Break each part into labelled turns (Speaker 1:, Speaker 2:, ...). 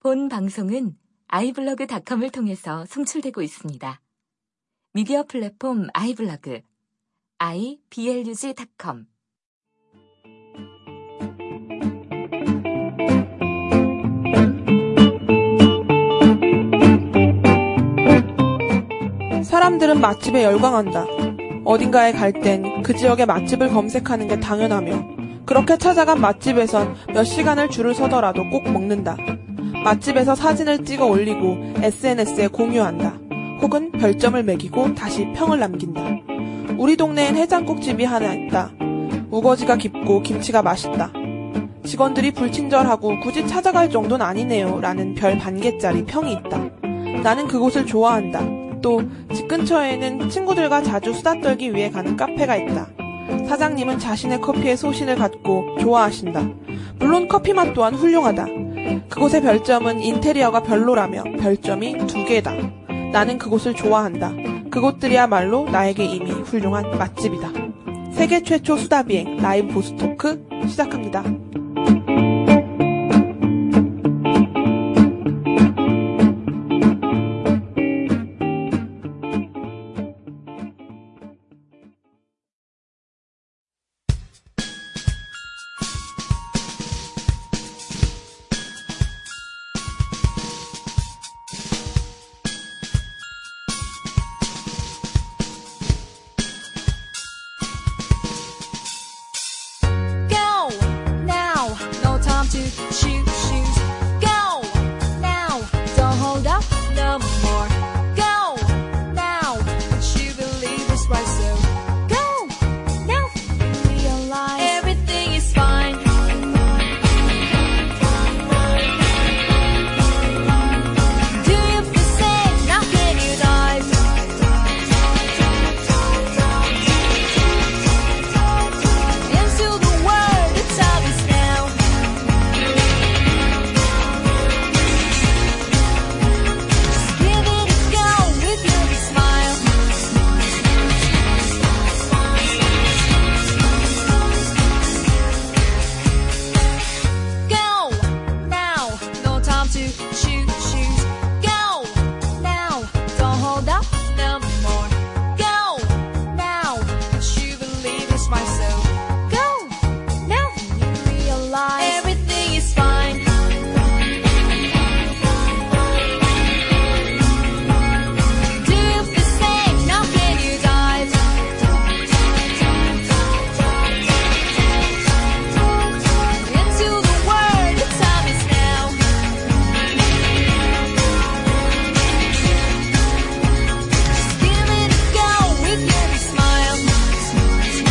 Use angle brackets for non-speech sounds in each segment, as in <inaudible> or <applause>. Speaker 1: 본 방송은 아이블로그닷컴을 통해서 송출되고 있습니다. 미디어 플랫폼 아이블로그 iblog.com
Speaker 2: 사람들은 맛집에 열광한다. 어딘가에 갈 땐 그 지역의 맛집을 검색하는 게 당연하며 그렇게 찾아간 맛집에선 몇 시간을 줄을 서더라도 꼭 먹는다. 맛집에서 사진을 찍어 올리고 SNS에 공유한다. 혹은 별점을 매기고 다시 평을 남긴다. 우리 동네엔 해장국집이 하나 있다. 우거지가 깊고 김치가 맛있다. 직원들이 불친절하고 굳이 찾아갈 정도는 아니네요. 라는 별 반개짜리 평이 있다. 나는 그곳을 좋아한다. 또 집 근처에는 친구들과 자주 수다 떨기 위해 가는 카페가 있다. 사장님은 자신의 커피에 소신을 갖고 좋아하신다. 물론 커피 맛 또한 훌륭하다. 그곳의 별점은 인테리어가 별로라며 별점이 두 개다. 나는 그곳을 좋아한다. 그곳들이야말로 나에게 이미 훌륭한 맛집이다. 세계 최초 수다 비행 라이브 보스 토크 시작합니다.
Speaker 3: Go now, no time to shoot shoes. Go now, don't hold up no more. Go now, would you believe it's right? So go now, you realize everything is fine. Do you feel safe? Now can you dive? Into the world, the time is now. Just give it a go with your big smile. Go now, no time to shoot, shoot. Go now, don't hold up no more. Go now, would you believe it's my soul? Go now, you realize everything is fine. Do you feel safe? Now can you dive? Into the world, the time is now. Just give it a go with your big smile.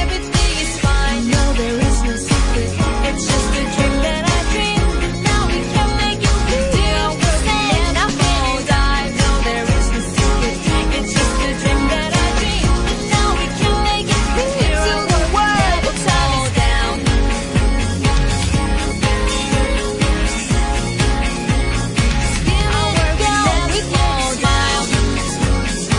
Speaker 3: Everything is fine. No, there is no secret. It's just a dream that I dream. Now we can make it real. Stand up and die. No, there is no secret. It's just a dream that I dream. Now we can make it real. Till the world falls down. Give it a go with your smile.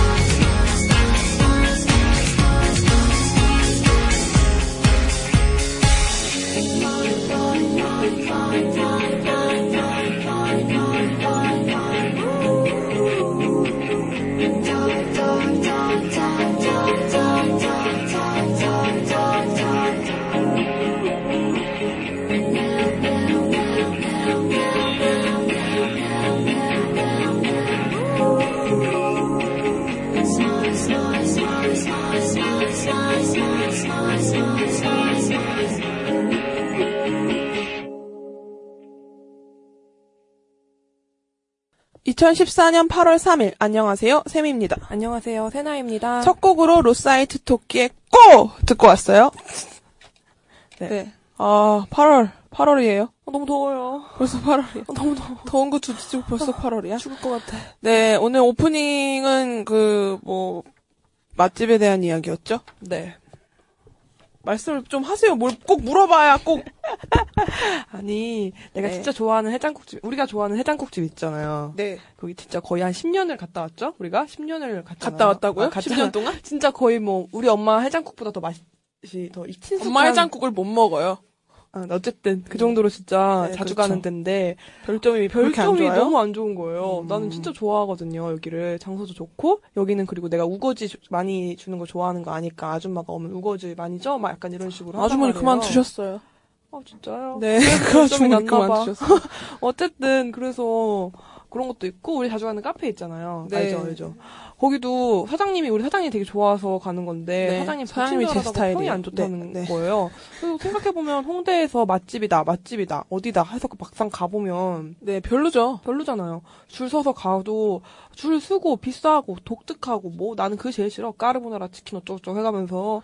Speaker 4: 음,
Speaker 2: (2014년 8월 3일) 안녕하세요 쌤입니다
Speaker 5: 안녕하세요, 세나입니다.
Speaker 2: 첫 곡으로 로사이트 토끼의 꼬 듣고 왔어요
Speaker 5: 네.
Speaker 2: 네아 8월 8월이에요
Speaker 5: 어, 너무 더워요.
Speaker 2: 벌써 8월이에요
Speaker 5: 어, 너무 더워.
Speaker 2: 더운 거 두지고 벌써 8월이야
Speaker 5: 죽을 것 같아.
Speaker 2: 네 오늘 오프닝은 그 뭐 맛집에 대한 이야기였죠
Speaker 5: 네.
Speaker 2: 말씀을 좀 하세요 뭘 꼭 물어봐야 꼭
Speaker 5: 아니, 내가
Speaker 2: 네.
Speaker 5: 진짜 좋아하는 해장국집, 우리가 좋아하는 해장국집 있잖아요.
Speaker 2: 네.
Speaker 5: 거기 진짜 거의 한 10년을 갔다 왔죠? 우리가 10년을 갔잖아요.
Speaker 2: 갔다 왔다고요?
Speaker 5: 갔잖아요.
Speaker 2: 10년 동안?
Speaker 5: 진짜 거의 뭐, 우리 엄마 해장국보다 더 맛있, 맛이 더 익힌
Speaker 2: 엄마 해장국을 못 먹어요.
Speaker 5: 아, 어쨌든 그 정도로 진짜
Speaker 2: 네,
Speaker 5: 자주
Speaker 2: 그렇죠.
Speaker 5: 가는 데인데 별점이
Speaker 2: 그렇게 안
Speaker 5: 별점이
Speaker 2: 좋아요?
Speaker 5: 너무 안 좋은 거예요.
Speaker 2: 음.
Speaker 5: 나는 진짜 좋아하거든요. 여기를 장소도 좋고 여기는 그리고 내가 우거지 주- 많이 주는 거 좋아하는 거 아니까 아줌마가 오면 우거지 많이 줘. 막 약간 이런 식으로 한단
Speaker 2: 아주머니 그만
Speaker 5: 말이에요. 네.
Speaker 2: 드셨어요.
Speaker 5: 아 진짜요?
Speaker 2: 네, 그
Speaker 5: 점이
Speaker 2: 아주머니
Speaker 5: 났나 봐.
Speaker 2: 그만 드셨어요.
Speaker 5: <laughs> 어쨌든 그래서 그런 것도 있고 우리 자주 가는 카페 있잖아요.
Speaker 2: 네.
Speaker 5: 알죠, 알죠. 거기도 사장님이 우리 사장님이 되게 좋아서 가는 건데
Speaker 2: 네,
Speaker 5: 사장님
Speaker 2: 사장님이 제
Speaker 5: 스타일이 평이
Speaker 2: 스타일이에요.
Speaker 5: 안 좋다는
Speaker 2: 네, 네.
Speaker 5: 거예요. 그래서 생각해 보면 홍대에서 맛집이다, 맛집이다, 어디다 해서
Speaker 2: 그
Speaker 5: 막상 가 보면
Speaker 2: 네, 별로죠.
Speaker 5: 별로잖아요. 줄 서서 가도 줄 쓰고 비싸고 독특하고 뭐 나는 그게 제일 싫어. 까르보나라 치킨 어쩌고저쩌고 해가면서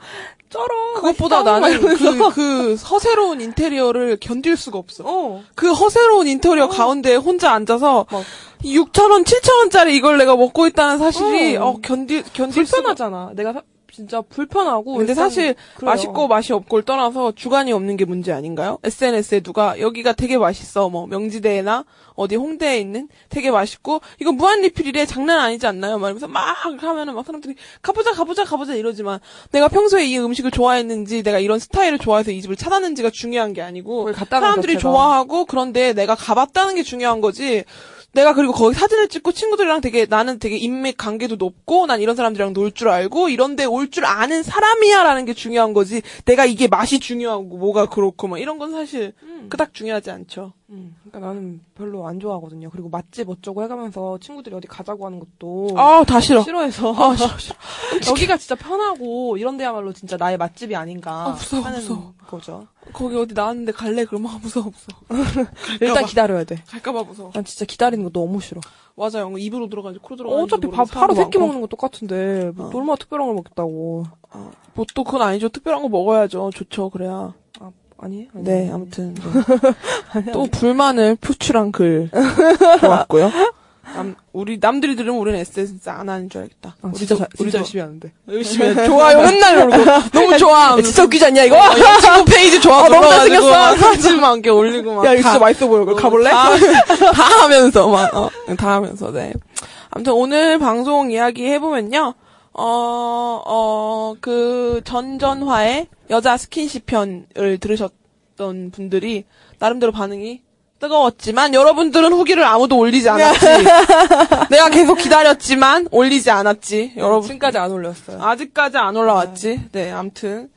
Speaker 5: 쩔어.
Speaker 2: 그것보다
Speaker 5: 맛있다,
Speaker 2: 나는
Speaker 5: 막 이러면서.
Speaker 2: 그, 그 허세로운 인테리어를 견딜 수가 없어.
Speaker 5: 어.
Speaker 2: 그 허세로운 인테리어 가운데 혼자 앉아서
Speaker 5: 막.
Speaker 2: 6,000원, 7,000원짜리 이걸 내가 먹고 있다는 사실이
Speaker 5: 어.
Speaker 2: 어, 견딜, 견딜 수가
Speaker 5: 불편하잖아. 내가 사- 진짜 불편하고
Speaker 2: 근데
Speaker 5: 일단
Speaker 2: 사실
Speaker 5: 그래요.
Speaker 2: 맛있고 맛이 없고를 떠나서 주관이 없는 게 문제 아닌가요? SNS에 누가 여기가 되게 맛있어 뭐 명지대나 어디 홍대에 있는 되게 맛있고 이거 무한 리필이래 장난 아니지 않나요? 말면서 막 하면은 막 사람들이 가보자 가보자 가보자 이러지만 내가 평소에 이 음식을 좋아했는지 내가 이런 스타일을 좋아해서 이 집을 찾았는지가 중요한 게 아니고
Speaker 5: 거기 갔다 간
Speaker 2: 어, 사람들이
Speaker 5: 자체가.
Speaker 2: 좋아하고 그런데 내가 가봤다는 게 중요한 거지. 내가 그리고 거기 사진을 찍고 친구들이랑 되게 나는 되게 인맥 관계도 높고 난 이런 사람들이랑 놀 줄 알고 이런데 올 줄 아는 사람이야라는 게 중요한 거지 내가 이게 맛이 중요하고 뭐가 그렇고 막 이런 건 사실 그닥 중요하지 않죠.
Speaker 5: 음, 그러니까 나는 별로 안 좋아하거든요. 그리고 맛집 어쩌고 해가면서 친구들이 어디 가자고 하는 것도
Speaker 2: 아 다 싫어.
Speaker 5: 싫어해서
Speaker 2: 아 싫어 싫어.
Speaker 5: <laughs> 여기가 진짜 편하고 이런 데야말로 진짜 나의 맛집이 아닌가
Speaker 2: 아, 무서워,
Speaker 5: 하는
Speaker 2: 무서워.
Speaker 5: 거죠.
Speaker 2: 거기 어디 나왔는데 갈래 그러면 아 무서워 무서워. <laughs>
Speaker 5: 일단
Speaker 2: 일단
Speaker 5: 기다려야 돼.
Speaker 2: 갈까봐 무서워.
Speaker 5: 난 진짜 기다리는 거 너무 싫어.
Speaker 2: 맞아요. 입으로 들어가지 코로 들어가.
Speaker 5: 어차피 밥 바로 새끼 먹는 거 똑같은데 뭐
Speaker 2: 어.
Speaker 5: 얼마나 특별한 걸 먹겠다고.
Speaker 2: 뭐또 그건 아니죠. 특별한 거 먹어야죠. 좋죠 그래야.
Speaker 5: 아니? 아니
Speaker 2: 네,
Speaker 5: <laughs>
Speaker 2: 아무튼. 네. 또 불만을 표출한 글. 좋았고요. 남, 우리, 남들이 들으면 우리는 에센스 안 하는 줄 알겠다.
Speaker 5: 아,
Speaker 2: 우리도-
Speaker 5: 진짜 자,
Speaker 2: 우리도
Speaker 5: 진짜 열심히 하는데.
Speaker 2: 열심히
Speaker 5: <laughs>
Speaker 2: 해. 좋아요. <laughs> 맨날 그러고. 너무 좋아.
Speaker 5: 야, 진짜 웃기지 <laughs> 않냐 이거?
Speaker 2: 어, 이 친구 페이지 좋아.
Speaker 5: 어, 너무
Speaker 2: 들어가가지고
Speaker 5: 잘생겼어.
Speaker 2: 막 <laughs> 사진 막 이렇게 올리고 막.
Speaker 5: 야 이거
Speaker 2: 다-
Speaker 5: 진짜 맛있어 보여. 이거
Speaker 2: <laughs>
Speaker 5: 가볼래?
Speaker 2: 다, 다 하면서 막, 어, 다 하면서, 네. 아무튼 오늘 방송 이야기 해보면요. 어, 어, 그 전전화의 여자 스킨십 편을 들으셨던 분들이 나름대로 반응이 뜨거웠지만 여러분들은 후기를 아무도 올리지
Speaker 5: <laughs>
Speaker 2: 않았지. 내가 계속 기다렸지만 올리지 않았지. 여러분
Speaker 5: 네, 지금까지 안 올렸어요.
Speaker 2: 아직까지 안 올라왔지. 네, 암튼.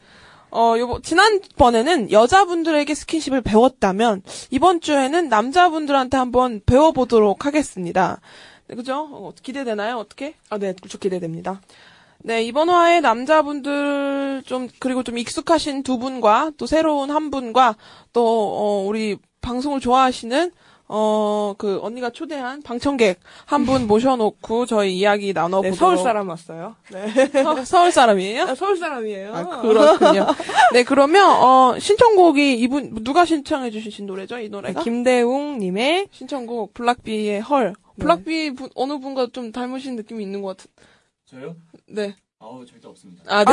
Speaker 2: 어, 요번, 지난번에는 여자분들에게 스킨십을 배웠다면, 이번 주에는 남자분들한테 한번 배워보도록 하겠습니다. 네, 그죠? 어, 기대되나요? 어떻게?
Speaker 5: 아, 네, 그렇죠 기대됩니다.
Speaker 2: 네, 이번 화에 남자분들 좀, 그리고 좀 익숙하신 두 분과, 또 새로운 한 분과, 또, 어, 우리 방송을 좋아하시는, 어, 그, 언니가 초대한 방청객 한 분 모셔놓고 저희 이야기
Speaker 5: 네,
Speaker 2: 나눠보도록.
Speaker 5: 서울 사람 왔어요. 네.
Speaker 2: 서- 서울 사람이에요?
Speaker 5: 서울 사람이에요.
Speaker 2: 아, 그렇군요. <laughs> 네, 그러면, 어, 신청곡이 이분, 누가 신청해주신 노래죠? 이 노래가?
Speaker 5: 네, 김대웅님의 네.
Speaker 2: 신청곡, 블락비의 헐. 블락비 분, 어느 분과 좀 닮으신 느낌이 있는 것 같은,
Speaker 6: 저요?
Speaker 2: 네.
Speaker 6: 아우 절대 없습니다.
Speaker 2: 아, 네.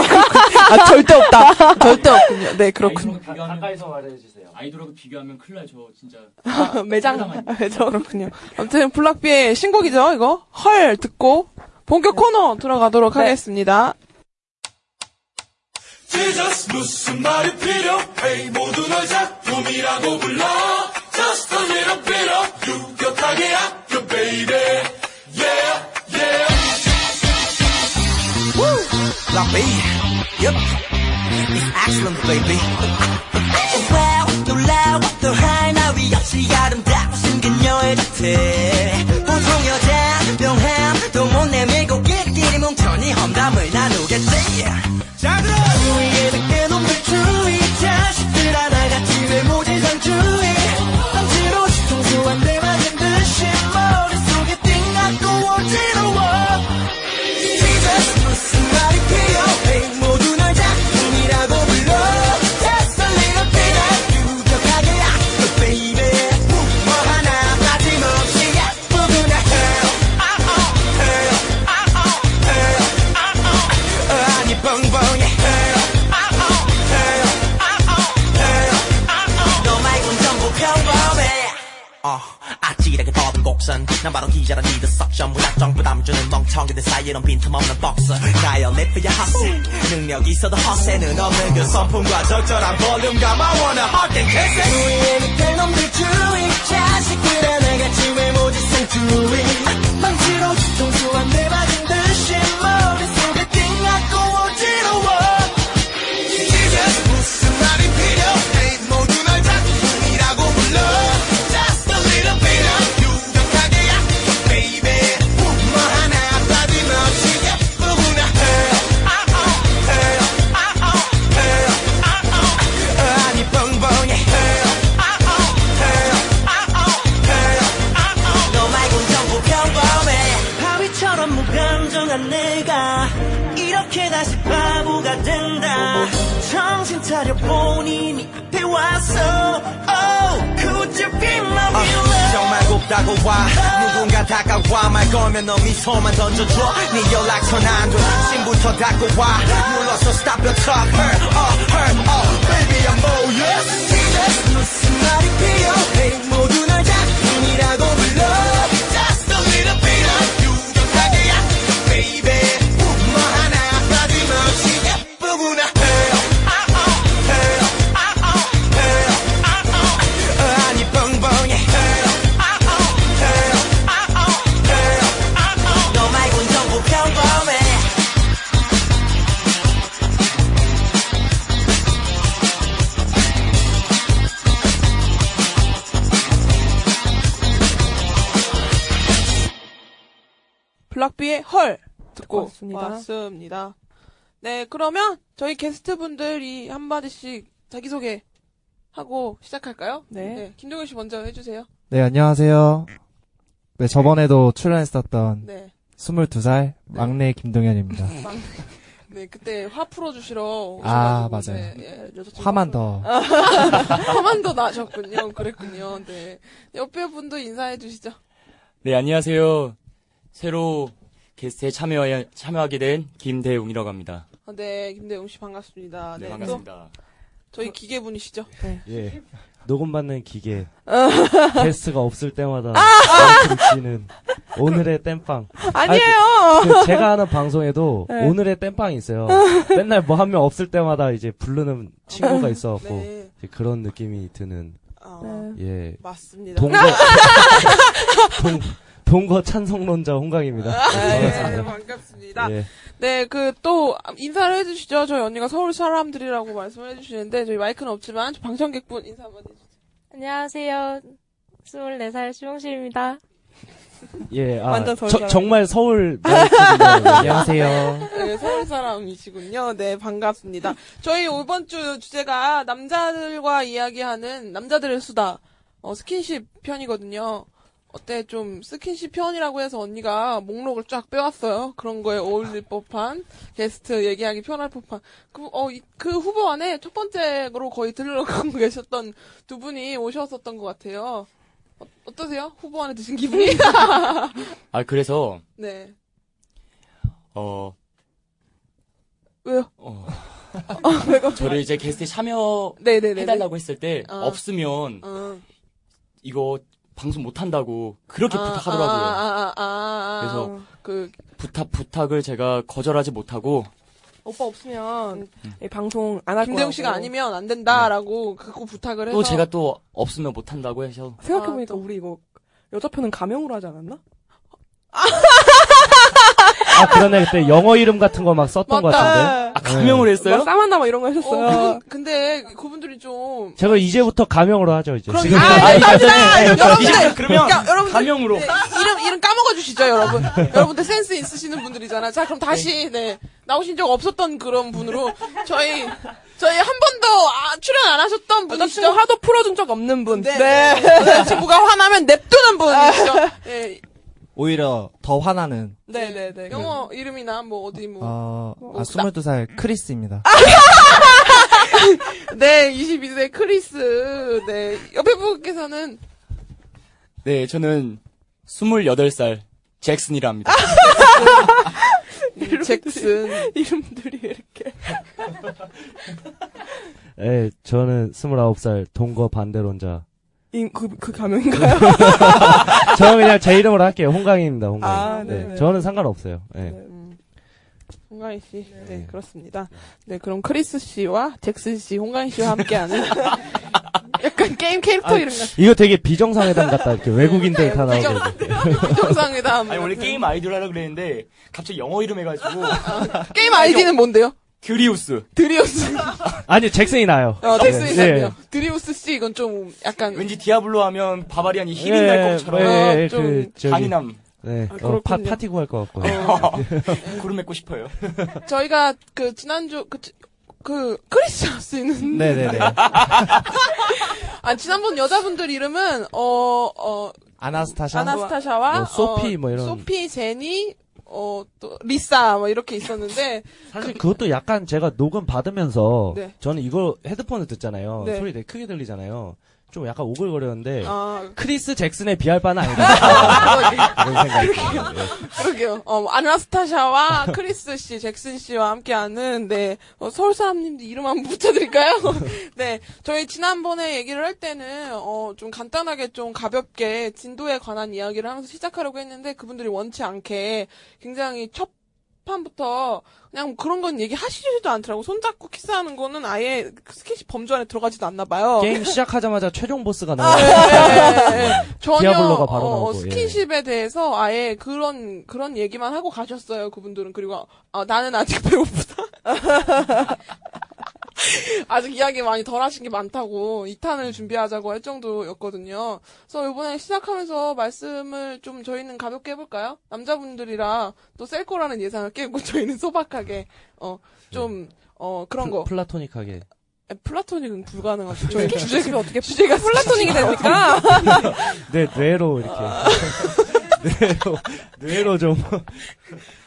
Speaker 2: 아, 절대 없다. 절대 없군요. 네, 그렇군요.
Speaker 6: 아이돌하고 비교하면
Speaker 7: 가까이서 말해주세요.
Speaker 6: 아이돌하고 비교하면 큰일 나요. 저 진짜
Speaker 2: 아,
Speaker 5: 매장
Speaker 2: 그래서 그렇군요. 아무튼, 블락비의 신곡이죠, 이거? 헐, 듣고, 본격 코너 들어가도록
Speaker 5: 네.
Speaker 2: 하겠습니다.
Speaker 8: Jesus 무슨 말이 필요해 모두 널 작품이라고 불러 Just a little bit of 유격하게 아껴 baby Yeah yeah
Speaker 9: Like me. Yep. It's excellent, baby. wow, 놀라웠던 하나위 없이 아름다우신 그녀의 곁에 보통 여자 병함도 못 내밀고 끼리끼리 뭉쳐니 험담을 나누겠지 자 그럼 우리의 늦게 눈물 주의 자식들 하나같이 외모지상주의 억지로 뒤통수한 대 맞은 듯이 머릿속에 띵하고 어지러워 Jesus 무슨 말이 필요해 모두 널 작품이라고 불러 Just a little bit of 유격하게 아껴 baby 뭐 하나 빠짐없이 예쁘구나 girl Oh oh girl Oh oh girl Oh oh 어, 아니 뻥뻥해 girl Oh oh girl Oh oh girl Oh oh 너 말곤 전부
Speaker 10: Ờ, à,
Speaker 9: 평범해 어, 아찔하게 더듬 곡선 난 바로 기자란 니들 섭션 무작정 부담주는 멍청
Speaker 10: 청교대 사이에는 빈틈없는 복수 나여 내 for your hustle 능력이 있어도 허세는 없는 그 선풍과 적절한 볼륨감 I wanna hot and kiss it
Speaker 9: 주위에 밑에 놈들 주위 자식들아 나같이 외모지 생투위 망치로 뒤통수 한대 맞은 듯이 머릿속에 띵하고 어지러워 이젠 무슨 말이 필요해 네, 모두 널 작품이라고 불러 Just a little bit of 유격하게 야 baby 뭐 하나 빠짐없이 예쁘구나 Girl, oh, oh, girl, oh, oh, girl, oh, oh. 아니 뻥뻥해
Speaker 10: 너 말곤 전부 평범해
Speaker 9: 바위처럼 무감정한 내가 이렇게 다시 바보가 된다 정신 차려 본인이 앞에 왔어 Oh could you be my
Speaker 10: 아,
Speaker 9: real love Oh.
Speaker 10: 정말 곱다고 와 누군가 다가와 말 거면 너 미소만 던져줘 네 연락처 난줘 신부터 닫고 와 눌러서 stop your talk her oh her oh baby I'm all yes
Speaker 9: 이제 무슨 말이 필요해 모두 널 작품이라고 불러 Just a little bit of 유격하게야 baby 뭐 하나 빠짐없이 예쁘구나 Girl, oh, oh, girl, oh, oh, girl, oh, oh. 어, 아니 뻥뻥해 Girl, oh, oh, girl, oh, oh, girl, oh, oh.
Speaker 10: 너 말곤 전부 평범해
Speaker 2: 블락비의 헐 듣고
Speaker 5: 왔습니다.
Speaker 2: 왔습니다. 네, 그러면 저희 게스트분들이 한마디씩 자기소개 하고 시작할까요?
Speaker 5: 네.
Speaker 2: 김종현 씨 먼저 해주세요.
Speaker 11: 네, 안녕하세요. 네, 저번에도 출연했었던
Speaker 2: 네.
Speaker 11: 22살
Speaker 12: 네.
Speaker 11: 막내 김동현입니다.
Speaker 12: <laughs>
Speaker 2: 네, 그때 화 풀어주시러 오셔가지고
Speaker 11: 아,
Speaker 2: 네,
Speaker 11: 맞아요.
Speaker 2: 예, 여자친구
Speaker 11: 화만 더.
Speaker 2: 화만 더 나셨군요. 그랬군요. 네. 옆에 분도 인사해 주시죠.
Speaker 8: 네, 안녕하세요. 새로 게스트에 참여, 참여하게 된 김대웅이라고 합니다.
Speaker 2: 아, 네, 김대웅 씨 반갑습니다. 네,
Speaker 8: 네,
Speaker 2: 또
Speaker 8: 반갑습니다.
Speaker 2: 저희 기계분이시죠?
Speaker 12: 예.
Speaker 11: <laughs>
Speaker 12: 녹음받는 기계. 게스트가 없을 때마다
Speaker 11: 아!
Speaker 12: 마이크를 치는 오늘의 땜빵.
Speaker 2: 네. 아니에요!
Speaker 12: 그 제가 하는 방송에도
Speaker 11: 네.
Speaker 12: 오늘의 땜빵이
Speaker 11: <laughs>
Speaker 12: 있어요. 맨날 뭐 한 명 없을 때마다 이제 부르는 친구가 있어갖고
Speaker 2: 네.
Speaker 12: 이제 그런 느낌이 드는
Speaker 2: 아,
Speaker 11: 네. <laughs>
Speaker 12: 예
Speaker 2: 맞습니다. 네,
Speaker 12: 동거 동, 동거 찬성론자 홍강입니다.
Speaker 11: 아,
Speaker 2: 네,
Speaker 11: 예.
Speaker 12: 반갑습니다.
Speaker 2: 반갑습니다.
Speaker 12: 아, 예.
Speaker 2: 네, 그 또 인사를 해주시죠. 저희 언니가 서울 사람들이라고 말씀을 해주시는데 저희 마이크는 없지만 저 방청객분 인사 한번 해주세요.
Speaker 13: 안녕하세요. 24살 수용실입니다.
Speaker 12: 예, 아,
Speaker 5: 완전 서울
Speaker 12: 저-
Speaker 5: 사람.
Speaker 2: <laughs>
Speaker 12: 정말 서울 마이크입니다. 안녕하세요.
Speaker 2: 네, 서울 사람이시군요. 네, 반갑습니다. 저희 이번 주 주제가 남자들과 이야기하는 남자들의 수다 어, 스킨십 편이거든요. 어때 좀 스킨십 편이라고 해서 언니가 목록을 쫙 빼왔어요. 그런 거에 어울릴 법한 게스트 얘기하기 편할 법한 그, 어, 이- 그 후보 안에 첫 번째로 거의 들러가고 <laughs> 계셨던 두 분이 오셨었던 것 같아요. 어, 어떠세요? 후보 안에 드신
Speaker 5: <laughs>
Speaker 2: 기분이?
Speaker 8: 아, 그래서,
Speaker 2: 네.
Speaker 8: 어,
Speaker 2: 왜요?
Speaker 8: 어,
Speaker 2: 왜요
Speaker 8: 저를 이제 게스트에 참여해달라고
Speaker 2: 네네네.
Speaker 8: 했을 때,
Speaker 2: 아.
Speaker 8: 없으면
Speaker 2: 어.
Speaker 8: 이거 방송 못한다고 그렇게
Speaker 2: 아,
Speaker 8: 부탁하더라고요.
Speaker 2: 아, 아, 아, 아, 아.
Speaker 8: 그래서-
Speaker 2: 그
Speaker 8: 부탁, 부탁을 제가 거절하지 못하고,
Speaker 5: 오빠 없으면 이 네, 방송 안 할 거라고.
Speaker 2: 김대웅 씨가 아니면 안 된다라고 그거 부탁을 해서
Speaker 8: 또 제가 또 없으면 못한다고 해서,
Speaker 5: 생각해보니까
Speaker 2: 아, 또.
Speaker 5: 우리 이거 여자 편은 가명으로 하지 않았나?
Speaker 12: 아 그러네 그때 영어 이름 같은 거 막 썼던 것 같은데.
Speaker 2: 맞다.
Speaker 11: 네.
Speaker 8: 아, 가명을 했어요?
Speaker 5: 막 싸만나마 이런 거 하셨어요.
Speaker 2: 어, 그분, 근데 그분들이 좀
Speaker 12: 제가 이제부터 가명으로 하죠 이제.
Speaker 2: 그럼
Speaker 12: 지금
Speaker 2: 아, 감사합니다. 여러분들 네,
Speaker 8: 그러면,
Speaker 2: 야, 여러분들.
Speaker 8: 가명으로.
Speaker 2: 네, 이름 이름 까먹어 주시죠, 여러분. 여러분들 센스 있으시는 분들이잖아. 자, 그럼 다시 네. 나오신 적 없었던 그런 분으로 저희 저희 한 번도 아, 출연 안 하셨던 분이시죠?
Speaker 5: 여자친구 하도 풀어준 적 없는 분. 아.
Speaker 2: 네. 여자친구가 화나면 냅두는 분이시죠? 네.
Speaker 11: 오히려 더 화나는,
Speaker 2: 네, 네, 네. 영어 이름이나 뭐 어디 뭐
Speaker 11: 어, 아, 22살 크리스입니다.
Speaker 2: 네, 22세 크리스. 네, 옆에 분께서는
Speaker 8: 네, 저는 28살 잭슨이라 합니다.
Speaker 2: 아. 잭슨.
Speaker 5: 이름들이 이렇게.
Speaker 12: 예, 저는 29살 동거 반대론자
Speaker 2: 인, 그, 그 가명인가요?
Speaker 12: 저는 그냥 제 이름으로 할게요. 홍강입니다. 홍강.
Speaker 2: 아,
Speaker 12: 네.
Speaker 2: 네네.
Speaker 12: 저는 상관없어요. 네.
Speaker 2: 음. 홍강희 씨. 네, 그렇습니다. 네, 그럼 크리스 씨와 잭슨 씨, 홍강희 씨와 함께하는 <laughs> 약간 게임 캐릭터 이름 같은
Speaker 12: 이거 되게 비정상회담 같다. 이렇게 외국인들 아, 네, 다 나오게.
Speaker 2: 정상회담.
Speaker 8: 아니 원래 게임 아이디로 하려고 그랬는데 갑자기 영어 이름 해가지고
Speaker 2: 아. 게임 아이디는 뭔데요?
Speaker 8: 드리우스
Speaker 2: 드리우스.
Speaker 12: 아니, 잭슨이 나요.
Speaker 2: 어, 잭슨이
Speaker 12: 네.
Speaker 2: 네. 요 드리우스 씨 이건 좀 약간
Speaker 8: 왠지 디아블로 하면 바바리안이 힘이
Speaker 11: 네,
Speaker 8: 날 것처럼
Speaker 12: 예, 예, 예,
Speaker 2: 아, 좀
Speaker 12: 그, 저기,
Speaker 8: 강인함
Speaker 12: 네.
Speaker 2: 아,
Speaker 12: 어, 파,
Speaker 2: 그렇군요.
Speaker 12: 파티 구할 것 같고.
Speaker 8: <laughs> 구름 맺고 싶어요
Speaker 2: 저희가 그 지난주 그, 지- 그 크리스마스는
Speaker 5: 네네네.
Speaker 2: <laughs> 아 지난번 여자분들 이름은 어, 어어
Speaker 5: 아나스타샤.
Speaker 2: 아나스타샤와 어,
Speaker 12: 뭐 소피 뭐 이런.
Speaker 2: 소피 제니 어 또 리사 뭐 이렇게 있었는데
Speaker 12: 사실 그것도 약간 제가 녹음 받으면서
Speaker 2: 네.
Speaker 12: 저는 이걸 헤드폰을 듣잖아요.
Speaker 2: 네.
Speaker 12: 소리 되게 크게 들리잖아요. 좀 약간 오글거렸는데
Speaker 2: 아 네.
Speaker 12: 크리스 잭슨에 비할
Speaker 2: <laughs>
Speaker 12: 바는 아니다. 이런 생각이 들어요.
Speaker 2: 그러게요 어 아나스타샤와 크리스 씨 잭슨 씨와 함께하는 네 어, 서울 사람님들 이름 한번 붙여드릴까요? <laughs> 네 저희 지난번에 얘기를 할 때는 어 좀 간단하게 좀 가볍게 진도에 관한 이야기를 하면서 시작하려고 했는데 그분들이 원치 않게 굉장히 첫 판부터 그냥 그런 건 얘기하시지도 않더라고 손잡고 키스하는 거는 아예 스킨십 범주 안에 들어가지도 않나 봐요.
Speaker 12: 게임 시작하자마자 최종 보스가
Speaker 2: 아,
Speaker 12: 나와요. 네,
Speaker 2: 예, 예, 예. 전혀
Speaker 12: 디아블로가 바로
Speaker 2: 어,
Speaker 12: 나오고,
Speaker 2: 스킨십에 대해서 아예 그런 그런 얘기만 하고 가셨어요 그분들은 그리고 아, 나는 아직 <laughs> 배고프다 아직 이야기 많이 덜 하신 게 많다고 2탄을 준비하자고 할 정도였거든요 그래서 이번에 시작하면서 말씀을 좀 저희는 가볍게 해볼까요 남자분들이라 또 셀 거라는 예상을 깨고 <laughs> 저희는 소박하게 어 좀 어 그런 거
Speaker 12: 플- 플라토닉하게.
Speaker 2: 아, 플라토닉은 불가능하죠 <laughs> 저희 주제가 어떻게 주제가 어, 플라토닉이 <laughs> 됩니까
Speaker 12: 네, 뇌로 이렇게. <laughs> 뇌로, 뇌로 좀.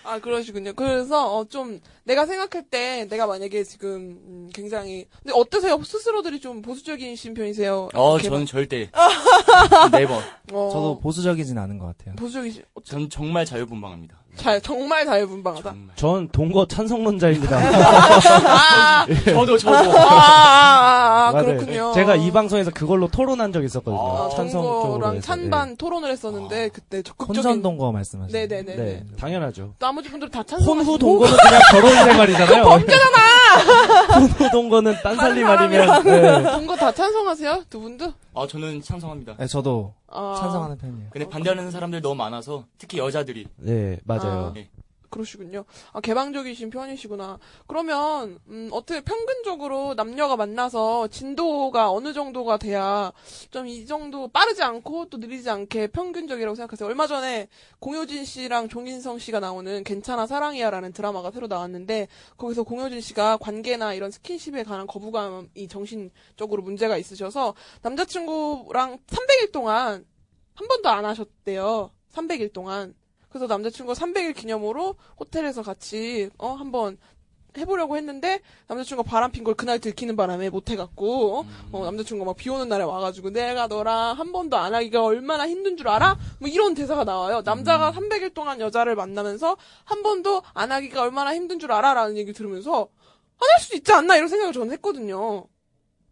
Speaker 2: 아, 그러시군요. 그래서, 어, 좀, 내가 생각할 때, 내가 만약에 지금, 음, 굉장히. 근데 어떠세요? 스스로들이 좀 보수적이신 편이세요?
Speaker 8: 어
Speaker 2: 이렇게
Speaker 8: 저는 절대 네번
Speaker 2: 막- 어,
Speaker 5: 저도 보수적이진 않은 것 같아요.
Speaker 2: 보수적이시, 어,
Speaker 8: 전 정말 자유분방합니다
Speaker 2: 자, 정말
Speaker 5: <laughs>
Speaker 2: 자유분방하다.
Speaker 8: 정말.
Speaker 12: 전 동거 찬성론자입니다.
Speaker 8: 저도 저도
Speaker 2: 아, 아, 아, 아
Speaker 12: 맞아요. 네.
Speaker 2: 그렇군요.
Speaker 12: 제가 이 방송에서 그걸로 토론한 적이 있었거든요.
Speaker 2: 아,
Speaker 12: 찬성 쪽으로
Speaker 2: 동거랑
Speaker 12: 해서.
Speaker 2: 찬반 아. 토론을 했었는데, 그때 적극적인.
Speaker 5: 혼전 동거 말씀하시는.
Speaker 12: 네.
Speaker 2: 네네네.
Speaker 12: 네,
Speaker 2: 네.
Speaker 12: 당연하죠.
Speaker 2: 나머지 분들 다 찬성.
Speaker 12: 혼후 동거는 그냥 결혼 생활이잖아요. 범죄잖아. <laughs> 혼후 동거는 딴 살림 아니면 네.
Speaker 2: 동거 다 찬성하세요? 두 분도?
Speaker 8: <laughs> 아 저는 찬성합니다
Speaker 5: 네, 저도
Speaker 2: 아,
Speaker 5: 찬성하는 편이에요.
Speaker 8: 근데 반대하는 사람들 너무 많아서 특히 여자들이
Speaker 12: 네, 맞아요.
Speaker 2: 아. 그러시군요. 아, 개방적이신 편이시구나. 그러면, 음, 어떻게 평균적으로 남녀가 만나서 진도가 어느 정도가 돼야 좀 이 정도 빠르지 않고 또 느리지 않게 평균적이라고 생각하세요? 얼마 전에 공효진 씨랑 종인성 씨가 나오는 괜찮아 사랑이야라는 드라마가 새로 나왔는데 거기서 공효진 씨가 관계나 이런 스킨십에 관한 거부감이 정신적으로 문제가 있으셔서 남자친구랑 300일 동안 한 번도 안 하셨대요. 300일 동안. 그래서 남자친구 300일 기념으로 호텔에서 같이 어 한번 해보려고 했는데 남자친구가 바람핀 걸 그날 들키는 바람에 못 해갖고 어? 어, 남자친구가 막 비오는 날에 와가지고 내가 너랑 한 번도 안 하기가 얼마나 힘든 줄 알아? 뭐 이런 대사가 나와요. 남자가 300일 동안 여자를 만나면서 한 번도 안 하기가 얼마나 힘든 줄 알아라는 얘기 들으면서 안 할 수 있지 않나 이런 생각을 저는 했거든요.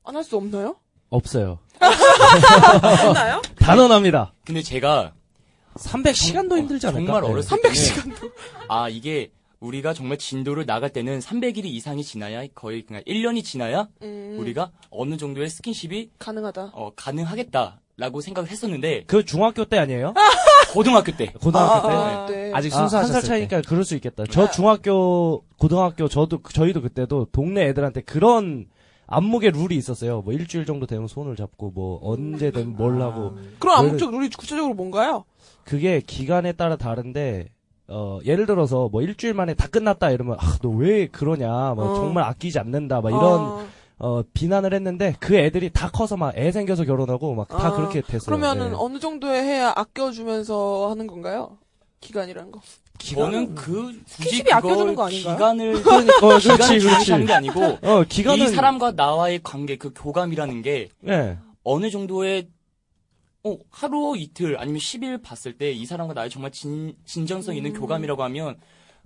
Speaker 2: 안 할 수 없나요?
Speaker 12: <laughs> 없어요.
Speaker 2: 없나요?
Speaker 12: 단언합니다.
Speaker 8: 근데 제가
Speaker 12: 그
Speaker 8: 어,
Speaker 12: 300시간도 힘들지 않을까?
Speaker 8: 정말
Speaker 12: 네.
Speaker 8: 어렸을 때 300시간도 <laughs> 아 이게 우리가 정말 진도를 나갈 때는 300일이 이상이 지나야 거의 그냥 1년이 지나야
Speaker 2: 음,
Speaker 8: 우리가 어느 정도의 스킨십이
Speaker 2: 가능하다.
Speaker 8: 어, 가능하겠다라고 생각을 했었는데
Speaker 12: 그 중학교 때 아니에요?
Speaker 8: 고등학교 때
Speaker 12: 고등학교 때?
Speaker 2: 아, 네.
Speaker 5: 아직
Speaker 12: 아, 한
Speaker 5: 순수하셨을
Speaker 12: 살 차이니까 그럴 수 있겠다. 아. 저 중학교, 고등학교, 저도, 그- 저희도 그때도 동네 애들한테 그런 안목의 룰이 있었어요. 뭐 일주일 정도 되면 손을 잡고, 뭐 언제든 뭘 하고.
Speaker 2: 그럼
Speaker 12: 네.
Speaker 2: 암묵적 룰이 구체적으로 뭔가요?
Speaker 12: 그게 기간에 따라 다른데, 어, 예를 들어서 뭐 일주일 만에 다 끝났다 이러면, 아, 너 왜 그러냐. 막
Speaker 2: 어.
Speaker 12: 정말 아끼지 않는다. 막 이런,
Speaker 2: 아.
Speaker 12: 어, 비난을 했는데 그 애들이 다 커서 막 애 생겨서 결혼하고 막 다
Speaker 2: 아,
Speaker 12: 그렇게 됐어요.
Speaker 2: 그러면은
Speaker 12: 네.
Speaker 2: 어느 정도에 해야 아껴주면서 하는 건가요? 기간이란 거.
Speaker 8: 저는 그 굳이
Speaker 2: 스킨십이 아껴주는
Speaker 8: 그걸
Speaker 2: 거 아닌가요?
Speaker 8: 기간을
Speaker 12: 어, 그렇지,
Speaker 8: 기간을
Speaker 12: 그렇지.
Speaker 8: 중요시하는 게 아니고
Speaker 12: 어, 기간은.
Speaker 8: 이 사람과 나와의 관계 그 교감이라는 게
Speaker 12: 예.
Speaker 8: 어느 정도의 어, 하루 이틀 아니면 10일 봤을 때 이 사람과 나의 정말 진, 진정성 있는 교감이라고 하면
Speaker 2: 음.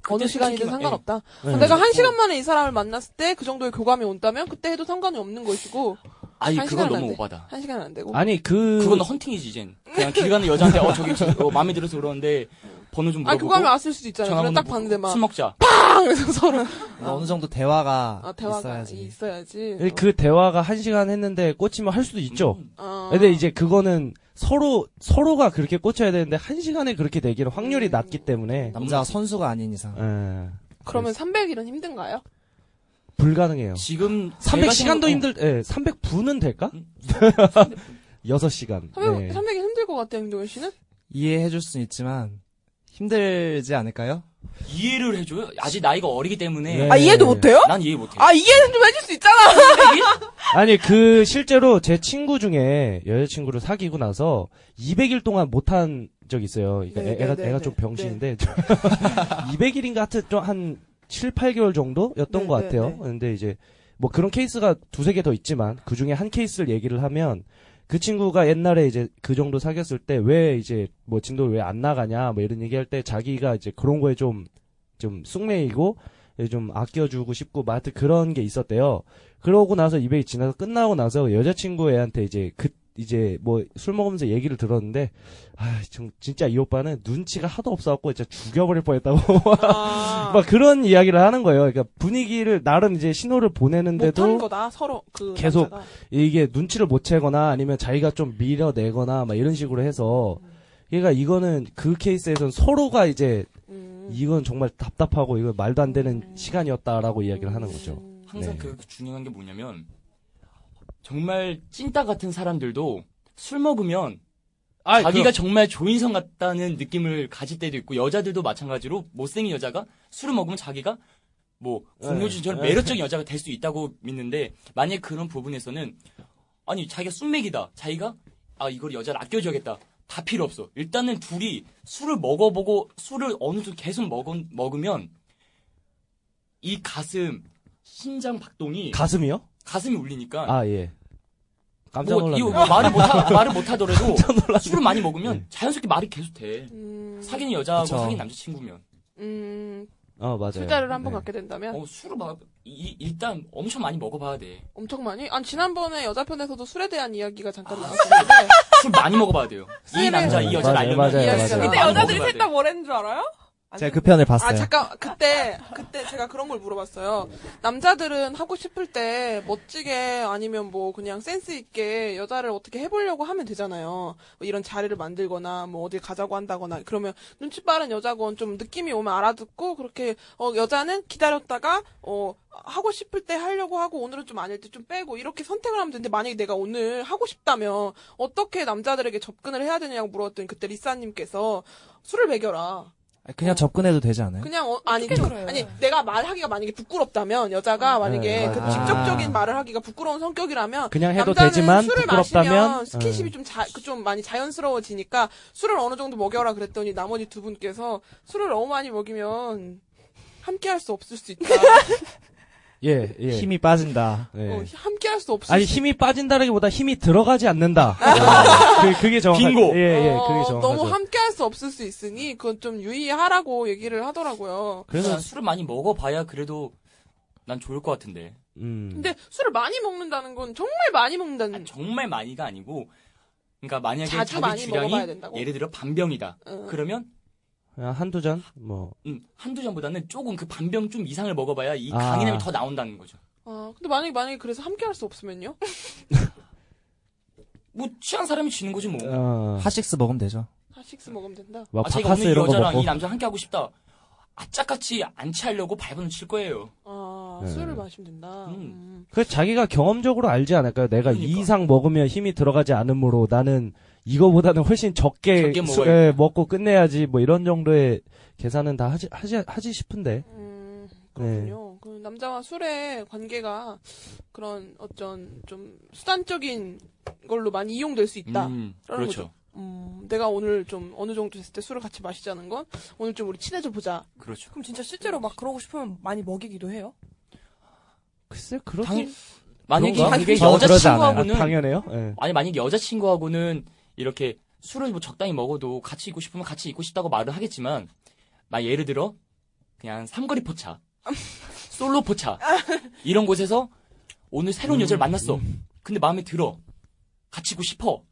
Speaker 2: 어느
Speaker 8: 그때 예.
Speaker 2: 시간이든
Speaker 8: 솔직히-
Speaker 2: 상관없다.
Speaker 12: 네.
Speaker 2: 내가 한 시간 만에 이 사람을 만났을 때 그 정도의 교감이 온다면 그때 해도 상관이 없는 것이고.
Speaker 8: 아니
Speaker 2: 한
Speaker 8: 그건
Speaker 2: 시간은 안
Speaker 8: 너무
Speaker 2: 돼.
Speaker 8: 오바다.
Speaker 2: 한 시간 안 되고.
Speaker 12: 아니 그
Speaker 8: 그건 헌팅이지 이젠. 그냥 길 가는 여자한테 어 저기 저, 어, 마음에 들어서 그러는데 번호 좀
Speaker 2: 아
Speaker 8: 물어보고.
Speaker 2: 그거 하면 왔을 수도 있잖아요. 그냥 딱
Speaker 8: 뭐 전화번호 뭐 묻고
Speaker 2: 봤는데 막
Speaker 8: 술 먹자.
Speaker 2: <laughs> 빵해서 서로
Speaker 14: 어느 정도 대화가
Speaker 2: 아 대화가
Speaker 14: 있어야지.
Speaker 2: 있어야지. 있어야지.
Speaker 12: 그 대화가 한 시간 했는데 꽂히면 할 수도 있죠.
Speaker 14: 음.
Speaker 2: 어.
Speaker 12: 근데 이제 그거는 서로 서로가 그렇게 꽂혀야 되는데 한 시간에 그렇게 되기는 확률이 낮기 때문에
Speaker 14: 남자가 선수가 아닌 이상.
Speaker 12: 예,
Speaker 2: 그러면 300일은 힘든가요?
Speaker 12: 불가능해요.
Speaker 8: 지금 내가
Speaker 12: 300시간도
Speaker 8: 생각-
Speaker 12: 힘들 예, 300분은 될까? <laughs> 6시간.
Speaker 2: 300,
Speaker 12: 예.
Speaker 2: 300일 힘들 것 같아요, 임동현 씨는?
Speaker 14: 이해해줄 순 있지만 힘들지 않을까요?
Speaker 8: 어, 이해를 해줘요. 아직 나이가 어리기
Speaker 12: 네.
Speaker 8: 때문에
Speaker 2: 아, 이해도 못해요?
Speaker 8: 난 이해 못해.
Speaker 2: 아, 이해는 좀 해줄 수 있잖아!
Speaker 12: 아니 그 실제로 제 친구 중에 여자친구를 사귀고 나서 200일 동안 못한 적 있어요. 그러니까
Speaker 2: 네,
Speaker 12: 애- 애가
Speaker 2: 네, 네,
Speaker 12: 애가
Speaker 2: 네.
Speaker 12: 좀 병신인데 200일인가 하여튼 좀한 7, 8개월 정도였던
Speaker 2: 네,
Speaker 12: 것
Speaker 2: 네,
Speaker 12: 같아요.
Speaker 2: 네.
Speaker 12: 근데 이제 뭐 그런 케이스가 두세 개 더 있지만 그 중에 한 케이스를 얘기를 하면 그 친구가 옛날에 이제 그 정도 사귀었을 때 왜 이제 뭐 진도 왜 안 나가냐 뭐 이런 얘기할 때 자기가 이제 그런 거에 좀 좀 쑥매이고 좀 아껴주고 싶고 뭐 하여튼 그런 게 있었대요. 그러고 나서 200이 지나서 끝나고 나서 여자친구 애한테 이제 그 이제 뭐 술 먹으면서 얘기를 들었는데 아, 좀 진짜 이 오빠는 눈치가 하도 없어갖고 진짜 죽여버릴 뻔했다고
Speaker 2: 아,
Speaker 12: <laughs> 막 그런 이야기를 하는 거예요. 그러니까 분위기를 나름 이제 신호를
Speaker 2: 못한
Speaker 12: 보내는데도
Speaker 2: 거다, 서로. 그
Speaker 12: 계속
Speaker 2: 남자가.
Speaker 12: 이게 눈치를 못 채거나 아니면 자기가 좀 밀어내거나 막 이런 식으로 해서 그러니까 이거는 그 케이스에선 서로가 이제
Speaker 2: 음.
Speaker 12: 이건 정말 답답하고 이거 말도 안 되는 시간이었다라고 이야기를 하는 거죠.
Speaker 2: 음.
Speaker 8: 항상
Speaker 12: 네.
Speaker 8: 그 중요한 게 뭐냐면 정말 찐따 같은 사람들도 술 먹으면 자기가 정말 조인성 같다는 느낌을 가질 때도 있고 여자들도 마찬가지로 못생긴 여자가 술을 먹으면 자기가 뭐 공효진처럼
Speaker 12: 네.
Speaker 8: 매력적인 여자가 될 수 있다고 믿는데 만약 그런 부분에서는 아니 자기가 숙맥이다 자기가 아 이걸 여자를 아껴줘야겠다 다 필요 없어 일단은 둘이 술을 먹어보고 술을 어느 정도 계속 먹어, 먹으면 이 가슴 심장 박동이
Speaker 12: 가슴이요?
Speaker 8: 가슴이 울리니까
Speaker 12: 아 예. 깜짝
Speaker 8: 뭐,
Speaker 12: 놀랐네요.
Speaker 8: 이거 말을 못 하, 말을 못
Speaker 12: <laughs>
Speaker 8: 하더라도 술을 많이 먹으면 자연스럽게 말이 계속 돼.
Speaker 2: 음.
Speaker 8: 사귄 여자하고
Speaker 14: 그쵸.
Speaker 8: 사귄 남자친구면
Speaker 2: 음,
Speaker 12: 어 맞아요.
Speaker 2: 술자리를 한번
Speaker 12: 네.
Speaker 2: 갖게 된다면?
Speaker 8: 어, 술을 막 이- 일단 엄청 많이 먹어봐야 돼.
Speaker 2: 엄청 많이? 아니, 지난번에 여자편에서도 술에 대한 이야기가 잠깐 나왔었는데.
Speaker 8: 술 많이 먹어봐야 돼요. 이
Speaker 2: 술을-
Speaker 8: 남자 이 여자를
Speaker 12: 맞아요,
Speaker 8: 알려면
Speaker 12: 맞아요,
Speaker 8: 이
Speaker 12: 맞아요.
Speaker 8: 술을
Speaker 12: 근데
Speaker 8: 많이
Speaker 2: 여자들이
Speaker 8: 먹어봐야 돼.
Speaker 2: 뭐라는 줄 알아요?
Speaker 14: 제가 그 편을 봤어요.
Speaker 2: 아, 잠깐, 그때, 그때 제가 그런 걸 물어봤어요. 남자들은 하고 싶을 때 멋지게 아니면 뭐 그냥 센스 있게 여자를 어떻게 해보려고 하면 되잖아요. 뭐 이런 자리를 만들거나 뭐 어디 가자고 한다거나 그러면 눈치 빠른 여자건 좀 느낌이 오면 알아듣고 그렇게, 어, 여자는 기다렸다가, 어, 하고 싶을 때 하려고 하고 오늘은 좀 아닐 때 좀 빼고 이렇게 선택을 하면 되는데 만약에 내가 오늘 하고 싶다면 어떻게 남자들에게 접근을 해야 되냐고 물어봤더니 그때 리사님께서 술을 먹여라.
Speaker 14: 그냥 접근해도 되지
Speaker 12: 네?
Speaker 14: 않아요?
Speaker 2: 그냥 어, 아니
Speaker 15: 어떻게
Speaker 2: 그-
Speaker 15: 놀아요?
Speaker 2: 아니 내가 말하기가 만약에 부끄럽다면 여자가 만약에
Speaker 12: 네,
Speaker 2: 그
Speaker 12: 아.
Speaker 2: 직접적인 말을 하기가 부끄러운 성격이라면
Speaker 12: 그냥 해도
Speaker 2: 남자는
Speaker 12: 되지만
Speaker 2: 술을 마시면
Speaker 12: 부끄럽다면 네.
Speaker 2: 스킨십이 좀, 자, 그좀 많이 자연스러워지니까 술을 어느 정도 먹여라 그랬더니 나머지 두 분께서 술을 너무 많이 먹이면 함께할 수 없을 수 있다.
Speaker 12: 예, 예.
Speaker 14: 힘이 빠진다.
Speaker 12: 예.
Speaker 2: 어, 함께할 수 없을
Speaker 12: 아니
Speaker 2: 수
Speaker 12: 힘이 빠진다라기보다 힘이 들어가지 않는다. 예, 그, 그게 정확.
Speaker 8: 빙고.
Speaker 12: 예, 예,
Speaker 2: 어,
Speaker 12: 그게 정확.
Speaker 2: 너무 함께할 수 없을 수 있으니 그건 좀 유의하라고 얘기를 하더라고요.
Speaker 8: 그래서 술을 많이 먹어봐야 그래도 난 좋을 것 같은데.
Speaker 12: 음.
Speaker 2: 근데 술을 많이 먹는다는 건 정말 많이
Speaker 8: 아니,
Speaker 2: 먹는다는
Speaker 8: 정말 많이가 아니고 그러니까 만약에
Speaker 2: 자주
Speaker 8: 자기
Speaker 2: 많이 먹어봐야
Speaker 8: 주량이
Speaker 2: 된다고?
Speaker 8: 예를 들어 반병이다.
Speaker 2: 응.
Speaker 8: 그러면
Speaker 12: 어, 그냥 한두 잔? 뭐.
Speaker 8: 음, 한두 잔보다는 조금 그 반병 좀 이상을 먹어봐야 이
Speaker 12: 아.
Speaker 8: 강인함이 더 나온다는 거죠.
Speaker 2: 아, 근데 만약에, 만약에 그래서 함께 할 수 없으면요?
Speaker 8: 뭐 취한 사람이 지는 거지 뭐.
Speaker 12: 어.
Speaker 14: 핫식스 먹으면 되죠.
Speaker 2: 핫식스 먹으면 된다?
Speaker 12: 막
Speaker 8: 아, 자기가
Speaker 12: 바카스
Speaker 8: 오늘 이
Speaker 12: 이런 거
Speaker 8: 여자랑
Speaker 12: 먹고.
Speaker 8: 이 남자랑 함께 하고 싶다. 아짝같이 안 취하려고 발버둥 칠 거예요.
Speaker 2: 아,
Speaker 12: 네.
Speaker 2: 술을 마시면 된다. 음.
Speaker 8: 음.
Speaker 12: 그 자기가 경험적으로 알지 않을까요? 내가 이
Speaker 8: 그러니까.
Speaker 12: 이상 먹으면 힘이 들어가지 않으므로 나는 이거보다는 훨씬 적게,
Speaker 8: 적게
Speaker 12: 수-
Speaker 8: 먹어야겠다.
Speaker 12: 예, 먹고 끝내야지 뭐 이런 정도의 계산은 다 하지 하지 하지 싶은데.
Speaker 2: 음,
Speaker 12: 네.
Speaker 2: 그렇군요. 그 남자와 술의 관계가 그런 어쩐 좀 수단적인 걸로 많이 이용될 수 있다. 음.
Speaker 8: 음,
Speaker 2: 그러는
Speaker 8: 그렇죠.
Speaker 2: 내가 오늘 좀 어느 정도 됐을 때 술을 같이 마시자는 건 오늘 좀 우리 친해져 보자.
Speaker 8: 그렇죠.
Speaker 5: 그럼 진짜 실제로 막 그러고 싶으면 많이 먹이기도 해요?
Speaker 12: 글쎄 그렇게
Speaker 8: 당연- 만약에
Speaker 12: 그런가?
Speaker 8: 이게
Speaker 14: 저는 그러지 않아요.
Speaker 8: 여자친구하고는
Speaker 12: 아, 당연해요.
Speaker 14: 네.
Speaker 12: 예.
Speaker 8: 아니 만약에 여자친구하고는 이렇게 술을 뭐 적당히 먹어도 같이 있고 싶으면 같이 있고 싶다고 말을 하겠지만 나 예를 들어 그냥 삼거리 포차 솔로 포차 이런 곳에서 오늘 새로운 여자를 만났어 근데 마음에 들어. 같이 있고 싶어.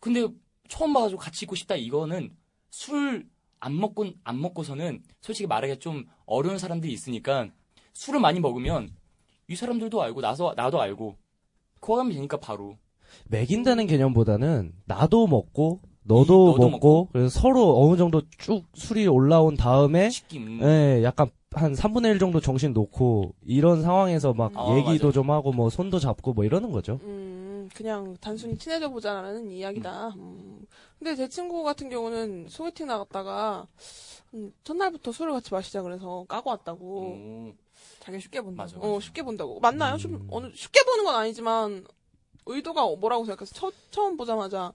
Speaker 8: 근데 처음 봐가지고 같이 있고 싶다 이거는 술 안 먹고 안 먹고서는 솔직히 말하기가 좀 어려운 사람들이 있으니까 술을 많이 먹으면 이 사람들도 알고 나서 나도 알고 코감이 되니까 바로
Speaker 12: 먹인다는 개념보다는 나도 먹고 너도, 먹고, 그래서 서로 어느 정도 쭉 술이 올라온 다음에
Speaker 8: 네.
Speaker 12: 예, 약간 한 3분의 1 정도 정신 놓고 이런 상황에서 막
Speaker 5: 아,
Speaker 12: 얘기도 좀 하고 뭐 손도 잡고 뭐 이러는 거죠.
Speaker 5: 음, 그냥 단순히 친해져 보자라는 이야기다. 음. 근데 제 친구 같은 경우는 소개팅 나갔다가 음, 첫날부터 술을 같이 마시자 그래서 까고 왔다고.
Speaker 12: 음.
Speaker 8: 음.
Speaker 2: 자기 쉽게 본다고.
Speaker 5: 어, 쉽게 본다고. 맞나요? 좀 어느 쉽게 보는 건 아니지만 의도가 뭐라고 생각해서 첫, 처음 보자마자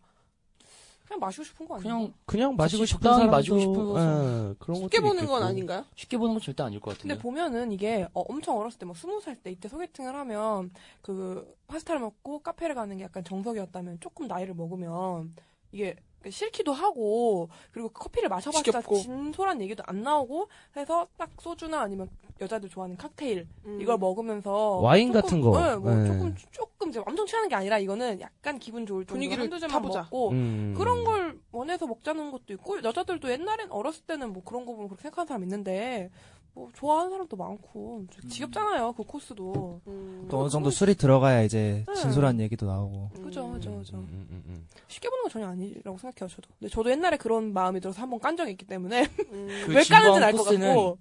Speaker 2: 그냥 마시고 싶은 거 아니야?
Speaker 8: 그냥
Speaker 12: 그냥 마시고 싶은
Speaker 8: 적당히
Speaker 12: 사람도
Speaker 8: 마시고
Speaker 14: 네,
Speaker 8: 싶어서
Speaker 12: 예, 그런
Speaker 5: 쉽게
Speaker 12: 것도
Speaker 5: 보는 건
Speaker 12: 있겠고.
Speaker 5: 아닌가요?
Speaker 8: 쉽게 보는 건 절대 아닐 것 같은데.
Speaker 2: 근데 보면은 이게 어, 엄청 어렸을 때 막 스무 살 때 이때 소개팅을 하면 그 파스타를 먹고 카페를 가는 게 약간 정석이었다면 조금 나이를 먹으면 이게 싫기도 하고 그리고 커피를 마셔봤자
Speaker 5: 지겹고.
Speaker 2: 진솔한 얘기도 안 나오고 해서 딱 소주나 아니면 여자들 좋아하는 칵테일
Speaker 5: 음.
Speaker 2: 이걸 먹으면서
Speaker 12: 와인
Speaker 2: 조금,
Speaker 12: 같은 거.
Speaker 2: 예, 뭐
Speaker 12: 예.
Speaker 2: 조금 조금 이제 엄청 취하는 게 아니라 이거는 약간 기분 좋을 정도로
Speaker 5: 분위기를
Speaker 2: 한두 잔만
Speaker 5: 타보자.
Speaker 2: 먹고
Speaker 12: 음.
Speaker 2: 그런 걸 원해서 먹자는 것도 있고 여자들도 옛날엔 어렸을 때는 뭐 그런 거 보면 그렇게 생각하는 사람 있는데 뭐 좋아하는 사람도 많고 좀 지겹잖아요 그 코스도
Speaker 5: 음,
Speaker 14: 또 어느 정도 술이 들어가야 이제
Speaker 2: 네.
Speaker 14: 진솔한 얘기도 나오고.
Speaker 2: 그죠 그죠 그죠
Speaker 12: 음, 음, 음.
Speaker 2: 쉽게 보는 건 전혀 아니라고 생각해요 저도 근데 저도 옛날에 그런 마음이 들어서 한 번 깐 적이 있기 때문에
Speaker 5: 음.
Speaker 2: <laughs>
Speaker 8: 그
Speaker 2: 왜 까는지는
Speaker 8: 진부한
Speaker 2: 알 것
Speaker 8: 코스는
Speaker 2: 같고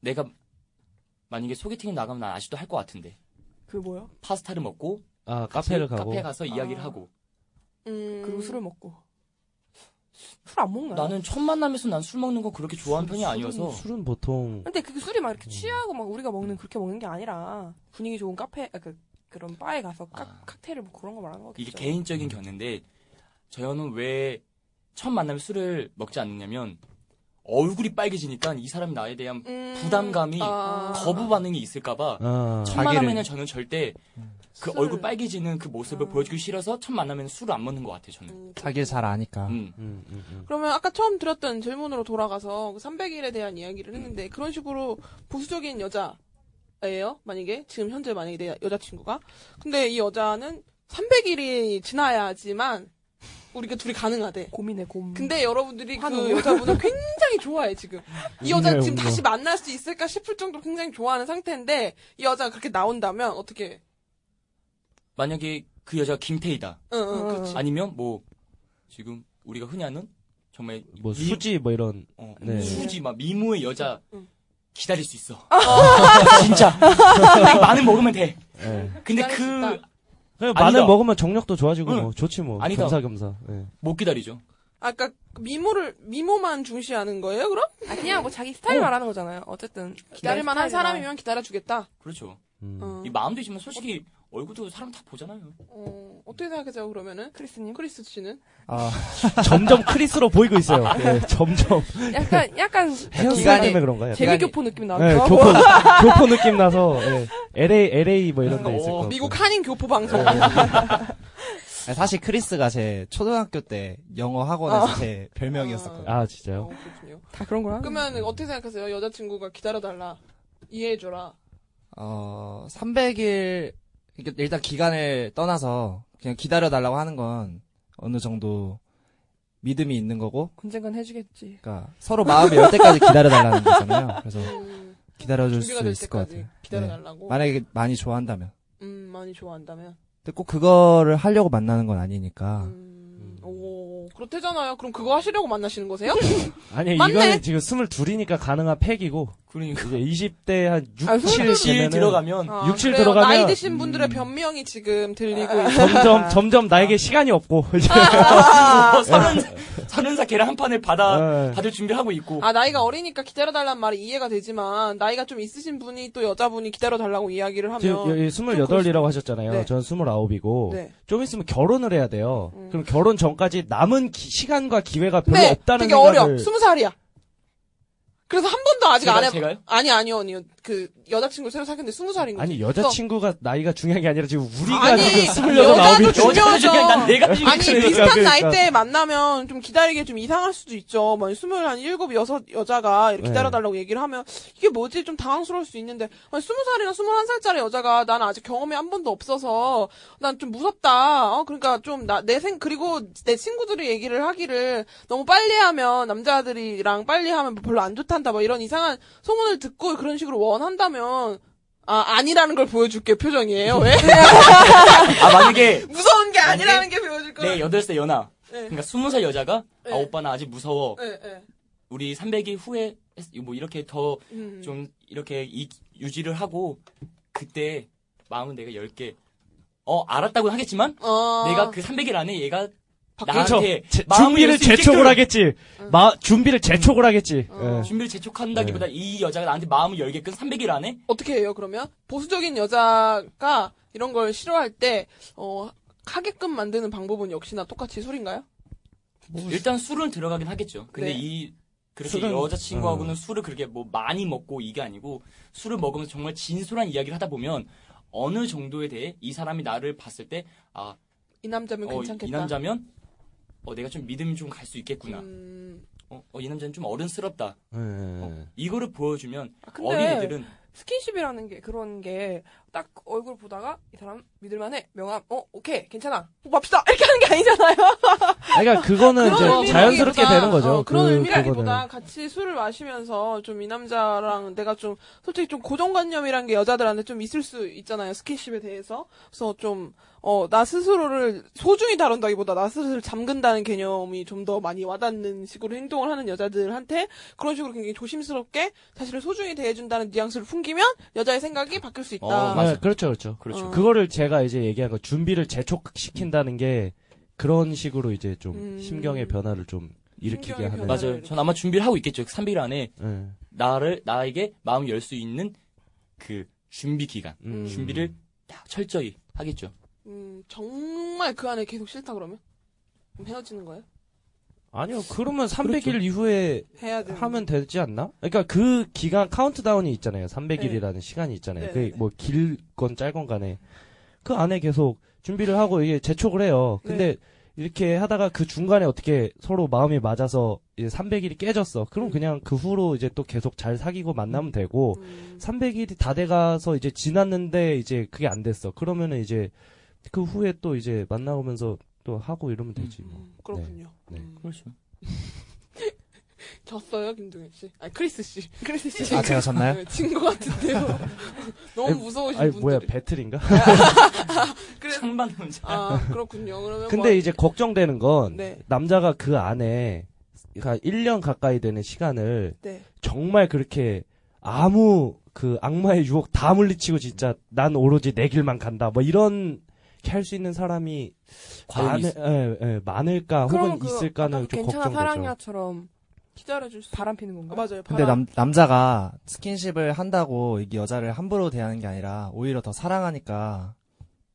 Speaker 8: 내가 만약에 소개팅에 나가면 난 아직도 할 것 같은데
Speaker 2: 그 뭐요
Speaker 8: 파스타를 먹고
Speaker 12: 아 카페를
Speaker 8: 같이
Speaker 12: 가고
Speaker 8: 카페 가서 이야기를
Speaker 2: 아.
Speaker 8: 하고
Speaker 5: 음.
Speaker 2: 그리고 술을 먹고 술 안 먹나요
Speaker 8: 나는 첫 만남에서 난 술 먹는 거 그렇게 좋아하는 편이 아니어서
Speaker 12: 술은 보통
Speaker 2: 근데 그 술이 막 이렇게
Speaker 8: 음.
Speaker 2: 취하고 막 우리가 먹는 그렇게 먹는 게 아니라 분위기 좋은 카페 아, 그 그런 바에 가서 칵-
Speaker 8: 아.
Speaker 2: 칵테일을 뭐 그런 거 말하는 거겠죠
Speaker 8: 이게
Speaker 12: 음.
Speaker 8: 개인적인 견해인데 저는 왜 첫 만남에 술을 먹지 않느냐면 얼굴이 빨개지니까 이 사람이 나에 대한
Speaker 5: 음.
Speaker 8: 부담감이
Speaker 5: 아.
Speaker 8: 거부 반응이 있을까봐
Speaker 12: 아, 음.
Speaker 8: 첫
Speaker 14: 자기를.
Speaker 8: 만남에는 저는 절대 그
Speaker 5: 술을. 아.
Speaker 8: 얼굴 빨개지는 그 모습을 보여주기 싫어서 첫 만남에는 술을 안 먹는 것 같아 저는.
Speaker 5: 음.
Speaker 14: 자기를 잘 아니까.
Speaker 8: 음.
Speaker 12: 음, 음, 음.
Speaker 5: 그러면 아까 처음 들었던 질문으로 돌아가서 그 300일에 대한 이야기를 했는데 그런 식으로 보수적인 여자예요. 만약에 지금 현재 만약에 내 여자친구가 근데 이 여자는 300일이 지나야지만 우리가 둘이 가능하대.
Speaker 2: 고민해 고민
Speaker 5: <laughs> 근데 여러분들이 그
Speaker 2: 환호.
Speaker 5: 여자분을 굉장히 좋아해 지금 이 여자
Speaker 12: 웃네요,
Speaker 5: 지금
Speaker 12: 웃어.
Speaker 5: 다시 만날 수 있을까 싶을 정도로 굉장히 좋아하는 상태인데 이 여자가 그렇게 나온다면 어떻게?
Speaker 8: 만약에 그 여자가 김태희다.
Speaker 5: 응, 응, 그렇지.
Speaker 8: 아니면 뭐 지금 우리가 흔히 아는 정말
Speaker 12: 뭐
Speaker 8: 미-
Speaker 12: 수지 뭐 이런
Speaker 8: 어,
Speaker 12: 네.
Speaker 8: 수지 막 미모의 여자
Speaker 5: 응.
Speaker 8: 기다릴 수 있어. <laughs> 진짜. 나이 많은 먹으면 돼.
Speaker 12: 예.
Speaker 8: 근데
Speaker 5: 아. 기다릴
Speaker 8: 그
Speaker 5: 수 있다.
Speaker 8: 못
Speaker 12: 그냥
Speaker 8: 아니다.
Speaker 12: 마늘 먹으면 정력도 좋아지고
Speaker 8: 응.
Speaker 12: 뭐 좋지 뭐
Speaker 8: 아니다.
Speaker 12: 겸사겸사 예.
Speaker 8: 기다리죠.
Speaker 5: 아까 그러니까 미모를 미모만 중시하는 거예요? 그럼 어.
Speaker 2: 아 그냥 뭐 자기 스타일 말하는 거잖아요 어쨌든
Speaker 5: 기다릴 만한
Speaker 2: 스타일이나.
Speaker 5: 사람이면 기다려주겠다.
Speaker 8: 그렇죠.
Speaker 12: 음.
Speaker 5: 어.
Speaker 8: 이 마음도 있지만 솔직히 얼굴도 사람 다 보잖아요.
Speaker 5: 어, 어떻게 생각하세요, 그러면은?
Speaker 2: 크리스님
Speaker 5: 크리스 씨는?
Speaker 14: 아,
Speaker 12: 점점 크리스로 보이고
Speaker 14: <laughs>
Speaker 12: 있어요. 예, 점점
Speaker 2: 약간
Speaker 8: <laughs>
Speaker 2: 약간
Speaker 12: 헤어스타일 때문에 그런가요?
Speaker 2: 재미 교포 느낌 나죠
Speaker 8: 네,
Speaker 12: 예, 교포 교포 느낌 나서 예. LA LA 뭐 이런 데 있을
Speaker 8: 어,
Speaker 12: 것 같고. 네.
Speaker 5: 미국 한인 교포 방송.
Speaker 14: 아니, 사실 크리스가 제 초등학교 때 영어 학원에서 제 별명이었었거든요.
Speaker 12: 아
Speaker 5: 어,
Speaker 12: 진짜요?
Speaker 5: 그렇군요.
Speaker 2: <laughs> 다 그런 거야
Speaker 5: 그러면 어떻게 생각하세요? 여자친구가 기다려달라. 이해해줘라.
Speaker 14: 어, 300일, 일단 기간을 떠나서 그냥 기다려달라고 하는 건 어느 정도 믿음이 있는 거고,
Speaker 2: 언젠간 해주겠지
Speaker 14: 그러니까 서로 마음이 열 때까지
Speaker 5: <laughs>
Speaker 14: 기다려달라는 거잖아요. 그래서
Speaker 5: 음,
Speaker 14: 기다려줄
Speaker 5: 준비가
Speaker 14: 수
Speaker 5: 될
Speaker 14: 있을 것 같아요. 네.
Speaker 5: 때까지
Speaker 12: 네.
Speaker 5: 기다려달라고.
Speaker 14: 만약에 많이 좋아한다면.
Speaker 5: 음, 많이 좋아한다면.
Speaker 14: 근데 꼭 그거를 하려고 만나는 건 아니니까.
Speaker 5: 음, 오, 그렇대잖아요. 그럼 그거 하시려고 만나시는 거세요?
Speaker 12: 아니
Speaker 5: 맞네.
Speaker 12: 이거는 지금 22니까 가능한 팩이고
Speaker 8: 그러니까
Speaker 12: 이제 20대 한 6,
Speaker 2: 아,
Speaker 12: 7
Speaker 8: 실
Speaker 12: 되면은
Speaker 8: 들어가면
Speaker 5: 아,
Speaker 12: 육칠
Speaker 5: 그래요.
Speaker 12: 들어가면- 음. 아.
Speaker 5: 나이 드신 분들의 변명이 지금 들리고 있어요.
Speaker 12: 점점 점점 나에게 시간이 없고 이제
Speaker 8: 어, 서른 서른 살 계란 한 판을 받아
Speaker 12: 예.
Speaker 8: 받을 준비를 하고 있고
Speaker 5: 아, 나이가 어리니까 기다려달라는 말이 이해가 되지만, 나이가 좀 있으신 분이 또 여자분이 기다려달라고 이야기를 하면.
Speaker 12: 지금 여기 28이라고 하셨잖아요.
Speaker 5: 네.
Speaker 12: 저는 29이고
Speaker 5: 네.
Speaker 12: 좀 있으면 결혼을 해야 돼요. 그럼 결혼 전까지 남은 기- 시간과 기회가 별로
Speaker 5: 네,
Speaker 12: 없다는
Speaker 5: 되게
Speaker 12: 생각을
Speaker 5: 어려. 스무 살이야. 그래서 한 번도 아직
Speaker 12: 제가-
Speaker 5: 안 해.
Speaker 12: 제가요?
Speaker 5: 아니 아니요 아니요. 그 여자친구를 새로 사귀었는데 스무 살인 거지.
Speaker 12: 아니 여자친구가 나이가 중요한 게 아니라 지금 우리가
Speaker 5: 아니,
Speaker 12: 네. 지금
Speaker 5: 여자도
Speaker 12: 스물여덟 아홉이
Speaker 5: 중요하죠. 아니
Speaker 12: 중요하니까,
Speaker 5: 비슷한
Speaker 12: 그러니까.
Speaker 5: 나이대에 만나면 좀 기다리게 좀 이상할 수도 있죠. 뭐 스물 한 일곱 여섯 여자가 이렇게
Speaker 12: 네.
Speaker 5: 기다려달라고 얘기를 하면 이게 뭐지 좀 당황스러울 수 있는데 아니, 스무 살이나 스물한 살짜리 여자가 난 아직 경험이 한 번도 없어서 난 좀 무섭다. 어 그러니까 좀 나 내 생 그리고 내 친구들이 얘기를 하기를 너무 빨리 하면 남자들이랑 빨리 하면 별로 안 좋단다 뭐 이런 이상한 소문을 듣고 그런 식으로 원한다면. 아, 아니라는 걸 보여줄게, 표정이에요.
Speaker 8: <laughs>
Speaker 5: 왜?
Speaker 8: 네. 아 만약에
Speaker 5: <laughs> 무서운 게
Speaker 8: 네.
Speaker 5: 아니라는 게 보여줄 거예요.
Speaker 8: 내 8살 연하
Speaker 5: 네.
Speaker 8: 그러니까 20살 여자가
Speaker 5: 네.
Speaker 8: 아 오빠 나 아직 무서워
Speaker 5: 예, 예.
Speaker 8: 우리 300일 후에 했- 뭐 이렇게 더 좀
Speaker 5: 음.
Speaker 8: 이렇게 이- 유지를 하고 그때 마음은 내가 10개 어 알았다고 하겠지만
Speaker 5: 어.
Speaker 8: 내가 그 300일 안에 얘가
Speaker 12: 그렇죠.
Speaker 8: 나한테
Speaker 12: 제-
Speaker 8: 마음을
Speaker 12: 준비를
Speaker 8: 열 수 있게끔
Speaker 12: 재촉을 하겠지. 마- 준비를 재촉을 하겠지. 예.
Speaker 8: 준비를 재촉한다기보다 이 여자가 나한테 마음을 열게끔 300일 안에
Speaker 5: 어떻게 해요, 그러면? 보수적인 여자가 이런 걸 싫어할 때, 어, 하게끔 만드는 방법은 역시나 똑같이 술인가요?
Speaker 8: 음. 일단 술은 들어가긴 하겠죠. 근데
Speaker 5: 네.
Speaker 8: 이 그렇게
Speaker 5: 술은- 음.
Speaker 8: 여자친구하고는 술을 그렇게 뭐 많이 먹고 이게 아니고 술을 먹으면서 정말 진솔한 이야기를 하다 보면 어느 정도에 대해 이 사람이 나를 봤을 때 아 이
Speaker 5: 이 남자면 괜찮겠다.
Speaker 8: 남자면 어 내가 좀 믿음이 좀 갈 수 있겠구나.
Speaker 5: 음,
Speaker 8: 어, 어, 이 남자는 좀 어른스럽다.
Speaker 12: 예.
Speaker 8: 이거를 보여주면
Speaker 5: 아,
Speaker 2: 근데
Speaker 8: 어린 애들은
Speaker 2: 스킨십이라는 게 그런 게 딱 얼굴 보다가 이 사람 믿을만해 명함 어 오케이 괜찮아 봅시다 이렇게 하는 게 아니잖아요.
Speaker 12: 아니, 그러니까 그거는
Speaker 5: 그런
Speaker 12: 이제 자연스럽게
Speaker 5: 의미라기보다-
Speaker 12: 되는 거죠.
Speaker 5: 어, 그런
Speaker 12: 그-
Speaker 5: 의미라기보다
Speaker 12: 그거는.
Speaker 5: 같이 술을 마시면서 좀 이 남자랑 내가 좀 솔직히 좀 고정관념이란 게 여자들한테 좀 있을 수 있잖아요 스킨십에 대해서 그래서 좀 어 나 스스로를 소중히 다룬다기보다 나 스스로를 잠근다는 개념이 좀 더 많이 와닿는 식으로 행동을 하는 여자들한테 그런 식으로 굉장히 조심스럽게 자신을 소중히 대해준다는 뉘앙스를 풍기면 여자의 생각이 바뀔 수 있다.
Speaker 12: 어, 맞아요. 그렇죠, 그렇죠.
Speaker 5: 그렇죠. 어.
Speaker 12: 그거를 제가 이제 얘기한 거 준비를 재촉시킨다는 게 그런 식으로 이제 좀 심경의 변화를 좀 일으키게 하는.
Speaker 5: 네.
Speaker 8: 음, 맞아요. 전 아마 준비를 하고 있겠죠. 그 3일 안에
Speaker 12: 예.
Speaker 8: 나를 나에게 마음 열 수 있는 그 준비 기간, 준비를 딱 철저히 하겠죠.
Speaker 5: 음, 정말 그 안에 계속 싫다 그러면 그럼 헤어지는 거예요?
Speaker 12: 아니요. 그러면 300일 이후에
Speaker 5: 해야 되는
Speaker 12: 하면 되지 않나? 그러니까 그 기간 카운트다운이 있잖아요. 300일이라는 시간이
Speaker 5: 네, 네,
Speaker 12: 있잖아요.
Speaker 5: 네.
Speaker 12: 그 뭐 길 건 짧건 간에 그 안에 계속 준비를 하고 이게 재촉을 해요.
Speaker 5: 네.
Speaker 12: 근데 이렇게 하다가 그 중간에 어떻게 서로 마음이 맞아서 이제 300일이 깨졌어. 그럼 그냥 그 후로 이제 또 계속 잘 사귀고 만나면 되고
Speaker 5: 음.
Speaker 12: 300일이 다 돼가서 이제 지났는데 이제 그게 안 됐어. 그러면은 이제 그 후에 또 이제 만나오면서 또 하고 이러면 되지.
Speaker 5: 음.
Speaker 12: 뭐.
Speaker 5: 그렇군요. 음.
Speaker 12: 네. 네.
Speaker 8: 그렇죠.
Speaker 5: 졌어요 김동현 씨. 아니 크리스 씨. 크리스 <laughs> 씨.
Speaker 14: 아, 제가 졌나요?
Speaker 5: 진것
Speaker 12: <laughs>
Speaker 5: 같은데요. 너무
Speaker 12: 아니,
Speaker 5: 무서우신
Speaker 12: 아니
Speaker 5: 분들.
Speaker 12: 뭐야 배틀인가?
Speaker 5: 어,
Speaker 8: 창반 남자.
Speaker 5: 아 그렇군요. 그러면 뭐
Speaker 12: 근데 이제 걱정되는 건
Speaker 5: 네.
Speaker 12: 남자가 그 안에 그러니까 1년 가까이 되는 시간을
Speaker 5: 네.
Speaker 12: 정말 그렇게 아무 그 악마의 유혹 다 물리치고 진짜 난 오로지 내 길만 간다 뭐 이런 할 수 있는 사람이
Speaker 8: 과연
Speaker 12: 많을,
Speaker 8: 있-
Speaker 12: 예, 예, 많을까
Speaker 2: 그럼
Speaker 12: 혹은
Speaker 2: 그 아까
Speaker 12: 있을까는 좀
Speaker 2: 괜찮아
Speaker 12: 걱정되죠.
Speaker 2: 사랑야처럼
Speaker 5: 기다려줄 수.
Speaker 2: 바람 피는
Speaker 5: 아,
Speaker 2: 건가?
Speaker 5: 맞아요.
Speaker 14: 근데
Speaker 5: 바람.
Speaker 14: 남, 남자가 스킨십을 한다고 이게 여자를 함부로 대하는 게 아니라 오히려 더 사랑하니까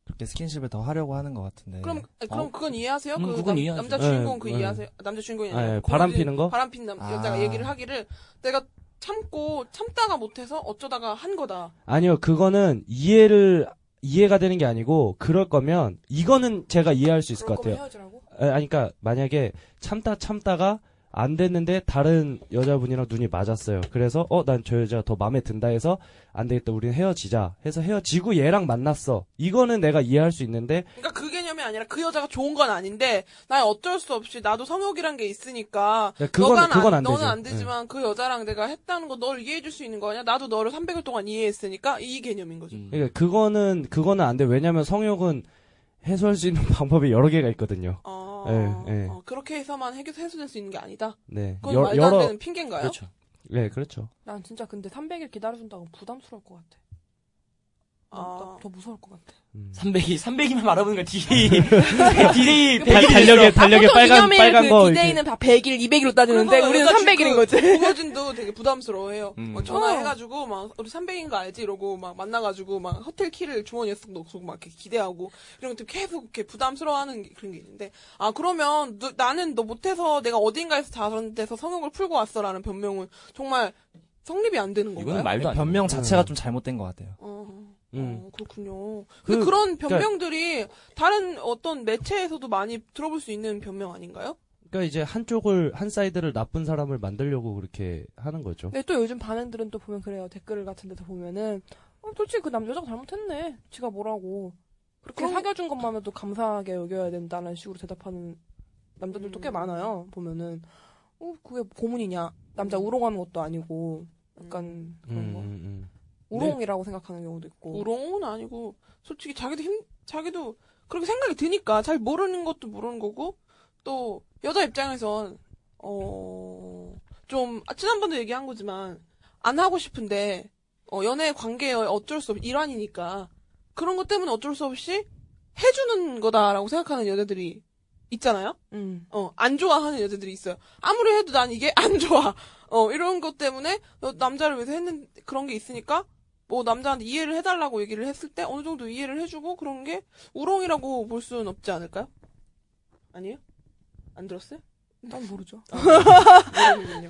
Speaker 14: 그렇게 스킨십을 더 하려고 하는 것 같은데. 네.
Speaker 5: 그럼 아니, 그럼 그건 이해하세요?
Speaker 8: 음,
Speaker 5: 그
Speaker 8: 그건
Speaker 5: 남,
Speaker 8: 이해하죠.
Speaker 5: 남자 주인공
Speaker 12: 네,
Speaker 5: 그
Speaker 12: 네.
Speaker 5: 이해하세요? 남자 주인공이
Speaker 12: 아,
Speaker 5: 아니라
Speaker 12: 예, 바람 피는 거?
Speaker 5: 바람 피는 남,
Speaker 14: 아.
Speaker 5: 여자가 얘기를 하기를 내가 참고 참다가 못해서 어쩌다가 한 거다.
Speaker 12: 아니요 그거는 이해를 이해가 되는 게 아니고 그럴 거면 이거는 제가 이해할 수 있을 것
Speaker 2: 그럴
Speaker 12: 같아요.
Speaker 2: 거면 헤어지라고?
Speaker 12: 아, 아니, 그러니까 만약에 참다 참다가 안 됐는데 다른 여자분이랑 눈이 맞았어요. 그래서 어 난 저 여자 더 마음에 든다 해서 안 되겠다 우린 헤어지자 해서 헤어지고 얘랑 만났어. 이거는 내가 이해할 수 있는데
Speaker 5: 그러니까 그 개념이 아니라 그 여자가 좋은 건 아닌데 나 어쩔 수 없이 나도 성욕이란 게 있으니까
Speaker 12: 야, 그러니까 그건-
Speaker 5: 너가
Speaker 12: 그건 안
Speaker 5: 너는
Speaker 12: 되죠. 예.
Speaker 5: 안 되지만 그 여자랑 내가 했다는 거 널 이해해 줄 수 있는 거냐? 나도 너를 300일 동안 이해했으니까 이 개념인 거죠.
Speaker 8: 음.
Speaker 12: 그러니까 그거는 그거는 안 돼. 왜냐면 성욕은 해소할 수 있는 <laughs> 방법이 여러 개가 있거든요.
Speaker 5: 어,
Speaker 12: 예, 예.
Speaker 5: 어, 그렇게 해서만 해결 해소될 수 있는 게 아니다.
Speaker 12: 네.
Speaker 5: 그건
Speaker 12: 여-
Speaker 5: 말도 안 되는 핑계인가요?
Speaker 8: 그렇죠.
Speaker 12: 네, 그렇죠.
Speaker 2: 난 진짜 근데 300일 기다려준다고 부담스러울 것 같아. 나- 더 무서울 것 같아.
Speaker 12: 음.
Speaker 8: 300이 300이면 말아보는 거야. 디데이 디데이
Speaker 5: 그
Speaker 2: 달-
Speaker 8: 100일
Speaker 12: 달력에- 달력에 빨간-
Speaker 2: 기념일
Speaker 12: 빨간
Speaker 2: 그
Speaker 12: 거
Speaker 2: 디데이는 다 100일, 200일로 따지는데
Speaker 5: 그러니까
Speaker 2: 우리는
Speaker 5: 여기가
Speaker 2: 300일인
Speaker 5: 지금
Speaker 2: 거지.
Speaker 5: 고어진도 되게 부담스러워해요.
Speaker 8: 음.
Speaker 5: 막 전화해가지고 막 우리 300인 거 알지 이러고 막 만나가지고 막 호텔 키를 주머니에 쏙 넣고 막 이렇게 기대하고 이런 것도 계속 이렇게 부담스러워하는 게- 그런 게 있는데 아 그러면 너- 나는 너 못해서 내가 어딘가에서 다른 데서 성욕을 풀고 왔어라는 변명은 정말 성립이 안 되는 건가요?
Speaker 8: 이거는 말도 안 돼.
Speaker 14: 변명 자체가
Speaker 12: 네.
Speaker 14: 좀 잘못된 것 같아요.
Speaker 5: 어,
Speaker 12: 음.
Speaker 5: 어, 그렇군요.
Speaker 12: 그-
Speaker 5: 그, 그런 변명들이 다른 어떤 매체에서도 많이 들어볼 수 있는 변명 아닌가요?
Speaker 12: 그러니까 이제 한쪽을 한 사이드를 나쁜 사람을 만들려고 그렇게 하는 거죠.
Speaker 2: 근데 네, 또 요즘 반응들은 또 보면 그래요. 댓글 같은 데서 보면은 어, 솔직히 그 남자 여자가 잘못했네. 지가 뭐라고. 그렇게
Speaker 5: 그럼-
Speaker 2: 사귀어준 것만으로도 감사하게 여겨야 된다는 식으로 대답하는 남자들도 꽤
Speaker 5: 음.
Speaker 2: 많아요. 보면은 어 그게 고문이냐. 남자 우롱하는 것도 아니고 약간 그런
Speaker 12: 음,
Speaker 2: 거.
Speaker 12: 음, 음.
Speaker 2: 우롱이라고 생각하는 경우도 있고.
Speaker 5: 뭐 우롱은 아니고 솔직히 자기도 힘 자기도 그렇게 생각이 드니까 잘 모르는 것도 모르는 거고 또 여자 입장에선 어, 어좀 아, 지난번도 얘기한 거지만 안 하고 싶은데 어, 연애 관계에 어쩔 수 없이 일환이니까 그런 것 때문에 어쩔 수 없이 해주는 거다라고 생각하는 여자들이 있잖아요.
Speaker 2: 음.
Speaker 5: 어, 안 좋아하는 여자들이 있어요. 아무리 해도 난 이게 안 좋아. 어, 이런 것 때문에 어, 남자를 위해서 했는 그런 게 있으니까 뭐 남자한테 이해를 해달라고 얘기를 했을 때 어느 정도 이해를 해주고 그런 게 우롱이라고 볼 수는 없지 않을까요? 아니에요? 안 들었어요?
Speaker 2: 난 모르죠. <laughs>
Speaker 5: 모르겠군요.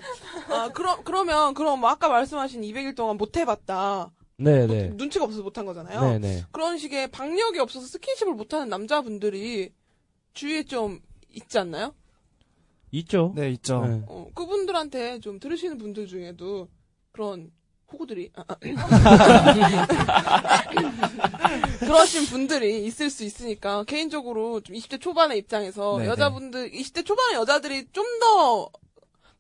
Speaker 5: 아, 그럼 그러면 그럼 뭐 아까 말씀하신 200일 동안 못 해봤다.
Speaker 12: 네,
Speaker 5: 못-
Speaker 12: 네.
Speaker 5: 눈치가 없어서 못한 거잖아요.
Speaker 12: 네, 네.
Speaker 5: 그런 식의 박력이 없어서 스킨십을 못하는 남자분들이 주위에 좀 있지 않나요?
Speaker 12: 있죠.
Speaker 14: 네, 있죠.
Speaker 12: 네.
Speaker 5: 어, 그분들한테 좀 들으시는 분들 중에도 그런 호구들이 아, <laughs> 아. 그러신 분들이 있을 수 있으니까 개인적으로 좀 20대 초반의 입장에서
Speaker 14: 네,
Speaker 5: 여자분들 20대 초반의 여자들이 좀 더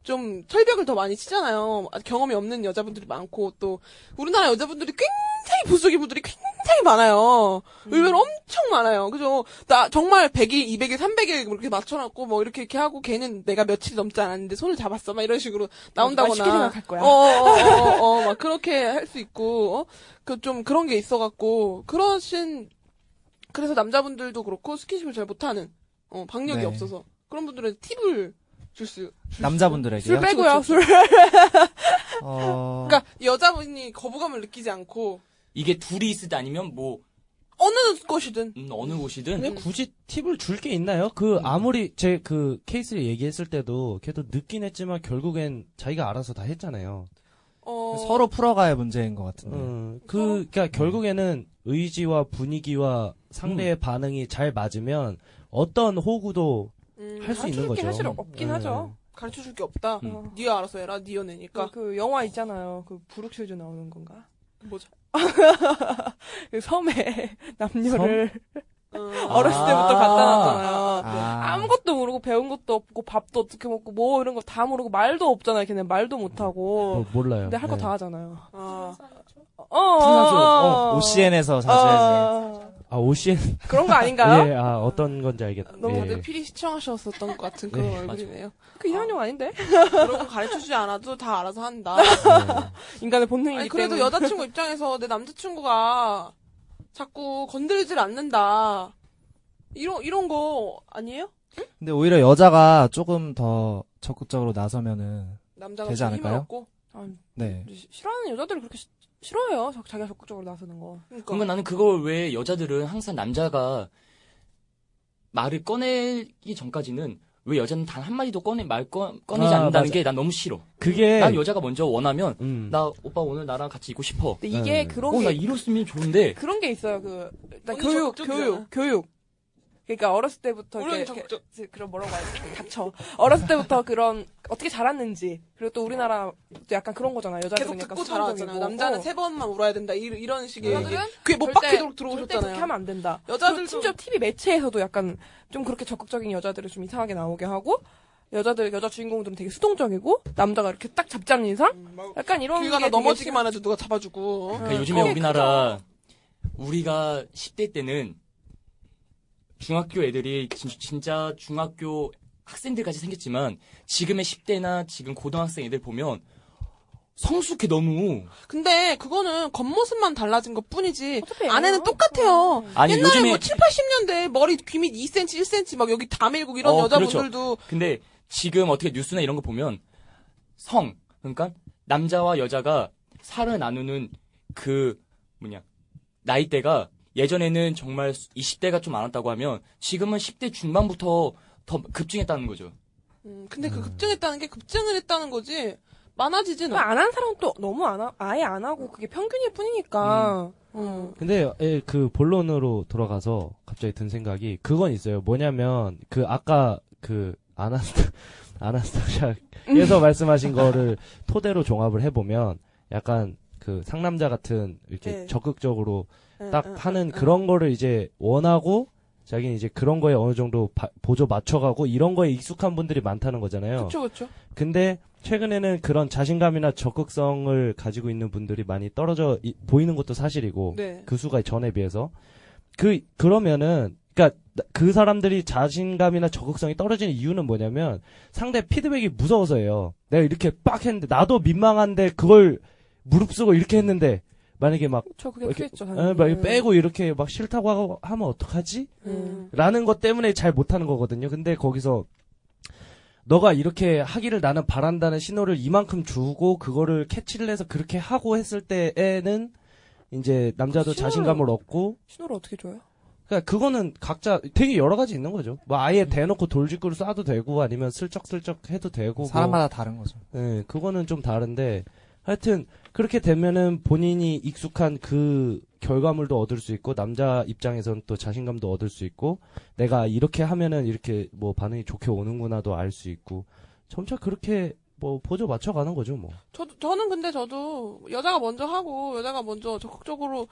Speaker 5: 좀 철벽을 더 많이 치잖아요. 아직 경험이 없는 여자분들이 많고 또 우리나라 여자분들이 굉장히 보수적인 분들이 굉장히 많아요.
Speaker 2: 음.
Speaker 5: 의외로 엄청 많아요. 그죠? 나 정말 100일, 200일, 300일 이렇게 맞춰놨고 뭐 이렇게 이렇게 하고 걔는 내가 며칠 넘지 않았는데 손을 잡았어 막 이런 식으로
Speaker 2: 나 쉽게
Speaker 5: 나온다거나 어,
Speaker 2: 생각할 아, 거야.
Speaker 5: 어어어막 그렇게 할 수 있고 어? 그 좀 그런 게 있어갖고 그러신 그래서 남자분들도 그렇고 스킨십을 잘 못하는 어 박력이
Speaker 14: 네.
Speaker 5: 없어서 그런 분들은 팁을 줄수
Speaker 14: 남자분들에게요.
Speaker 2: 술 빼고요. 술.
Speaker 14: 어...
Speaker 5: 그러니까 여자분이 거부감을 느끼지 않고
Speaker 8: 이게 둘이 있을 때 아니면 뭐
Speaker 5: 어느 것이든
Speaker 8: 음, 어느 곳이든
Speaker 12: 근데 굳이 팁을 줄 게 있나요? 그 아무리 제 그 케이스를 얘기했을 때도 걔도 늦긴 했지만 결국엔 자기가 알아서 다 했잖아요.
Speaker 5: 어
Speaker 14: 서로 풀어가야 문제인 것 같은데.
Speaker 12: 어, 그 그러니까 결국에는 의지와 분위기와 상대의 반응이 잘 맞으면 어떤 호구도
Speaker 5: 음,
Speaker 12: 할 수 있는
Speaker 2: 가르쳐줄
Speaker 12: 거죠.
Speaker 2: 게 사실 없긴
Speaker 12: 네.
Speaker 2: 하죠.
Speaker 5: 가르쳐줄 게 없다.
Speaker 8: 음.
Speaker 5: 네가 알아서 해라. 네 연애니까.
Speaker 2: 그, 그 영화 있잖아요. 그 브룩슈즈 나오는 건가?
Speaker 5: 뭐죠?
Speaker 2: 그 섬에 <laughs> 남녀를
Speaker 5: 어,
Speaker 2: 어렸을 때부터
Speaker 14: 아.
Speaker 2: 갖다 놨잖아요.
Speaker 14: 아.
Speaker 2: 아무것도 모르고 배운 것도 없고 밥도 어떻게 먹고 뭐 이런 거 다 모르고 말도 없잖아요. 걔네 말도 못 하고.
Speaker 12: 뭐, 몰라요.
Speaker 2: 근데 할 거
Speaker 12: 네.
Speaker 2: 다 하잖아요.
Speaker 5: 아,
Speaker 2: 어, 어,
Speaker 14: 항상
Speaker 2: 어,
Speaker 14: 어, OCN에서 자주 해서
Speaker 2: 어,
Speaker 12: 아 OCN
Speaker 2: 그런 거 아닌가요?
Speaker 12: 예, 아 어떤 건지 알겠다.
Speaker 5: 너무 다들
Speaker 12: 예.
Speaker 5: 필히 시청하셨었던 것 같은 그런
Speaker 12: 네,
Speaker 5: 얼굴이네요. 어.
Speaker 2: 그 이상한 용 아닌데?
Speaker 5: 여러분 가르쳐주지 않아도 다 알아서 한다.
Speaker 14: 네.
Speaker 2: 인간의 본능이기
Speaker 5: <laughs> 아니, 그래도
Speaker 2: 때문에. <laughs>
Speaker 5: 여자친구 입장에서 내 남자친구가 자꾸 건드리질 않는다. 이런, 이런 거 아니에요?
Speaker 14: 근데 오히려 여자가 조금 더 적극적으로 나서면은
Speaker 5: 남자가
Speaker 14: 되지
Speaker 5: 좀 힘을
Speaker 14: 않을까요?
Speaker 5: 얻고.
Speaker 2: 아,
Speaker 14: 네.
Speaker 2: 시- 싫어하는 여자들은 그렇게 시- 싫어해요. 자- 자기가 적극적으로 나서는 거.
Speaker 5: 그러니까.
Speaker 8: 그러니까 나는 그걸 왜 여자들은 항상 남자가 말을 꺼내기 전까지는 왜 여자는 단 한마디도 꺼내 말 꺼, 꺼내지
Speaker 12: 아,
Speaker 8: 않는다는
Speaker 12: 맞아. 네.
Speaker 8: 게 난 너무 싫어.
Speaker 12: 그게
Speaker 8: 난 여자가 먼저 원하면
Speaker 12: 음.
Speaker 8: 나 오빠 오늘 나랑 같이 있고 싶어.
Speaker 2: 근데 이게
Speaker 12: 네.
Speaker 2: 그런
Speaker 8: 어
Speaker 2: 게
Speaker 8: 나 이랬으면 좋은데
Speaker 2: 그런 게 있어요. 그 일단
Speaker 5: 언니
Speaker 2: 교육,
Speaker 5: 적극적이잖아.
Speaker 2: 교육, 교육. 그러니까 어렸을 때부터
Speaker 5: 우리는
Speaker 2: 이렇게,
Speaker 5: 적극적.
Speaker 2: 이렇게 그런 뭐라고 하지? 닥쳐. 어렸을 때부터 그런 어떻게 자랐는지 그리고 또 우리나라 또 약간 그런 거잖아. 여자들은
Speaker 5: 계속
Speaker 2: 약간
Speaker 5: 듣고
Speaker 2: 수동적이고.
Speaker 5: 자라왔잖아요. 남자는
Speaker 2: 어.
Speaker 5: 세 번만 울어야 된다. 이- 이런 식의.
Speaker 2: 여자들은
Speaker 5: 귀에 못
Speaker 2: 절대-
Speaker 5: 박히도록
Speaker 2: 절대 그렇게
Speaker 5: 뭐 들어오셨잖아요.
Speaker 2: 하면 안 된다.
Speaker 5: 여자들도-
Speaker 2: 여자들 심지어 TV 매체에서도 약간 좀 그렇게 적극적인 여자들을 좀 이상하게 나오게 하고 여자들 여자 주인공들은 되게 수동적이고 남자가 이렇게 딱 잡지 않는 이상
Speaker 5: 음, 막
Speaker 2: 약간 이런
Speaker 5: 길 가다
Speaker 2: 게 되게
Speaker 5: 넘어지기만 해도 누가 잡아주고. 어.
Speaker 8: 그러니까 요즘에
Speaker 2: 그게
Speaker 8: 우리나라 우리가 10대 때는 중학교 애들이 진, 진짜 중학교 학생들까지 생겼지만 지금의 10대나 지금 고등학생 애들 보면 성숙해 너무.
Speaker 5: 근데 그거는 겉모습만 달라진 것 뿐이지 안에는
Speaker 2: 어.
Speaker 5: 똑같아요.
Speaker 8: 아니,
Speaker 5: 옛날에
Speaker 8: 요즘에-
Speaker 5: 뭐 7, 80년대 머리 귀밑 2cm, 1cm 막 여기 다 밀고 이런
Speaker 8: 어,
Speaker 5: 여자분들도
Speaker 8: 그렇죠. 근데 지금 어떻게 뉴스나 이런 거 보면 성 그러니까 남자와 여자가 살을 나누는 그 뭐냐 나이대가 예전에는 정말 20대가 좀 많았다고 하면 지금은 10대 중반부터 더 급증했다는 거죠.
Speaker 5: 음, 근데 그 급증했다는 게 급증을 했다는 거지 많아지진 않아.
Speaker 2: 안한 사람은 또 너무 안 하, 아예 안 하고 그게 평균일 뿐이니까. 음.
Speaker 12: 근데 예, 그 본론으로 돌아가서 갑자기 든 생각이 그건 있어요. 뭐냐면 그 아까 그 아나스타 <laughs>
Speaker 5: 음.
Speaker 12: 아나스타샤에서 말씀하신 거를 토대로 종합을 해보면 약간 그 상남자 같은 이렇게
Speaker 5: 네.
Speaker 12: 적극적으로
Speaker 5: 응,
Speaker 12: 딱
Speaker 5: 응,
Speaker 12: 하는 그런 거를 이제 원하고 자기는 이제 그런 거에 어느 정도 바- 보조 맞춰가고 이런 거에 익숙한 분들이 많다는 거잖아요.
Speaker 5: 그렇죠, 그렇죠.
Speaker 12: 근데 최근에는 그런 자신감이나 적극성을 가지고 있는 분들이 많이 떨어져 이- 보이는 것도 사실이고
Speaker 5: 네.
Speaker 12: 그 수가 전에 비해서 그 그러면은 그러니까 나- 그 사람들이 자신감이나 적극성이 떨어지는 이유는 뭐냐면 상대 피드백이 무서워서예요. 내가 이렇게 빡 했는데 나도 민망한데 그걸 무릅쓰고 이렇게 했는데 만약에 막
Speaker 2: 저 그게
Speaker 12: 이렇게,
Speaker 2: 크겠죠.
Speaker 12: 에, 막 이렇게 빼고 이렇게 막 싫다고 하고 하면 어떡하지?
Speaker 2: 음.
Speaker 12: 라는 것 때문에 잘 못하는 거거든요. 근데 거기서 너가 이렇게 하기를 나는 바란다는 신호를 이만큼 주고 그거를 캐치를 해서 그렇게 하고 했을 때에는 이제 남자도
Speaker 2: 신호를-
Speaker 12: 자신감을 얻고
Speaker 2: 신호를 어떻게 줘요?
Speaker 12: 그러니까 그거는 각자 되게 여러 가지 있는 거죠. 뭐 아예 대놓고 돌직구를 쏴도 되고 아니면 슬쩍슬쩍 해도 되고 뭐
Speaker 14: 사람마다 다른 거죠.
Speaker 12: 예, 그거는 좀 다른데 하여튼 그렇게 되면은 본인이 익숙한 그 결과물도 얻을 수 있고 남자 입장에선 또 자신감도 얻을 수 있고 내가 이렇게 하면은 이렇게 뭐 반응이 좋게 오는구나도 알 수 있고 점차 그렇게 뭐 보조 맞춰가는 거죠 뭐.
Speaker 5: 저도 저는 근데 저도 여자가 먼저 하고 여자가 먼저 적극적으로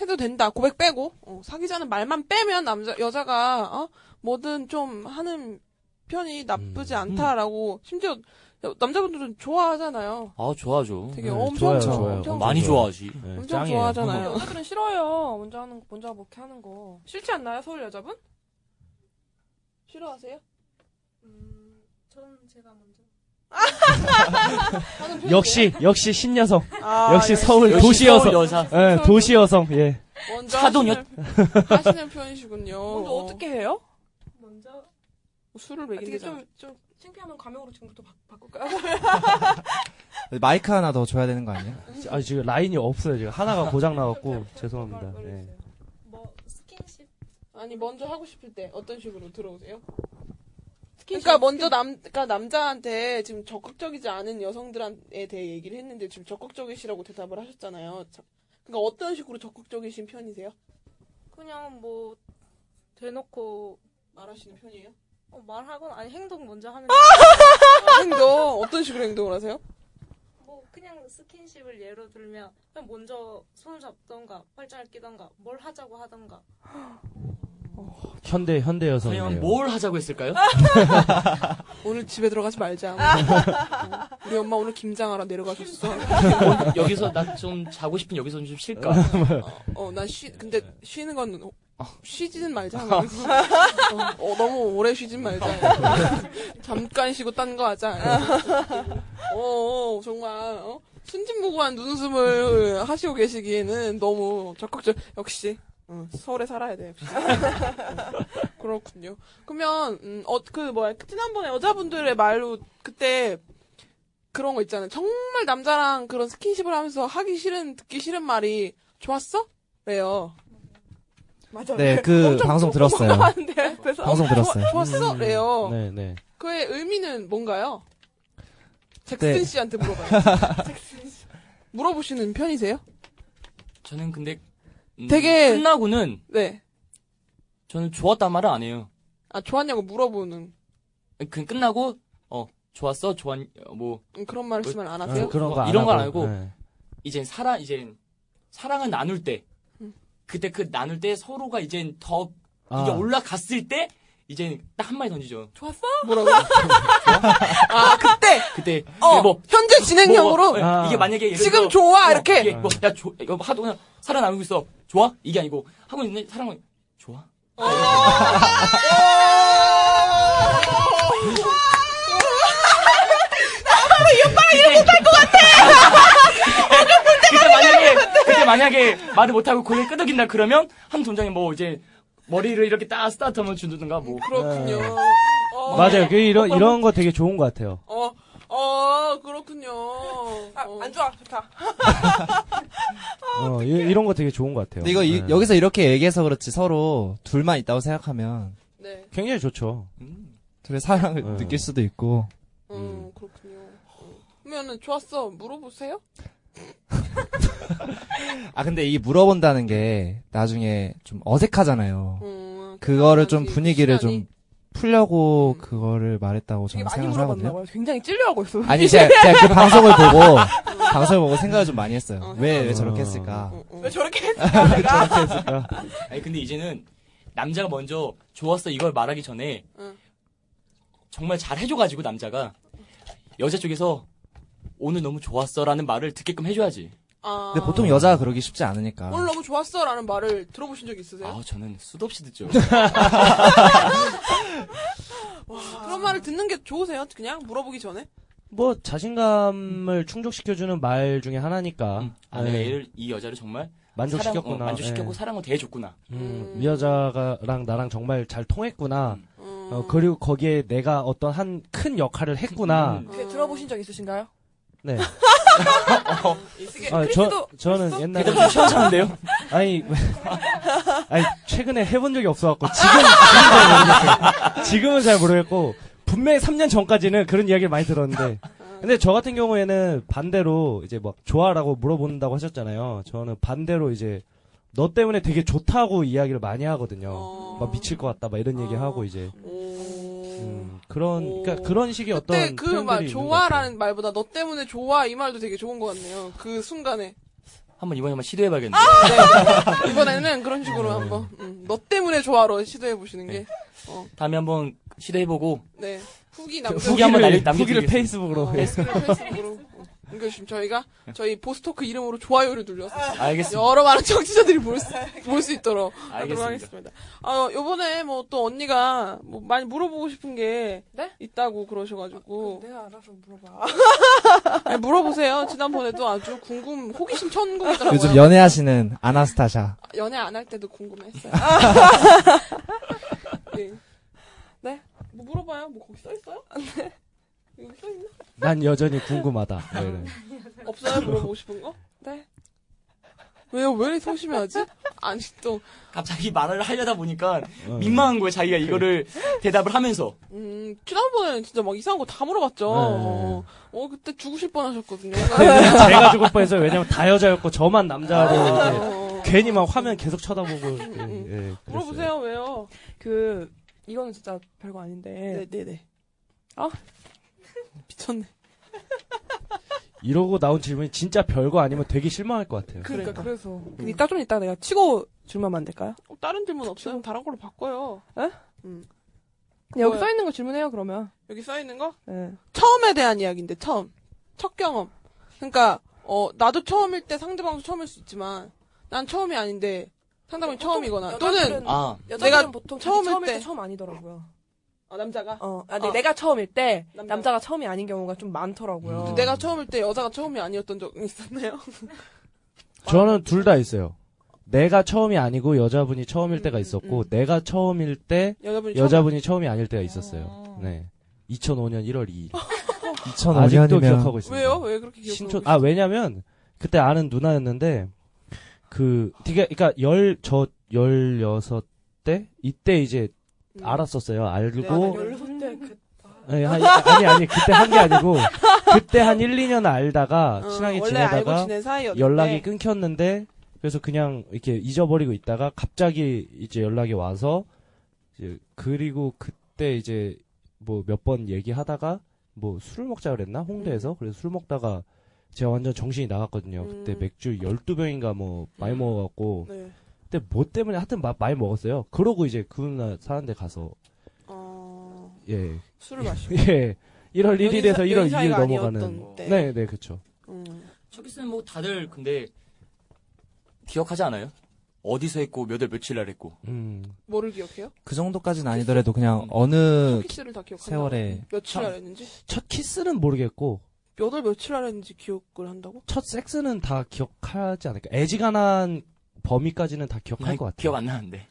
Speaker 5: 해도 된다 고백 빼고 어, 사귀자는 말만 빼면 남자 여자가 어, 뭐든 좀 하는 편이 나쁘지
Speaker 12: 음.
Speaker 5: 않다라고 심지어 여- 남자분들은 좋아하잖아요.
Speaker 8: 아 좋아하죠.
Speaker 5: 되게
Speaker 12: 네,
Speaker 5: 엄청
Speaker 12: 좋아요,
Speaker 5: 좋아-
Speaker 12: 좋아요.
Speaker 5: 엄청
Speaker 8: 많이
Speaker 12: 좋아요.
Speaker 8: 좋아하지.
Speaker 12: 예,
Speaker 5: 엄청
Speaker 12: 짱이에요.
Speaker 5: 좋아하잖아요.
Speaker 2: 여자들은 싫어요. 먼저 하는 거, 먼저 뭐 이렇게 하는 거. 싫지 않나요, 서울 여자분?
Speaker 5: 싫어하세요?
Speaker 12: 역시 역시 신여성,
Speaker 5: 아,
Speaker 12: 역시 서울
Speaker 8: 역시
Speaker 12: 도시
Speaker 8: 서울
Speaker 12: 여성,
Speaker 8: 여사.
Speaker 14: 네,
Speaker 12: 예, 도시 여성. 예.
Speaker 5: 먼저
Speaker 8: 차도녀-
Speaker 5: 하시는-
Speaker 2: <laughs>
Speaker 5: 하시는 편이시군요.
Speaker 2: 먼저 어. 떻게 해요? 먼저
Speaker 5: 뭐 술을
Speaker 2: 어떻게
Speaker 5: 먹이는
Speaker 2: 좀좀 창피하면 가명으로 지금부터 바, 바꿀까요?
Speaker 14: 마이크 하나 더 줘야 되는 거 아니에요?
Speaker 12: 아 지금 라인이 없어요 지금 하나가 고장
Speaker 2: <laughs>
Speaker 5: <laughs>
Speaker 12: 나갖고 죄송합니다.
Speaker 5: 네.
Speaker 12: 예.
Speaker 2: 뭐 스킨십
Speaker 5: 아니 먼저 하고 싶을 때 어떤 식으로 들어오세요? 그러니까 먼저 남 그러니까 남자한테 지금 적극적이지 않은 여성들에 대해 얘기를 했는데 지금 적극적이시라고 대답을 하셨잖아요. 자, 그러니까 어떤 식으로 적극적이신 편이세요?
Speaker 4: 그냥 뭐 대놓고
Speaker 5: 말하시는 편이에요?
Speaker 4: 어, 말하건 아니 행동 먼저 하는
Speaker 5: 아, 행동 어떤 식으로 행동을 하세요?
Speaker 4: 뭐 그냥 스킨십을 예로 들면 그냥 먼저 손을 잡던가 팔짱을 끼던가 뭘 하자고 하던가
Speaker 12: 현대 현대
Speaker 8: 과연
Speaker 12: 여성이에요.
Speaker 8: 뭘 하자고 했을까요?
Speaker 5: 오늘 집에 들어가지 <laughs> 말자. 우리 엄마 오늘 김장하러 내려가셨어.
Speaker 8: 여기서 나 좀 자고 싶은 여기서 좀 쉴까?
Speaker 5: 어난쉬 근데 쉬는 건 어, 쉬지는 말자. 어, 어, 너무 오래 쉬진 말자. 잠깐 쉬고 딴 거 하자. 어, 어 정말 어? 순진무구한 눈웃음을 하시고 계시기에는 너무 적극적. 역시 어, 서울에 살아야 돼. 역시. <laughs> 어, 그렇군요. 그러면 음, 어, 그 뭐야 지난번에 여자분들의 말로 그때 그런 거 있잖아요. 정말 남자랑 그런 스킨십을 하면서 하기 싫은 듣기 싫은 말이 좋았어? 래요. 맞아.
Speaker 14: 네, 그 방송 들었어요.
Speaker 5: 그래서
Speaker 14: 방송 들었어요.
Speaker 5: 좋아, 좋았어? 래요.
Speaker 12: 네 네.
Speaker 5: 그의 의미는 뭔가요? 잭슨
Speaker 14: 네.
Speaker 5: 씨한테
Speaker 8: <laughs>
Speaker 5: 물어봐요. 잭슨 씨. 물어보시는 편이세요?
Speaker 8: 저는 근데 음,
Speaker 5: 되게-
Speaker 8: 끝나고는
Speaker 5: 네.
Speaker 8: 저는 좋았단 말을 안 해요.
Speaker 5: 아 좋았냐고 물어보는
Speaker 8: 그 끝나고 어 좋았어 좋았 뭐
Speaker 5: 그런 말씀을 안
Speaker 8: 네.
Speaker 5: 하세요?
Speaker 12: 어, 그런 거 안
Speaker 8: 이런 건
Speaker 12: 하고,
Speaker 8: 알고.
Speaker 12: 네.
Speaker 8: 이젠 사랑 이젠 사랑을 나눌 때 그때 그 나눌 때 서로가 이젠 더 이게
Speaker 12: 아.
Speaker 8: 올라갔을 때 이젠 딱 한 마디 던지죠.
Speaker 2: 좋았어?
Speaker 5: 뭐라고? 아 그때
Speaker 8: 그때
Speaker 5: 어
Speaker 8: 뭐,
Speaker 5: 현재 진행형으로
Speaker 8: 뭐,
Speaker 12: 아.
Speaker 8: 이게 만약에 예를
Speaker 5: 지금
Speaker 8: 들어,
Speaker 5: 좋아,
Speaker 8: 어,
Speaker 5: 이렇게.
Speaker 8: 이게 뭐, 야, 조, 이거 하도 그냥 사랑 나누고 있어. 좋아? 이게 아니고 하고 있는데 사랑은 좋아?
Speaker 5: 이 오빠랑 이렇게 살것 같아!
Speaker 8: 만약에 말을 못하고 고개 끄덕인다 그러면 한 동장이 뭐 이제 머리를 이렇게 딱 스타트하면 준다든가 뭐
Speaker 5: 그렇군요. 어,
Speaker 12: 맞아요. 그 이런 이런 거 되게 좋은 것 같아요.
Speaker 5: 어, 어, 그렇군요.
Speaker 2: 아, 안 좋아, 좋다.
Speaker 12: 어, 이, 이런 거 되게 좋은 것 같아요.
Speaker 14: 근데 이거 이-
Speaker 12: 네.
Speaker 14: 여기서 이렇게 얘기해서 그렇지 서로 둘만 있다고 생각하면
Speaker 5: 네.
Speaker 12: 굉장히 좋죠.
Speaker 14: 둘의 사랑을
Speaker 12: 네.
Speaker 14: 느낄 수도 있고
Speaker 5: 음, 그렇군요. 어. 그러면은 좋았어. 물어보세요.
Speaker 14: 아 근데 이 물어본다는 게 나중에 좀 어색하잖아요.
Speaker 5: 음,
Speaker 14: 그거를 좀
Speaker 5: 그치.
Speaker 14: 분위기를
Speaker 5: 시간이.
Speaker 14: 좀 풀려고 그거를 말했다고
Speaker 2: 되게
Speaker 14: 저는
Speaker 2: 많이
Speaker 14: 생각을
Speaker 2: 물어봤나
Speaker 14: 하거든요.
Speaker 2: 봐요. 굉장히 찔려하고 있어.
Speaker 14: 아니 제가, 제가 그 방송을 보고 방송을 보고 생각을 좀 많이 했어요.
Speaker 5: 어,
Speaker 14: 왜 왜
Speaker 12: 어.
Speaker 14: 저렇게 했을까?
Speaker 2: 왜 저렇게 했을까, 내가?
Speaker 8: 아니 근데 이제는 남자가 먼저 좋았어 이걸 말하기 전에
Speaker 5: 응.
Speaker 8: 정말 잘 해줘가지고 남자가 여자 쪽에서 오늘 너무 좋았어라는 말을 듣게끔 해줘야지.
Speaker 5: 아,
Speaker 14: 근데 보통 여자가 그러기 쉽지 않으니까.
Speaker 5: 오늘 너무 좋았어라는 말을 들어보신 적 있으세요?
Speaker 8: 아 저는 수도 없이 듣죠.
Speaker 12: 네.
Speaker 2: 아.
Speaker 5: 그런 말을 듣는 게 좋으세요? 그냥 물어보기 전에?
Speaker 12: 뭐 자신감을 충족시켜주는 말 중에 하나니까
Speaker 8: 음, 아 내가 얘를 이 여자를 정말
Speaker 12: 네. 만족시켰구나.
Speaker 8: 사랑, 어, 만족시켰고 사랑을 대해줬구나.
Speaker 12: 예. 음, 이 여자랑 나랑 정말 잘 통했구나.
Speaker 8: 음.
Speaker 5: 음,
Speaker 12: 어, 그리고 거기에 내가 어떤 한 큰 역할을 했구나.
Speaker 8: 음.
Speaker 2: 그 들어보신 적 있으신가요?
Speaker 12: 네.
Speaker 5: 이게
Speaker 12: 아, 저,
Speaker 2: 크리스도
Speaker 12: 저는 옛날에,
Speaker 8: 대답 좀 시원찮은데요?
Speaker 12: 아니, <laughs> 아니, 최근에 해본 적이 없어갖고, 지금, 지금 잘 모르겠어요. 지금은 잘 모르겠고, 분명히 3년 전까지는 그런 이야기를 많이 들었는데, 근데 저 같은 경우에는 반대로 이제 막 좋아라고 물어본다고 하셨잖아요. 저는 반대로 이제, 너 때문에 되게 좋다고 이야기를 많이 하거든요.
Speaker 5: 어,
Speaker 12: 막 미칠 것 같다, 막 이런 얘기하고 이제,
Speaker 5: 오.
Speaker 12: 음, 그런, 그러니까 그런 식의
Speaker 5: 어. 그때
Speaker 12: 어떤.
Speaker 5: 그 막
Speaker 12: 표현들이 있는 것 같아요.
Speaker 5: 좋아라는 말보다 너 때문에 좋아 이 말도 되게 좋은 것 같네요. 그 순간에
Speaker 8: 한번 이번에 한번 시도해봐야겠네요.
Speaker 5: <laughs> 이번에는 그런 식으로 한번 음, 너 때문에 좋아로 시도해 보시는 게
Speaker 8: 다음에 한번 시도해보고
Speaker 5: 네. 후기
Speaker 12: 그
Speaker 5: 남겨
Speaker 8: 후기 한번 날리-
Speaker 12: 후기를
Speaker 8: 남겨드리겠습니다.
Speaker 12: 페이스북으로.
Speaker 5: 페이스북으로 그러니까 지금 저희가 저희 보스토크 이름으로 좋아요를 눌러서
Speaker 8: 알겠습니다.
Speaker 5: 여러 많은 청취자들이 볼 수 있도록 하도록
Speaker 8: 알겠습니다.
Speaker 5: 하겠습니다. 아, 요번에 뭐 또 언니가 뭐 많이 물어보고 싶은 게
Speaker 2: 네?
Speaker 5: 있다고 그러셔가지고
Speaker 2: 내가 알아서 물어봐.
Speaker 5: <laughs> 아니, 물어보세요. 지난번에도 아주 궁금 호기심 천국이더라고요.
Speaker 14: 요즘 연애하시는 아나스타샤.
Speaker 5: 연애 안 할 때도 궁금했어요. <laughs> 네. 네? 뭐 물어봐요. 뭐 거기 써 있어요? 여기 써 있나?
Speaker 12: 난 여전히 궁금하다. 뭐 이런.
Speaker 5: 없어요? 물어보고 싶은 거?
Speaker 2: 네.
Speaker 5: 왜요? 왜 이렇게 소심해하지? 아니 또
Speaker 8: 갑자기 말을 하려다 보니까
Speaker 12: 어.
Speaker 8: 민망한 거예요. 자기가 이거를
Speaker 12: 네.
Speaker 8: 대답을 하면서.
Speaker 5: 음, 지난번에는 진짜 막 이상한 거 다 물어봤죠.
Speaker 12: 네.
Speaker 5: 어, 어, 그때 죽으실 <laughs> 뻔하셨거든요. 네.
Speaker 12: 제가 죽을 뻔했어요. 왜냐면 다 여자였고 저만 남자로 이제
Speaker 5: 어,
Speaker 12: 괜히 막 화면 계속 쳐다보고 이렇게,
Speaker 5: 음.
Speaker 12: 예, 그랬어요.
Speaker 5: 물어보세요. 왜요?
Speaker 2: 그, 이거는 진짜 별거 아닌데.
Speaker 5: 네네네. 아 <laughs> 미쳤네.
Speaker 12: 이러고 나온 질문이 진짜 별거 아니면 되게 실망할 것 같아요.
Speaker 2: 그러니까, 그래서
Speaker 5: 음.
Speaker 2: 이따 좀 이따 내가 치고 줄만 만들까요?
Speaker 5: 어, 다른 질문 없어요? 다른 걸로 바꿔요.
Speaker 2: 근데 여기
Speaker 5: 뭐야?
Speaker 2: 써 있는 거 질문해요, 그러면.
Speaker 5: 여기 써 있는 거?
Speaker 2: 네.
Speaker 5: 처음에 대한 이야기인데 처음 첫 경험 그러니까 어 나도 처음일 때 상대방도 처음일 수 있지만 난 처음이 아닌데 상대방이 처음이거나 또는
Speaker 8: 아
Speaker 2: 여자들은
Speaker 5: 내가
Speaker 2: 보통
Speaker 5: 처음일
Speaker 2: 처음일 때.
Speaker 5: 때
Speaker 2: 처음 아니더라고요.
Speaker 5: 어, 남자가
Speaker 2: 어, 아, 네,
Speaker 5: 어.
Speaker 2: 내가 처음일 때
Speaker 5: 남자가.
Speaker 2: 남자가. 처음이 아닌 경우가 좀 많더라고요.
Speaker 12: 음.
Speaker 5: 내가 처음일 때 여자가 처음이 아니었던 적 있었나요?
Speaker 12: 저는 둘 다 있어요. 내가 처음이 아니고 여자분이 처음일 때가
Speaker 5: 음,
Speaker 12: 있었고
Speaker 5: 음.
Speaker 12: 내가 처음일 때
Speaker 5: <laughs> 여자분이 처음
Speaker 12: 여자분이 처음이 아닐 때가 있었어요. 네. 2005년 1월 2일.
Speaker 14: 2005년이면
Speaker 12: <laughs> 아직도 기억하고 있습니다.
Speaker 5: 왜요? 왜 그렇게 기억하고
Speaker 12: 신촌
Speaker 5: 있어요?
Speaker 12: 아 왜냐면 그때 아는 누나였는데 그 되게 그러니까 열저 열여섯 때 이때 이제
Speaker 5: 음.
Speaker 12: 알았었어요.
Speaker 5: 네,
Speaker 12: 알고
Speaker 2: 열때 그,
Speaker 12: 아니, 아니, 아니, 아니, 그때 한
Speaker 5: <laughs>
Speaker 12: 게 아니고 그때 한 1, 2년 알다가
Speaker 5: 어,
Speaker 12: 아, 친하게
Speaker 5: 원래
Speaker 12: 지내다가
Speaker 5: 알고 지낸 사이였는데
Speaker 12: 연락이 끊겼는데 그래서 그냥 이렇게 잊어버리고 있다가 갑자기 이제 연락이 와서 이제 그리고 그때 이제 뭐 몇 번 얘기하다가 뭐 술을 먹자 그랬나 홍대에서 그래서 술 먹다가 제가 완전 정신이 나갔거든요 그때
Speaker 5: 음. 음.
Speaker 12: 맥주 12병인가 뭐 많이 먹어갖고
Speaker 5: 네.
Speaker 12: 그때 뭐 때문에 하여튼 마- 많이 먹었어요 그러고 이제 그 누나 사는데 가서
Speaker 5: 어,
Speaker 12: 예
Speaker 5: 술을 마시고
Speaker 12: 예 1월
Speaker 5: 그 연인
Speaker 12: 1일에서
Speaker 5: 사-
Speaker 12: 1월
Speaker 5: 연인
Speaker 12: 2일
Speaker 5: 사이가
Speaker 12: 넘어가는
Speaker 5: 아니었던 때.
Speaker 12: 네네 그쵸
Speaker 5: 음.
Speaker 8: 초기스는 뭐 다들 근데 기억하지 않아요? 어디서 했고 몇 월 며칠 날 했고
Speaker 12: 음
Speaker 5: 뭐를 기억해요?
Speaker 14: 그 정도까지는 아니더라도 그냥 어느
Speaker 5: 키스를 다 기억한다
Speaker 14: 세월에
Speaker 5: 며칠
Speaker 8: 참.
Speaker 5: 알았는지
Speaker 12: 첫 키스는 모르겠고
Speaker 5: 몇월 며칠 안 했는지 기억을 한다고?
Speaker 12: 첫 섹스는 다 기억하지 않을까. 애지간한 범위까지는 다 기억할 것 같아요.
Speaker 8: 기억 안 나는데.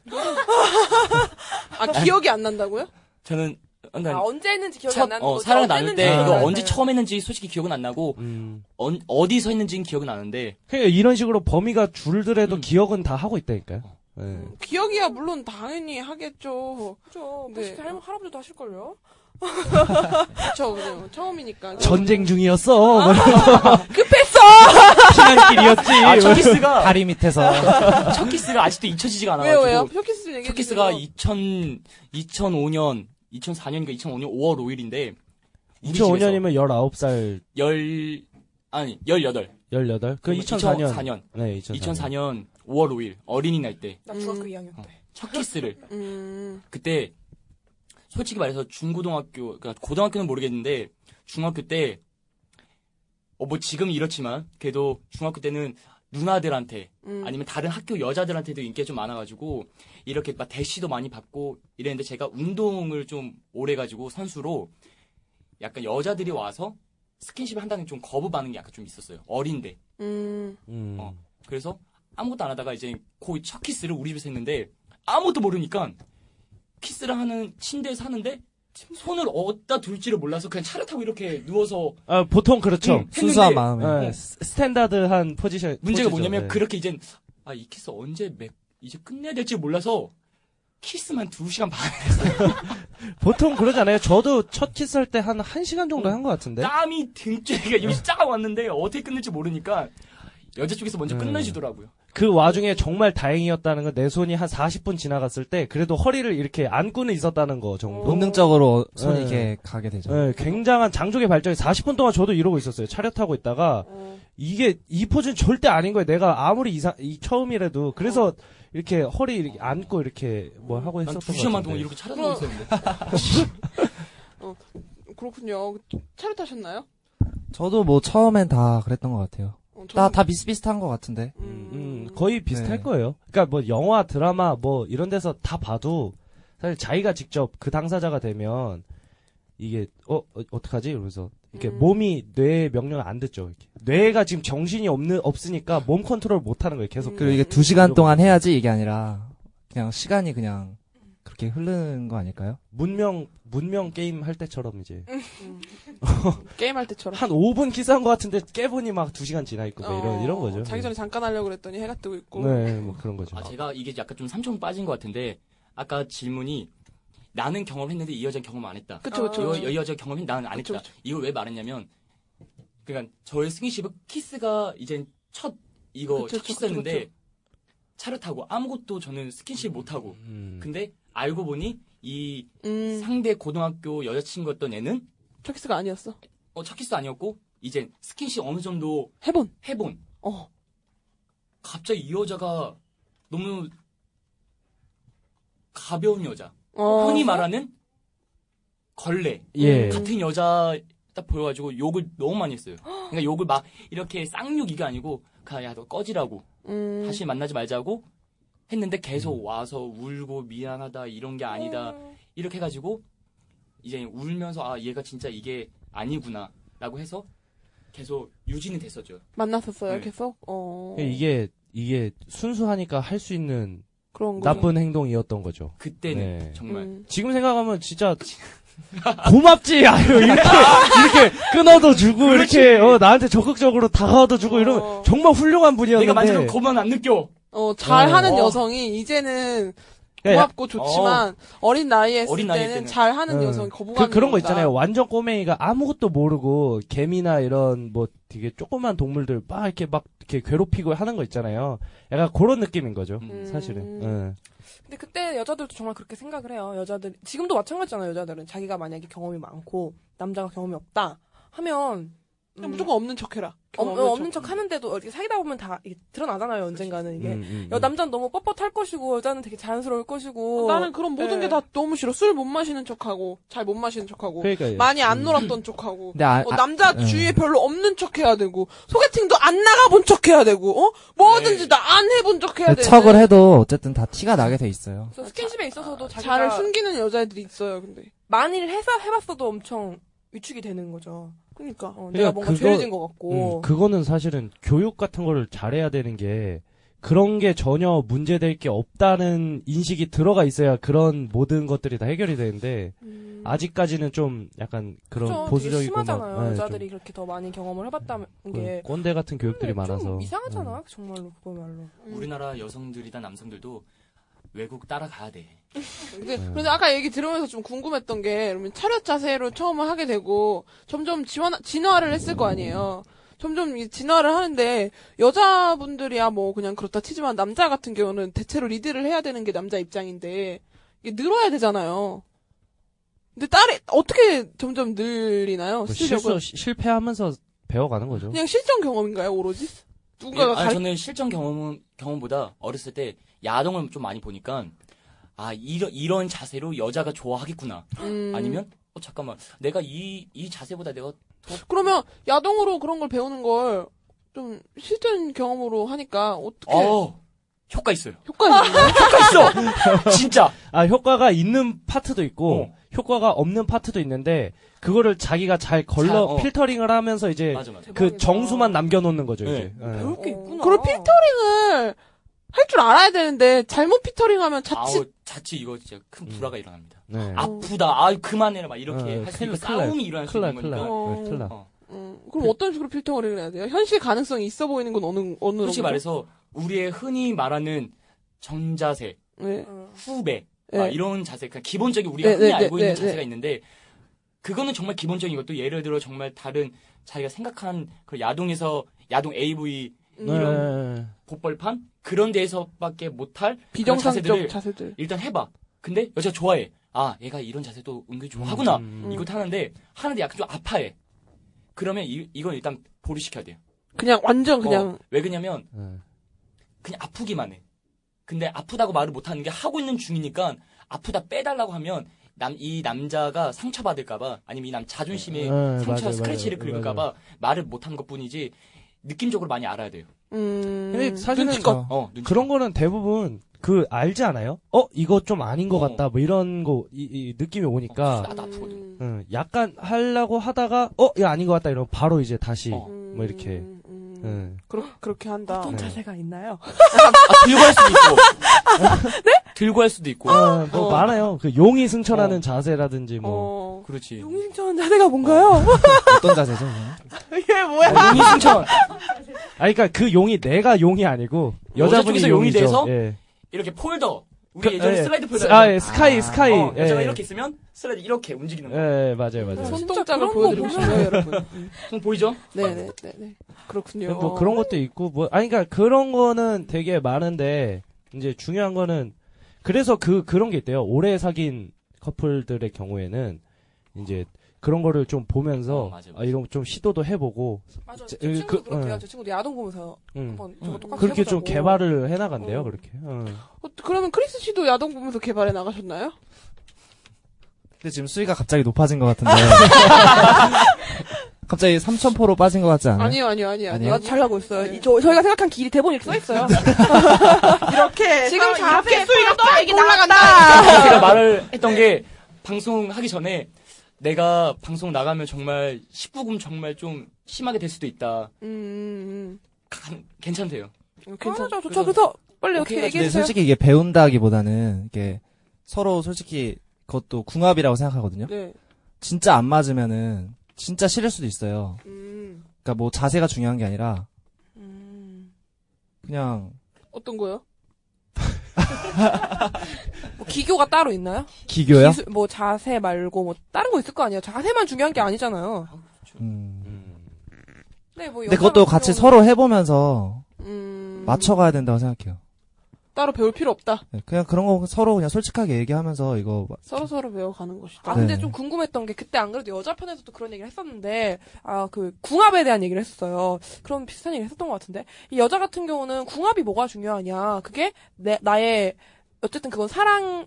Speaker 5: 아 기억이 안 난다고요?
Speaker 8: 저는
Speaker 2: 아,
Speaker 8: 그러니까
Speaker 2: 언제 했는지 기억이
Speaker 8: 첫,
Speaker 2: 안 나는
Speaker 8: 어,
Speaker 2: 거죠?
Speaker 8: 사랑을 나눌 때
Speaker 12: 어쨌는지
Speaker 8: 이거
Speaker 12: 기억이
Speaker 8: 언제 처음 했는지 솔직히 기억은 안 나고
Speaker 12: 음.
Speaker 8: 언- 어디서 했는지는 기억은 나는데 음.
Speaker 12: 그러니까 이런 식으로 범위가 줄더라도 기억은 다 하고 있다니까요. 예.
Speaker 5: 기억이야 물론 당연히 하겠죠.
Speaker 2: 그죠.
Speaker 5: 네.
Speaker 2: 네. 할머, 할아버지도 하실걸요?
Speaker 5: 그쵸 그냥 처음이니까.
Speaker 12: 전쟁 중이었어. 뭐 이런
Speaker 2: 급했어!
Speaker 12: 피난길이었지.
Speaker 8: 아, 첫 키스가
Speaker 14: 다리 밑에서
Speaker 8: 첫 키스가 아직도 잊혀지지가 않아
Speaker 5: 왜요
Speaker 8: 가지고
Speaker 5: 왜요? 쇼키스 얘기.
Speaker 8: 첫 키스가 2000 2005년 2004년인가 2005년 5월 5일인데
Speaker 12: 2005년이면 19살,
Speaker 8: 열 아니 18.
Speaker 12: 18. 그 2004년.
Speaker 8: 2004년.
Speaker 12: 네, 2004년.
Speaker 8: 2004년 5월 5일 어린이날 때
Speaker 2: 나
Speaker 5: 음.
Speaker 2: 중학교 2학년 때.
Speaker 8: 첫 키스를
Speaker 5: <laughs> 음.
Speaker 8: 그때 솔직히 말해서 중고등학교 그러니까 고등학교는 모르겠는데 중학교 때 어, 뭐 지금 이렇지만 그래도 중학교 때는 누나들한테
Speaker 5: 음.
Speaker 8: 아니면 다른 학교 여자들한테도 인기가 좀 많아가지고 이렇게 막 대시도 많이 받고 이랬는데 제가 운동을 좀 오래 가지고 선수로 약간 여자들이 와서 스킨십을 한다는 좀 거부받는 게 약간 좀 있었어요 어린데
Speaker 5: 음.
Speaker 12: 음.
Speaker 8: 어. 그래서 아무것도 안 하다가 이제 거의 첫 키스를 우리 집에서 했는데 아무것도 모르니까 키스를 하는 침대에서 하는데 손을 어디다 둘지를 몰라서 그냥 차를 타고 이렇게 누워서
Speaker 12: 아, 보통 그렇죠.
Speaker 8: 음.
Speaker 14: 순수한
Speaker 8: 했는데,
Speaker 14: 마음에
Speaker 12: 예, 스- 스탠다드한 포지션.
Speaker 8: 문제가
Speaker 12: 포지죠.
Speaker 8: 뭐냐면
Speaker 12: 예.
Speaker 8: 그렇게 이제 아 이 키스 언제 맺- 이제 끝내야 될지 몰라서 키스만 2시간 반
Speaker 12: 보통 그러잖아요. 저도 첫 키스할 때 한 1시간 정도 한 것 같은데.
Speaker 8: 땀이 등줄기가 여기 쫙 왔는데 어떻게 끝낼지 모르니까 여자 쪽에서 먼저
Speaker 12: 음.
Speaker 8: 끝내주더라고요.
Speaker 12: 그 와중에 정말 다행이었다는 건 내 손이 한 40분 지나갔을 때 그래도 허리를 이렇게 안고는 있었다는 거 정도.
Speaker 14: 본능적으로 손이
Speaker 12: 네.
Speaker 14: 이렇게 가게 되죠.
Speaker 12: 예, 굉장한 장족의 발전이 40분 동안 저도 이러고 있었어요. 차렷 타고 있다가 이게 이 포즈는 절대 아닌 거예요. 내가 아무리 이상 이 처음이라도 그래서 이렇게 허리 이렇게 안고 이렇게 뭐 하고
Speaker 8: 난
Speaker 12: 했었던 거
Speaker 8: 2시간 반 동안 이렇게
Speaker 5: 그럼-
Speaker 8: 차려놓고 있었는데.
Speaker 5: 그렇군요. 차를 타셨나요?
Speaker 14: 저도 뭐 처음엔 다 그랬던 것 같아요.
Speaker 5: 어, 저는-
Speaker 14: 다, 다 비슷비슷한 것 같은데.
Speaker 12: 음,
Speaker 5: 음.
Speaker 12: 거의 비슷할
Speaker 14: 네.
Speaker 12: 거예요. 그러니까 뭐 영화, 드라마 뭐 이런 데서 다 봐도 사실 자기가 직접 그 당사자가 되면 이게 어, 어 어떡하지 이러면서 이렇게 뭐
Speaker 5: 음.
Speaker 12: 몸이 뇌의 명령을 안 듣죠. 이렇게. 뇌가 지금 정신이 없는 없으니까 몸 컨트롤 못 하는 거예요. 계속.
Speaker 5: 음.
Speaker 14: 그리고 이게 두 시간 동안 해야지 이게 아니라 그냥 시간이 그냥 그렇게 흐르는 거 아닐까요?
Speaker 12: 문명 문명 게임 할 때처럼 이제
Speaker 5: 게임할 때처럼.
Speaker 12: 한 5분 키스한 것 같은데 깨보니 막 2시간 지나 있고 막 이런
Speaker 5: 어,
Speaker 12: 이런 거죠.
Speaker 5: 자기 전에 잠깐 하려고 그랬더니 해가 뜨고 있고.
Speaker 12: 네, 뭐 그런 거죠.
Speaker 8: 아, 제가 이게 약간 좀 삼촌 빠진 것 같은데 아까 질문이 나는 경험했는데 이 여자 경험 안 했다.
Speaker 5: 그쵸 그쵸.
Speaker 8: 이, 여, 이 여자 경험이 나는 안 했다. 이걸 왜 말했냐면 그러니까 저의 승희씨의 키스가 이제 첫 이거
Speaker 5: 그쵸,
Speaker 8: 첫
Speaker 5: 그쵸,
Speaker 8: 키스였는데
Speaker 5: 그쵸,
Speaker 8: 차를 타고 아무것도 저는 스킨십 못 하고
Speaker 12: 음.
Speaker 8: 근데 알고 보니 이
Speaker 5: 음.
Speaker 8: 상대 고등학교 여자친구였던 애는
Speaker 5: 첫 키스가 아니었어.
Speaker 8: 어, 첫 키스도 아니었고 이제 스킨십 어느 정도
Speaker 5: 해본.
Speaker 8: 해본
Speaker 5: 어.
Speaker 8: 갑자기 이 여자가 너무 가벼운 여자
Speaker 5: 어.
Speaker 8: 흔히 말하는 걸레
Speaker 12: 예.
Speaker 8: 같은 여자 딱 보여가지고 욕을 너무 많이 했어요. 그러니까 욕을 막 이렇게 쌍욕 이게 아니고 야너 꺼지라고
Speaker 5: 음.
Speaker 8: 다시 만나지 말자고 했는데 계속 와서 울고 미안하다 이런 게 아니다
Speaker 5: 어.
Speaker 8: 이렇게 해가지고 이제 울면서 아 얘가 진짜 이게 아니구나라고 해서 계속 유지는 됐었죠.
Speaker 5: 만났었어요
Speaker 8: 네.
Speaker 5: 계속. 어.
Speaker 12: 그 예, 이게 이게 순수하니까 할 수 있는
Speaker 5: 그런 음. 거.
Speaker 12: 나쁜 행동이었던 거죠.
Speaker 8: 그때는
Speaker 12: 네.
Speaker 8: 정말
Speaker 12: 지금 생각하면 진짜 <laughs> 고맙지 아유 이렇게 <laughs> 이렇게 끊어도 주고 이렇게 어, 나한테 적극적으로 다가와도 주고
Speaker 5: 어.
Speaker 12: 이러면 정말 훌륭한 분이었는데
Speaker 8: 내가 만지면 겁만 안 느껴.
Speaker 5: 어, 잘하는
Speaker 8: 어.
Speaker 5: 여성이 이제는
Speaker 12: 그러니까
Speaker 5: 고맙고 좋지만 어. 린 나이에 했을
Speaker 8: 어린 나이
Speaker 5: 때는
Speaker 8: 때는.
Speaker 5: 잘하는
Speaker 12: 네.
Speaker 5: 여성이
Speaker 12: 그,
Speaker 5: 거부감이
Speaker 12: 그런 거
Speaker 5: 온다.
Speaker 12: 있잖아요. 완전 꼬맹이가 아무것도 모르고 개미나 이런 뭐 되게 조그만 동물들 막 이렇게 막 이렇게 괴롭히고 하는 거 있잖아요. 약간 그런 느낌인 거죠.
Speaker 8: 음.
Speaker 12: 사실은. 예.
Speaker 2: 근데 그때 여자들도 정말 그렇게 생각을 해요. 여자들 지금도 마찬가지잖아요. 여자들은 자기가 만약에 경험이 많고 남자가 경험이 없다 하면 음,
Speaker 5: 그냥 무조건 없는 척해라.
Speaker 2: 없-
Speaker 5: 경험
Speaker 2: 없는 척
Speaker 12: 어,
Speaker 2: 하는데도 이렇게 사귀다 보면 다 이게 드러나잖아요. 언젠가는 이게
Speaker 14: 그렇죠.
Speaker 12: 음, 음,
Speaker 2: 여
Speaker 12: 음.
Speaker 2: 남자는 너무 뻣뻣할 것이고 여자는 되게 자연스러울 것이고
Speaker 5: 어, 나는 그런 모든
Speaker 2: 네.
Speaker 5: 게 다 너무 싫어. 술 못 마시는 척하고, 잘 못 마시는 척하고,
Speaker 12: 그러니까요.
Speaker 5: 많이 안 놀았던 척하고,
Speaker 14: 근데 음. 아,
Speaker 5: 어,
Speaker 14: 아-
Speaker 5: 남자
Speaker 14: 음.
Speaker 5: 주위에 별로 없는 척해야 되고, 소개팅도 안 나가본 척해야 되고, 어? 뭐든지
Speaker 8: 네.
Speaker 5: 나 안 해본 척해야 되는.
Speaker 14: 그 척을 해도 어쨌든 다 티가 나게 돼 있어요.
Speaker 5: 아,
Speaker 2: 그래서 스킨십에 있어서도 자기가
Speaker 5: 잘 숨기는 여자애들이 있어요, 근데.
Speaker 2: 만일 해서 해봤어도 엄청 위축이 되는 거죠.
Speaker 5: 그러니까.
Speaker 2: 어, 내가 뭔가 죄진 것 같고.
Speaker 12: 음, 그거는 사실은 교육 같은 거를 잘해야 되는 게 그런 게 전혀 문제될 게 없다는 인식이 들어가 있어야 그런 모든 것들이 다 해결이 되는데 아직까지는 좀 약간
Speaker 2: 그렇죠.
Speaker 12: 그런
Speaker 2: 음. 되게
Speaker 12: 보수적이고 막,
Speaker 2: 심하잖아요.
Speaker 12: 네,
Speaker 2: 여자들이 그렇게 더 많이 경험을 해봤다는
Speaker 12: 좀
Speaker 2: 게.
Speaker 12: 꼰대 같은 교육들이
Speaker 2: 근데 좀
Speaker 12: 많아서 네.
Speaker 2: 이상하잖아, 정말로, 그거말로.
Speaker 5: 음.
Speaker 8: 우리나라 여성들이나 남성들도 외국 따라가야 돼.
Speaker 5: 근데,
Speaker 12: 네.
Speaker 5: 그래서 아까 얘기 들으면서 좀 궁금했던 게, 그러면 차렷 자세로 처음을 하게 되고, 점점 지원, 진화를 했을 거 아니에요. 점점 이 진화를 하는데, 여자분들이야 뭐 그냥 그렇다 치지만, 남자 같은 경우는 대체로 리드를 해야 되는 게 남자 입장인데, 이게 늘어야 되잖아요. 근데 딸이, 어떻게 점점 늘리나요?
Speaker 12: 뭐
Speaker 14: 그
Speaker 5: 실력을?
Speaker 12: 실수 시- 실패하면서 배워가는 거죠.
Speaker 5: 그냥 실전 경험인가요, 오로지? 누군가가
Speaker 12: 예,
Speaker 8: 아니,
Speaker 5: 가르-
Speaker 8: 저는 실전 경험은 경험보다 어렸을 때 야동을 좀 많이 보니까 아 이런 이런 자세로 여자가 좋아하겠구나.
Speaker 5: 음.
Speaker 8: 아니면 어 잠깐만 내가 이 이 자세보다 내가
Speaker 5: 그러면 야동으로 그런 걸 배우는 걸 좀 실전 경험으로 하니까 어떻게
Speaker 8: 어 효과 있어요.
Speaker 5: 효과가 있나요?
Speaker 8: <laughs>
Speaker 12: <laughs>
Speaker 8: 진짜.
Speaker 12: 아 효과가 있는 파트도 있고
Speaker 8: 어.
Speaker 12: 효과가 없는 파트도 있는데 그거를 자기가 잘 걸러
Speaker 8: 자, 어.
Speaker 12: 필터링을 하면서 이제
Speaker 8: 맞아 맞아.
Speaker 12: 그 정수만 남겨놓는 거죠
Speaker 8: 네.
Speaker 12: 이제. 예.
Speaker 2: 배울 게 있구나.
Speaker 5: 그걸 필터링을 할 줄 알아야 되는데 잘못 필터링하면 자칫
Speaker 8: 아우 자칫 이거 진짜 큰 불화가 일어납니다.
Speaker 12: 네.
Speaker 8: 아프다. 아 그만해라 막 이렇게
Speaker 12: 음. 어,
Speaker 8: 할 수
Speaker 12: 큰일
Speaker 8: 있고
Speaker 12: 나, 큰일 나.
Speaker 8: 싸움이 일어날 수
Speaker 12: 큰일 나,
Speaker 8: 있는
Speaker 12: 큰일 나.
Speaker 8: 거니까.
Speaker 5: 거니까.
Speaker 12: 네, 큰일 나.
Speaker 8: 어.
Speaker 5: 음, 그럼 어떤 식으로 필터링을 해야 돼요? 현실 가능성이 있어 보이는 건 어느 어느
Speaker 8: 솔직히 말해서 우리의 흔히 말하는 정자세,
Speaker 5: 네.
Speaker 2: 어.
Speaker 8: 후배
Speaker 5: 네.
Speaker 8: 아, 이런 자세, 그냥 기본적인 우리가
Speaker 5: 네,
Speaker 8: 흔히
Speaker 5: 네,
Speaker 8: 알고
Speaker 5: 네,
Speaker 8: 있는
Speaker 5: 네,
Speaker 8: 자세가
Speaker 5: 네.
Speaker 8: 있는데 그거는 정말 기본적인 것도 예를 들어 정말 다른 자기가 생각한 그 야동에서 야동 AV
Speaker 5: 음.
Speaker 12: 네.
Speaker 8: 복벌판 그런 데에서밖에 못할 그런
Speaker 5: 비정상적
Speaker 8: 자세들을
Speaker 5: 자세들.
Speaker 8: 일단 해봐. 근데 여자 가 좋아해. 아 얘가 이런 자세도 은근 좋아하구나.
Speaker 12: 음.
Speaker 8: 이거 하는데 하는데 약간 좀 아파해. 그러면 이, 이건 일단 보류시켜야 돼요.
Speaker 5: 그냥 완전 그냥
Speaker 8: 어, 왜 그냐면
Speaker 12: 네.
Speaker 8: 그냥 아프기만 해. 근데 아프다고 말을 못하는 게 하고 있는 중이니까 아프다 빼달라고 하면 남 이 남자가 상처받을까봐 아니면 이 남 자존심에
Speaker 12: 네, 맞아요,
Speaker 8: 상처
Speaker 12: 맞아요.
Speaker 8: 스크래치를
Speaker 12: 맞아요. 네,
Speaker 8: 긁을까봐 말을 못하는 것뿐이지 느낌적으로 많이 알아야 돼요.
Speaker 5: 음.
Speaker 2: 네,
Speaker 12: 근데
Speaker 14: 그러니까
Speaker 12: 사실은
Speaker 5: 눈치껏.
Speaker 8: 어 눈치.
Speaker 12: 그런 거는 대부분 그 알지 않아요? 어 이거 좀 아닌 것
Speaker 8: 어.
Speaker 12: 같다 뭐 이런 거 이 느낌이 오니까
Speaker 8: 나도 아프거든.
Speaker 5: 음.
Speaker 12: 음, 약간 하려고 하다가 어 이거 아닌 것 같다 이러면 바로 이제 다시
Speaker 8: 어.
Speaker 12: 뭐 이렇게
Speaker 5: 음, 음.
Speaker 12: 음.
Speaker 5: 그렇 그렇게 한다.
Speaker 2: 어떤
Speaker 12: 네.
Speaker 2: 자세가 있나요?
Speaker 8: 아, 들고 할 수도 있고.
Speaker 12: <laughs>
Speaker 8: 네? 들고 할 수도 있고.
Speaker 12: 어, 뭐
Speaker 8: 어.
Speaker 12: 많아요. 그 용이 승천하는
Speaker 8: 어.
Speaker 12: 자세라든지 뭐
Speaker 5: 어.
Speaker 8: 그렇지.
Speaker 2: 용신처한 자세가 뭔가요?
Speaker 14: 어떤 자세죠? 그냥?
Speaker 5: 이게 뭐야?
Speaker 8: 용이 승천.
Speaker 12: 어, 아니 그러니까 그 용이 내가 용이 아니고 여자분이
Speaker 8: 쪽에서 어, 용이
Speaker 12: 용이죠.
Speaker 8: 돼서?
Speaker 12: 예.
Speaker 8: 이렇게 폴더. 우리
Speaker 12: 그,
Speaker 8: 예전에
Speaker 12: 예.
Speaker 8: 슬라이드 폴더.
Speaker 12: 아, 예, 스카이 스카이.
Speaker 8: 어,
Speaker 12: 예.
Speaker 8: 여자가 이렇게 있으면 슬라이드 이렇게 움직이는 거.
Speaker 12: 예, 맞아요, 맞아요.
Speaker 2: 그런
Speaker 5: 손동작을
Speaker 2: 거
Speaker 5: 보여드리고
Speaker 2: 보면- 음.
Speaker 5: 싶네요, 여러분.
Speaker 8: 그럼 보이죠?
Speaker 5: 네네네. 네 그렇군요.
Speaker 12: 뭐 그런 것도 있고 뭐 아니 그러니까 그런 거는 되게 많은데 이제 중요한 거는 그래서 그 그런 게 있대요. 오래 사귄 커플들의 경우에는 이제 그런 거를 좀 보면서
Speaker 8: 어, 맞아, 맞아.
Speaker 12: 아, 이런 거 좀 시도도 해보고
Speaker 2: 맞아.
Speaker 12: 제-
Speaker 2: 제 친구도
Speaker 12: 그-
Speaker 2: 그렇게 해요.
Speaker 12: 응.
Speaker 2: 제 친구도 야동 보면서
Speaker 12: 음,
Speaker 2: 한번 저거 똑같이
Speaker 12: 그렇게 좀
Speaker 2: 뭐 해보자고.
Speaker 12: 개발을 해나간대요.
Speaker 2: 어.
Speaker 12: 그렇게. 어.
Speaker 5: 어, 그러면 크리스 씨도 야동 보면서 개발해 나가셨나요?
Speaker 14: 근데 지금 수위가 갑자기 높아진 것 같은데. <laughs> 갑자기 3,000포로 빠진 것 같지 않아요?
Speaker 5: 아니요, 아니요, 아니요.
Speaker 14: 네. 아니요?
Speaker 5: 아니요.
Speaker 2: 나도 잘 나고 있어요.
Speaker 5: 네.
Speaker 2: 이- 저, 저희가 생각한 길이 대본 이렇게 써 있어요. <laughs> 이렇게
Speaker 5: 지금 자세
Speaker 2: 수위가
Speaker 5: 빡 올라간다.
Speaker 8: 제가 말을 했던 게 방송 하기 전에 내가 방송 나가면 정말 19금 정말 좀 심하게 될 수도 있다.
Speaker 5: 음,
Speaker 8: 가- 괜찮대요.
Speaker 5: 음. 괜찮아.
Speaker 2: 괜찮아. 좋죠. 그래서 빨리
Speaker 8: 오케이,
Speaker 2: 어떻게
Speaker 14: 근데
Speaker 2: 얘기해 주세요.
Speaker 14: 솔직히 이게 배운다기보다는 이게 서로 솔직히 그것도 궁합이라고 생각하거든요.
Speaker 5: 네.
Speaker 14: 진짜 안 맞으면은 진짜 싫을 수도 있어요.
Speaker 5: 음.
Speaker 14: 그러니까 뭐 자세가 중요한 게 아니라
Speaker 2: 음.
Speaker 14: 그냥
Speaker 5: 어떤 거요?
Speaker 2: <laughs> 뭐 기교가 따로 있나요?
Speaker 14: 기교요?
Speaker 2: 기술, 뭐 자세 말고 뭐 다른 거 있을 거 아니에요. 자세만 중요한 게 아니잖아요.
Speaker 14: 음.
Speaker 2: 네, 뭐
Speaker 14: 근데
Speaker 2: 여자
Speaker 14: 그것도
Speaker 2: 같은
Speaker 14: 같이
Speaker 2: 경우는
Speaker 14: 서로 해보면서
Speaker 5: 음.
Speaker 14: 맞춰가야 된다고 생각해요.
Speaker 5: 따로 배울 필요 없다.
Speaker 14: 네, 그냥 그런 거 서로 그냥 솔직하게 얘기하면서 이거
Speaker 5: 서로 서로 배워가는 것이다.
Speaker 2: 아 근데
Speaker 14: 네.
Speaker 2: 좀 궁금했던 게 그때 안 그래도 여자 편에서도 그런 얘기를 했었는데 아 그 궁합에 대한 얘기를 했었어요. 그런 비슷한 얘기를 했었던 것 같은데 이 여자 같은 경우는 궁합이 뭐가 중요하냐 그게 내 나의 어쨌든 그건 사랑을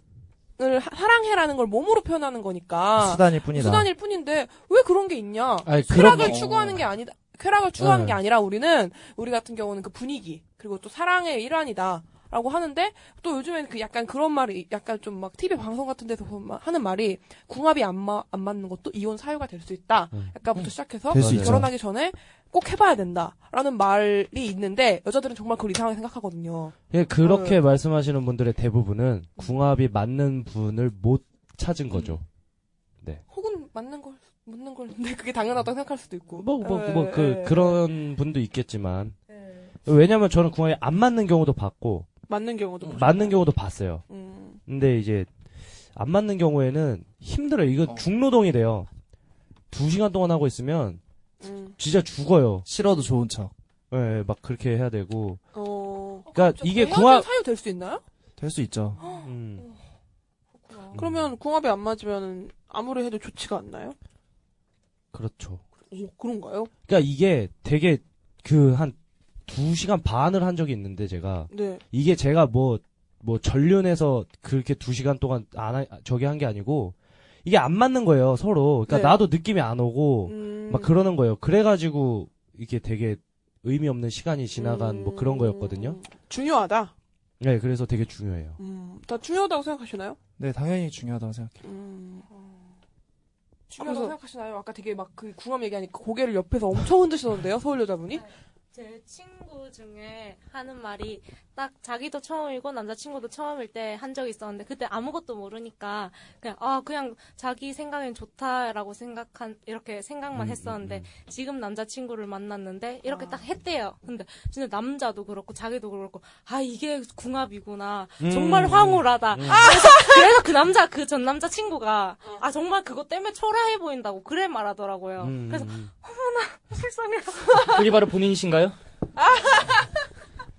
Speaker 2: 하- 사랑해라는 걸 몸으로 표현하는
Speaker 12: 아,
Speaker 2: 거니까
Speaker 14: 수단일 뿐이다.
Speaker 2: 수단일 뿐인데 왜 그런 게 있냐?
Speaker 12: 아니
Speaker 2: 쾌락을
Speaker 8: 거.
Speaker 2: 추구하는 게 아니다. 쾌락을 추구하는
Speaker 12: 어. 네.
Speaker 2: 게 아니라 우리는 우리 같은 경우는 그 분위기 그리고 또 사랑의 일환이다. 라고 하는데 또 요즘엔 그 약간 그런 말이 약간 좀 막 TV 방송 같은 데서 보면 막 하는 말이 궁합이 안, 마- 안 맞는 것도 이혼 사유가 될 수 있다. 약간부터 시작해서
Speaker 12: 음. 될수 있죠.
Speaker 2: 결혼하기 전에 꼭 해봐야 된다라는 말이 있는데 여자들은 정말 그걸 이상하게 생각하거든요.
Speaker 12: 예,
Speaker 2: 어.
Speaker 12: 그렇게 말씀하시는 분들의 대부분은 궁합이 맞는 분을 못 찾은 거죠.
Speaker 2: 혹은 맞는 걸 묻는 걸 근데 그게 당연하다고 생각할 수도 있고.
Speaker 12: 뭐, 뭐,
Speaker 2: 예,
Speaker 12: 뭐, 그,
Speaker 2: 예.
Speaker 12: 그런 분도 있겠지만. 왜냐면 저는 궁합이 안 맞는 경우도 봤고,
Speaker 5: 맞는 경우도 보죠.
Speaker 12: 음. 맞는 경우도 봤어요.
Speaker 5: 음.
Speaker 12: 근데 이제, 안 맞는 경우에는 힘들어요. 이거 중노동이 돼요. 두 시간 동안 하고 있으면,
Speaker 5: 음.
Speaker 12: 진짜 죽어요.
Speaker 14: 싫어도 좋은 척.
Speaker 12: 예, 막 그렇게 해야 되고.
Speaker 2: 어.
Speaker 5: 그렇죠.
Speaker 12: 그러니까 이게
Speaker 2: 헤어질
Speaker 12: 궁합,
Speaker 2: 사유 될 수 있나요?
Speaker 14: 될 수 있죠.
Speaker 12: 음.
Speaker 5: 그러면 궁합이 안 맞으면 아무리 해도 좋지가 않나요?
Speaker 12: 그렇죠.
Speaker 5: 오, 그런가요?
Speaker 12: 그러니까 이게 되게 그 한 두 시간 반을 한 적이 있는데 제가
Speaker 5: 네.
Speaker 12: 이게 제가 뭐, 뭐, 전륜해서 그렇게 두 시간 동안 안, 하- 저기 한 게 아니고, 이게 안 맞는 거예요, 서로. 그러니까
Speaker 5: 네.
Speaker 12: 나도 느낌이 안 오고,
Speaker 5: 음.
Speaker 12: 어. 막 그러는 거예요. 그래가지고, 이게 되게 의미 없는 시간이 지나간 뭐 그런 거였거든요.
Speaker 5: 중요하다.
Speaker 12: 네, 그래서 되게 중요해요.
Speaker 5: 음, 다 중요하다고 생각하시나요?
Speaker 14: 네, 당연히 중요하다고 생각해요.
Speaker 5: 음.
Speaker 2: 중요하다고
Speaker 5: 그래서-
Speaker 2: 어. 생각하시나요? 아까 되게 막 그 궁합 얘기하니까 고개를 옆에서 엄청 흔드시던데요, 서울 여자분이?
Speaker 4: 제 친구 중에 하는 말이 딱 자기도 처음이고 남자친구도 처음일 때 한 적이 있었는데 그때 아무것도 모르니까 그냥 아 그냥 자기 생각엔 좋다라고 생각한 이렇게 생각만 했었는데 지금 남자친구를 만났는데 이렇게 딱 했대요. 근데 진짜 남자도 그렇고 자기도 그렇고 아 이게 궁합이구나 정말 황홀하다. 아, 그래서, 그래서 그 남자 그 전 남자 친구가 아 정말 그거 때문에 초라해 보인다고 그래 말하더라고요.
Speaker 12: 음.
Speaker 4: 그래서 불쌍해.
Speaker 8: 그게 바로 본인이신가요?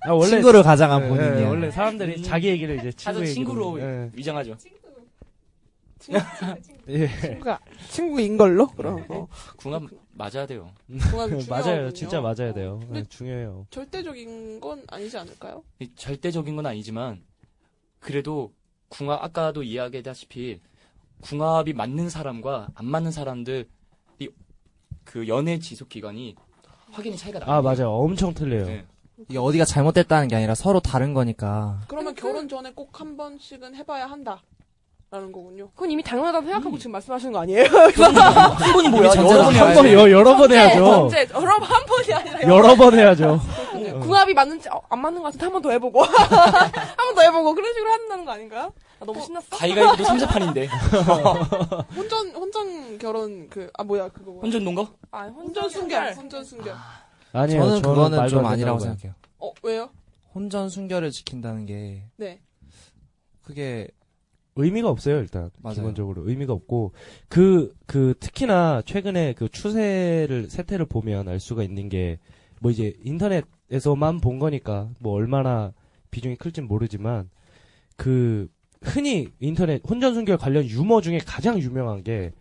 Speaker 12: 아, 원래,
Speaker 14: 친구를 가장한
Speaker 12: 예,
Speaker 14: 본인이야. 음.
Speaker 12: 예, 원래 사람들이 자기 얘기를 이제
Speaker 8: 다들
Speaker 12: 친구
Speaker 8: 친구로 네.
Speaker 12: 얘기로,
Speaker 8: 위장하죠.
Speaker 12: 예.
Speaker 14: <laughs>
Speaker 12: 예.
Speaker 5: 친구가 친구인 걸로
Speaker 2: 네.
Speaker 5: 그럼 어,
Speaker 8: 궁합 맞아야 돼요.
Speaker 5: 궁합이
Speaker 12: <laughs> 맞아요.
Speaker 5: 중요하거든요.
Speaker 12: 진짜 맞아야 돼요. 예,
Speaker 5: 근데-
Speaker 12: 중요해요.
Speaker 5: 절대적인 건 아니지 않을까요?
Speaker 8: 이 절대적인 건 아니지만 그래도 궁합 아까도 이야기했다시피 궁합이 맞는 사람과 안 맞는 사람들이 그 연애 지속 기간이 확연히 차이가 나요.
Speaker 12: 아, 맞아요. 엄청 틀려요.
Speaker 8: 네.
Speaker 14: 이게 어디가 잘못됐다는 게 아니라 서로 다른 거니까.
Speaker 5: 그러면 결혼 전에 꼭 한 번씩은 해봐야 한다. 라는 거군요.
Speaker 2: 그건 이미 당연하다고 생각하고 지금 말씀하시는 거 아니에요?
Speaker 8: 한 번이 뭐야?
Speaker 14: 전제가
Speaker 8: 여러 번이
Speaker 14: 한
Speaker 8: 아니야.
Speaker 12: 번, 여, 여러 번 해야죠.
Speaker 2: 언제 여러 번 네, 한 번이 아니라
Speaker 14: 네.
Speaker 12: 여러 번 해야죠.
Speaker 2: 궁합이 맞는지 어, 안 맞는 것 같은데 한 번 더 <laughs> 해보고 한 번 더 해보고 그런 식으로 한다는 거 아닌가요? 아, 너무 신났어?
Speaker 8: 가위가위도 3재판인데.
Speaker 5: 혼전 혼전 결혼 그 아 뭐야 그거 뭐야?
Speaker 8: 혼전 논거?
Speaker 2: 아
Speaker 5: 혼전 순결 혼전 순결.
Speaker 12: 아니에요.
Speaker 14: 저는 그거는
Speaker 12: 말도
Speaker 14: 좀
Speaker 12: 안 된다고 봐요.
Speaker 14: 아니라고 생각해요.
Speaker 5: 어 왜요?
Speaker 14: 혼전 순결을 지킨다는 게
Speaker 5: 네.
Speaker 14: 그게
Speaker 12: 의미가 없어요 일단
Speaker 14: 맞아요.
Speaker 12: 기본적으로 의미가 없고 그 그 특히나 최근에 그 추세를 세태를 보면 알 수가 있는 게 뭐 이제 인터넷에서만 본 거니까 뭐 얼마나 비중이 클진 모르지만 그 흔히 인터넷 혼전 순결 관련 유머 중에 가장 유명한 게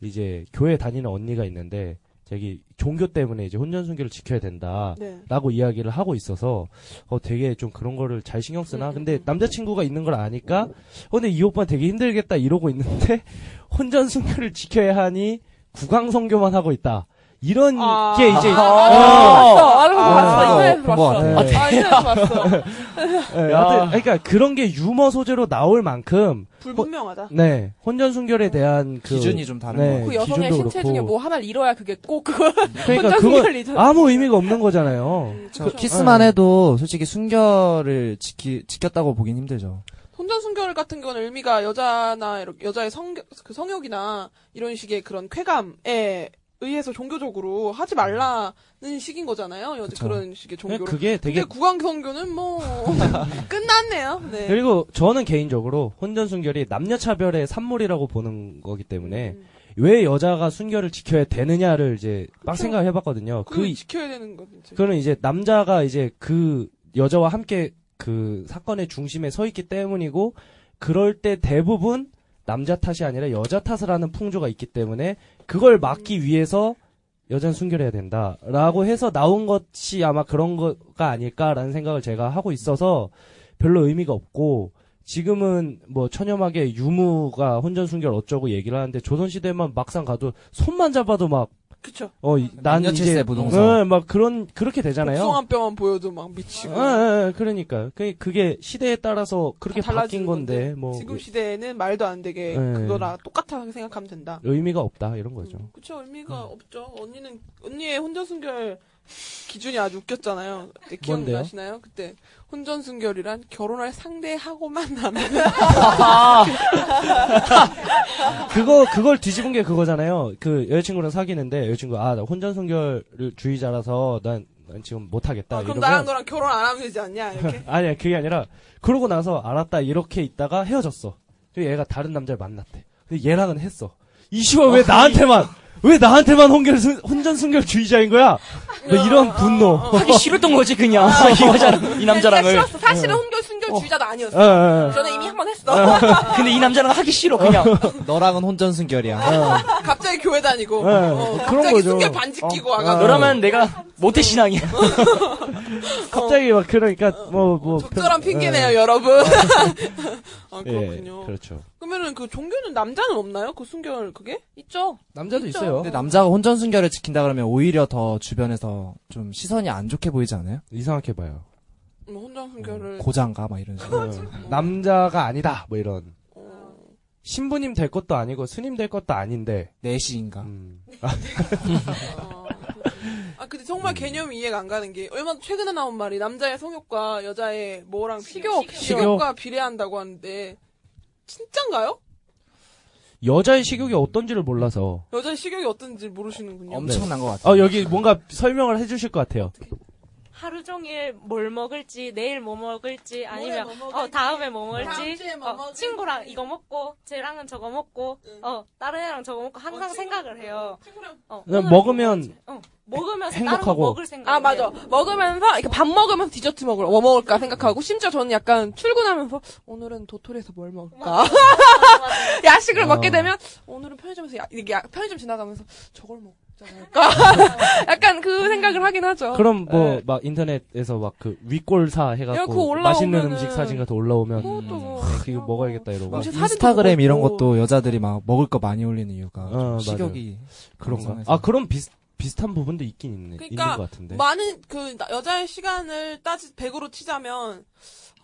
Speaker 12: 이제 교회 다니는 언니가 있는데 자기 종교 때문에 이제 혼전 순결을 지켜야 된다.
Speaker 5: 네.
Speaker 12: 라고 이야기를 하고 있어서 어 되게 좀 그런 거를 잘 신경 쓰나
Speaker 2: 네.
Speaker 5: 음,
Speaker 12: 근데
Speaker 5: 음.
Speaker 12: 남자친구가 있는 걸 아니까 어 근데 이 오빠 되게 힘들겠다 이러고 있는데 <laughs> 혼전 순결을 지켜야 하니 구강 성교만 하고 있다 이런
Speaker 5: 아.
Speaker 2: <laughs>
Speaker 12: 게 이제
Speaker 2: 아,
Speaker 12: 어,
Speaker 2: 봤어. 알고
Speaker 12: 아,
Speaker 2: 봤어. 인터넷에서
Speaker 14: 본거
Speaker 2: 봤어.
Speaker 12: 같아요. 네.
Speaker 2: 아, 인터넷에서
Speaker 5: 그
Speaker 2: 봤어.
Speaker 12: 예,
Speaker 8: 야.
Speaker 12: 하여튼 그러니까 그런 게 유머 소재로 나올
Speaker 2: 뭐,
Speaker 12: 만큼
Speaker 5: 불분명하다.
Speaker 12: 네 혼전 순결에 대한 그
Speaker 14: 기준이 좀 다른
Speaker 12: 네,
Speaker 14: 거.
Speaker 2: 그 여성의
Speaker 12: 기준도
Speaker 2: 신체
Speaker 12: 그렇고.
Speaker 2: 중에 뭐 하나를 잃어야 그게 꼭 그거
Speaker 12: 그러니까
Speaker 2: 혼전
Speaker 12: 그건
Speaker 2: 순결이잖아.
Speaker 12: 아무 의미가 없는 거잖아요
Speaker 5: 음, 그렇죠.
Speaker 14: 저 키스만
Speaker 12: 네.
Speaker 14: 해도 솔직히 순결을 지키, 지켰다고 보긴 힘들죠.
Speaker 5: 혼전 순결 같은 경우는 의미가 여자나 이렇게 여자의 성, 그 성욕이나 이런 식의 그런 쾌감에 의해서 종교적으로 하지 말라는 식인 거잖아요. 여자
Speaker 14: 그쵸.
Speaker 5: 그런 식의
Speaker 12: 그냥
Speaker 5: 종교로.
Speaker 12: 네, 그게 되게
Speaker 5: 근데 구강 성교는
Speaker 12: <laughs>
Speaker 5: 뭐 끝났네요. 네.
Speaker 12: 그리고 저는 개인적으로 혼전 순결이 남녀 차별의 산물이라고 보는 거기 때문에
Speaker 5: 음.
Speaker 12: 왜 여자가 순결을 지켜야 되느냐를 이제 막 생각을 해봤거든요.
Speaker 5: 그걸
Speaker 12: 그
Speaker 5: 지켜야 되는 거 진짜.
Speaker 12: 그는 이제 남자가 이제 그 여자와 함께 그 사건의 중심에 서 있기 때문이고 그럴 때 대부분 남자 탓이 아니라 여자 탓을 하는 풍조가 있기 때문에 그걸 막기 위해서 여자는 순결해야 된다라고 해서 나온 것이 아마 그런 거가 아닐까라는 생각을 제가 하고 있어서 별로 의미가 없고 지금은 뭐 천연하게 유무가 혼전 순결 어쩌고 얘기를 하는데 조선 시대만 막상 가도 손만 잡아도 막
Speaker 5: 그쵸.
Speaker 12: 어, 이- 난
Speaker 14: 남녀칠세
Speaker 12: 이제
Speaker 14: 부동서.
Speaker 12: 어, 막 그런 그렇게 되잖아요.
Speaker 5: 복숭아 뼈만 보여도 막 미치고.
Speaker 12: 어, 어, 어, 그러니까 그 그게 시대에 따라서 그렇게
Speaker 5: 다
Speaker 12: 바뀐
Speaker 5: 달라지는
Speaker 12: 건데 뭐
Speaker 5: 지금 시대에는 말도 안 되게
Speaker 12: 네.
Speaker 5: 그거랑 똑같아 생각하면 된다.
Speaker 12: 의미가 없다 이런 거죠.
Speaker 5: 음, 그쵸 의미가 없죠. 언니는 언니의 혼전 순결 기준이 아주 웃겼잖아요. 그때
Speaker 12: 뭔데요?
Speaker 5: 기억나시나요? 그때 혼전 순결이란 결혼할
Speaker 12: <laughs>
Speaker 5: 상대하고만 나는
Speaker 12: 아, 그거 그걸 뒤집은 게 그거잖아요. 그 여자친구랑 사귀는데 여자친구 아나 혼전 순결을 주의자라서 난, 난 지금 못 하겠다
Speaker 5: 아, 그럼
Speaker 12: 이러면
Speaker 5: 나랑 너랑 결혼 안 하면 되지 않냐
Speaker 12: <laughs>
Speaker 5: 이렇게.
Speaker 12: 아니야 그게 아니라 그러고 나서 알았다 이렇게 있다가 헤어졌어. 그 얘가 다른 남자를 만났대. 근데 얘랑은 했어. 이 시월
Speaker 5: 아,
Speaker 12: 왜 나한테만 왜 나한테만 혼결 순- 혼전 순결 주의자인 거야? 나
Speaker 5: 아,
Speaker 12: 이런 분노.
Speaker 8: 하기 싫었던 거지 그냥 <laughs>
Speaker 14: 아,
Speaker 8: 이 여자랑 이 남자랑을.
Speaker 2: 싫었어. 사실은 혼결 순결 주의자도 아니었어.
Speaker 12: 어, 어,
Speaker 2: 전에 이미 한 번 했어.
Speaker 8: 아, 근데 이 남자랑 하기 싫어 그냥.
Speaker 14: 너랑은 혼전순결이야.
Speaker 5: 갑자기 교회 다니고.
Speaker 12: 예,
Speaker 5: 어,
Speaker 12: 그런
Speaker 5: 갑자기
Speaker 12: 거죠.
Speaker 5: 순결 반지 끼고
Speaker 12: 어.
Speaker 5: 와가.
Speaker 8: 너라면 내가 모태 신앙이야.
Speaker 12: 갑자기 막 그러니까 뭐 뭐
Speaker 5: 어. 적절한 핑계네요 여러분. <laughs> 아 그렇군요.
Speaker 12: 어. 그렇죠.
Speaker 5: 그러면은 그 종교는 남자는 없나요? 그 순결 그게?
Speaker 2: 있죠.
Speaker 12: 남자도
Speaker 2: 있죠.
Speaker 12: 있어요.
Speaker 14: 근데 남자가 혼전순결을 지킨다 그러면 오히려 더 주변에서 좀 시선이 안 좋게 보이지 않아요?
Speaker 12: 이상하게 봐요.
Speaker 5: 음, 혼전 순결을. 뭐.
Speaker 14: 고장가 네. 막
Speaker 12: <laughs>
Speaker 14: 이런 식으로.
Speaker 12: 남자가 아니다 뭐 이런
Speaker 5: 어.
Speaker 12: 신부님 될 것도 아니고 스님 될 것도 아닌데
Speaker 14: 내시인가.
Speaker 12: 음.
Speaker 5: 어. 아 근데 정말 개념이 이해가 안 가는 게 얼마 최근에 나온 말이 남자의 성욕과 여자의 뭐랑 식욕
Speaker 12: 식욕.
Speaker 5: 식욕과 비례한다고 하는데 진짠가요?
Speaker 12: 여자의 식욕이 어떤지를 몰라서
Speaker 5: 여자의 식욕이 어떤지 모르시는군요.
Speaker 14: 엄청난 것 같아요.
Speaker 12: 어 여기 뭔가 설명을 해주실 것 같아요.
Speaker 4: 하루 종일 뭘 먹을지, 내일 뭐 먹을지, 아니면
Speaker 5: 뭐 먹을지,
Speaker 4: 어, 다음에 뭐 먹을지,
Speaker 5: 다음 주에 뭐
Speaker 4: 어,
Speaker 5: 먹을지.
Speaker 4: 친구랑 이거 먹고, 쟤랑은 저거 먹고, 어, 다른 애랑 저거 먹고 항상 생각을 해요. 어,
Speaker 12: 그냥
Speaker 3: 음.
Speaker 4: 오늘은
Speaker 12: 먹으면
Speaker 4: 먹어야지. 어, 먹으면서 다른
Speaker 12: 행복하고.
Speaker 4: 거 먹을 생각.
Speaker 2: 아 맞아. 먹으면서 이렇게 밥 먹으면서 디저트 먹으러 뭐 먹을까 생각하고 심지어 저는 약간 출근하면서 오늘은 도토리에서 뭘 먹을까 야식을 먹게 되면 오늘은 편의점에서 야, 이게 야- 편의점 지나가면서 저걸 먹자 할까 약간 그 생각을 하긴
Speaker 5: 어,
Speaker 2: 하죠.
Speaker 12: 그럼 뭐
Speaker 5: 네.
Speaker 12: 막 인터넷에서 막 그 윗골사
Speaker 2: 야, 그거
Speaker 12: 해갖고
Speaker 2: 올라오면은-
Speaker 12: 맛있는 음식 사진 같은 거 올라오면
Speaker 2: 그것도
Speaker 14: 음.
Speaker 2: 뭐
Speaker 12: 크, 이거 먹어야겠다 이러고
Speaker 14: 막
Speaker 2: 혹시 사진도
Speaker 14: 인스타그램 이런
Speaker 2: 그렇고.
Speaker 14: 것도 여자들이 막 먹을 거 많이 올리는 이유가 좀
Speaker 12: 어, 맞아요.
Speaker 14: 식욕이
Speaker 12: 그런가?
Speaker 14: 강성해서.
Speaker 12: 아 그런 비슷 비슷한 부분도 있긴 있네
Speaker 5: 그러니까
Speaker 12: 있는 것 같은데.
Speaker 5: 많은 그 나- 여자의 시간을 따지 100으로 치자면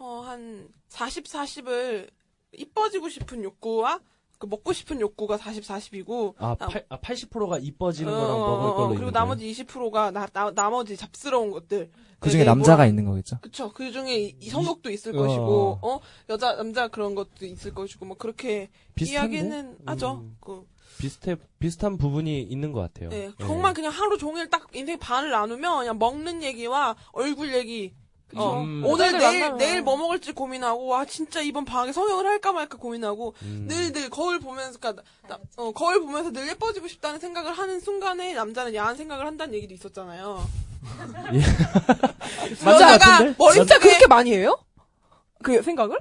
Speaker 5: 어한 40, 40을 이뻐지고 싶은 욕구와 그 먹고 싶은 욕구가 40, 40이고
Speaker 12: 아, 팔, 아 80%가 이뻐지는
Speaker 5: 어,
Speaker 12: 거랑
Speaker 5: 어,
Speaker 12: 먹을
Speaker 5: 어,
Speaker 12: 걸로
Speaker 5: 그리고
Speaker 12: 있는
Speaker 5: 나머지 20%가 나, 나 나머지 잡스러운 것들
Speaker 14: 그 중에
Speaker 5: 그게 뭐-
Speaker 14: 남자가 있는 거겠죠.
Speaker 5: 그쵸. 그 중에 이- 이 성욕도 있을
Speaker 12: 어.
Speaker 5: 것이고, 어, 여자, 남자 그런 것도 있을 것이고, 뭐, 그렇게
Speaker 12: 비슷한데?
Speaker 5: 이야기는 하죠.
Speaker 12: 음.
Speaker 5: 그,
Speaker 12: 비슷해 비슷한 부분이 있는 것 같아요.
Speaker 5: 예.
Speaker 12: 예.
Speaker 5: 정말 그냥 하루 종일 딱 인생 반을 나누면, 그냥 먹는 얘기와 얼굴 얘기. 어,
Speaker 8: 음.
Speaker 5: 오늘,
Speaker 2: 여자들
Speaker 5: 내일,
Speaker 2: 만나면.
Speaker 5: 내일 뭐 먹을지 고민하고, 와, 진짜 이번 방에 성형을 할까 말까 고민하고,
Speaker 12: 음.
Speaker 5: 늘, 늘 거울 보면서, 그니까, 어, 거울 보면서 늘 예뻐지고 싶다는 생각을 하는 순간에 남자는 야한 생각을 한다는 얘기도 있었잖아요. 예. <laughs> 여자가 머리
Speaker 2: 진짜
Speaker 5: 쪽에
Speaker 2: 그렇게 많이 해요?
Speaker 5: 네.
Speaker 2: 그 생각을?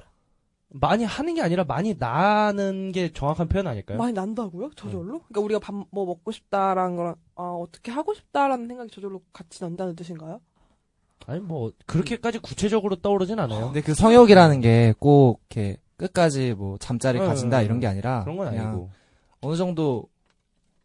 Speaker 12: 많이 하는 게 아니라 많이 나는 게 정확한 표현
Speaker 5: 네.
Speaker 12: 아닐까요?
Speaker 2: 많이 난다고요? 저절로? 그러니까 우리가 밥 뭐 먹고 싶다라는 거랑 아 어떻게 하고 싶다라는 생각이 저절로 같이 난다는 뜻인가요?
Speaker 12: 아니 뭐 그렇게까지 구체적으로 떠오르진 않아요.
Speaker 14: 근데 그 성욕이라는 게 꼭 이렇게 끝까지 뭐 잠자리
Speaker 12: 네,
Speaker 14: 가진다
Speaker 12: 네,
Speaker 14: 이런 게 아니라
Speaker 12: 그런 건
Speaker 14: 그냥
Speaker 12: 아니고.
Speaker 14: 어느 정도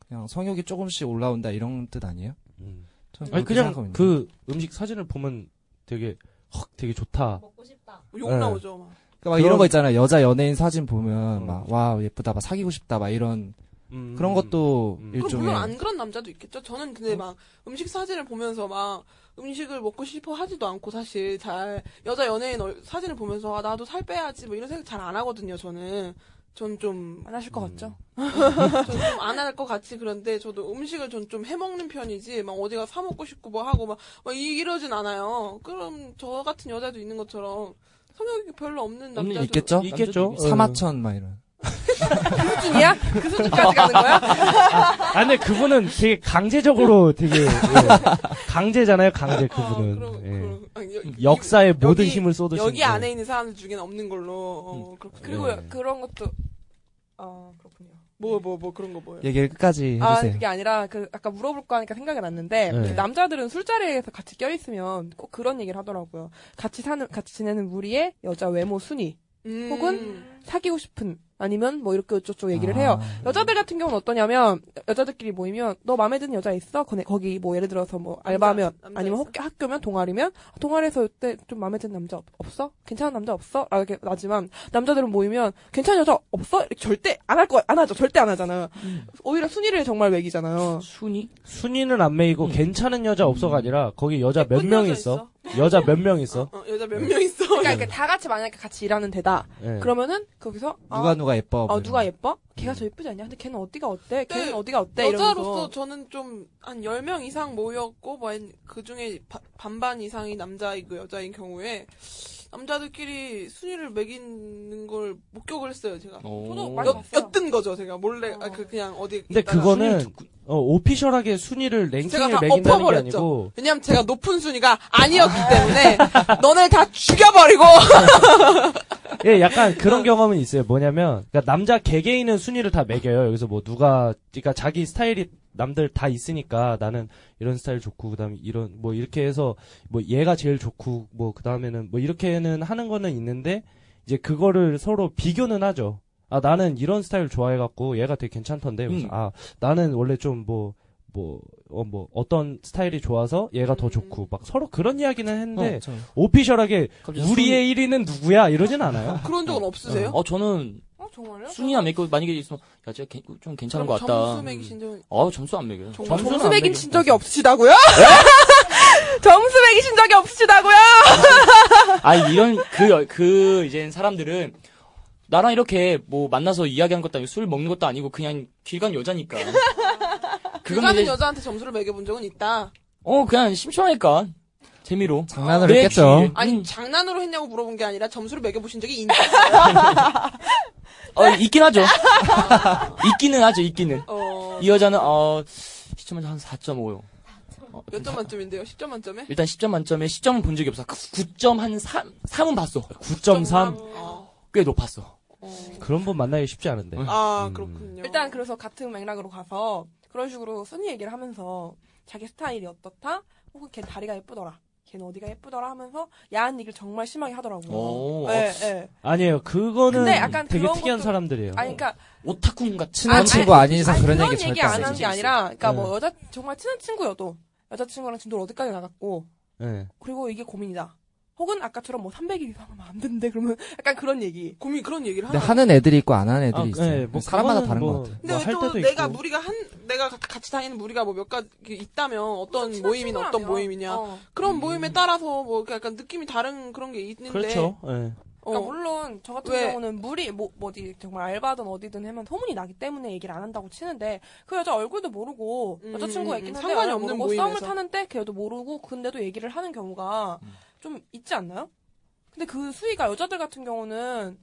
Speaker 14: 그냥 성욕이 조금씩 올라온다 이런 뜻 아니에요?
Speaker 12: 음.
Speaker 14: 저는
Speaker 12: 아니
Speaker 14: 그렇게
Speaker 12: 그냥
Speaker 14: 생각하거든요.
Speaker 12: 그 음식 사진을 보면 되게 헉 되게 좋다.
Speaker 4: 먹고 싶다.
Speaker 5: 뭐 욕
Speaker 14: 네.
Speaker 12: 예.
Speaker 5: 나오죠, 막.
Speaker 14: 그러니까 막
Speaker 12: 그런-
Speaker 14: 이런 거 있잖아요. 여자 연예인 사진 보면
Speaker 12: 음.
Speaker 14: 막 와 예쁘다, 막 사귀고 싶다, 막 이런
Speaker 12: 음.
Speaker 14: 그런 것도
Speaker 12: 음.
Speaker 5: 그럼
Speaker 14: 일종의
Speaker 5: 물론 안 그런 남자도 있겠죠. 저는 근데 막 음식 사진을 보면서 막 음식을 먹고 싶어 하지도 않고 사실 잘 여자 연예인 얼- 사진을 보면서 아, 나도 살 빼야지 뭐 이런 생각 잘 안 하거든요. 저는 전 좀
Speaker 2: 안 하실 것
Speaker 14: 음.
Speaker 2: 같죠?
Speaker 5: 안 할 것 같이 그런데 저도 음식을 전 좀 해먹는 편이지 막 어디가 사 먹고 싶고 뭐 하고 막, 막 이- 이러진 않아요. 그럼 저 같은 여자도 있는 것처럼 성욕이 별로 없는
Speaker 8: 없는
Speaker 5: 남자도
Speaker 14: 있겠죠?
Speaker 12: 있겠죠.
Speaker 14: 사마천 막 이런.
Speaker 2: 그 수준이야? 그 수준까지 가는
Speaker 14: <laughs>
Speaker 2: 거야?
Speaker 12: 아 근데 그분은 되게 강제적으로
Speaker 5: <laughs>
Speaker 12: 되게 예. 강제잖아요. 강제 그분은.
Speaker 5: 어, 그럼,
Speaker 12: 예.
Speaker 5: 그럼. 아니, 여-
Speaker 12: 역사의 모든
Speaker 5: 여기-
Speaker 12: 힘을 쏟으신
Speaker 5: 여기
Speaker 12: 분.
Speaker 5: 안에 있는 사람들 중에는 없는 걸로 어, 그렇군요.
Speaker 2: 그리고
Speaker 12: 네.
Speaker 2: 그런 것도 아 그렇군요.
Speaker 5: 뭐 뭐 뭐 그런 거 뭐예요?
Speaker 14: 얘기를 끝까지
Speaker 2: 아
Speaker 14: 해주세요.
Speaker 2: 그게 아니라 그 아까 물어볼 거 하니까 생각이 났는데 그
Speaker 12: 네.
Speaker 2: 남자들은 술자리에서 같이 껴있으면 꼭 그런 얘기를 하더라고요. 같이 사는 같이 지내는 무리의 여자 외모 순위
Speaker 5: 음.
Speaker 2: 혹은 사귀고 싶은 아니면 뭐 이렇게 어쩌고 얘기를 해요. 여자들 같은 경우는 어떠냐면 여자들끼리 모이면 너 마음에 드는 여자 있어? 거기- 거기 뭐 예를 들어서 뭐 알바면
Speaker 5: 남자
Speaker 2: 아니면
Speaker 5: 있어?
Speaker 2: 학- 학교면 동아리면 동아리에서 이때 좀 마음에 드는 남자 없- 없어? 괜찮은 남자 없어? 아, 이렇게 나지만 남자들은 모이면 괜찮은 여자 없어? 이렇게 절대 안 할 거 안 하죠. 절대 안 하잖아요.
Speaker 5: 음.
Speaker 2: 오히려 순위를 정말 매기잖아요.
Speaker 8: 순이?
Speaker 12: 순위는 안 매이고 괜찮은 여자 없어가 아니라 거기 여자 몇
Speaker 5: 음. 예쁜
Speaker 12: 명
Speaker 5: 여자
Speaker 12: 있어? 여자 몇
Speaker 5: <laughs>
Speaker 12: 명 있어?
Speaker 5: 어, 여자 몇 명 있어. <laughs>
Speaker 2: 그러니까 이렇게 다 같이 만약에 같이 일하는 데다
Speaker 12: 예.
Speaker 2: 그러면은 거기서 아,
Speaker 14: 누가 음. 누가 예뻐. 뭐
Speaker 2: 어, 누가
Speaker 14: 이런
Speaker 2: 예뻐? 걔가 저 예쁘지 않냐? 근데 걔는 어디가 어때?
Speaker 5: 네,
Speaker 2: 걔는 어디가 어때?
Speaker 5: 여자로서
Speaker 2: 이러면서
Speaker 5: 저는 좀 한 10명 이상 모였고 뭐그 중에 반반 이상이 남자이고 여자인 경우에 남자들끼리 순위를 매기는 걸 목격을 했어요, 제가.
Speaker 2: 저도
Speaker 8: 어.
Speaker 2: 많이
Speaker 5: 엿,
Speaker 2: 봤어요.
Speaker 5: 엿든 거죠, 제가. 몰래,
Speaker 2: 어.
Speaker 5: 아, 그, 그냥 어디.
Speaker 12: 근데
Speaker 5: 있다가.
Speaker 12: 그거는
Speaker 8: 순위
Speaker 12: 어, 오피셜하게 순위를
Speaker 5: 제가
Speaker 12: 랭킹을
Speaker 5: 다
Speaker 12: 매긴다는 게
Speaker 5: 엎어버렸죠.
Speaker 12: 아니고
Speaker 5: 왜냐면 제가 높은 순위가 아니었기 때문에 너네 다 죽여버리고!
Speaker 12: 예, 약간 그런 경험은 있어요. 뭐냐면, 그러니까 남자 개개인은 순위를 다 매겨요. 여기서 뭐 누가, 그러니까 자기 스타일이 남들 다 있으니까 나는 이런 스타일 좋고, 그 다음에 이런, 뭐 이렇게 해서 뭐 얘가 제일 좋고, 뭐 그 다음에는 뭐 이렇게는 하는 거는 있는데, 이제 그거를 서로 비교는 하죠. 아, 나는 이런 스타일 좋아해갖고 얘가 되게 괜찮던데. 그래서
Speaker 8: 음.
Speaker 12: 아, 나는 원래 좀 뭐, 뭐, 어, 뭐, 어떤 스타일이 좋아서 얘가 더 좋고, 막 서로 그런 이야기는 했는데, 그렇죠.
Speaker 14: 거. 어,
Speaker 12: 오피셜하게
Speaker 8: 갑자기 순위-
Speaker 12: 우리의 1위는 누구야? 이러진 않아요.
Speaker 5: <laughs> 그런 적은 없으세요?
Speaker 8: 어, 저는
Speaker 2: 어 정말요?
Speaker 8: 순위 안 매고 만약에 있으면 야, 쟤 개- 좀 괜찮은 것 같다.
Speaker 5: 점수 매기신 적은.
Speaker 8: 아, 점수 안 매겨요.
Speaker 5: 정-
Speaker 8: 점수는
Speaker 2: 점수
Speaker 8: 안
Speaker 2: 매긴
Speaker 8: 매겨요.
Speaker 2: 진 적이 없으시다고요? 점수 매기신 적이 없으시다고요?
Speaker 8: 아 이런 그 그 이제 사람들은 나랑 이렇게 뭐 만나서 이야기한 것도 아니고 술 먹는 것도 아니고 그냥 길간 여자니까.
Speaker 5: 그
Speaker 8: 그건
Speaker 5: 가는
Speaker 8: 이제
Speaker 5: 여자한테 점수를 매겨본 적은 있다.
Speaker 8: 어 그냥 심심하니까 재미로.
Speaker 14: 장난을
Speaker 8: 내
Speaker 14: 했겠죠.
Speaker 8: 귀에.
Speaker 5: 아니,
Speaker 8: 음.
Speaker 5: 장난으로 했냐고 물어본 게 아니라 점수를 매겨보신 적이 있냐.
Speaker 8: 어 있긴 하죠. <laughs> 있기는 하죠. 있기는.
Speaker 5: 어, <laughs>
Speaker 8: 이 여자는 어 시점은 한 4.5요. 어,
Speaker 5: 몇 점 만점인데요? 10점 만점에?
Speaker 8: 일단 10점 만점에 10점은 본 적이 없어. 9점 한 3, 3은 봤어.
Speaker 12: 9.3
Speaker 5: 어.
Speaker 8: 꽤 높았어.
Speaker 12: 그런 분 만나기 쉽지 않은데.
Speaker 14: 어.
Speaker 5: 아,
Speaker 12: 음.
Speaker 5: 그렇군요.
Speaker 2: 일단 그래서 같은 맥락으로 가서 그런 식으로 순위 얘기를 하면서 자기 스타일이 어떻다? 혹은 걔 다리가 예쁘더라. 걔는 어디가 예쁘더라 하면서 야한 얘기를 정말 심하게 하더라고요.
Speaker 8: 오.
Speaker 2: 예, 예.
Speaker 12: 아니에요. 그거는
Speaker 2: 근데 약간
Speaker 12: 되게
Speaker 2: 그런
Speaker 12: 특이한
Speaker 2: 것도-
Speaker 12: 사람들이에요.
Speaker 2: 아니 그러니까
Speaker 8: 오타쿠 같은.
Speaker 14: 친한
Speaker 2: 아니, 네.
Speaker 14: 친구 아닌 이상
Speaker 2: 아니,
Speaker 14: 그런 얘기
Speaker 2: 그런
Speaker 14: 절대
Speaker 2: 얘기
Speaker 14: 안
Speaker 2: 안
Speaker 14: 해.
Speaker 2: 하는 게
Speaker 8: 있어요.
Speaker 2: 아니라 그러니까 뭐
Speaker 12: 네.
Speaker 2: 여자 정말 친한 친구여도 여자친구랑 진도를 어디까지 나갔고
Speaker 12: 예.
Speaker 2: 그리고 이게 고민이다. 혹은 아까처럼 뭐 300일 이상 하면 안 된대 그러면 <laughs> 약간 그런 얘기.
Speaker 5: 고민 그런 얘기를
Speaker 14: 근데
Speaker 5: 하나.
Speaker 14: 하는 애들이 있고 안 하는 애들이 있어요.
Speaker 12: 예, 뭐
Speaker 14: 사람마다
Speaker 12: 그거는
Speaker 14: 다른
Speaker 12: 뭐,
Speaker 14: 것 같아요.
Speaker 5: 근데
Speaker 12: 뭐할
Speaker 5: 왜 또
Speaker 12: 때도
Speaker 5: 내가
Speaker 12: 있고.
Speaker 5: 무리가 한 내가 가- 같이 다니는 무리가 뭐 몇 가지 있다면 어떤
Speaker 2: 친한
Speaker 5: 음, 모임이나 어떤
Speaker 2: 친구라면.
Speaker 5: 모임이냐
Speaker 2: 어.
Speaker 5: 그런 모임에 따라서 뭐 약간 느낌이 다른 그런 게 있는데
Speaker 12: 그렇죠. 예.
Speaker 5: 어,
Speaker 2: 그러니까 물론 저 같은
Speaker 5: 왜?
Speaker 2: 경우는 물이 뭐 어디 정말 알바든 어디든 하면 소문이 나기 때문에 얘기를 안 한다고 치는데 그 여자 얼굴도 모르고
Speaker 5: 음,
Speaker 2: 여자친구가 있긴
Speaker 5: 음,
Speaker 2: 한데
Speaker 5: 상관이
Speaker 2: 얼굴
Speaker 5: 없는
Speaker 2: 모르고 싸움을
Speaker 5: 모임에서.
Speaker 2: 타는데 걔도 모르고 근데도 얘기를 하는 경우가 좀 있지 않나요? 근데 그 수위가 여자들 같은 경우는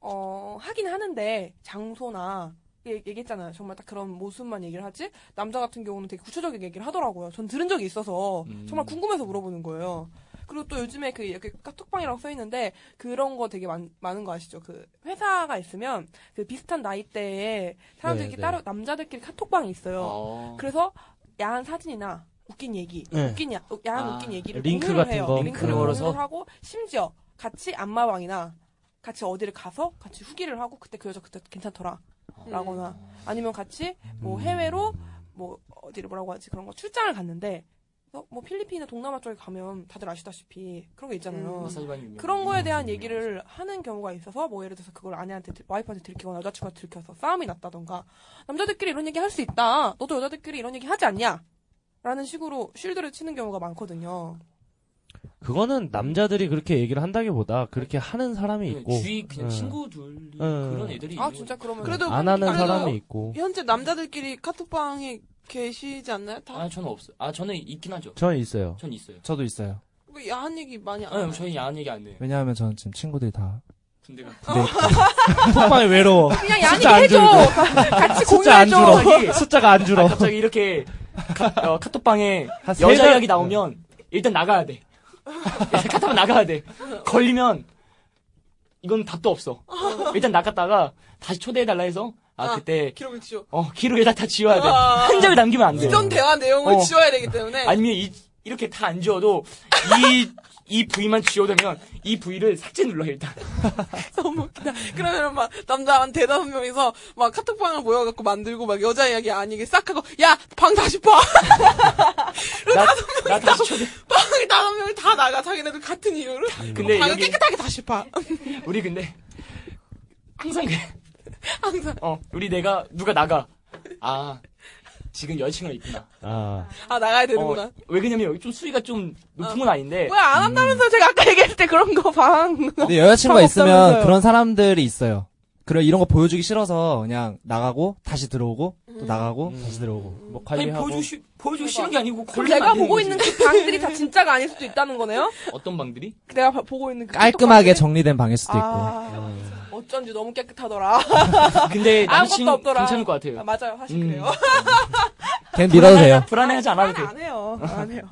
Speaker 2: 어 하긴 하는데 장소나 얘- 얘기했잖아요. 정말 딱 그런 모습만 얘기를 하지 남자 같은 경우는 되게 구체적인 얘기를 하더라고요. 전 들은 적이 있어서
Speaker 8: 음.
Speaker 2: 정말 궁금해서 물어보는 거예요. 그리고 또 요즘에 그 이렇게 카톡방이라고 써 있는데 그런 거 되게 많, 은거 아시죠? 그 회사가 있으면 그 비슷한 나이대에 사람들끼리
Speaker 12: 네, 네.
Speaker 2: 따로 남자들끼리 카톡방이 있어요.
Speaker 8: 어.
Speaker 2: 그래서 야한 사진이나 웃긴 얘기,
Speaker 12: 네.
Speaker 2: 웃긴 야, 어, 야한
Speaker 8: 아,
Speaker 2: 웃긴 얘기를
Speaker 12: 링크
Speaker 2: 공유를
Speaker 12: 같은
Speaker 2: 해요.
Speaker 12: 거.
Speaker 2: 링크를
Speaker 8: 링크를 걸어서?
Speaker 2: 공유를 하고 심지어 같이 안마방이나 같이 어디를 가서 같이 후기를 하고 그때 그 여자 그때 괜찮더라 라거나
Speaker 12: 음.
Speaker 2: 아니면 같이 뭐 해외로 뭐 어디를 뭐라고 하지 그런 거 출장을 갔는데 어, 뭐 필리핀이나 동남아 쪽에 가면 다들 아시다시피 그런 거 있잖아요.
Speaker 5: 음,
Speaker 8: 마사지반이 유명해요.
Speaker 2: 그런 거에 대한
Speaker 8: 유명해요.
Speaker 2: 얘기를 하는 경우가 있어서 뭐 예를 들어서 그걸 아내한테 들- 와이프한테 들키거나 여자친구한테 들켜서 싸움이 났다던가 남자들끼리 이런 얘기 할 수 있다 너도 여자들끼리 이런 얘기 하지 않냐 라는 식으로 쉴드를 치는 경우가 많거든요
Speaker 12: 그거는 남자들이 그렇게 얘기를 한다기보다 그렇게 하는 사람이
Speaker 14: 네,
Speaker 8: 그냥
Speaker 12: 있고
Speaker 8: 주위 그냥
Speaker 12: 예.
Speaker 8: 친구 둘이
Speaker 12: 음.
Speaker 8: 그런 애들이
Speaker 2: 아
Speaker 8: 있는
Speaker 2: 진짜 그러면
Speaker 5: 그래도
Speaker 12: 안 하는
Speaker 5: 그래도
Speaker 12: 사람이 있고.
Speaker 5: 현재 남자들끼리 카톡방에 계시지 않나요? 다
Speaker 8: 아 저는 없어요. 아 저는 있긴 하죠.
Speaker 12: 저는 있어요.
Speaker 8: 전 있어요.
Speaker 14: 저도 있어요.
Speaker 5: 그
Speaker 2: 뭐
Speaker 5: 야한 얘기 많이 안
Speaker 8: 아,
Speaker 5: 해요.
Speaker 8: 저희 야한 얘기 안 해요.
Speaker 14: 왜냐하면 저는 지금 친구들이 다
Speaker 8: 군대 가.
Speaker 14: 군대 있고
Speaker 12: 톡방이 외로워.
Speaker 2: 그냥 야한
Speaker 12: 숫자 안
Speaker 2: 얘기 해줘 <laughs> 같이
Speaker 12: 숫자 안
Speaker 2: 공유해줘 <laughs>
Speaker 12: 줄어. 숫자가 안 줄어.
Speaker 8: 아, 갑자기 이렇게 카, 어, 카톡방에
Speaker 12: 한세
Speaker 8: 여자
Speaker 12: 달- 네.
Speaker 8: 이야기 나오면 일단 나가야 돼. 일단 카톡방 나가야 돼. 걸리면 이건 답도 없어. 일단 나갔다가 다시 초대해달라 해서 아
Speaker 5: 아.
Speaker 8: 그때
Speaker 5: 기록을 지워.
Speaker 8: 어 기록에다 다 지워야 돼.
Speaker 5: 아.
Speaker 8: 한 절 남기면 안 돼.
Speaker 5: 이전 대화 내용을
Speaker 8: 어.
Speaker 5: 지워야 되기 때문에
Speaker 8: 아니면 이, 이렇게 다 안 지워도 이, 이 부위만 지워두면 이 부위를 삭제 눌러, 일단.
Speaker 5: <laughs> 너무 웃기다. 그러면 막 남자 한 대다섯 명이서 막 카톡방을 모여갖고 만들고 막 여자 이야기 아니게 싹 하고 야 방 다시 봐.
Speaker 8: 나, 나 다시 쳐줘.
Speaker 5: 방에 다섯 명이 다 나가 자기네들 같은 이유로.
Speaker 8: 근데
Speaker 5: 방을
Speaker 8: 여기,
Speaker 5: 깨끗하게 다시 봐.
Speaker 8: 우리 근데, 항상 그래.
Speaker 5: 항상
Speaker 8: 어, 우리 내가, 누가 나가. 아, 지금 여자친구가 있구나.
Speaker 12: 아,
Speaker 5: 아 나가야 되는구나.
Speaker 8: 어, 왜 그러냐면 여기 좀 수위가 좀 높은 건 아닌데,
Speaker 5: 왜 안 한다면서 제가 아까 얘기했을 때 그런 거 방.
Speaker 14: 근데 여자친구가
Speaker 5: 방
Speaker 14: 있으면
Speaker 5: 없다면서요.
Speaker 14: 그런 사람들이 있어요. 그런 이런 거 보여주기 싫어서 그냥 나가고 다시 들어오고
Speaker 5: 음.
Speaker 14: 또 나가고 다시 들어오고.
Speaker 12: 뭐
Speaker 8: 아니,
Speaker 12: 관리하고
Speaker 8: 보여주고, 싶- 보여주고 싫은 게 아니고,
Speaker 2: 그럼
Speaker 8: 걸리면
Speaker 2: 내가
Speaker 8: 안 되는
Speaker 2: 보고
Speaker 8: 거지.
Speaker 2: 있는 그 방들이 다 진짜가 아닐 수도 있다는 거네요?
Speaker 8: 어떤 방들이?
Speaker 2: 내가 봐- 보고 있는 그
Speaker 14: 깔끔하게 정리된 방일 수도 있고.
Speaker 2: 아, 어쩐지 너무 깨끗하더라.
Speaker 8: 근데
Speaker 2: 아무것도
Speaker 8: 남친
Speaker 2: 없더라.
Speaker 8: 괜찮을 것
Speaker 2: 아,
Speaker 8: 같아요.
Speaker 2: 맞아요. 사실
Speaker 8: 음.
Speaker 2: 그래요.
Speaker 14: 걘 밀어도 돼요.
Speaker 8: 불안해하지 않아도 돼.
Speaker 2: 안 해요. 안 해요.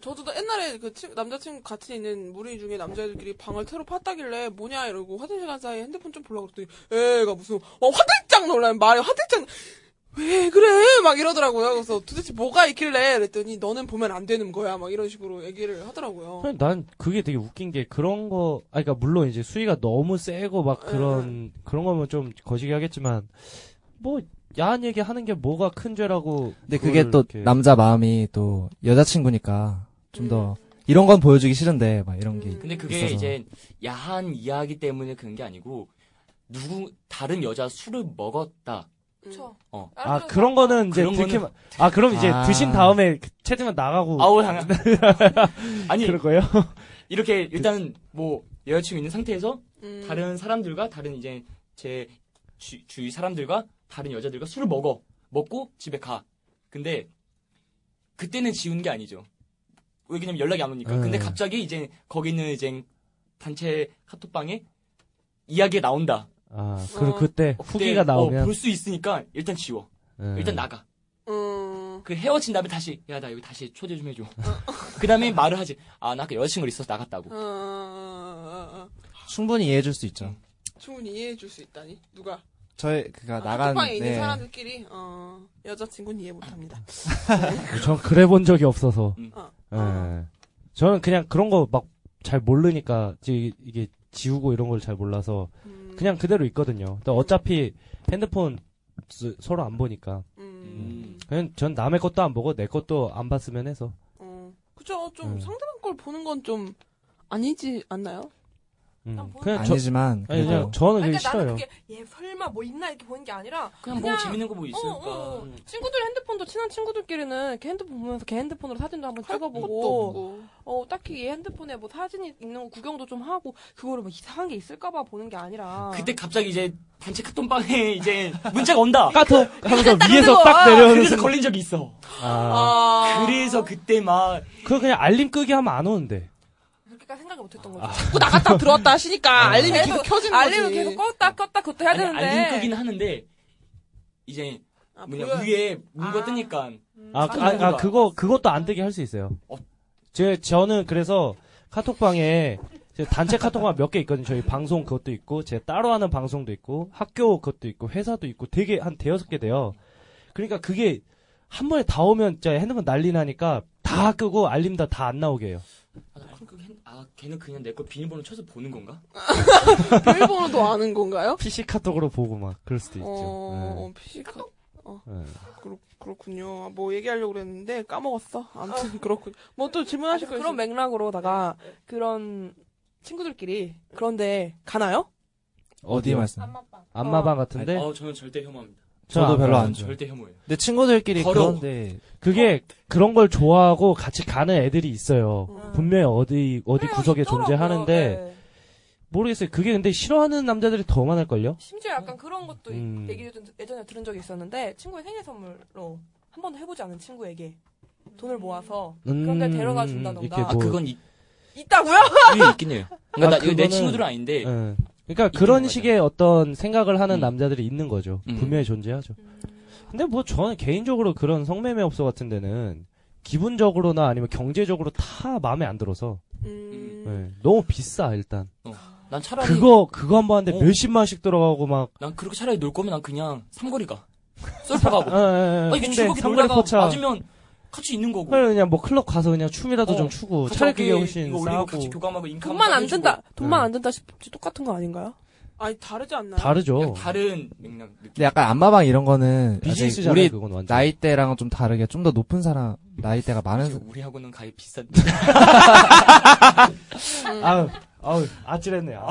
Speaker 5: 저도 옛날에 그 친- 남자친구 같이 있는 무리 중에 남자애들끼리 방을 새로 팠다길래 뭐냐 이러고 화장실 간 사이에 핸드폰 좀 보려고 그랬더니 애가 무슨 막 화들짝 놀라는 말에 화들짝 왜 그래 막 이러더라고요. 그래서 도대체 뭐가 있길래 그랬더니 너는 보면 안 되는 거야 막 이런 식으로 얘기를 하더라고요. 어,
Speaker 12: 아니, 난 그게 되게 웃긴 게 그런 거, 아, 그러니까 물론 이제 수위가 너무 세고 막 그런 그런 거면 좀 거시기 하겠지만 뭐 야한 얘기 하는 게 뭐가 큰 죄라고.
Speaker 14: 근데 그게
Speaker 12: 그거를
Speaker 14: 또
Speaker 12: 이렇게-
Speaker 14: 남자 마음이 또 여자친구니까 좀 더 이런 건 보여주기 싫은데 막 이런
Speaker 5: 음.
Speaker 14: 게.
Speaker 8: 근데 그게
Speaker 14: 있어서.
Speaker 8: 이제 야한 이야기 때문에 그런 게 아니고 누구 다른 여자 술을 먹었다.
Speaker 5: 음.
Speaker 2: 그쵸.
Speaker 8: 어.
Speaker 12: 아 그런 거는 이제
Speaker 8: 그런 거는-
Speaker 12: 듣기만. 아 그럼 이제
Speaker 14: 아.
Speaker 12: 드신 다음에 채팅만 나가고
Speaker 8: 아우 당연.
Speaker 14: <laughs>
Speaker 8: 아니
Speaker 12: 그럴 거예요.
Speaker 8: 이렇게
Speaker 12: 그
Speaker 8: 일단 뭐 여자친구 있는 상태에서
Speaker 5: 음.
Speaker 8: 다른 사람들과 다른 이제 제 주, 주위 사람들과 다른 여자들과 술을 먹어 먹고 집에 가. 근데 그때는 지운 게 아니죠. 왜냐면 연락이 안 오니까.
Speaker 12: 음.
Speaker 8: 근데 갑자기 이제 거기 있는 이제 단체 카톡방에 이야기 가 나온다.
Speaker 12: 아
Speaker 5: 어.
Speaker 12: 그리고 그때 후기가 나오면
Speaker 8: 볼 수 있으니까 일단 지워.
Speaker 12: 예.
Speaker 8: 일단 나가.
Speaker 5: 음.
Speaker 8: 그 헤어진 다음에 다시 야 나 여기 다시 초대 좀 해줘.
Speaker 5: 어.
Speaker 8: <laughs> 그 다음에 말을 하지. 아 나 아까 여자친구 있어서 나갔다고.
Speaker 5: 어, 어, 어, 어, 어.
Speaker 14: 충분히 이해해줄 수 있죠.
Speaker 5: 충분히 이해해 줄 수 있다니 누가
Speaker 14: 저의 그가
Speaker 5: 나간,
Speaker 14: 나간
Speaker 5: 방에 있는
Speaker 14: 네.
Speaker 5: 아, 사람들끼리 어, 여자친구는 이해 못합니다.
Speaker 12: 전 그래 본 적이 없어서.
Speaker 8: 음.
Speaker 5: 어.
Speaker 12: 예. 저는 그냥 그런 거 막 잘 모르니까 지- 이게 지우고 이런 걸 잘 몰라서
Speaker 5: 음,
Speaker 12: 그냥 그대로 있거든요. 근데 어차피 핸드폰 스- 서로 안 보니까
Speaker 5: 음.
Speaker 12: 그냥 전 남의 것도 안 보고 내 것도 안 봤으면 해서
Speaker 5: 어, 그죠. 좀
Speaker 12: 음.
Speaker 5: 상대방 걸 보는 건 좀 아니지 않나요?
Speaker 12: 음.
Speaker 2: 난 보여요.
Speaker 12: 그냥 저
Speaker 14: 아니지만
Speaker 12: 아니,
Speaker 14: 그래도
Speaker 12: 그냥 저는 그게
Speaker 2: 그러니까 나는
Speaker 12: 싫어요.
Speaker 2: 그게 얘 설마 뭐 있나 이렇게 보는 게 아니라
Speaker 8: 그냥 뭐 재밌는 거 뭐
Speaker 2: 어,
Speaker 8: 있으니까.
Speaker 2: 어, 어. 친구들 핸드폰도 친한 친구들끼리는 이렇게 핸드폰 보면서 걔 핸드폰으로 사진도 한번
Speaker 5: 것도
Speaker 2: 찍어보고
Speaker 5: 없고.
Speaker 2: 어 딱히 얘 핸드폰에 뭐 사진이 있는 거 구경도 좀 하고 그거를 막 이상한 게 있을까봐 보는 게 아니라
Speaker 8: 그때 갑자기 이제 단체 카톡방에 <laughs> 이제 문자가 온다.
Speaker 2: 아,
Speaker 8: 아,
Speaker 12: 까톡 하면서 위에서 딱 내려오는
Speaker 8: 그래서
Speaker 12: 순간.
Speaker 8: 걸린 적이 있어.
Speaker 12: 아,
Speaker 5: 아,
Speaker 8: 그래서 그때 막
Speaker 12: 그거 그냥 알림 끄기 하면 안 오는데.
Speaker 2: 그렇게까지 생각을 못했던 거죠.
Speaker 5: 자꾸
Speaker 8: 뭐
Speaker 5: 나갔다 들어왔다 하시니까 알림이 계속 켜지는
Speaker 2: 알림을
Speaker 5: 거지.
Speaker 2: 계속 껐다 껐다 그것도 해야
Speaker 8: 아니,
Speaker 2: 되는데
Speaker 8: 알림 끄긴 하는데 이제
Speaker 5: 아,
Speaker 8: 뭐냐
Speaker 5: 보여요.
Speaker 8: 위에 문구가
Speaker 2: 아.
Speaker 8: 뜨니까
Speaker 12: 아, 그, 아, 아, 그거 그것도 안 되게 할 수 있어요.
Speaker 8: 어.
Speaker 12: 제 저는 그래서 카톡방에 제 단체 카톡방 몇 개 있거든요. 저희 방송 그것도 있고 제 따로 하는 방송도 있고 학교 그것도 있고 회사도 있고 되게 한 대여섯 개 돼요. 그러니까 그게 한 번에 다 오면 진짜 핸드폰 난리 나니까 다 끄고 알림 다 다 안 나오게 해요.
Speaker 8: 아, 나 알림 끄긴 했- 아 걔는 그냥 내 거 비밀번호 쳐서 보는 건가?
Speaker 5: 비밀번호도 아는 건가요?
Speaker 12: PC 카톡으로 보고 막 그럴 수도 있죠. 네.
Speaker 5: 어, 피지카
Speaker 12: 예,
Speaker 2: 어.
Speaker 12: 예.
Speaker 5: 그렇, 그렇군요. 아, 뭐 얘기하려고 그랬는데 까먹었어. 아무튼 <laughs> 그렇군. 뭐 또 질문하실 거
Speaker 2: 그런
Speaker 5: 있으면
Speaker 2: 맥락으로다가
Speaker 5: 네,
Speaker 2: 그런 친구들끼리 그런데 가나요?
Speaker 14: 어디 말씀?
Speaker 4: 안마방.
Speaker 12: 안마방 같은데
Speaker 8: 아 저는 절대 혐오합니다.
Speaker 12: 네. 저는
Speaker 14: 저도
Speaker 12: 안
Speaker 14: 별로
Speaker 12: 가요.
Speaker 14: 안 좋아.
Speaker 8: 절대 혐오해요.
Speaker 14: 근데 친구들끼리
Speaker 8: 더러워.
Speaker 14: 그런데
Speaker 12: 그게
Speaker 2: 어.
Speaker 12: 그런 걸 좋아하고 같이 가는 애들이 있어요.
Speaker 2: 음.
Speaker 12: 분명히 어디 어디
Speaker 2: 그래요,
Speaker 12: 구석에
Speaker 2: 있더라고요.
Speaker 12: 존재하는데
Speaker 2: 네.
Speaker 12: 모르겠어요. 그게 근데 싫어하는 남자들이 더 많을걸요?
Speaker 2: 심지어 약간 그런 것도
Speaker 12: 음.
Speaker 2: 얘기 예전에 들은 적이 있었는데 친구의 생일 선물로 한 번도 해보지 않은 친구에게 돈을 모아서 그런 데 데려가 준다던가
Speaker 12: 이렇게
Speaker 8: 아
Speaker 12: 뭐-
Speaker 8: 그건 있,
Speaker 2: 있다고요?
Speaker 8: 있긴 해요. 그러니까 나,
Speaker 12: 아,
Speaker 8: 이거 내
Speaker 12: 그거는-
Speaker 8: 친구들은 아닌데
Speaker 12: 예. 그러니까
Speaker 8: 있긴
Speaker 12: 그런
Speaker 8: 맞아요.
Speaker 12: 식의 어떤 생각을 하는
Speaker 8: 음.
Speaker 12: 남자들이 있는 거죠.
Speaker 8: 음.
Speaker 12: 분명히 존재하죠. 근데 뭐 저는 개인적으로 그런 성매매 업소 같은 데는 기분적으로나 아니면 경제적으로 다 마음에 안 들어서
Speaker 5: 음.
Speaker 8: 네.
Speaker 12: 예. 너무 비싸 일단
Speaker 8: 난 차라리
Speaker 12: 그거 그거 한 번 하는데
Speaker 8: 어.
Speaker 12: 몇십만씩 들어가고 막
Speaker 8: 난 그렇게 차라리 놀 거면 난 그냥 삼거리 가. <laughs> 쏠파 가고.
Speaker 12: 아, 예, 예, 예.
Speaker 8: 어. 아니,
Speaker 12: 근데
Speaker 8: 출국이
Speaker 12: 삼거리
Speaker 8: 놀다가
Speaker 12: 포차
Speaker 8: 맞으면 같이 있는 거고.
Speaker 12: 그냥 그냥 뭐 클럽 가서 그냥 춤이라도
Speaker 8: 어,
Speaker 12: 좀 추고
Speaker 8: 같이
Speaker 12: 차라리
Speaker 8: 어깨
Speaker 12: 그게 뭐 훨씬
Speaker 8: 이거 올리고
Speaker 12: 싸고
Speaker 8: 같이 교감하고 인카
Speaker 2: 돈만 안 든다. 돈만
Speaker 12: 네.
Speaker 2: 안 든다 싶지 똑같은 거 아닌가요?
Speaker 5: 아니 다르지 않나요?
Speaker 12: 다르죠.
Speaker 8: 그러니까 다른 맥락 느낌.
Speaker 12: 네,
Speaker 14: 근데 약간 안마방 이런 거는 아직
Speaker 12: 비즈니스잖아요.
Speaker 14: 우리
Speaker 12: 그건 완전.
Speaker 14: 나이대랑은 좀 다르게 좀 더 높은 사람 나이대가 많은
Speaker 8: 우리하고는 가입 비싼.
Speaker 12: 아우, 아우, 아찔했네요. 아,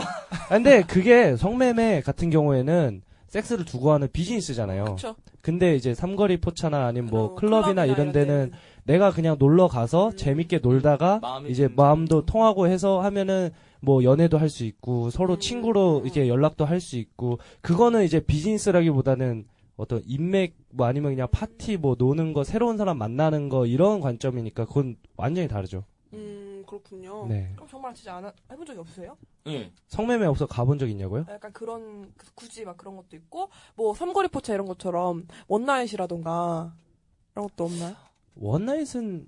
Speaker 12: 근데 그게 성매매 같은 경우에는 섹스를 두고 하는 비즈니스잖아요.
Speaker 5: 그쵸.
Speaker 12: 근데 이제 삼거리 포차나 아니면 뭐
Speaker 5: 어,
Speaker 12: 클럽이나 이런 데는
Speaker 5: 데는.
Speaker 12: 내가 그냥 놀러 가서
Speaker 5: 음.
Speaker 12: 재밌게 놀다가
Speaker 8: 마음이
Speaker 12: 이제
Speaker 8: 좀-
Speaker 12: 마음도 통하고 해서 하면은 뭐 연애도 할 수 있고 서로 친구로 이제 연락도 할 수 있고 그거는 이제 비즈니스라기보다는 어떤 인맥 뭐 아니면 그냥 파티 뭐 노는 거 새로운 사람 만나는 거 이런 관점이니까 그건 완전히 다르죠.
Speaker 5: 음 그렇군요.
Speaker 12: 네.
Speaker 2: 그럼 정말 진짜 안 하- 해본 적이 없으세요?
Speaker 8: <laughs> 예.
Speaker 12: 성매매 없어 가본 적 있냐고요?
Speaker 2: 약간 그런 굳이 막 그런 것도 있고 뭐 삼거리 포차 이런 것처럼 원나잇이라던가 이런 것도 없나요?
Speaker 12: 원나잇은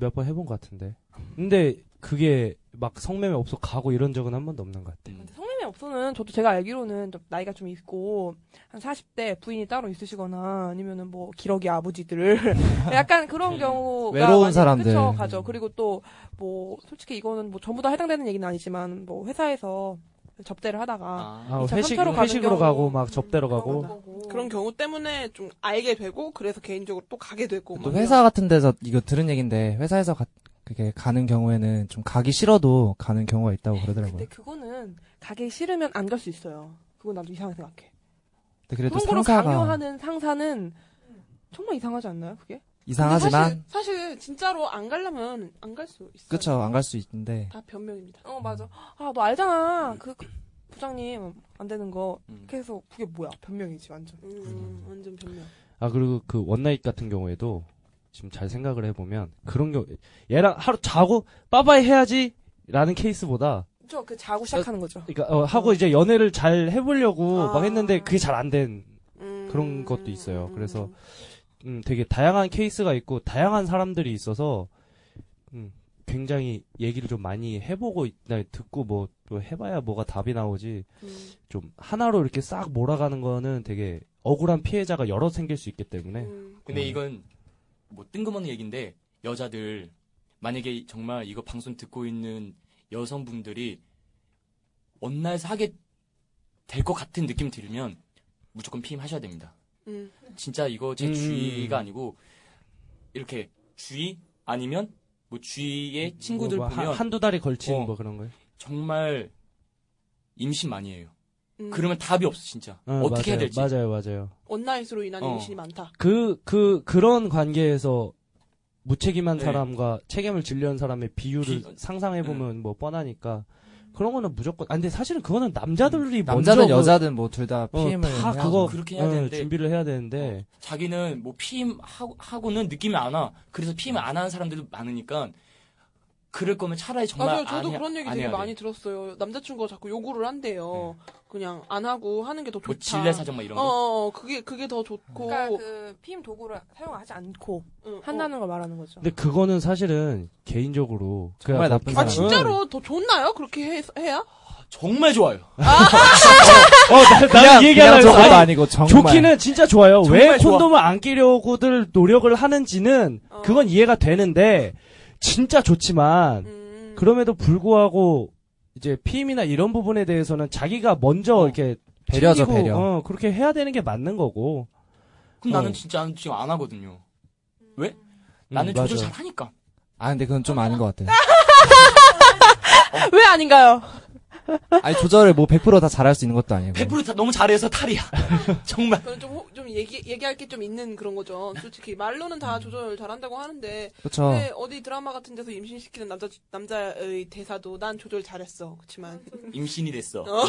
Speaker 12: 몇 번 해본 것 같은데. 근데 그게 막 성매매 없어 가고 이런 적은 한 번도 없는 것 같아요.
Speaker 8: 음.
Speaker 2: 성매매 업소는 저도 제가 알기로는 좀 나이가 좀 있고 한 40대 부인이 따로 있으시거나 아니면은 뭐 기러기 아버지들 <laughs> 약간 그런 경우가
Speaker 14: 네. 외로운
Speaker 2: 많이
Speaker 14: 사람들. 음.
Speaker 2: 그쳐가죠. 그리고 또 뭐 솔직히 이거는 뭐 전부 다 해당되는 얘기는 아니지만 뭐 회사에서 접대를 하다가
Speaker 8: 아.
Speaker 12: 아,
Speaker 2: 이차
Speaker 12: 회식,
Speaker 2: 삼차로 가는
Speaker 12: 회식으로
Speaker 2: 경우.
Speaker 12: 가고 막 접대로
Speaker 2: 그런
Speaker 12: 가고
Speaker 2: 거고.
Speaker 5: 그런 경우 때문에 좀 알게 되고 그래서 개인적으로 또 가게 되고.
Speaker 14: 또
Speaker 5: 막
Speaker 14: 회사 같은 데서 이거 들은 얘긴데 회사에서 가, 그게 가는 경우에는 좀 가기 싫어도 가는 경우가 있다고 그러더라고요.
Speaker 2: 근데 그거는 가기 싫으면 안 갈 수 있어요. 그건 나도 이상하게 생각해.
Speaker 14: 근데 그래도
Speaker 2: 그런 거로
Speaker 14: 상사가
Speaker 2: 강요하는 상사는 정말 이상하지 않나요? 그게?
Speaker 14: 이상하지만
Speaker 5: 사실, 사실 진짜로 안 가려면 안 갈 수 있어요.
Speaker 14: 그쵸 안 갈 수 있는데
Speaker 5: 다 변명입니다.
Speaker 2: 어 맞아. 아 너 알잖아. 그, 그 부장님 안 되는 거
Speaker 8: 음.
Speaker 2: 그래서 그게 뭐야? 변명이지 완전.
Speaker 5: 음, 완전 변명.
Speaker 12: 아 그리고 그 원나잇 같은 경우에도 지금 잘 생각을 해보면 그런 경우 얘랑 하루 자고 빠바이 해야지 라는 케이스보다
Speaker 2: 저 그 자고 시작하는 거죠.
Speaker 12: 그러니까 어, 하고 이제 연애를 잘 해보려고
Speaker 5: 아.
Speaker 12: 막 했는데 그게 잘 안 된
Speaker 5: 음,
Speaker 12: 그런 것도 있어요.
Speaker 5: 음,
Speaker 12: 그래서
Speaker 5: 음.
Speaker 12: 음, 되게 다양한 케이스가 있고 다양한 사람들이 있어서 음, 굉장히 얘기를 좀 많이 해보고 있- 네, 듣고 뭐또 해봐야 뭐가 답이 나오지
Speaker 5: 음,
Speaker 12: 좀 하나로 이렇게 싹 몰아가는 거는 되게 억울한 피해자가 여러 생길 수 있기 때문에
Speaker 5: 음.
Speaker 8: 근데
Speaker 12: 음.
Speaker 8: 이건 뭐 뜬금없는 얘기인데 여자들 만약에 정말 이거 방송 듣고 있는 여성분들이 원나잇 하게 될 것 같은 느낌 들면 무조건 피임하셔야 됩니다.
Speaker 5: 음.
Speaker 8: 진짜 이거 제
Speaker 12: 음.
Speaker 8: 주의가 아니고 이렇게 주의 아니면 뭐 주위의 친구들
Speaker 12: 뭐
Speaker 8: 보면
Speaker 12: 한, 한두 달이 걸친
Speaker 8: 어.
Speaker 12: 뭐 그런 거요.
Speaker 8: 정말 임신 많이 해요.
Speaker 5: 음.
Speaker 8: 그러면 답이 없어 진짜.
Speaker 12: 어,
Speaker 8: 어떻게 해야
Speaker 12: 맞아요.
Speaker 8: 될지.
Speaker 12: 맞아요, 맞아요.
Speaker 5: 원나잇으로 인한
Speaker 8: 어.
Speaker 5: 임신이 많다.
Speaker 12: 그, 그, 그런 관계에서 무책임한
Speaker 8: 네.
Speaker 12: 사람과 책임을 질려는 사람의 비율을
Speaker 8: 비- 음.
Speaker 12: 상상해보면 뭐 뻔하니까 그런 거는 무조건, 아, 근데 사실은 그거는 남자들이
Speaker 14: 남자든
Speaker 12: 먼저 그-
Speaker 14: 여자든 뭐 둘 다
Speaker 12: 어,
Speaker 14: PM을
Speaker 12: 다 그거
Speaker 8: 그렇게 해야
Speaker 12: 어,
Speaker 8: 되는데.
Speaker 12: 준비를 해야 되는데
Speaker 8: 자기는 뭐 피임 하고는 느낌이 안 와. 그래서 피임 안 하는 사람들도 많으니까 그럴 거면 차라리 정말
Speaker 5: 맞아요.
Speaker 8: 안
Speaker 5: 저도
Speaker 8: 해-
Speaker 5: 그런 얘기
Speaker 8: 안
Speaker 5: 되게
Speaker 8: 해야 돼.
Speaker 5: 많이 들었어요. 남자친구가 자꾸 요구를 한대요. 그냥 안 하고 하는 게 더 좋다.
Speaker 8: 뭐 진례 사정 막 이런
Speaker 5: 어,
Speaker 8: 거.
Speaker 5: 어, 어, 그게 그게 더 좋고.
Speaker 2: 그러니까 그 피임 도구를 사용하지 않고
Speaker 5: 응, 어.
Speaker 2: 한다는 걸 말하는 거죠.
Speaker 12: 근데 그거는 사실은 개인적으로
Speaker 14: 정말
Speaker 12: 그냥
Speaker 14: 나쁜
Speaker 12: 뭐-
Speaker 5: 아
Speaker 14: 사람은-
Speaker 5: 진짜로
Speaker 8: 네.
Speaker 5: 더 좋나요? 그렇게 해, 해야?
Speaker 8: 정말 좋아요.
Speaker 12: 어, 나, 나는 이
Speaker 14: 그냥
Speaker 12: 얘기하려고
Speaker 14: 저것도
Speaker 12: 아니,
Speaker 14: 아니고 정말
Speaker 12: 좋기는 진짜 좋아요. 왜
Speaker 8: 정말 좋아.
Speaker 12: 콘돔을 안 끼려고들 노력을 하는지는
Speaker 5: 어.
Speaker 12: 그건 이해가 되는데 진짜 좋지만
Speaker 5: 음.
Speaker 12: 그럼에도 불구하고 이제 피임이나 이런 부분에 대해서는 자기가 먼저
Speaker 8: 어.
Speaker 12: 이렇게
Speaker 14: 배려죠
Speaker 12: 챙기고,
Speaker 14: 배려
Speaker 12: 어, 그렇게 해야 되는 게 맞는 거고
Speaker 8: 그럼
Speaker 12: 어. 음,
Speaker 8: 나는 진짜 안- 지금 안 하거든요. 왜? 나는
Speaker 12: 맞아요.
Speaker 8: 조절 잘 하니까.
Speaker 14: 아 근데 그건 좀 아닌 것 같아요
Speaker 2: 왜 아닌가요?
Speaker 14: 아니 조절을 뭐 100%다 잘할 수 있는 것도 아니고
Speaker 8: 100% 다- 너무 잘해서 탈이야. <laughs> 정말.
Speaker 5: 저는 좀, 호- 좀 얘기, 얘기할 게 좀 있는 음, 그런 거죠. 솔직히. 말로는
Speaker 2: 음.
Speaker 5: 다 조절 잘한다고 하는데,
Speaker 14: 그렇죠
Speaker 2: 네,
Speaker 5: 근데 어디 드라마 같은 데서 임신시키는 남자, 남자의 대사도 난 조절 잘했어. 그렇지만
Speaker 8: 임신이 됐어.
Speaker 5: 어.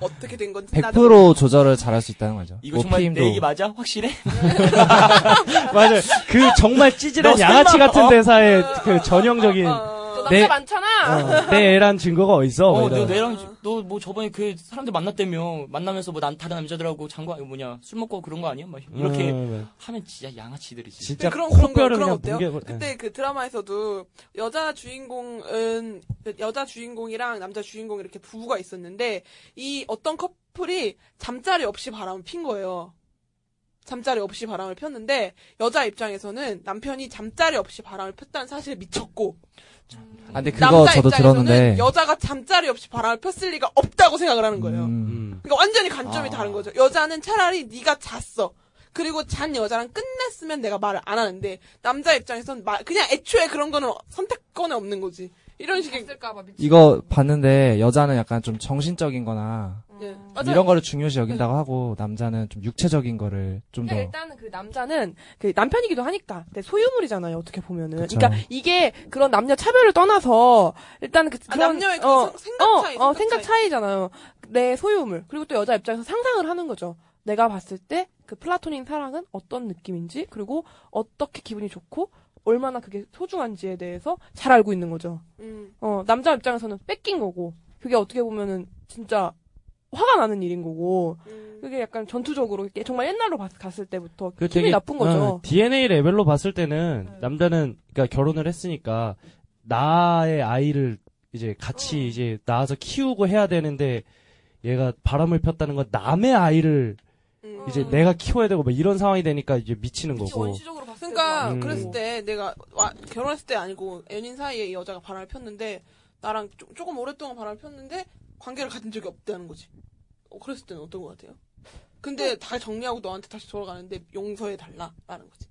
Speaker 5: 어떻게 된 건지. 나도
Speaker 14: 100% 조절을 잘할 수 있다는 거죠
Speaker 8: 이거
Speaker 14: 뭐
Speaker 8: 정말
Speaker 14: 피임도
Speaker 8: 내 얘기 맞아? 확실해?
Speaker 12: 맞아요. 그 정말 찌질한
Speaker 8: 너
Speaker 12: 양아치
Speaker 8: 설마-
Speaker 12: 같은
Speaker 8: 어?
Speaker 12: 대사의 그 전형적인
Speaker 5: 어.
Speaker 2: 너 남자
Speaker 8: 네.
Speaker 12: 내-
Speaker 2: 많잖아.
Speaker 12: 어, 내 애란 증거가 어딨어? 뭐
Speaker 8: 어,
Speaker 12: 이런.
Speaker 8: 너 내랑 너 뭐 저번에 그 사람들 만났다며 만나면서 뭐 난 다른 남자들하고 장관 이거 뭐냐 술 먹고 그런 거 아니야? 막 이렇게
Speaker 12: 음,
Speaker 8: 하면 진짜 양아치들이지.
Speaker 12: 진짜
Speaker 5: 그런- 그런 거-
Speaker 12: 코뼈를
Speaker 5: 그런
Speaker 12: 그냥
Speaker 5: 거 어때요?
Speaker 12: 뭉개버려.
Speaker 14: 네.
Speaker 5: 그때 그 드라마에서도 여자 주인공은 여자 주인공이랑 남자 주인공 이렇게 부부가 있었는데 이 어떤 커플이 잠자리 없이 바람을 핀 거예요. 잠자리 없이 바람을 폈는데 여자 입장에서는 남편이 잠자리 없이 바람을 폈다는 사실에 미쳤고
Speaker 14: 아, 근데 그거
Speaker 5: 남자
Speaker 14: 저도
Speaker 5: 입장에서는
Speaker 14: 들었는데.
Speaker 5: 여자가 잠자리 없이 바람을 폈을 리가 없다고 생각을 하는 거예요.
Speaker 14: 음.
Speaker 12: 음.
Speaker 5: 그러니까 완전히 관점이
Speaker 8: 아.
Speaker 5: 다른 거죠. 여자는 차라리 네가 잤어. 그리고 잔 여자랑 끝났으면 내가 말을 안 하는데 남자 입장에선 마- 그냥 애초에 그런 거는 선택권에 없는 거지. 이런 식의
Speaker 2: 있을까봐 미치.
Speaker 14: 이거 봤는데 여자는 약간 좀 정신적인 거나
Speaker 5: 예.
Speaker 2: 음.
Speaker 5: 맞아요.
Speaker 14: 이런 거를 중요시 여긴다고 하고 남자는 좀 육체적인 거를 좀 더
Speaker 5: 네,
Speaker 2: 그러니까 일단은 그 남자는 그 남편이기도 하니까 근데 소유물이잖아요 어떻게 보면은
Speaker 14: 그쵸.
Speaker 2: 그러니까 이게 그런 남녀 차별을 떠나서 일단은 그
Speaker 5: 아,
Speaker 2: 그런-
Speaker 5: 남녀의 그
Speaker 2: 어,
Speaker 5: 생- 생각 차이,
Speaker 2: 어, 어,
Speaker 5: 생각
Speaker 2: 생각 차이잖아요 내 소유물 그리고 또 여자 입장에서 상상을 하는 거죠 내가 봤을 때 그 플라토닉 사랑은 어떤 느낌인지 그리고 어떻게 기분이 좋고 얼마나 그게 소중한지에 대해서 잘 알고 있는 거죠
Speaker 5: 음.
Speaker 2: 어, 남자 입장에서는 뺏긴 거고 그게 어떻게 보면은 진짜 화가 나는 일인 거고
Speaker 5: 음.
Speaker 2: 그게 약간 전투적으로 이렇게 정말 옛날로 봤- 갔을 때부터
Speaker 12: 그
Speaker 2: 기분이 나쁜 거죠.
Speaker 12: DNA 레벨로 봤을 때는 남자는 그러니까 결혼을 했으니까 나의 아이를 이제 같이 이제 낳아서 키우고 해야 되는데 얘가 바람을 폈다는 건 남의 아이를
Speaker 5: 음.
Speaker 12: 이제 내가 키워야 되고 뭐 이런 상황이 되니까 이제 미치는
Speaker 2: 그치,
Speaker 12: 거고.
Speaker 2: 원시적으로 봤을
Speaker 5: 그러니까
Speaker 12: 음.
Speaker 5: 그랬을 때 내가 와- 결혼했을 때 아니고 연인 사이에 이 여자가 바람을 폈는데 나랑 조, 조금 오랫동안 바람을 폈는데 관계를 가진 적이 없다는 거지. 어, 그랬을 때는 어떤 것 같아요? 근데 다 정리하고 너한테 다시 돌아가는데 용서해 달라라는 거지.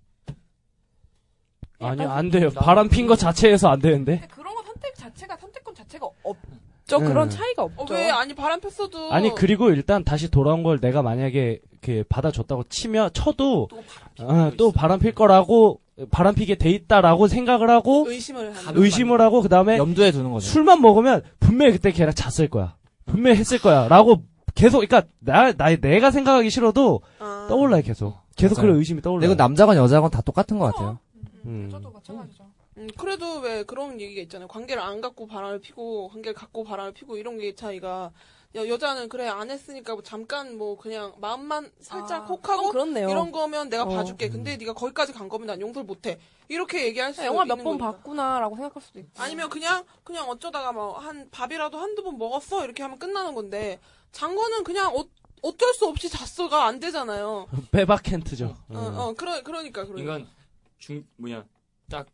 Speaker 8: 예,
Speaker 12: 아니 안 돼요. 바람 핀 거 자체에서 안 되는데.
Speaker 2: 그런 거 선택 자체가 선택권 자체가 없죠. 그런
Speaker 12: 음.
Speaker 2: 차이가
Speaker 5: 어,
Speaker 2: 없죠.
Speaker 5: 왜 아니 바람 폈어도
Speaker 12: 아니 그리고 일단 다시 돌아온 걸 내가 만약에 이렇게 받아줬다고 치면 쳐도
Speaker 8: 또 바람 피는
Speaker 12: 아,
Speaker 8: 거
Speaker 12: 또
Speaker 8: 있어.
Speaker 12: 바람 필 거라고 바람 피게 돼 있다라고 생각을
Speaker 8: 음,
Speaker 12: 하고
Speaker 5: 의심을 하는.
Speaker 12: 의심을 하고 그다음에
Speaker 14: 염두에 두는 거죠.
Speaker 12: 술만 먹으면 분명히 그때 걔랑 잤을 거야. 분명히 했을 거야. 라고 계속, 그니까, 나, 나, 내가 생각하기 싫어도
Speaker 5: 아.
Speaker 12: 떠올라요, 계속. 계속
Speaker 14: 맞아요.
Speaker 12: 그런 의심이
Speaker 14: 근데
Speaker 12: 떠올라요.
Speaker 14: 이건 남자건 여자건 다 똑같은 것 같아요.
Speaker 12: 음.
Speaker 2: 저도 마찬가지죠.
Speaker 5: 음, 그래도 왜 그런 얘기가 있잖아요. 관계를 안 갖고 바람을 피고, 관계를 갖고 바람을 피고, 이런 게 차이가. 여, 여자는 그래, 안 했으니까 뭐 잠깐 뭐 그냥 마음만 살짝
Speaker 2: 아, 그럼
Speaker 5: 혹하고,
Speaker 2: 그렇네요.
Speaker 5: 이런 거면 내가
Speaker 2: 어.
Speaker 5: 봐줄게.
Speaker 12: 음.
Speaker 5: 근데 네가 거기까지 간 거면 난 용서를 못해. 이렇게 얘기할 수
Speaker 2: 그냥 아, 영화
Speaker 5: 있는
Speaker 2: 몇 번
Speaker 5: 거니까.
Speaker 2: 봤구나라고 생각할 수도 있고.
Speaker 5: 아니면 그냥, 그냥 어쩌다가 뭐 한 밥이라도 한두 번 먹었어. 이렇게 하면 끝나는 건데, 잔 거는 그냥 어, 어쩔 수 없이 잤어가 안 되잖아요.
Speaker 12: 빼박켄트죠.
Speaker 2: 음.
Speaker 12: 음.
Speaker 5: 어, 어, 그러, 그러니까, 그러니까.
Speaker 8: 그러니까 중 뭐냐 딱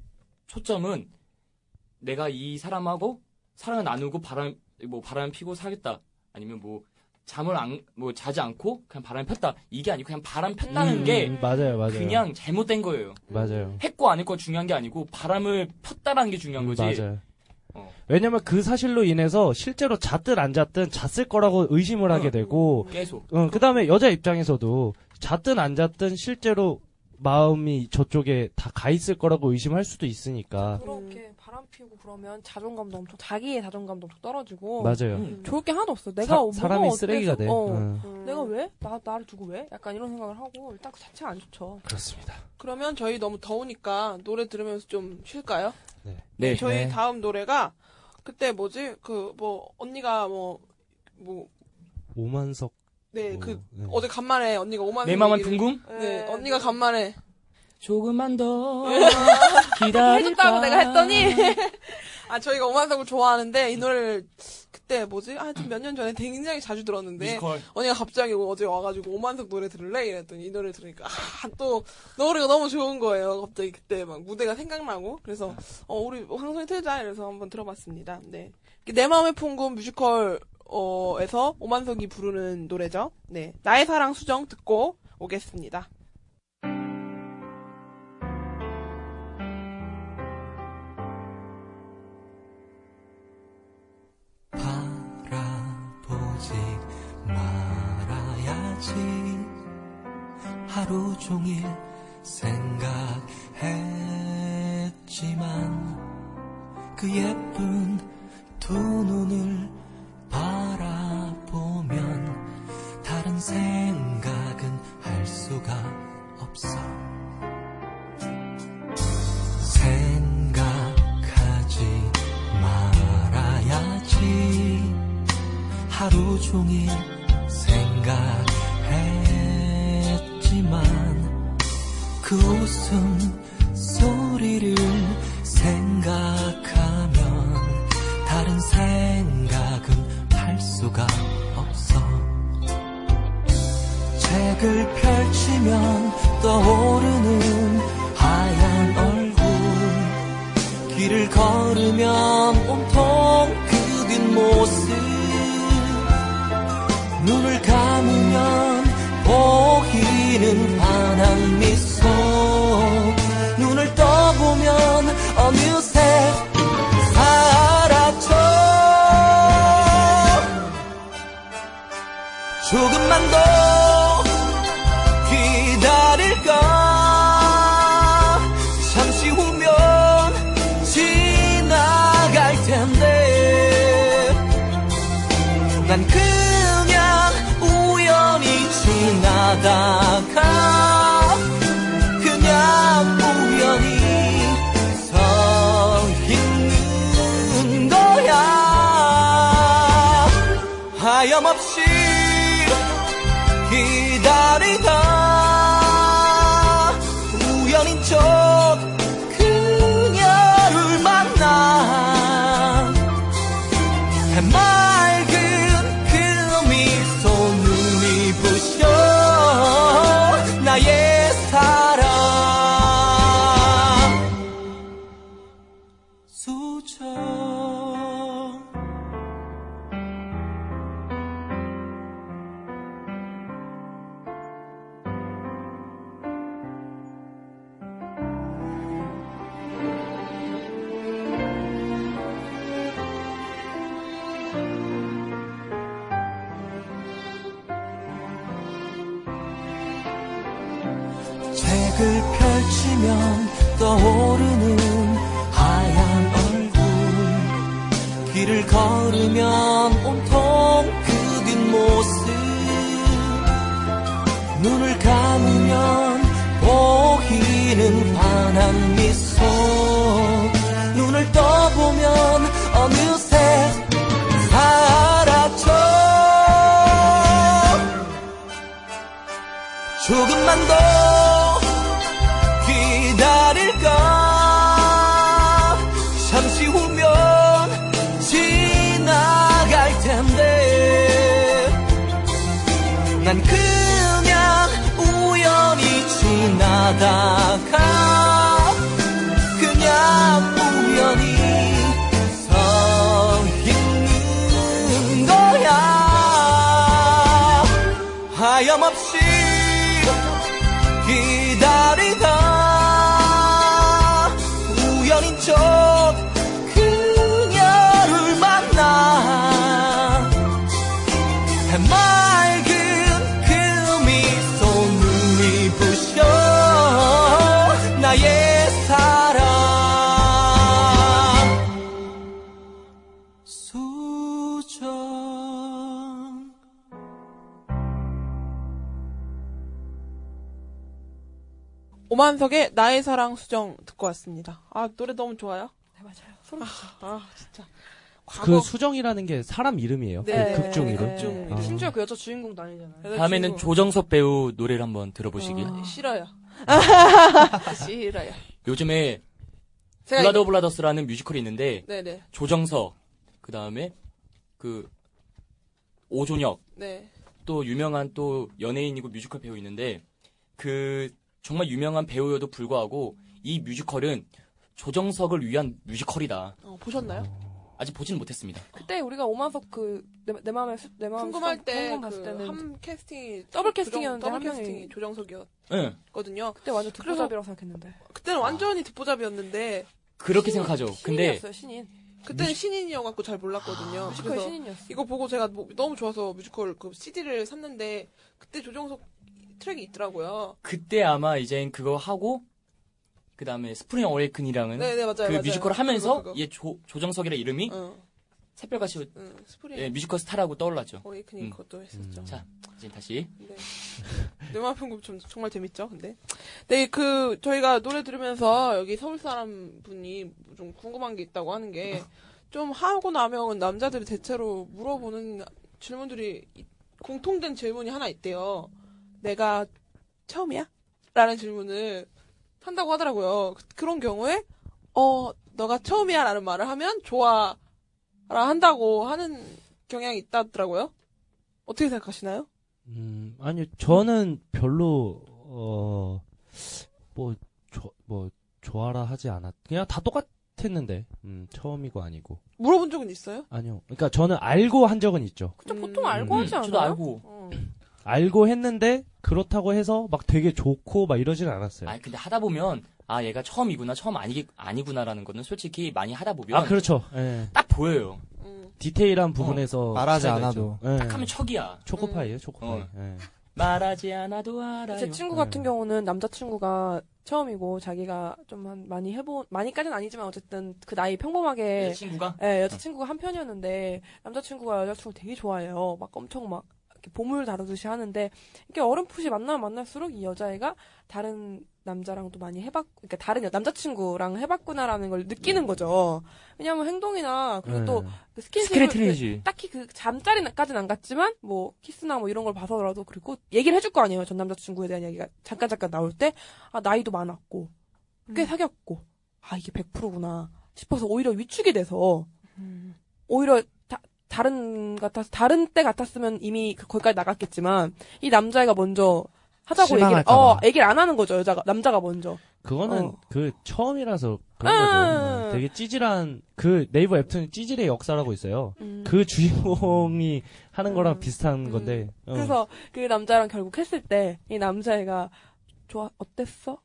Speaker 8: 초점은 내가 이 사람하고 사랑을 나누고 바람 뭐 바람 피고 사겠다 아니면 뭐 잠을 안 뭐 자지 않고 그냥 바람 폈다 이게 아니고 그냥 바람 폈다는
Speaker 12: 음,
Speaker 8: 게
Speaker 12: 맞아요, 맞아요.
Speaker 8: 그냥 잘못된 거예요.
Speaker 12: 맞아요.
Speaker 8: 했고 안 했고 중요한 게 아니고 바람을 폈다라는 게 중요한 거지.
Speaker 12: 맞아요.
Speaker 8: 어.
Speaker 12: 왜냐면 그 사실로 인해서 실제로 잤든 안 잤든 잤을 거라고 의심을 하게
Speaker 8: 어.
Speaker 12: 되고,
Speaker 8: 계속
Speaker 12: 응, 그 다음에 여자 입장에서도 잤든 안 잤든 실제로 마음이 저쪽에 다 가 있을 거라고 의심할 수도 있으니까.
Speaker 2: 그렇게 바람 피우고 그러면 자존감도 엄청 자기의 자존감도 엄청 떨어지고.
Speaker 12: 맞아요.
Speaker 8: 음.
Speaker 2: 좋을 게 하나도 없어. 내가
Speaker 12: 사, 람이
Speaker 2: 뭐가
Speaker 12: 쓰레기가
Speaker 2: 어때서-
Speaker 12: 돼.
Speaker 2: 어.
Speaker 12: 응.
Speaker 5: 음.
Speaker 2: 내가 왜? 나 나를 두고 왜? 약간 이런 생각을 하고 일단 그 자체가 안 좋죠.
Speaker 12: 그렇습니다.
Speaker 5: 그러면 저희 너무 더우니까 노래 들으면서 좀 쉴까요?
Speaker 8: 네.
Speaker 5: 저희
Speaker 14: 네.
Speaker 5: 다음 노래가 그때 뭐지? 그 뭐 언니가 뭐 뭐
Speaker 12: 오만석.
Speaker 5: 네,
Speaker 12: 뭐,
Speaker 5: 그
Speaker 12: 네.
Speaker 5: 어제 간만에 언니가 오만
Speaker 8: 내 마음은
Speaker 5: 얘기를-
Speaker 8: 둥근
Speaker 5: 네, 언니가 간만에
Speaker 8: 조금만 <laughs> 더
Speaker 2: 해줬다고
Speaker 8: 기다릴까
Speaker 2: 내가 했더니
Speaker 5: 아 저희가 오만석을 좋아하는데 이 노래를 그때 뭐지? 하여튼 몇 년 전에 굉장히 자주 들었는데
Speaker 8: 뮤지컬
Speaker 5: 언니가 갑자기 뭐 어제 와가지고 오만석 노래 들을래? 이랬더니 이 노래 들으니까 아또 노래가 너무 좋은 거예요. 갑자기 그때 네, 막 무대가 생각나고 그래서 어 우리 방송에 틀자 이래서 한번 들어봤습니다. 네. 내 마음의 풍금 뮤지컬 어에서 오만석이 부르는 노래죠. 네. 나의 사랑 수정 듣고 오겠습니다.
Speaker 9: 바라보지 말아야지 하루 종일 생각했지만 그 예쁜 두 눈을 바라보면 다른 생각은 할 수가 없어 생각하지 말아야지 하루 종일 생각했지만 그 웃음 소리를 생각하면 다른 생각은 할 수가 없어 책을 펼치면
Speaker 14: 떠오르는 하얀 얼굴 길을 걸으면 온통 그 뒷모습 눈을 감으면 보이는 환한 미소 눈을 떠보면 어느새 사라져 조금만 더 기다릴까 잠시 후면 지나갈 텐데 난 그냥 우연히 지나다가 그냥 우연히 서 있는 거야 하염없이 기다리다 우연인 척그 그녀를 만나 해맑은 그 미소 눈이 부셔 나의 사랑 수정 책을 펼치면 떠오르는 하얀 얼굴 길을 걸으면 온통 그 뒷모습 눈을 감으면 보이는 환한 미소 눈을 떠보면 어느새 사라져 조금만 더 기다릴까 잠시 후면 지나갈 텐데 난 그냥 우연히 지나다가 그냥 우연히 서 있는 거야 하염없이 기다리다 우연인 척 그녀를 만나 해맑은 그 미소 눈이 부셔 나의 사랑 수정
Speaker 2: 오만석의 나의 사랑 수정 듣고 왔습니다. 아 노래 너무 좋아요. 맞아요. 소름 돋아. 아 진짜.
Speaker 12: 그 수정이라는 게 사람 이름이에요.
Speaker 5: 네.
Speaker 12: 그 극중 이름.
Speaker 5: 네.
Speaker 12: 아.
Speaker 5: 심지어 그 여자 주인공도 아니잖아요.
Speaker 8: 다음에는 조정석 배우 노래를 한번 들어보시길. <laughs>
Speaker 2: 싫어요. 싫어요.
Speaker 8: 요즘에
Speaker 2: 제가
Speaker 8: 블라더 블라더스라는 뮤지컬이 있는데
Speaker 2: 네네
Speaker 8: 조정석 그 다음에 그 오존혁
Speaker 2: 네.
Speaker 8: 또 유명한 또 연예인이고 뮤지컬 배우 있는데 그 정말 유명한 배우여도 불구하고 이 뮤지컬은 조정석을 위한 뮤지컬이다.
Speaker 2: 어, 보셨나요?
Speaker 8: 아직 보진 못했습니다.
Speaker 5: 그때 우리가 오만석 그내 내 마음에 아, 수- 내 마음
Speaker 2: 궁금할
Speaker 5: 궁금
Speaker 2: 때
Speaker 5: 봤을 때는
Speaker 2: 한 캐스팅이
Speaker 5: 더블 캐스팅이었는데
Speaker 2: 더블
Speaker 5: 한 명이-
Speaker 2: 캐스팅이 조정석이었거든요.
Speaker 8: 예.
Speaker 5: 그때
Speaker 2: 그래서-
Speaker 5: 완전 듣보잡이라고 생각했는데. 아.
Speaker 2: 그때는 완전히 듣보잡이었는데
Speaker 8: 그렇게 생각하죠. 근데
Speaker 5: 신인이었어요 신인.
Speaker 2: 그때는 신인이어갖고 잘 몰랐거든요.
Speaker 5: 뮤지컬
Speaker 2: 그래서
Speaker 5: 신인이었어.
Speaker 2: 이거 보고 제가 뭐- 너무 좋아서 뮤지컬 그 CD를 샀는데 그때 조정석 트랙이 있더라고요.
Speaker 8: 그때 아마 이젠 그거 하고 그 다음에 스프링 어웨이큰이랑은
Speaker 2: 네네 맞아요.
Speaker 8: 그
Speaker 2: 맞아요.
Speaker 8: 뮤지컬
Speaker 2: 그거,
Speaker 8: 하면서
Speaker 2: 그거.
Speaker 8: 얘 조, 조정석이라 이름이
Speaker 2: 어,
Speaker 8: 샛별같이
Speaker 2: 응, 스프링
Speaker 8: 예, 뮤지컬 스타라고 떠올랐죠.
Speaker 2: 어웨이크닝
Speaker 8: 음.
Speaker 2: 그것도 했었죠.
Speaker 8: 자, 이제 다시
Speaker 2: 네. 음악 편곡 좀 정말 재밌죠, 근데. 네, 그, 저희가 노래 들으면서 여기 서울 사람 분이 좀 궁금한 게 있다고 하는 게, 좀 하고 나면 남자들이 대체로 물어보는 질문들이, 이- 공통된 질문이 하나 있대요. 내가 처음이야? 라는 질문을 한다고 하더라고요. 그- 그런 경우에, 어, 너가 처음이야? 라는 말을 하면, 좋아. 라 한다고 하는 경향이 있다더라고요. 어떻게 생각하시나요?
Speaker 12: 음, 아니 저는 별로 어 뭐, 조, 뭐, 좋아라 하지 않았, 그냥 다 똑같았는데, 음, 처음이고 아니고.
Speaker 5: 물어본 적은 있어요?
Speaker 12: 아니요. 그러니까 저는 알고 한 적은 있죠.
Speaker 2: 그쵸, 보통 알고
Speaker 8: 음,
Speaker 2: 하지 않아요?
Speaker 8: 저도 알고.
Speaker 2: 어.
Speaker 12: 알고 했는데, 그렇다고 해서 막 되게 좋고 막 이러진 않았어요.
Speaker 8: 아 근데 하다 보면 아 얘가 처음이구나 처음 아니 아니구나라는 거는 솔직히 많이 하다 보면
Speaker 12: 아, 그렇죠.
Speaker 2: 어.
Speaker 12: 예.
Speaker 8: 딱 보여요.
Speaker 12: 디테일한 부분에서.
Speaker 14: 어, 말하지
Speaker 12: 차이가
Speaker 14: 않아도.
Speaker 12: 있죠. 예.
Speaker 8: 딱 하면 척이야.
Speaker 12: 초코파이에요,
Speaker 2: 음.
Speaker 12: 초코파이.
Speaker 8: 어.
Speaker 12: 예.
Speaker 8: 말하지 않아도 알아요.
Speaker 2: 제 친구
Speaker 12: 네.
Speaker 2: 같은 경우는 남자친구가 처음이고 자기가 좀 한 많이 해본 많이까지는 아니지만 어쨌든 그 나이 평범하게
Speaker 8: 내 친구가
Speaker 2: 예, 여자친구가 한 편이었는데 남자친구가 여자친구 를 되게 좋아해요. 막 엄청 막 이렇게 보물 다루듯이 하는데 이게 어렴풋이 만나면 만날수록 이 여자애가 다른 남자랑도 많이 해봤, 그러니까 다른 여- 남자친구랑 해봤구나라는 걸 느끼는 거죠. 왜냐하면 행동이나 그리고 또
Speaker 12: 예.
Speaker 2: 그 스킨십을
Speaker 8: 스크래틀리지.
Speaker 2: 딱히 그 잠자리까지는 안 갔지만 뭐 키스나 뭐 이런 걸 봐서라도 그리고 얘기를 해줄 거 아니에요 전 남자친구에 대한 얘기가 잠깐 잠깐 나올 때 아 나이도 많았고 꽤 사귀었고 아 이게 100%구나 싶어서 오히려 위축이 돼서 오히려 다, 다른 같았 다른 때 같았으면 이미 그- 거기까지 나갔겠지만 이 남자애가 먼저 하자고 얘기를
Speaker 14: 실망할까
Speaker 2: 어
Speaker 14: 봐.
Speaker 2: 얘기를 안 하는 거죠 여자가 남자가 먼저
Speaker 12: 그거는
Speaker 2: 어.
Speaker 12: 그 처음이라서 그런 거죠. 예.
Speaker 2: 음.
Speaker 12: 되게 찌질한 그 네이버 웹툰 찌질의 역사라고 있어요. 그 주인공이 하는 거랑
Speaker 2: 음.
Speaker 12: 비슷한 건데. 어.
Speaker 2: 그래서 그 남자랑 결국 했을 때 이 남자애가 좋아 어땠어?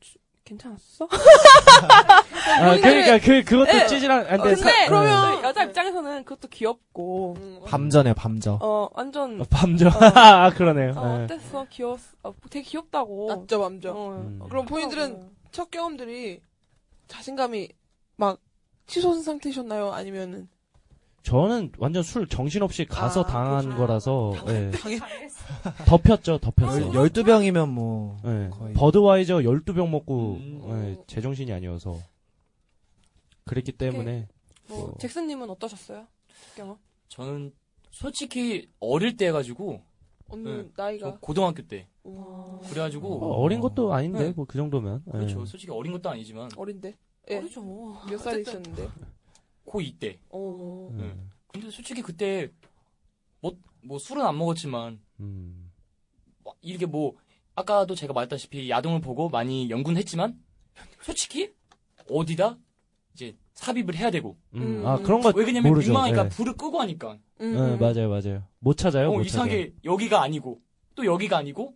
Speaker 2: 주- 괜찮았어?
Speaker 12: 아, 그러니까 그 그것도
Speaker 2: 예.
Speaker 12: 찌질한. 아, 근데,
Speaker 2: 근데
Speaker 12: 사-
Speaker 2: 그러면 네, 여자 입장에서는 그것도 귀엽고
Speaker 14: 밤전에 밤저.
Speaker 2: 어 완전
Speaker 12: 어,
Speaker 2: 어,
Speaker 12: 밤죠. 아 그러네요. 예.
Speaker 2: 어땠어 귀여웠 어, 되게 귀엽다고
Speaker 5: 낮죠, 맘죠.
Speaker 2: 어,
Speaker 12: 음.
Speaker 5: 그럼 본인들은 첫 경험들이 자신감이 막 치솟은 상태셨나요? 아니면은
Speaker 12: 저는 완전 술 정신없이 가서
Speaker 5: 아,
Speaker 12: 당한
Speaker 5: 그렇죠.
Speaker 12: 거라서
Speaker 8: 아,
Speaker 12: 예.
Speaker 5: 당해
Speaker 12: 덮였죠, 덮였어. 요 예.
Speaker 14: 12병이면 뭐. 거의.
Speaker 12: 버드와이저 12병 먹고
Speaker 8: 음.
Speaker 12: 예, 제정신이 아니어서 그랬기 때문에
Speaker 2: 뭐, 잭슨님은 어떠셨어요? 경험?
Speaker 8: 저는 솔직히 어릴 때 해가지고
Speaker 5: 언니
Speaker 8: 네. 저
Speaker 5: 나이가
Speaker 8: 고등학교 때
Speaker 2: 음.
Speaker 5: 우와.
Speaker 8: 그래가지고
Speaker 12: 어, 린 것도 아닌데
Speaker 8: 네.
Speaker 12: 뭐 그 정도면 예.
Speaker 8: 그렇죠. 솔직히 어린 것도 아니지만
Speaker 5: 어린데 예.
Speaker 2: 어리죠
Speaker 5: 몇 살이셨는데
Speaker 8: 고2 때.
Speaker 5: 어.
Speaker 8: 네.
Speaker 12: 예.
Speaker 8: 근데 솔직히 그때 뭐, 뭐 술은 안 먹었지만
Speaker 12: 음.
Speaker 8: 뭐 이렇게 뭐 아까도 제가 말했다시피 야동을 보고 많이 연구했지만 솔직히 어디다 이제 삽입을 해야 되고
Speaker 12: 음,
Speaker 5: 음.
Speaker 12: 아 그런 거
Speaker 8: 왜 그냐면
Speaker 12: 모르죠.
Speaker 8: 민망하니까
Speaker 12: 예.
Speaker 8: 불을 끄고 하니까
Speaker 5: 음,
Speaker 12: 네,
Speaker 5: 음.
Speaker 12: 맞아요, 맞아요. 못 찾아요.
Speaker 8: 어,
Speaker 12: 못 찾아요.
Speaker 8: 이상하게 여기가 아니고 또 여기가 아니고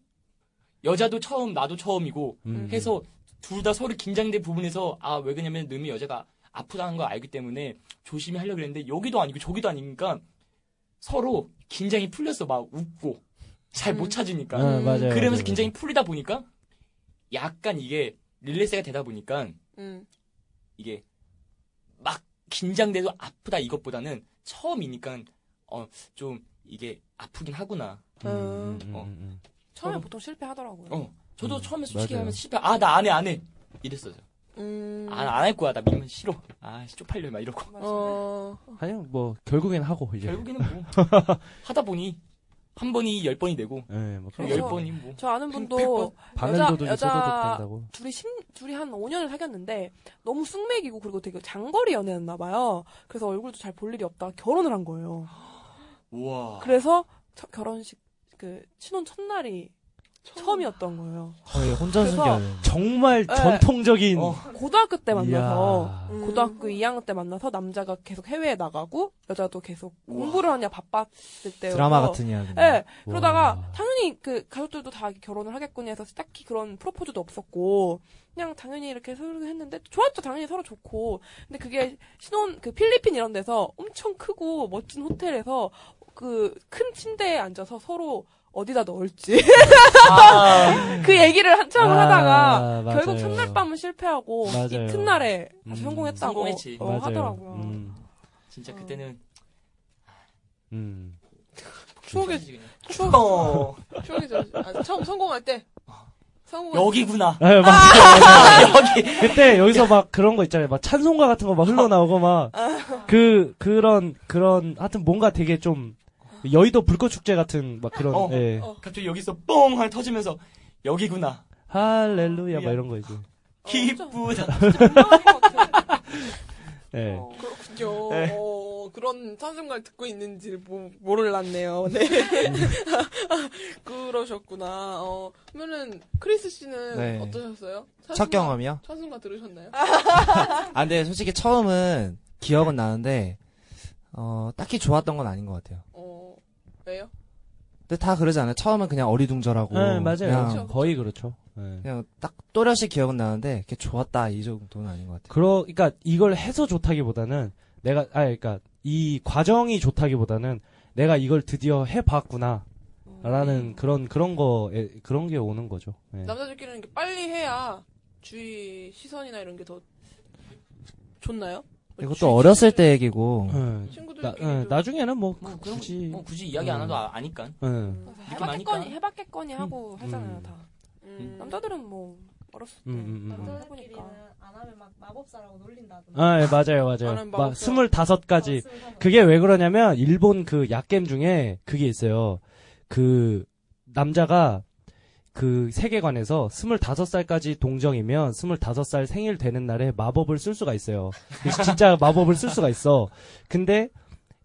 Speaker 8: 여자도 처음 나도 처음이고
Speaker 12: 음.
Speaker 8: 해서 둘 다 서로 긴장된 부분에서 아 왜 그냐면 늠이 여자가 아프다는 걸 알기 때문에 조심히 하려고 했는데 여기도 아니고 저기도 아니니까 서로 긴장이 풀렸어 막 웃고 잘 못
Speaker 5: 음.
Speaker 8: 찾으니까
Speaker 12: 아, 맞아요. 맞아요,
Speaker 8: 그러면서
Speaker 12: 맞아요.
Speaker 8: 긴장이 풀리다 보니까 약간 이게 릴레이스가 되다 보니까
Speaker 5: 음.
Speaker 8: 이게 막 긴장돼도 아프다 이것보다는 처음이니까 어 좀 이게 아프긴 하구나.
Speaker 12: 음, 음,
Speaker 8: 어.
Speaker 12: 음,
Speaker 2: 처음에
Speaker 8: 저도-
Speaker 2: 보통 실패하더라고요
Speaker 8: 어 저도
Speaker 12: 음,
Speaker 8: 처음에 솔직히
Speaker 12: 맞아요.
Speaker 8: 하면 실패. 아 나 안 해 안 해. 이랬어요.
Speaker 5: 음.
Speaker 8: 안 안 할 거야 아, 나 밀면 싫어. 아 쪽팔려 막 이러고.
Speaker 5: 어.
Speaker 12: 음. 아니요, 뭐 결국엔 하고 이제.
Speaker 8: 결국에는 뭐
Speaker 12: <laughs>
Speaker 8: 하다 보니 한 번이 열 번이 되고
Speaker 12: 예, 뭐
Speaker 8: 열
Speaker 2: 그래서-
Speaker 8: 번이 뭐.
Speaker 2: 저 아는 분도
Speaker 8: 백 번.
Speaker 2: 여자-
Speaker 12: 바늘도둑이
Speaker 2: 여자-
Speaker 12: 소도둑된다고.
Speaker 2: 둘이 십, 둘이 한 5년을 사귀었는데 너무 쑥맥이고 그리고 되게 장거리 연애였나 봐요. 그래서 얼굴도 잘 볼 일이 없다 가 결혼을 한 거예요.
Speaker 8: 우와.
Speaker 2: 그래서 처- 결혼식 그 신혼 첫날이 처음이었던 거예요.
Speaker 14: 거의 혼전
Speaker 2: 그래서-
Speaker 14: 순결.
Speaker 12: 정말
Speaker 2: 네.
Speaker 12: 전통적인.
Speaker 8: 어.
Speaker 2: 고등학교 때 만나서
Speaker 12: 이야.
Speaker 5: 음.
Speaker 2: 고등학교 2학년 때 만나서 남자가 계속 해외에 나가고 여자도 계속 공부를 하냐 바빴을 때
Speaker 14: 드라마
Speaker 5: 어.
Speaker 14: 같은 이야기.
Speaker 2: 예.
Speaker 5: 네.
Speaker 2: 그러다가
Speaker 12: 와.
Speaker 2: 당연히 그 가족들도 다 결혼을 하겠군요 해서 딱히 그런 프로포즈도 없었고 그냥 당연히 이렇게 서로 했는데 좋았죠 당연히 서로 좋고 근데 그게 신혼 그 필리핀 이런 데서 엄청 크고 멋진 호텔에서 그 큰 침대에 앉아서 서로 어디다 넣을지
Speaker 8: 아,
Speaker 2: 그 얘기를 한참
Speaker 12: 아,
Speaker 2: 하다가
Speaker 12: 맞아요.
Speaker 2: 결국 첫날 밤은 실패하고
Speaker 12: 맞아요.
Speaker 2: 이튿날에 다시
Speaker 12: 음,
Speaker 2: 성공했다고
Speaker 8: 성공했지.
Speaker 2: 어,
Speaker 12: 맞아요.
Speaker 2: 하더라고요.
Speaker 12: 음,
Speaker 8: 진짜 그때는
Speaker 12: 음.
Speaker 5: 추억의
Speaker 8: 그냥.
Speaker 5: 추억
Speaker 8: 어
Speaker 5: 추억의 저 아, 처음 성공할 때 성공
Speaker 8: <laughs>
Speaker 12: <laughs>
Speaker 8: 여기구나.
Speaker 12: 아, 맞
Speaker 8: 여기.
Speaker 12: 그때 여기서 막 그런 거 있잖아요. 막 찬송가 같은 거 막 흘러나오고 막
Speaker 2: 아.
Speaker 12: 그 그런 그런 하여튼 뭔가 되게 좀 여의도 불꽃 축제 같은 막 그런
Speaker 8: 어.
Speaker 12: 예.
Speaker 8: 갑자기 여기서 뻥 하고 터지면서 여기구나.
Speaker 5: 어,
Speaker 12: 할렐루야 막 이런 거 이제.
Speaker 8: 기쁘다.
Speaker 2: 분명할 것 같아요.
Speaker 12: 예.
Speaker 5: 어, 그렇군요.
Speaker 12: 네.
Speaker 5: 어, 그런 사정을 듣고 있는지를 모, 모를랐네요. 네. <laughs> 그러셨구나. 어, 그러면은 크리스 씨는
Speaker 14: 네.
Speaker 5: 어떠셨어요?
Speaker 14: 첫 경험이요?
Speaker 5: 찬순가 들으셨나요?
Speaker 14: 아, 근데 솔직히 처음은 기억은 나는데, 어, 딱히 좋았던 건 아닌 것 같아요.
Speaker 5: 어, 왜요?
Speaker 14: 근데 다 그러지 않아요? 처음은 그냥 어리둥절하고.
Speaker 12: 예, 맞아요.
Speaker 14: 그냥,
Speaker 12: 거의 그렇죠. 예.
Speaker 14: 그냥 딱 또렷이 기억은 나는데, 이렇게 좋았다, 이 정도는 아닌 것 같아요.
Speaker 12: 그러, 그러니까 이걸 해서 좋다기보다는 내가, 아, 그러니까 이 과정이 좋다기보다는 내가 이걸 드디어 해봤구나. 라는
Speaker 8: 음.
Speaker 12: 그런, 그런 거에, 그런 게 오는 거죠. 예.
Speaker 5: 남자들끼리는 이렇게 빨리 해야 주위 시선이나 이런 게 더 좋나요? 뭐 주위
Speaker 14: 이것도 네, 어렸을 때 얘기고,
Speaker 12: 예. 나,
Speaker 5: 친구들끼리도
Speaker 12: 예, 나중에는 뭐,
Speaker 8: 뭐, 그런
Speaker 12: 굳이.
Speaker 8: 뭐 굳이 이야기 안 해도 아- 아니까.
Speaker 12: 예.
Speaker 8: 느낌 아니까.
Speaker 2: 해봤겠거니 해봤겠거니 하고 하잖아요 다.
Speaker 5: 음.
Speaker 2: 남자들은 뭐 어렸을 때
Speaker 12: 음, 음, 음.
Speaker 2: 따로
Speaker 4: 남자들끼리는
Speaker 2: 해보니까.
Speaker 4: 안 하면 막 마법사라고 놀린다던데.
Speaker 12: 아, 예, 맞아요, 맞아요.
Speaker 5: 나는
Speaker 12: 막
Speaker 5: 먹었어.
Speaker 8: 아,
Speaker 12: 25가지. 그게 왜 그러냐면, 일본 그 약겜 중에 그게 있어요. 그, 남자가 그 세계관에서 25살까지 동정이면 25살 생일 되는 날에 마법을 쓸 수가 있어요. 그래서 진짜 <laughs> 마법을 쓸 수가 있어. 근데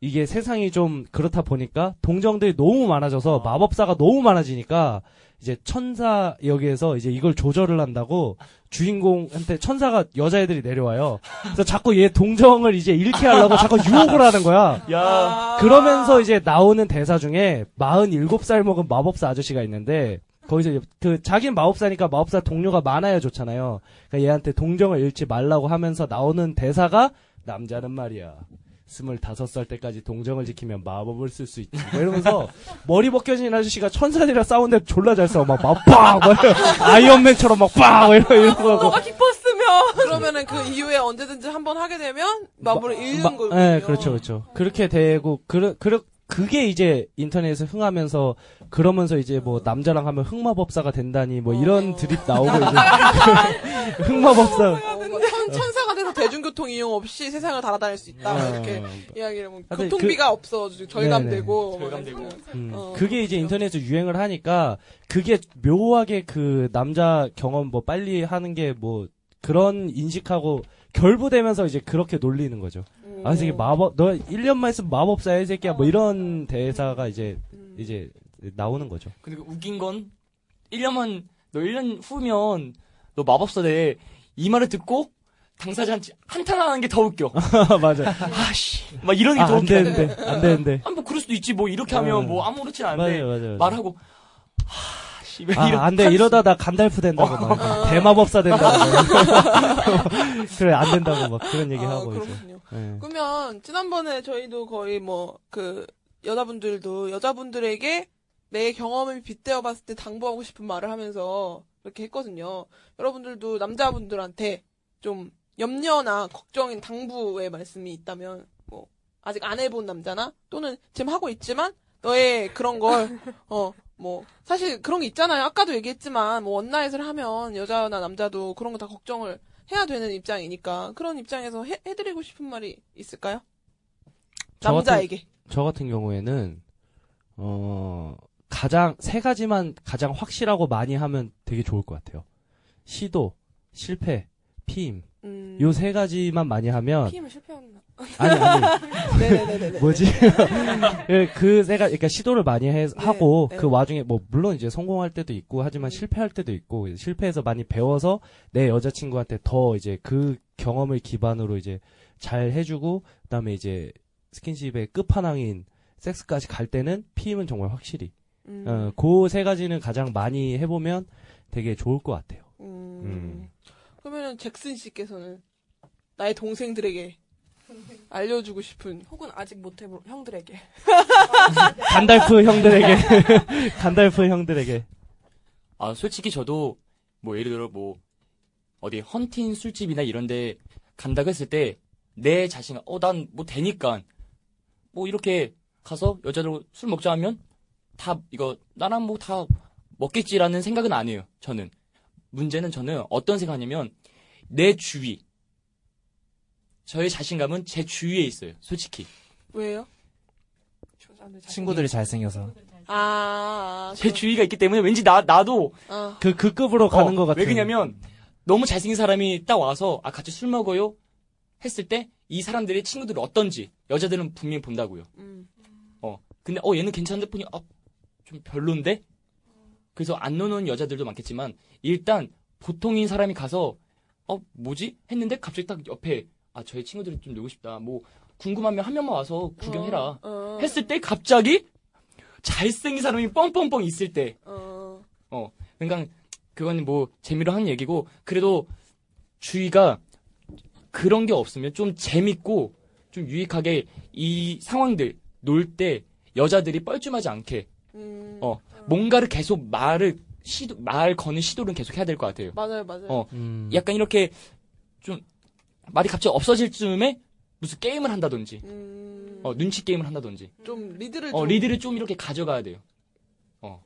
Speaker 12: 이게 세상이 좀 그렇다 보니까 동정들이 너무 많아져서 마법사가 너무 많아지니까 이제 천사 여기에서 이제 이걸 조절을 한다고 주인공한테 천사가 여자애들이 내려와요. 그래서 자꾸 얘 동정을 이제 잃게 하려고 자꾸 유혹을 하는 거야.
Speaker 8: 야.
Speaker 12: 그러면서 이제 나오는 대사 중에 47살 먹은 마법사 아저씨가 있는데 거기서 이제 그 자기는 마법사니까 마법사 동료가 많아야 좋잖아요. 그러니까 얘한테 동정을 잃지 말라고 하면서 나오는 대사가 남자는 말이야. 25살 때까지 동정을 지키면 마법을 쓸 수 있지. 뭐 이러면서 머리 벗겨진 아저씨가 천사들이랑 싸우는데 졸라 잘 싸워. 막, 막, 빡! 막 이러고 아이언맨처럼 막, 빡! 이러고, 이러고 하고.
Speaker 5: 너가 기뻤으면 그러면은 그 이후에 언제든지 한번 하게 되면 마법을
Speaker 12: 마-
Speaker 5: 잃는 거군요.
Speaker 12: 네, 그렇죠, 그렇죠. 그렇게 되고 그르 그르 그게 이제 인터넷에서 흥하면서 그러면서 이제 뭐 남자랑 하면 흑마법사가 된다니 뭐 이런 드립
Speaker 5: <laughs>
Speaker 12: 나오고 이제 <laughs> 흑마법사.
Speaker 5: 어, 뭐 천, 천사가 돼서 대중교통 이용 없이 세상을 달아다닐 수 있다.
Speaker 12: 어. 네.
Speaker 5: 뭐 이렇게 이야기를 하면
Speaker 12: 하여튼
Speaker 5: 교통비가 없어 절감되고 뭐
Speaker 8: 절감되고.
Speaker 5: 이렇게.
Speaker 12: 음,
Speaker 5: 어,
Speaker 12: 그게 이제 인터넷에서 유행을 하니까 그게 묘하게 그 남자 경험 뭐 빨리 하는 게 뭐 그런 인식하고 결부되면서 이제 그렇게 놀리는 거죠.
Speaker 5: 음.
Speaker 12: 아, 이 새끼 마법 너 1년만 있으면 마법사야 이 새끼야
Speaker 5: 어.
Speaker 12: 뭐 이런 대사가 이제
Speaker 5: 음.
Speaker 12: 이제 나오는
Speaker 5: <laughs>
Speaker 12: 거죠.
Speaker 8: 근데 그 웃긴 건 1년만 너 1년 후면 너 마법사 돼. 이 말을 듣고 당사자한테 한탄하는 게 더 웃겨.
Speaker 12: <laughs> 맞아.
Speaker 8: 아씨. 막 이런 게
Speaker 12: 아,
Speaker 8: 더
Speaker 12: 안
Speaker 8: 웃겨.
Speaker 12: 되는데, 안 되는데.
Speaker 8: 아, 뭐 그럴 수도 있지. 뭐 이렇게 하면 뭐 아무렇진 않은데
Speaker 12: 맞아요, 맞아요.
Speaker 8: 말하고 하씨 왜 이런
Speaker 12: 아, 안 돼. 이러다 나 간달프 된다고 막. 대마법사 된다고. 막. <laughs> 그래, 안 된다고 막 그런 얘기
Speaker 5: 아,
Speaker 12: 하고 이제.
Speaker 5: 그렇군요.
Speaker 12: 예.
Speaker 5: 그러면 지난번에 저희도 거의 뭐 그 여자분들도 여자분들에게 내 경험을 빗대어 봤을 때 당부하고 싶은 말을 하면서 이렇게 했거든요. 여러분들도 남자분들한테 좀 염려나 걱정인 당부의 말씀이 있다면 뭐 아직 안 해본 남자나 또는 지금 하고 있지만 너의 그런 걸 <laughs> 어 뭐 사실 그런 게 있잖아요. 아까도 얘기했지만 뭐 원나잇을 하면 여자나 남자도 그런 거 다 걱정을 해야 되는 입장이니까 그런 입장에서 해, 해드리고 싶은 말이 있을까요?
Speaker 12: 저 같은-
Speaker 5: 남자에게
Speaker 12: 저 같은 경우에는, 어, 가장, 세 가지만 가장 확실하고 많이 하면 되게 좋을 것 같아요. 시도, 실패, 피임.
Speaker 5: 음,
Speaker 12: 요 세 가지만 많이 하면.
Speaker 2: 피임을 실패했나?
Speaker 12: 아니,
Speaker 5: <laughs>
Speaker 12: 아니.
Speaker 5: 네네네네
Speaker 12: 뭐지? <laughs> 예, 그 세가, 그러니까 시도를 많이 해, 하고,
Speaker 5: 네. 음.
Speaker 12: 그 와중에, 뭐, 물론 이제 성공할 때도 있고, 하지만 실패할 때도 있고, 이제 실패해서 많이 배워서 내 여자친구한테 더 이제 그 경험을 기반으로 이제 잘 해주고, 그 다음에 이제 스킨십의 끝판왕인 섹스까지 갈 때는 피임은 정말 확실히.
Speaker 5: 음,
Speaker 12: 어, 그 세 가지는 가장 많이 해보면 되게 좋을 것 같아요.
Speaker 5: 음.
Speaker 12: 음.
Speaker 5: 그러면은 잭슨 씨께서는 나의 동생들에게 알려주고 싶은
Speaker 2: 혹은 아직 못 해본 형들에게
Speaker 12: 간달프 형들에게, <laughs> 간달프 형들에게.
Speaker 8: 아, 솔직히 저도 뭐 예를 들어 뭐 어디 헌팅 술집이나 이런데 간다고 했을 때 내 자신감, 어, 난 뭐 되니까 뭐 이렇게 가서 여자들 술 먹자 하면 다 이거 나랑 뭐 다 먹겠지라는 생각은 안 해요. 저는 문제는 저는 어떤 생각하냐면 내 주위 저의 자신감은 제 주위에 있어요. 솔직히
Speaker 5: 왜요?
Speaker 14: 친구들이 잘생겨서.
Speaker 5: 아, 아,
Speaker 8: 제 주위가 있기 때문에 왠지 나 나도
Speaker 5: 아
Speaker 12: 그,
Speaker 8: 어,
Speaker 12: 그 급으로 가는 것 같아요.
Speaker 8: 왜 그냐면 너무 잘생긴 사람이 딱 와서 아 같이 술 먹어요. 했을 때 이 사람들의 친구들이 어떤지 여자들은 분명히 본다고요.
Speaker 5: 음.
Speaker 8: 어 근데 어 얘는 괜찮은데 보니 어, 좀 별론데 그래서 안 노는 여자들도 많겠지만 일단 보통인 사람이 가서 어 뭐지 했는데 갑자기 딱 옆에 아 저희 친구들이 좀 놀고 싶다 뭐 궁금하면 한 명만 와서 구경해라
Speaker 5: 어,
Speaker 8: 했을 때 갑자기 잘생긴 사람이 뻥뻥뻥 있을 때
Speaker 5: 어.
Speaker 8: 그러니까 그건 뭐 재미로 하는 얘기고 그래도 주의가 그런 게 없으면 좀 재밌고 좀 유익하게 이 상황들 놀 때 여자들이 뻘쭘하지 않게
Speaker 5: 음.
Speaker 8: 어. 뭔가를 계속 말을 시도 말 거는 시도를 계속 해야 될 것 같아요.
Speaker 5: 맞아요, 맞아요.
Speaker 8: 어. 약간 이렇게 좀 말이 갑자기 없어질 즈음에 무슨 게임을 한다든지
Speaker 5: 음.
Speaker 8: 어, 눈치 게임을 한다든지
Speaker 5: 좀 리드를
Speaker 8: 어,
Speaker 5: 좀
Speaker 8: 리드를 좀 이렇게 가져가야 돼요.
Speaker 12: 어,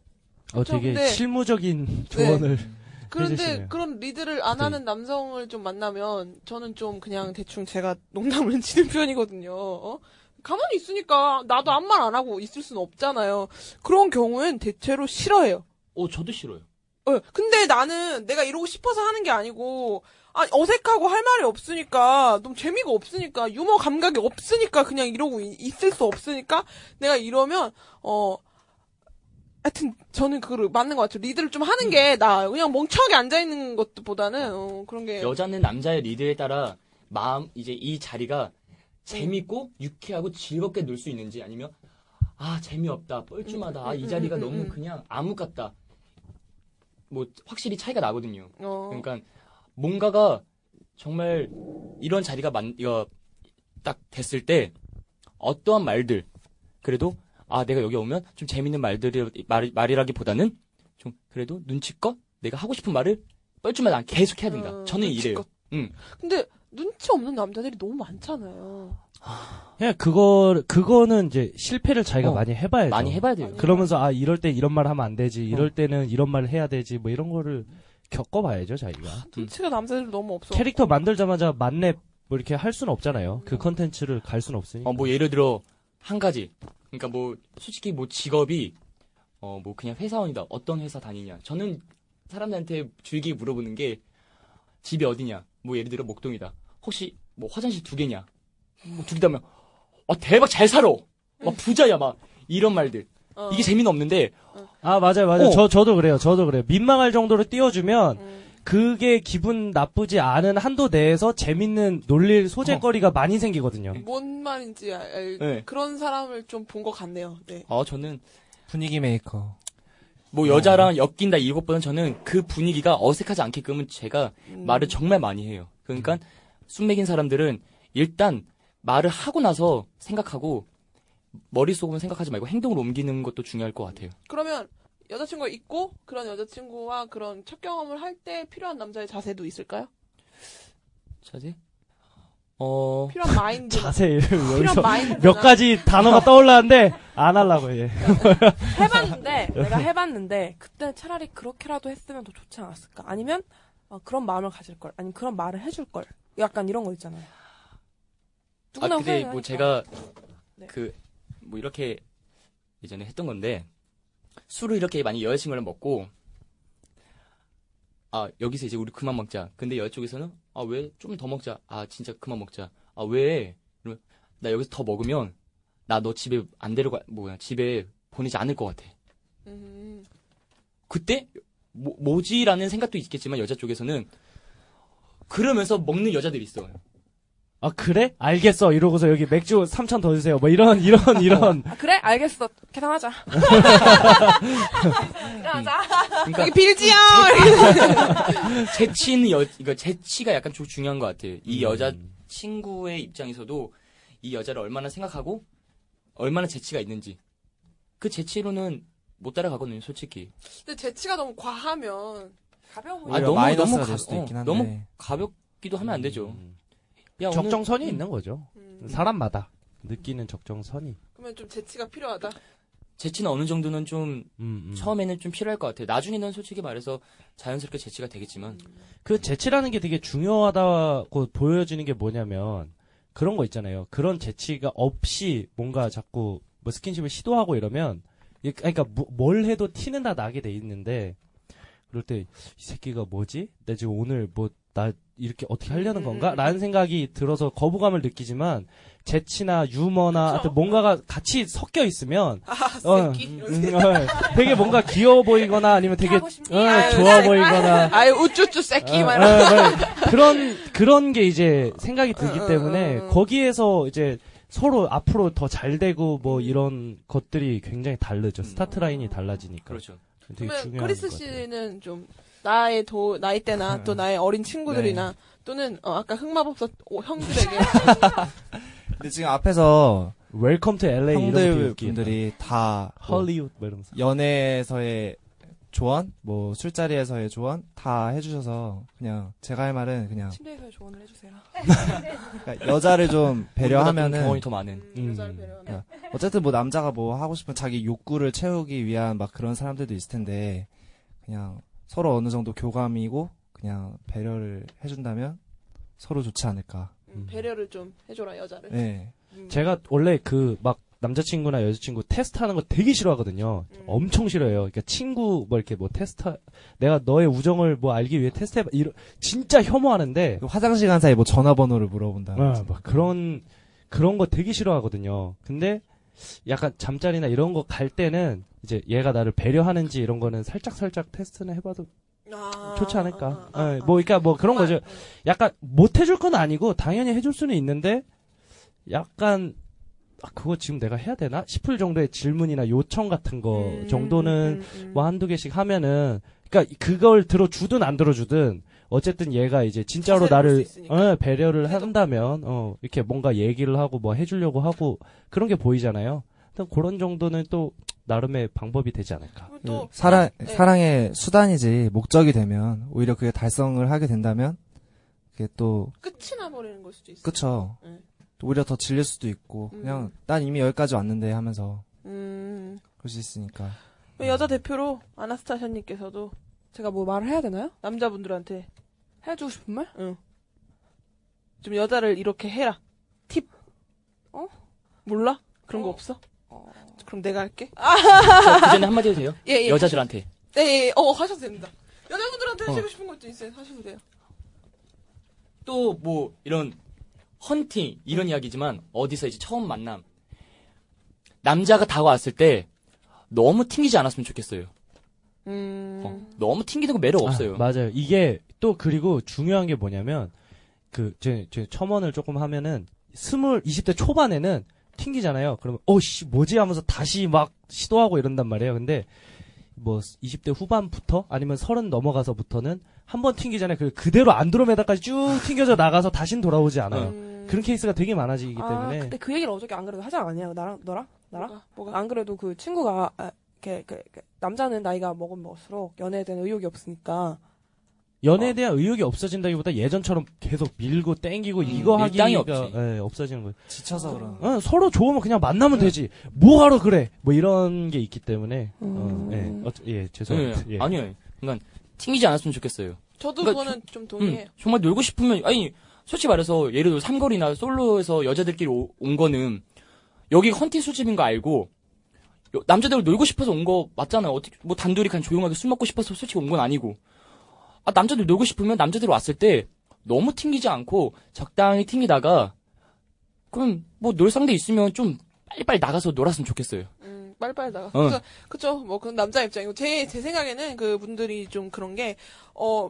Speaker 5: 저
Speaker 12: 되게
Speaker 5: 근데-
Speaker 12: 실무적인 조언을
Speaker 5: 네. 그런데
Speaker 12: 해주시네요.
Speaker 5: 그런 리드를 안 하는 남성을 좀 만나면 저는 좀 그냥 대충 제가 농담을 <laughs> 치는 편이거든요. 어? 가만히 있으니까 나도 아무 말 안 하고 있을 수는 없잖아요. 그런 경우엔 대체로 싫어해요.
Speaker 8: 어, 저도 싫어요.
Speaker 5: 어, 근데 나는 내가 이러고 싶어서 하는 게 아니고 아, 어색하고 할 말이 없으니까 너무 재미가 없으니까 유머 감각이 없으니까 그냥 이러고 이- 있을 수 없으니까 내가 이러면 어 하여튼 저는 그걸 맞는 것 같아요. 리드를 좀
Speaker 8: 음.
Speaker 5: 하는 게 나 그냥 멍청하게 앉아 있는 것보다는 어, 그런 게
Speaker 8: 여자는 남자의 리드에 따라 마음 이제 이 자리가 재밌고 유쾌하고 즐겁게 놀 수 있는지 아니면 아 재미없다 뻘쭘하다 아,
Speaker 5: 음,
Speaker 8: 이
Speaker 5: 음,
Speaker 8: 자리가
Speaker 5: 음,
Speaker 8: 너무
Speaker 5: 음.
Speaker 8: 그냥 암흑 같다 뭐 확실히 차이가 나거든요
Speaker 5: 어,
Speaker 8: 그러니까 뭔가가 정말 이런 자리가 만, 이거 딱 됐을 때 어떠한 말들 그래도 아 내가 여기 오면 좀 재밌는 말들이 말, 말이라기보다는 좀 그래도 눈치껏 내가 하고 싶은 말을 뻘쭘하지 않게 계속 해야 된다
Speaker 5: 어,
Speaker 8: 저는 이래요
Speaker 5: 눈치껏.
Speaker 8: 응.
Speaker 5: 근데 눈치 없는 남자들이 너무 많잖아요.
Speaker 12: 그냥 그거 그거는 이제 실패를 자기가
Speaker 8: 어,
Speaker 12: 많이 해봐야죠. 어.
Speaker 8: 많이 해봐야 돼요.
Speaker 12: 그러면서 아 이럴 때 이런 말 하면 안 되지. 이럴 때는 이런 말을 해야 되지. 뭐 이런 거를 겪어봐야죠 자기가.
Speaker 5: 눈치가 남자들 너무 없어.
Speaker 12: 캐릭터 만들자마자 만렙 뭐 이렇게 할 수는 없잖아요. 그 컨텐츠를 갈 수는 없으니까.
Speaker 8: 어, 뭐 예를 들어 한 가지. 그러니까 뭐 솔직히 뭐 직업이 어, 뭐 그냥 회사원이다. 어떤 회사 다니냐. 저는 사람들한테 주의깊게 물어보는 게 집이 어디냐. 뭐 예를 들어 목동이다. 혹시 뭐 화장실 두 개냐. 뭐두 개다면 어 대박 잘 살아. 막 부자야 막 이런 말들.
Speaker 5: 어.
Speaker 8: 이게 재미는 없는데
Speaker 12: 아 맞아요 맞아요.
Speaker 8: 어.
Speaker 12: 저 저도 그래요. 저도 그래요. 민망할 정도로 띄워주면
Speaker 5: 음.
Speaker 12: 그게 기분 나쁘지 않은 한도 내에서 재밌는 놀릴 소재거리가 많이 생기거든요.
Speaker 5: 뭔 말인지 알, 알-
Speaker 8: 네.
Speaker 5: 그런 사람을 좀 본 것 같네요. 네.
Speaker 8: 어 저는
Speaker 14: 분위기 메이커.
Speaker 8: 뭐 여자랑 엮인다 이것보다는 저는 그 분위기가 어색하지 않게끔은 제가 말을 정말 많이 해요. 그러니까 숨맥인 사람들은 일단 말을 하고 나서 생각하고 머릿속으로 생각하지 말고 행동으로 옮기는 것도 중요할 것 같아요.
Speaker 5: 그러면 여자친구가 있고 그런 여자친구와 그런 첫 경험을 할 때 필요한 남자의 자세도 있을까요?
Speaker 8: 자세? 어,
Speaker 5: 필요한 마인드.
Speaker 12: <laughs> 자세히
Speaker 5: 필요한
Speaker 12: 여기서
Speaker 5: 마인드. 뭐
Speaker 12: 몇 가지 단어가 떠올랐는데 안 하려고 예. 해.
Speaker 2: <laughs> 해봤는데 내가 해봤는데 그때 차라리 그렇게라도 했으면 더 좋지 않았을까? 아니면 어, 그런 마음을 가질 걸, 아니면 그런 말을 해줄 걸. 약간 이런 거 있잖아요.
Speaker 8: 아
Speaker 2: 누구나
Speaker 8: 근데
Speaker 2: 후회는
Speaker 8: 뭐
Speaker 2: 하니까.
Speaker 8: 제가
Speaker 2: 네.
Speaker 8: 그 뭐 이렇게 예전에 했던 건데 술을 이렇게 많이 여자친구랑 먹고 아 여기서 이제 우리 그만 먹자. 근데 여자 쪽에서는 아 왜 좀 더 먹자. 아 진짜 그만 먹자. 아 왜? 이러면 나 여기서 더 먹으면 나 너 집에 안 데려가 뭐야 집에 보내지 않을 것 같아.
Speaker 5: 음.
Speaker 8: 그때 뭐, 뭐지라는 생각도 있겠지만 여자 쪽에서는 그러면서 먹는 여자들이 있어요.
Speaker 12: 아 그래? 알겠어 이러고서 여기 맥주 3천 더 주세요 뭐 이런 이런 이런
Speaker 2: 아, 그래? 알겠어.
Speaker 5: <laughs>
Speaker 2: 계산하자.
Speaker 8: 그러니까
Speaker 5: 빌지요. <laughs>
Speaker 8: 재치는 여, 이거 재치가 약간 좀 중요한 것 같아요.
Speaker 12: 음.
Speaker 8: 이 여자 친구의 입장에서도 이 여자를 얼마나 생각하고 얼마나 재치가 있는지 그 재치로는 못 따라가거든요, 솔직히.
Speaker 5: 근데 재치가 너무 과하면
Speaker 2: 가벼워 보이.
Speaker 8: 아,
Speaker 14: 오히려
Speaker 8: 너무-
Speaker 14: 마이너스가
Speaker 8: 너무 가-
Speaker 14: 될 수도
Speaker 8: 어,
Speaker 14: 있긴 한데.
Speaker 8: 너무 가볍기도 하면 안 되죠. 야, 오늘-
Speaker 12: 음. 적정선이
Speaker 8: 음,
Speaker 12: 있는 거죠.
Speaker 5: 음.
Speaker 12: 사람마다 느끼는 적정선이.
Speaker 5: 그러면 좀 재치가 필요하다.
Speaker 12: 아,
Speaker 8: 재치는 어느 정도는 좀
Speaker 12: 음, 음.
Speaker 8: 처음에는 좀 필요할 것 같아요. 나중에는 솔직히 말해서 자연스럽게 재치가 되겠지만
Speaker 5: 음.
Speaker 12: 그 재치라는 게 되게 중요하다고 보여지는 게 뭐냐면 그런 거 있잖아요. 그런 재치가 없이 뭔가 자꾸 뭐 스킨십을 시도하고 이러면 이- 그러니까 뭐- 뭘 해도 티는 다 나게 돼 있는데 그럴 때 이 새끼가 뭐지? 나 지금 오늘 뭐 나 이렇게 어떻게 하려는 건가? 라는 생각이 들어서 거부감을 느끼지만 재치나 유머나 하여튼 뭔가가 같이 섞여 있으면 어,
Speaker 5: 아, 새끼.
Speaker 12: 음, 어, 되게 뭔가 귀여워 보이거나 아니면 되게
Speaker 2: 하고 싶네.
Speaker 12: 어,
Speaker 5: 아유,
Speaker 12: 좋아
Speaker 5: 새-
Speaker 12: 보이거나
Speaker 5: 아유 우쭈쭈 새끼
Speaker 12: 어,
Speaker 5: 말.
Speaker 12: 어, 어, 그런 그런 게 이제 생각이 들기
Speaker 5: 어, 어,
Speaker 12: 때문에
Speaker 5: 어, 어.
Speaker 12: 거기에서 이제 서로 앞으로 더 잘 되고 뭐 이런 것들이 굉장히 다르죠. 스타트 라인이 달라지니까.
Speaker 8: 그렇죠.
Speaker 12: 되게
Speaker 5: 음. 그러면
Speaker 12: 중요한 음.
Speaker 5: 크리스
Speaker 12: 것 같아요.
Speaker 5: 씨는 좀 나의 도 나이 때나 또 나의 어린 친구들이나
Speaker 12: 네.
Speaker 5: 또는 어, 아까 흑마법사 오- 형들에게
Speaker 14: 근데 지금 앞에서
Speaker 12: 웰컴 투 LA
Speaker 14: 형들
Speaker 12: 이런
Speaker 14: 분들이 다 뭐,
Speaker 12: 헐리우드 뭐 이러면서
Speaker 14: 연애에서의 조언, 뭐 술자리에서의 조언 다 해주셔서 그냥 제가 할 말은 그냥
Speaker 2: 침대에서 조언을 해주세요.
Speaker 14: 그러니까 여자를 좀
Speaker 8: 우리보다 좀 경험이
Speaker 14: 배려하면은
Speaker 8: 더 많은.
Speaker 12: 음.
Speaker 5: 여자를 배려하는
Speaker 14: 어쨌든 뭐 남자가 뭐 하고 싶은 자기 욕구를 채우기 위한 막 그런 사람들도 있을 텐데 그냥 서로 어느 정도 교감이고 그냥 배려를 해준다면 서로 좋지 않을까.
Speaker 5: 음, 배려를 좀 해줘라 여자를.
Speaker 14: 네.
Speaker 5: 음.
Speaker 12: 제가 원래 그 막 남자친구나 여자친구 테스트하는 거 되게 싫어하거든요.
Speaker 5: 음.
Speaker 12: 엄청 싫어해요. 그러니까 친구 뭐 이렇게 뭐 테스트 내가 너의 우정을 뭐 알기 위해 테스트해 봐 이런 진짜 혐오하는데
Speaker 14: 그 화장실 간 사이 뭐 전화번호를 물어본다.
Speaker 12: 아, 막 그런 그런 거 되게 싫어하거든요. 근데 약간 잠자리나 이런 거 갈 때는 이제 얘가 나를 배려하는지 이런 거는 살짝 살짝 테스트는 해봐도
Speaker 5: 아,
Speaker 12: 좋지 않을까.
Speaker 5: 아, 아, 아,
Speaker 12: 예,
Speaker 5: 아.
Speaker 12: 뭐 그러니까 뭐 그런 거죠.
Speaker 5: 정말,
Speaker 12: 약간 못 해줄 건 아니고 당연히 해줄 수는 있는데 약간 아, 그거 지금 내가 해야 되나 싶을 정도의 질문이나 요청 같은 거
Speaker 5: 음,
Speaker 12: 어, 정도는
Speaker 5: 음, 음, 음.
Speaker 12: 뭐 한두 개씩 하면은 그러니까 그걸 들어주든 안 들어주든 어쨌든 얘가 이제
Speaker 5: 자세를
Speaker 12: 진짜로
Speaker 5: 볼수
Speaker 12: 나를
Speaker 5: 있으니까.
Speaker 12: 어, 배려를 한다면 어, 이렇게 뭔가 얘기를 하고 뭐 해주려고 하고 그런 게 보이잖아요. 일단 그런 정도는 또 나름의 방법이 되지 않을까.
Speaker 5: 그리고 아, 또
Speaker 14: 사랑
Speaker 5: 네.
Speaker 14: 사랑의 수단이지 목적이 되면 오히려 그게 달성을 하게 된다면 그게 또
Speaker 5: 끝이 나버리는 걸 수도 있어.
Speaker 14: 그쵸.
Speaker 5: 네.
Speaker 14: 오히려 더 질릴 수도 있고 그냥 난 이미 여기까지 왔는데 하면서
Speaker 5: 음.
Speaker 14: 그럴 수 있으니까.
Speaker 5: 여자 대표로 아나스타샤님께서도
Speaker 2: 제가 뭐 말을 해야 되나요?
Speaker 5: 남자분들한테
Speaker 2: 해주고 싶은 말?
Speaker 5: 좀 여자를 이렇게 해라. 팁. 어? 몰라? 그런 거 없어? 그럼 내가 할게.
Speaker 2: 아,
Speaker 8: 저 그 전에 한마디 해도 돼요?
Speaker 5: 예, 예.
Speaker 8: 여자들한테.
Speaker 5: 예, 예, 예. 어, 하셔도 됩니다. 여자분들한테 하시고 싶은 것도 있어요. 하셔도 돼요.
Speaker 8: 또 뭐 이런 헌팅 이런 이야기지만 어디서 이제 처음 만남 남자가 다가왔을 때 너무 튕기지 않았으면 좋겠어요.
Speaker 5: 음.
Speaker 8: 어, 너무 튕기는 거 매력 없어요.
Speaker 12: 아, 맞아요. 이게 또 그리고 중요한 게 뭐냐면 그제 제 첨언을 조금 하면은 스물 20대 초반에는 튕기잖아요. 그러면 어씨 뭐지 하면서 다시 막 시도하고 이런단 말이에요. 근데 뭐 20대 후반부터 아니면 서른 넘어가서부터는 한 번 튕기잖아요. 그 그대로 안드로메다까지 쭉 튕겨져 나가서 다신 돌아오지 않아요.
Speaker 8: 음.
Speaker 12: 그런 케이스가 되게 많아지기
Speaker 2: 아,
Speaker 12: 때문에
Speaker 2: 근데 그 얘기를 어저께 안 그래도 하지 않았냐? 나랑 너랑 나랑
Speaker 5: 아, 뭐가? 뭐가?
Speaker 2: 안 그래도 그 친구가 아, 이렇게, 이렇게, 이렇게 남자는 나이가 먹으면 먹을수록 연애에 대한 의욕이 없으니까
Speaker 12: 연애에 대한 의욕이 없어진다기보다 예전처럼 계속 밀고 땡기고 이거 하기가
Speaker 8: 음, 밀당이 없지.
Speaker 12: 예, 없어지는 거예요.
Speaker 14: 지쳐서 그런.
Speaker 12: 어, 서로 좋으면 그냥 만나면 되지. 뭐하러 그래? 뭐 이런 게 있기 때문에. 어,
Speaker 2: 음.
Speaker 12: 예, 어, 예,
Speaker 8: 예,
Speaker 12: 죄송합니다. 예.
Speaker 8: 아니에요. 그러니까 튕기지 않았으면 좋겠어요.
Speaker 5: 저도
Speaker 8: 그러니까
Speaker 5: 그거는 좀
Speaker 8: 음,
Speaker 2: 예.
Speaker 5: 동의해요.
Speaker 8: 정말 놀고 싶으면 아니 솔직히 말해서 예를 들어 삼거리나 솔로에서 여자들끼리 오- 온 거는 여기 헌팅 술집인 거 알고 여- 남자들 놀고 싶어서 온 거 맞잖아요. 어떻게 뭐 단둘이 그냥 조용하게 술 먹고 싶어서 솔직히 온 건 아니고 아 남자들 놀고 싶으면 남자들 왔을 때 너무 튕기지 않고 적당히 튕기다가 그럼 뭐 놀 상대 있으면 좀 빨리빨리 나가서 놀았으면 좋겠어요.
Speaker 5: 음, 빨리빨리 나가.
Speaker 8: 어.
Speaker 5: 그래서, 그쵸. 뭐, 그 남자 입장이고. 제, 제 생각에는 그 분들이 좀 그런 게, 어,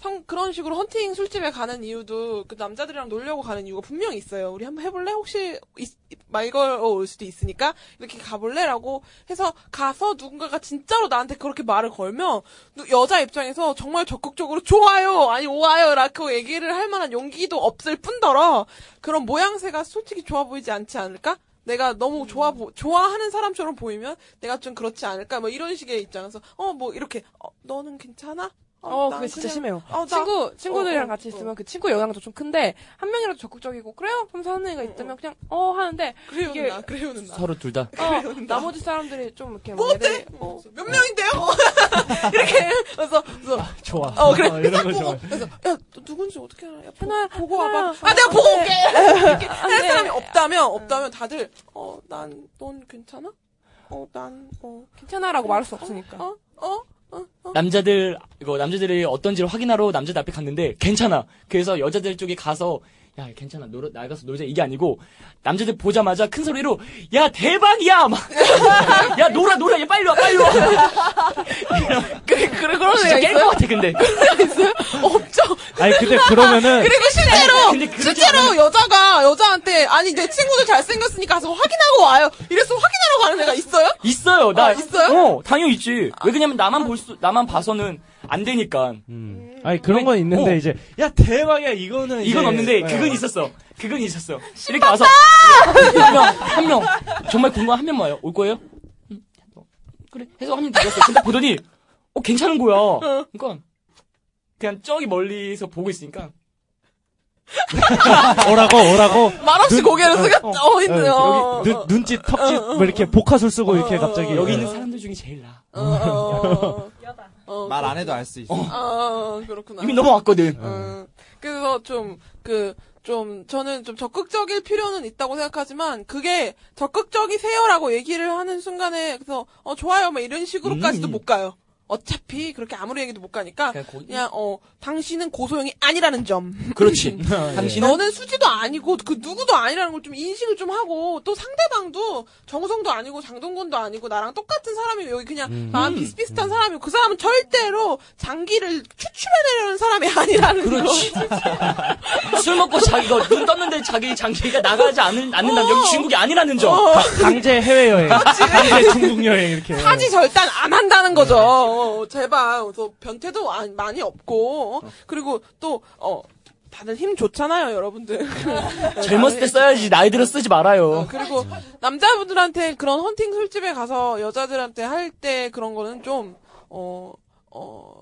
Speaker 5: 성, 그런 식으로 헌팅 술집에 가는 이유도 그 남자들이랑 놀려고 가는 이유가 분명히 있어요. 우리 한번 해볼래? 혹시 있- 말 걸어올 수도 있으니까 이렇게 가볼래? 라고 해서 가서 누군가가 진짜로 나한테 그렇게 말을 걸면 누- 여자 입장에서 정말 적극적으로 좋아요! 아니, 오아요! 라고 얘기를 할 만한 용기도 없을 뿐더러 그런 모양새가 솔직히 좋아 보이지 않지 않을까? 내가
Speaker 2: 음.
Speaker 5: 너무 좋아 보, 좋아하는 사람처럼 보이면 내가 좀 그렇지 않을까? 뭐 이런 식의 입장에서 어 뭐 이렇게 어, 너는 괜찮아?
Speaker 2: 어,
Speaker 5: 난
Speaker 2: 그게 진짜
Speaker 5: 그냥-
Speaker 2: 심해요.
Speaker 5: 어, 나-
Speaker 2: 친구 친구들이랑
Speaker 5: 어, 어,
Speaker 2: 같이
Speaker 5: 어.
Speaker 2: 있으면 그 친구 영향도 좀 큰데 한 명이라도 적극적이고 그래요? 하면서 하는 애가 있다면 그냥 어 <laughs> 하는데
Speaker 5: 그래요는
Speaker 2: 이게-
Speaker 5: 나, 그래요는 나.
Speaker 8: 서로 둘 다.
Speaker 2: 어, 나머지 사람들이 좀 이렇게 막
Speaker 5: 못해.
Speaker 2: 애들이- 어,
Speaker 5: 뭐 몇 명인데요? <laughs> 이렇게 그래서 그래서
Speaker 12: 좋아.
Speaker 5: 어 그래
Speaker 12: 어,
Speaker 5: 어,
Speaker 12: 이런 거
Speaker 5: 보고
Speaker 12: 좋아.
Speaker 5: 그래서 야 너 누군지 어떻게 알아? 야 보,
Speaker 2: 하나
Speaker 5: 보고 와봐.
Speaker 2: 하나. 네.
Speaker 5: 아 내가 보고 올게.
Speaker 2: <laughs>
Speaker 5: 이렇게 할
Speaker 2: 돼.
Speaker 5: 사람이 없다면 없다면 다들 어 난 넌 괜찮아? 어난어
Speaker 2: 어. 괜찮아라고 말할 수 없으니까.
Speaker 5: 어? 어?
Speaker 8: 남자들 이거 남자들이 어떤지를 확인하러 남자들 앞에 갔는데 괜찮아. 그래서 여자들 쪽에 가서 야 괜찮아 놀아 나가서 놀자 이게 아니고 남자들 보자마자 큰 소리로 야 대박이야 막야 놀아 놀아 얘 빨리 와 빨리 와
Speaker 5: 그래, 그래, 그런
Speaker 8: 진짜
Speaker 5: 애가
Speaker 8: 깰 것
Speaker 5: 있어요?
Speaker 8: 같아 근데
Speaker 5: 없죠.
Speaker 12: 아니 근데 그러면은
Speaker 2: 그리고 실제로
Speaker 8: 근데 그렇게
Speaker 2: 실제로 여자가 여자한테 아니 내 친구들 잘생겼으니까 가서 확인하고 와요. 이래서 확인하러 가는 애가 있어요?
Speaker 8: 있어요 나
Speaker 2: 아, 있어요?
Speaker 8: 어 당연히 있지 왜 그러냐면 나만 볼 수 나만 봐서는 안 되니까
Speaker 12: 음. 아니 그런 건 있는데
Speaker 8: 어.
Speaker 12: 이제 야 대박이야 이거는
Speaker 8: 이건
Speaker 12: 이제-
Speaker 8: 없는데
Speaker 12: 네.
Speaker 8: 그건 있었어. 그건 있었어. 이렇게 와서 한명한 명 정말 궁금한 한 명 와요. 올 거예요? 음, 뭐, 그래 해서 한 명 들었어. 근데 보더니 어 괜찮은 거야. 그러니까 그냥 저기 멀리서 보고 있으니까
Speaker 12: 오라고 오라고
Speaker 2: 말없이
Speaker 12: 눈-
Speaker 2: 고개를
Speaker 12: 어,
Speaker 2: 숙였 어
Speaker 12: 어,
Speaker 2: 있네요.
Speaker 12: 여기 눈, 눈짓 턱짓 뭐 이렇게 복화술 쓰고 이렇게 갑자기
Speaker 8: 여기 있는 사람들 중에 제일 나.
Speaker 2: 어, 어, 어,
Speaker 14: 말 안 해도 알 수 있어.
Speaker 2: 어, 어, 그렇구나.
Speaker 8: 이미 넘어왔거든.
Speaker 2: 어, 그래서 좀, 그, 좀, 저는 좀 적극적일 필요는 있다고 생각하지만, 그게 적극적이세요라고 얘기를 하는 순간에, 그래서, 어, 좋아요, 뭐 이런 식으로까지도
Speaker 8: 음. 네.
Speaker 2: 못 가요. 어차피, 그렇게 아무리 얘기도 못 가니까,
Speaker 8: 그냥 고-
Speaker 2: 그냥, 어, 당신은 고소영이 아니라는 점.
Speaker 8: 그렇지. 당신은
Speaker 2: 너는 수지도 아니고 그 누구도 아니라는 걸 좀 인식을 좀 하고 또 상대방도 정성도 아니고 장동건도 아니고 나랑 똑같은 사람이 여기 그냥 마음 비슷비슷한 사람이고 그 사람은 절대로 장기를 추출해내려는 사람이 <laughs> 아니라는 <laughs>
Speaker 8: 그렇지.
Speaker 2: 거.
Speaker 8: <laughs> 술 먹고 자기가 눈 떴는데 자기 장기가 나가지 않는 않는다. 여기 중국이 아니라는 점.
Speaker 12: 강제 해외 여행 강제 중국 여행 이렇게
Speaker 2: 사지 절단 안
Speaker 8: 네.
Speaker 2: 한다는 거죠. 어, 제발. 그래서 변태도 안- 많이 없고 그리고 또 어, 다들 힘 좋잖아요, 여러분들.
Speaker 8: 젊었을 때 써야지 나이 들어 쓰지 말아요.
Speaker 2: 어, 그리고 남자분들한테 그런 헌팅 술집에 가서 여자들한테 할 때 그런 거는 좀, 어, 어,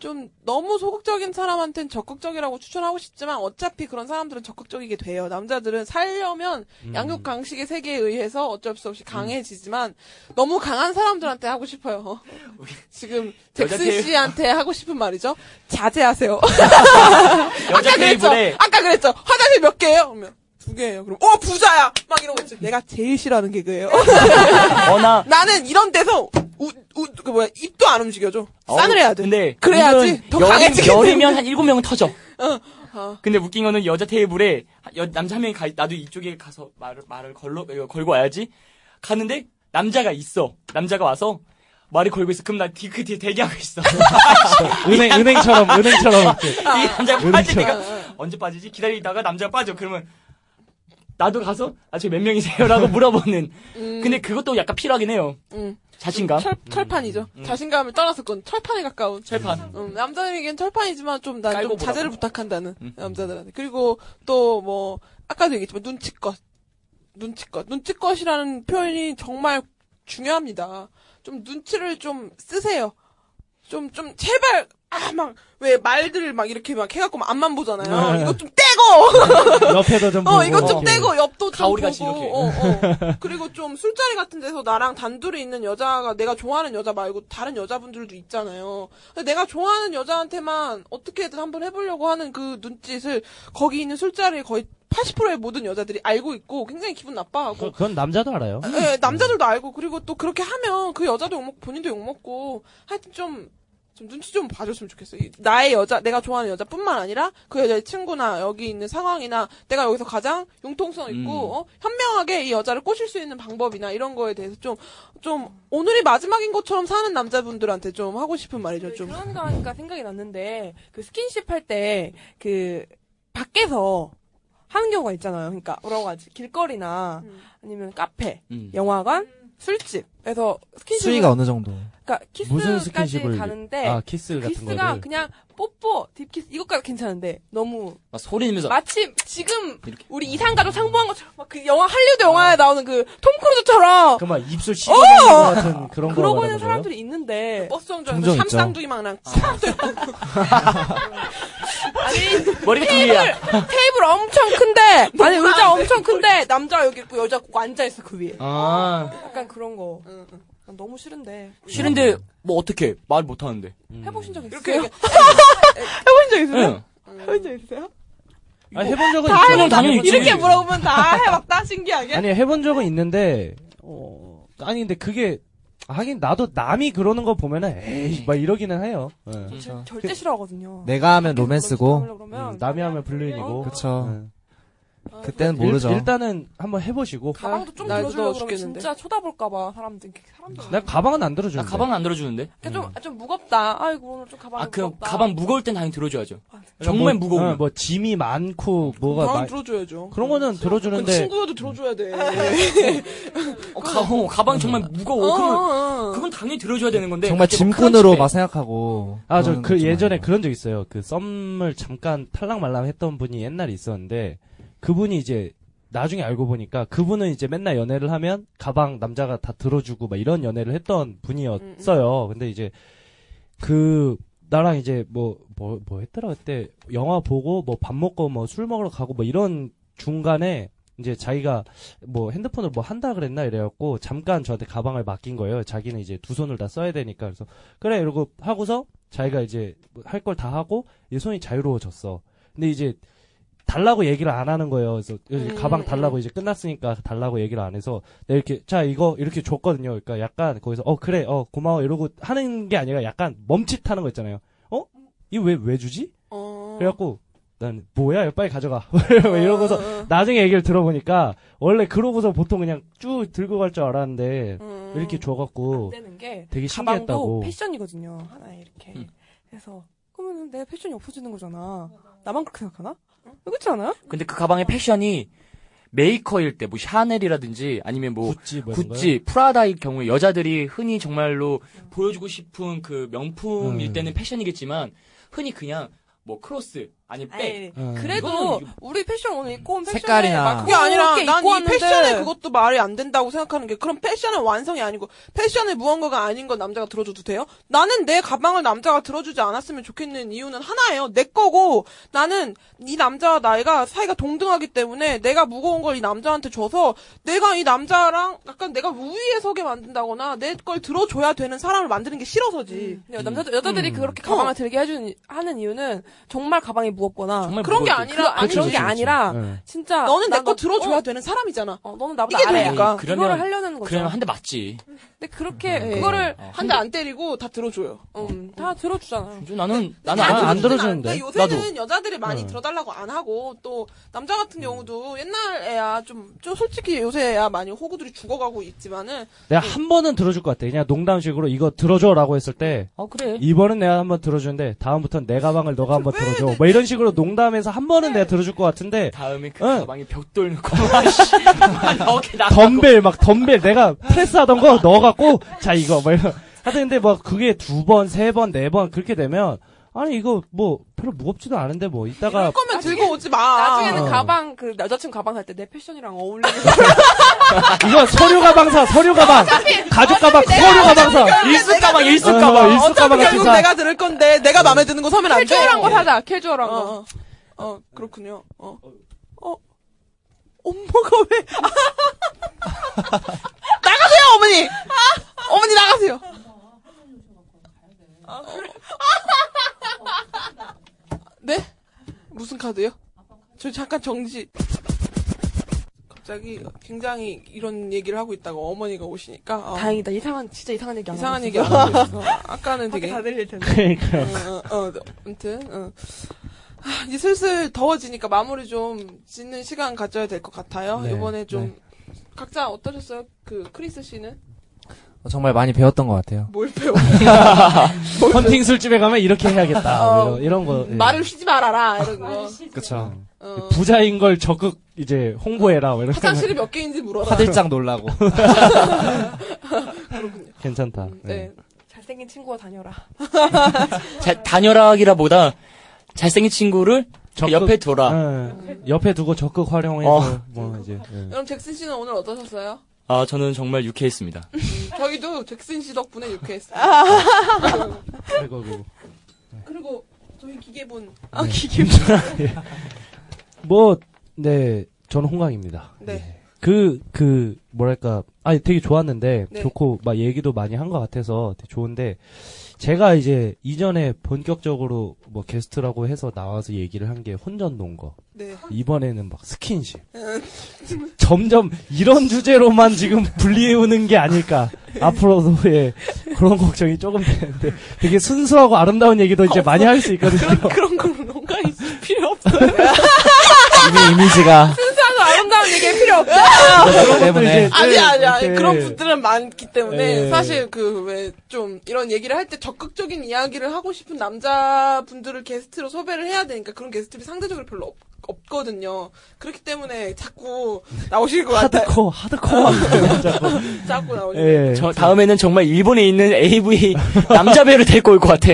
Speaker 2: 좀 너무 소극적인 사람한테는 적극적이라고 추천하고 싶지만 어차피 그런 사람들은 적극적이게 돼요. 남자들은 살려면
Speaker 8: 음.
Speaker 2: 양육 강식의 세계에 의해서 어쩔 수 없이 강해지지만 너무 강한 사람들한테 하고
Speaker 8: <laughs>
Speaker 2: 싶어요. 지금 잭슨
Speaker 8: 여자 테이블-
Speaker 2: 씨한테 하고 싶은 말이죠. 자제하세요.
Speaker 8: 여자
Speaker 2: 아까 그랬죠.
Speaker 8: 테이블에
Speaker 2: 아까 그랬죠. 화장실 몇 개예요? 그러면 두 개예요. 그럼 어 부자야. 막 이러고 있지. 내가 제일 싫어하는 개그예요.
Speaker 8: 네. 어나
Speaker 2: <laughs> 나는 이런 데서 우우그 뭐야 입도 안 움직여줘. 싸늘해야 돼.
Speaker 8: 어, 근데
Speaker 2: 그래야지
Speaker 8: 이건
Speaker 2: 더
Speaker 8: 여름-
Speaker 2: 강해지겠네.
Speaker 8: 여름이면 한 일곱 명은 터져.
Speaker 2: 어.
Speaker 8: 근데 웃긴 거는 여자 테이블에 여- 남자 한 명이 가 나도 이쪽에 가서 말을 말을 걸러 이거 걸고 와야지. 가는데 남자가 있어. 남자가 와서 말을 걸고 있어. 그럼 나뒤그 뒤에 대기하고 있어.
Speaker 12: 은행 은행처럼 은행처럼 이렇게
Speaker 2: 아.
Speaker 8: <laughs> 이 남자가
Speaker 12: 그렇죠.
Speaker 8: 빠지니까 언제 빠지지? 기다리다가 남자가 빠져. 그러면 나도 가서 아 저 몇
Speaker 2: <laughs>
Speaker 8: 명이세요라고 물어보는. 근데 그것도 약간 필요하긴 해요.
Speaker 2: 음.
Speaker 8: 자신감.
Speaker 2: 철, 철판이죠. 자신감을 떠나서 그건 철판에 가까운.
Speaker 8: 철판.
Speaker 2: 음, 남자들에겐 철판이지만 좀 난 좀
Speaker 8: 깔고 음. 보라고.
Speaker 2: 자제를 부탁한다는 남자들한테. 그리고 또 뭐 아까도 얘기했지만 눈치껏. 눈치껏. 눈치껏이라는 표현이 정말 중요합니다. 좀 눈치를 좀 쓰세요. 좀, 좀, 제발, 아, 막, 왜, 말들을 막 이렇게 막 해갖고 막 앞만 보잖아요.
Speaker 12: 네.
Speaker 2: 어, 이것 좀 떼고!
Speaker 12: 옆에도 좀 보고
Speaker 2: 어, 이것 좀
Speaker 12: 이렇게.
Speaker 2: 떼고, 옆도 좀 보고.
Speaker 8: 가오리같이 이렇게.
Speaker 2: 어, 어. 그리고 좀 술자리 같은 데서 나랑 단둘이 있는 여자가 내가 좋아하는 여자 말고 다른 여자분들도 있잖아요. 근데 내가 좋아하는 여자한테만 어떻게든 한번 해보려고 하는 그 눈짓을 거기 있는 술자리에 거의 80%의 모든 여자들이 알고 있고 굉장히 기분 나빠하고
Speaker 12: 그- 그건 남자도 알아요
Speaker 2: 예, 남자들도 알고 그리고 또 그렇게 하면 그 여자도 욕먹고 본인도 욕먹고 하여튼 좀, 좀 눈치 좀 봐줬으면 좋겠어요. 이- 나의 여자, 내가 좋아하는 여자뿐만 아니라 그 여자의 친구나 여기 있는 상황이나 내가 여기서 가장 융통성 있고
Speaker 12: 음.
Speaker 2: 어, 현명하게 이 여자를 꼬실 수 있는 방법이나 이런 거에 대해서 좀, 좀 오늘이 마지막인 것처럼 사는 남자분들한테 좀 하고 싶은 말이죠. 좀.
Speaker 5: 네, 그런 거 하니까 생각이 났는데 그 스킨십 할 때 그 밖에서 하는 경우가 있잖아요. 그러니까 뭐라고 하지? 길거리나 아니면 카페,
Speaker 8: 음.
Speaker 5: 영화관, 술집에서 스킨십
Speaker 14: 수위가 어느 정도?
Speaker 5: 그러니까
Speaker 12: 무슨
Speaker 5: 키스까지
Speaker 12: 스킨십을
Speaker 5: 가는데
Speaker 12: 아 키스 같은
Speaker 5: 키스가
Speaker 12: 거를
Speaker 5: 그냥 뽀뽀, 딥키스 이것까지 괜찮은데 너무
Speaker 8: 막 소리 내면서
Speaker 5: 마치 지금
Speaker 8: 어. 이렇게.
Speaker 5: 우리 이상가족 상봉한 것처럼 막 그 영화 할리우드 영화에 나오는 그 톰 크루즈처럼
Speaker 12: 그막 입술 씹어는것 같은 그런 거
Speaker 5: 그러고 있는
Speaker 12: 말하는 거예요? 아,
Speaker 5: 사람들이 있는데
Speaker 2: 그 버스 정류장에서
Speaker 14: 종종 있죠.
Speaker 2: 샴쌍둥이 막랑 촥도 있고
Speaker 8: 머리가 두 개야.
Speaker 5: 테이블 엄청 큰데 아니 의자 엄청 큰데 남자 여기 있고 여자 꼭 앉아 있어 그 위에
Speaker 8: 아.
Speaker 5: 약간 그런 거 난 너무 싫은데
Speaker 8: 싫은데 뭐 어떻게 말 못하는데
Speaker 5: 해보신 적 있어요?
Speaker 2: 이렇게 얘기해.
Speaker 5: 해본 적 있어요?
Speaker 8: 응.
Speaker 5: 해본 적 있어요?
Speaker 12: 아니 해본 적은
Speaker 5: 다
Speaker 12: 있죠
Speaker 8: 해본
Speaker 5: 해봤다
Speaker 8: 당연히 있지.
Speaker 5: 이렇게 물어보면 다 해봤다 신기하게
Speaker 12: 아니 해본 적은 있는데 어 아니 근데 그게 하긴 나도 남이 그러는 거 보면은 에이 막 이러기는 해요. 예.
Speaker 8: 음.
Speaker 2: 저- 절대 싫어하거든요.
Speaker 14: 내가 하면
Speaker 2: 밖에서
Speaker 14: 로맨스고.
Speaker 2: 그런 짓 하려고 그러면
Speaker 12: 음, 남이 하면
Speaker 2: 어?
Speaker 12: 불륜이고.
Speaker 14: 그쵸.
Speaker 12: 예.
Speaker 14: 그때는 모르죠.
Speaker 12: 일, 단은 한번 해보시고.
Speaker 2: 가방도 좀
Speaker 5: 나- 나
Speaker 2: 들어주려고
Speaker 5: 무서워
Speaker 2: 그러면
Speaker 5: 죽겠는데.
Speaker 2: 진짜 쳐다볼까봐 사람들 사람들
Speaker 12: 나 가방은 안
Speaker 8: 나
Speaker 12: 들어주는데.
Speaker 8: 가방 안 들어주는데?
Speaker 2: 그러니까 좀좀 무겁다. 아이고 오늘 좀 가방
Speaker 8: 음. 아, 그
Speaker 2: 무겁다.
Speaker 8: 가방 무거울 땐 당연히 들어줘야죠.
Speaker 12: 그러니까
Speaker 8: 정말
Speaker 12: 뭐-
Speaker 8: 무거우면.
Speaker 12: 어, 뭐 짐이 많고 뭐가
Speaker 5: 당연
Speaker 12: 많-
Speaker 5: 들어줘야죠.
Speaker 12: 그런 거는
Speaker 5: 그
Speaker 12: 들어주는데
Speaker 5: 친구여도 들어줘야 돼.
Speaker 8: 어, 가, 어, 가방 정말 무거워. 그건, 그건 당연히 들어줘야 되는 건데.
Speaker 14: 정말
Speaker 8: 그게 뭐
Speaker 14: 짐꾼으로
Speaker 8: 큰
Speaker 14: 막
Speaker 8: 집에.
Speaker 14: 생각하고.
Speaker 12: 아, 저
Speaker 14: 그러는
Speaker 12: 그
Speaker 14: 거죠.
Speaker 12: 예전에 그런 적 있어요. 그 썸을 잠깐 탈락말랑 했던 분이 옛날에 있었는데 그분이 이제 나중에 알고 보니까 그분은 이제 맨날 연애를 하면 가방 남자가 다 들어주고 막 이런 연애를 했던 분이었어요. 근데 이제 그 나랑 이제 뭐 뭐 뭐 했더라 그때 영화 보고 뭐 밥 먹고 뭐 술 먹으러 가고 뭐 이런 중간에 이제 자기가 뭐 핸드폰을 뭐 한다 그랬나 이래갖고 잠깐 저한테 가방을 맡긴 거예요. 자기는 이제 두 손을 다 써야 되니까 그래서 그래 이러고 하고서 자기가 이제 할 걸 다 하고 이 손이 자유로워졌어. 근데 이제 달라고 얘기를 안 하는 거예요. 그래서 이제
Speaker 5: 음,
Speaker 12: 가방 달라고 이제 끝났으니까 달라고 얘기를 안 해서 내가 이렇게 자 이거 이렇게 줬거든요. 그러니까 약간 거기서 어 그래 어 고마워 이러고 하는 게 아니라 약간 멈칫하는 거 있잖아요. 어이 왜 왜 주지?
Speaker 5: 어.
Speaker 12: 그래갖고 난 뭐야 이거 빨리 가져가 <laughs> 막
Speaker 2: 어,
Speaker 12: 이러고서 나중에 얘기를 들어보니까 원래 그러고서 보통 그냥 쭉 들고 갈 줄 알았는데
Speaker 5: 음.
Speaker 12: 이렇게
Speaker 2: 안
Speaker 12: 줘갖고
Speaker 2: 되는 게
Speaker 12: 되게
Speaker 2: 가방도
Speaker 12: 신기했다고.
Speaker 2: 패션이거든요. 하나 이렇게
Speaker 8: 음.
Speaker 2: 해서 그러면 내 패션이 없어지는 거잖아. 나만 그렇게 생각하나? 그렇지 않아요?
Speaker 8: 근데 그 가방의 패션이 메이커일 때, 뭐 샤넬이라든지 아니면 뭐
Speaker 12: 구찌 뭐 이런 거요?
Speaker 8: 구찌, 프라다일 경우에 여자들이 흔히 정말로 보여주고 싶은 그 명품일
Speaker 12: 음.
Speaker 8: 때는 패션이겠지만 흔히 그냥 뭐 크로스 아니면 백
Speaker 2: 아니,
Speaker 12: 음.
Speaker 2: 그래도
Speaker 8: 이거는
Speaker 2: 우리 패션 오늘 입고 온 패션에
Speaker 14: 네. 색깔이나.
Speaker 2: 막
Speaker 5: 그게 아니라
Speaker 2: 그렇게
Speaker 5: 난
Speaker 2: 어, 입고
Speaker 5: 이
Speaker 2: 왔는데
Speaker 5: 패션에 그것도 말이 안 된다고 생각하는 게 그럼 패션은 완성이 아니고 패션의 무언가가 아닌 건 남자가 들어줘도 돼요? 나는 내 가방을 남자가 들어주지 않았으면 좋겠는 이유는 하나예요. 내 거고 나는 이 남자와 나이가 사이가 동등하기 때문에 내가 무거운 걸 이 남자한테 줘서 내가 이 남자랑 약간 내가 우위에 서게 만든다거나 내 걸 들어줘야 되는 사람을 만드는 게 싫어서지.
Speaker 2: 근데
Speaker 8: 음.
Speaker 2: 남자 여자들이 그렇게 가방을 들게 해주는 하는 이유는 정말 가방이 무겁거나
Speaker 8: 정말
Speaker 5: 그런 게
Speaker 8: 무거울 때.
Speaker 5: 아니라
Speaker 2: 아니,
Speaker 12: 그렇죠,
Speaker 2: 그런 게
Speaker 12: 그렇죠,
Speaker 2: 아니라
Speaker 12: 그렇죠. 예.
Speaker 2: 진짜
Speaker 5: 음. 너는 내
Speaker 2: 나가-
Speaker 5: 거 들어줘야
Speaker 2: 어,
Speaker 5: 되는 사람이잖아.
Speaker 2: 어, 너는 나보다
Speaker 5: 이게
Speaker 2: 아래야.
Speaker 5: 되니까.
Speaker 8: 그러면-
Speaker 2: 그거를 하려는 거죠.
Speaker 8: 그러면 한 대 맞지.
Speaker 2: 근데 그렇게
Speaker 5: 네.
Speaker 2: 그거를
Speaker 8: 어.
Speaker 5: 한 대 안 때리고 다 들어줘요.
Speaker 2: 음, 다 들어주잖아요.
Speaker 8: 근데 나는 나는
Speaker 12: 안-
Speaker 8: 안,
Speaker 12: 안 들어- 들어주는데.
Speaker 5: 않는데 그러니까 요새는
Speaker 8: 나도.
Speaker 5: 여자들이 많이
Speaker 12: 응.
Speaker 5: 들어달라고 안 하고 또 남자 같은 경우도 옛날에야 좀, 좀 솔직히 요새야 많이 호구들이 죽어가고 있지만은
Speaker 12: 내가
Speaker 2: 그
Speaker 12: 한 번은 들어줄 것 같아. 그냥 농담식으로 이거 들어줘라고 했을 때
Speaker 8: 아 그래.
Speaker 12: 이번은 내가 한번 들어주는데 다음부터는 내 가방을 너가 한번 들어줘. 뭐 이런 식으로 농담해서 한 번은
Speaker 2: 네.
Speaker 12: 내가 들어줄 것 같은데
Speaker 8: 다음에 그
Speaker 12: 응.
Speaker 8: 가방에 벽돌 넣고 아씨 어깨 나
Speaker 12: 덤벨 막 덤벨 내가 프레스하던 거 넣어갖고 자 이거 뭐 이런 하여튼 근데 뭐 그게 두 번, 세 번, 네 번 그렇게 되면 아니 이거 뭐 별로 무겁지도 않은데 뭐 이따가
Speaker 5: 그럴 거면 들고 오지 마. 아.
Speaker 2: 나중에는
Speaker 12: 어.
Speaker 2: 가방 그 여자친구 가방 살 때 내 패션이랑 어울리는
Speaker 12: 이거 서류 가방 사 서류 가방 가죽 가방 서류 가방 사
Speaker 8: 일수 가방 일수
Speaker 12: 어,
Speaker 8: 가방.
Speaker 12: 일수 가방
Speaker 5: 어차피
Speaker 12: 같은
Speaker 5: 결국
Speaker 12: 사
Speaker 5: 내가 들을 건데 내가 마음에 드는 거 사면 안 돼.
Speaker 2: 캐주얼한 거 사자. 캐주얼한
Speaker 5: 어,
Speaker 2: 거.
Speaker 5: 어. 어, 그렇군요. 어. 어. 엄마가 왜 <laughs> 나가세요, 어머니. 어머니 나가세요. 아, 그래. 네? 무슨 카드요? 저 잠깐 정지. 갑자기 굉장히 이런 얘기를 하고 있다가 어머니가 오시니까 어,
Speaker 2: 다행이다. 이상한 진짜 이상한 얘기 안
Speaker 5: 이상한
Speaker 2: 하고
Speaker 5: 얘기 안 하고 있어서
Speaker 2: <laughs>
Speaker 5: 아까는
Speaker 2: 밖에
Speaker 5: 되게
Speaker 2: 다 들릴 텐데.
Speaker 12: 그러니까
Speaker 5: 어, 어, 어, 아무튼, 어. 하, 이제 슬슬 더워지니까 마무리 좀 짓는 시간 가져야 될 것 같아요.
Speaker 12: 네,
Speaker 5: 이번에 좀 각자 어떠셨어요? 그 크리스 씨는
Speaker 14: 정말 많이 배웠던 것 같아요.
Speaker 5: 뭘 배워?
Speaker 12: 네. 헌팅 술집에 가면 이렇게 해야겠다
Speaker 5: 어,
Speaker 12: 뭐 이런, 이런 거 예.
Speaker 5: 말을 쉬지 말아라 이런 거.
Speaker 14: 그쵸.
Speaker 5: 어.
Speaker 12: 부자인 걸 적극 이제 홍보해라 뭐 이런
Speaker 5: 화장실이 몇 개인지 물어라.
Speaker 14: 화들짝 놀라고.
Speaker 12: 괜찮다 예.
Speaker 5: 네.
Speaker 2: <laughs> 잘생긴 친구와 다녀라.
Speaker 8: 자, 단열하기라보다 잘생긴 친구를
Speaker 12: 적극-
Speaker 8: 옆에 둬라.
Speaker 12: 예. 옆에 두고 적극 활용해서
Speaker 8: 어.
Speaker 12: 뭐 이제 예.
Speaker 5: 여러분 잭슨 씨는 오늘 어떠셨어요?
Speaker 8: 아 저는 정말 유쾌했습니다.
Speaker 12: 네,
Speaker 5: 저희도 잭슨 씨 덕분에 유쾌했어요.
Speaker 2: 아.
Speaker 5: 아.
Speaker 12: 그리고 그리고.
Speaker 5: 그리고 저희 기계본
Speaker 2: 아, 기계.
Speaker 12: 뭐, <laughs> 네, 저는 홍강입니다.
Speaker 5: 네.
Speaker 12: 그, 그, 뭐랄까. 아니, 되게 좋았는데,
Speaker 2: 네.
Speaker 12: 좋고, 막 얘기도 많이 한 것 같아서 되게 좋은데, 제가 이제 이전에 본격적으로 뭐 게스트라고 해서 나와서 얘기를 한 게 혼전 논거.
Speaker 5: 네.
Speaker 12: 이번에는 막 <laughs> 스킨십. 점점 이런 주제로만 지금 분리해오는 게 아닐까. 앞으로도의 예, 그런 걱정이 조금 되는데, 되게 순수하고 아름다운 얘기도 이제 많이 할 수 있거든요.
Speaker 5: <laughs>
Speaker 2: 그런 걸로 농가 있을 필요 없어요.
Speaker 5: <laughs>
Speaker 14: 이미 이미지가
Speaker 2: 순수하고 아름다운 얘기 필요 없어요.
Speaker 12: 그런 것도
Speaker 14: 때문에.
Speaker 12: 이제
Speaker 5: 아니 아니 아니
Speaker 12: 이렇게
Speaker 5: 그런 분들은 많기 때문에
Speaker 12: 예.
Speaker 2: 네.
Speaker 5: 사실 그 왜 좀 이런 얘기를 할 때 적극적인 이야기를 하고 싶은 남자분들을 게스트로 섭외를 해야 되니까 그런 게스트들이 상대적으로 별로 없, 없거든요. 그렇기 때문에 자꾸 나오실 것 같아요.
Speaker 12: 하드코어, 하드코어.
Speaker 5: <laughs> 자꾸 나오실 것
Speaker 12: 예.
Speaker 8: 저 다음에는 정말 일본에 있는 AV 남자 배우를 <laughs> 데리고 올 것
Speaker 12: <laughs>
Speaker 8: 같아.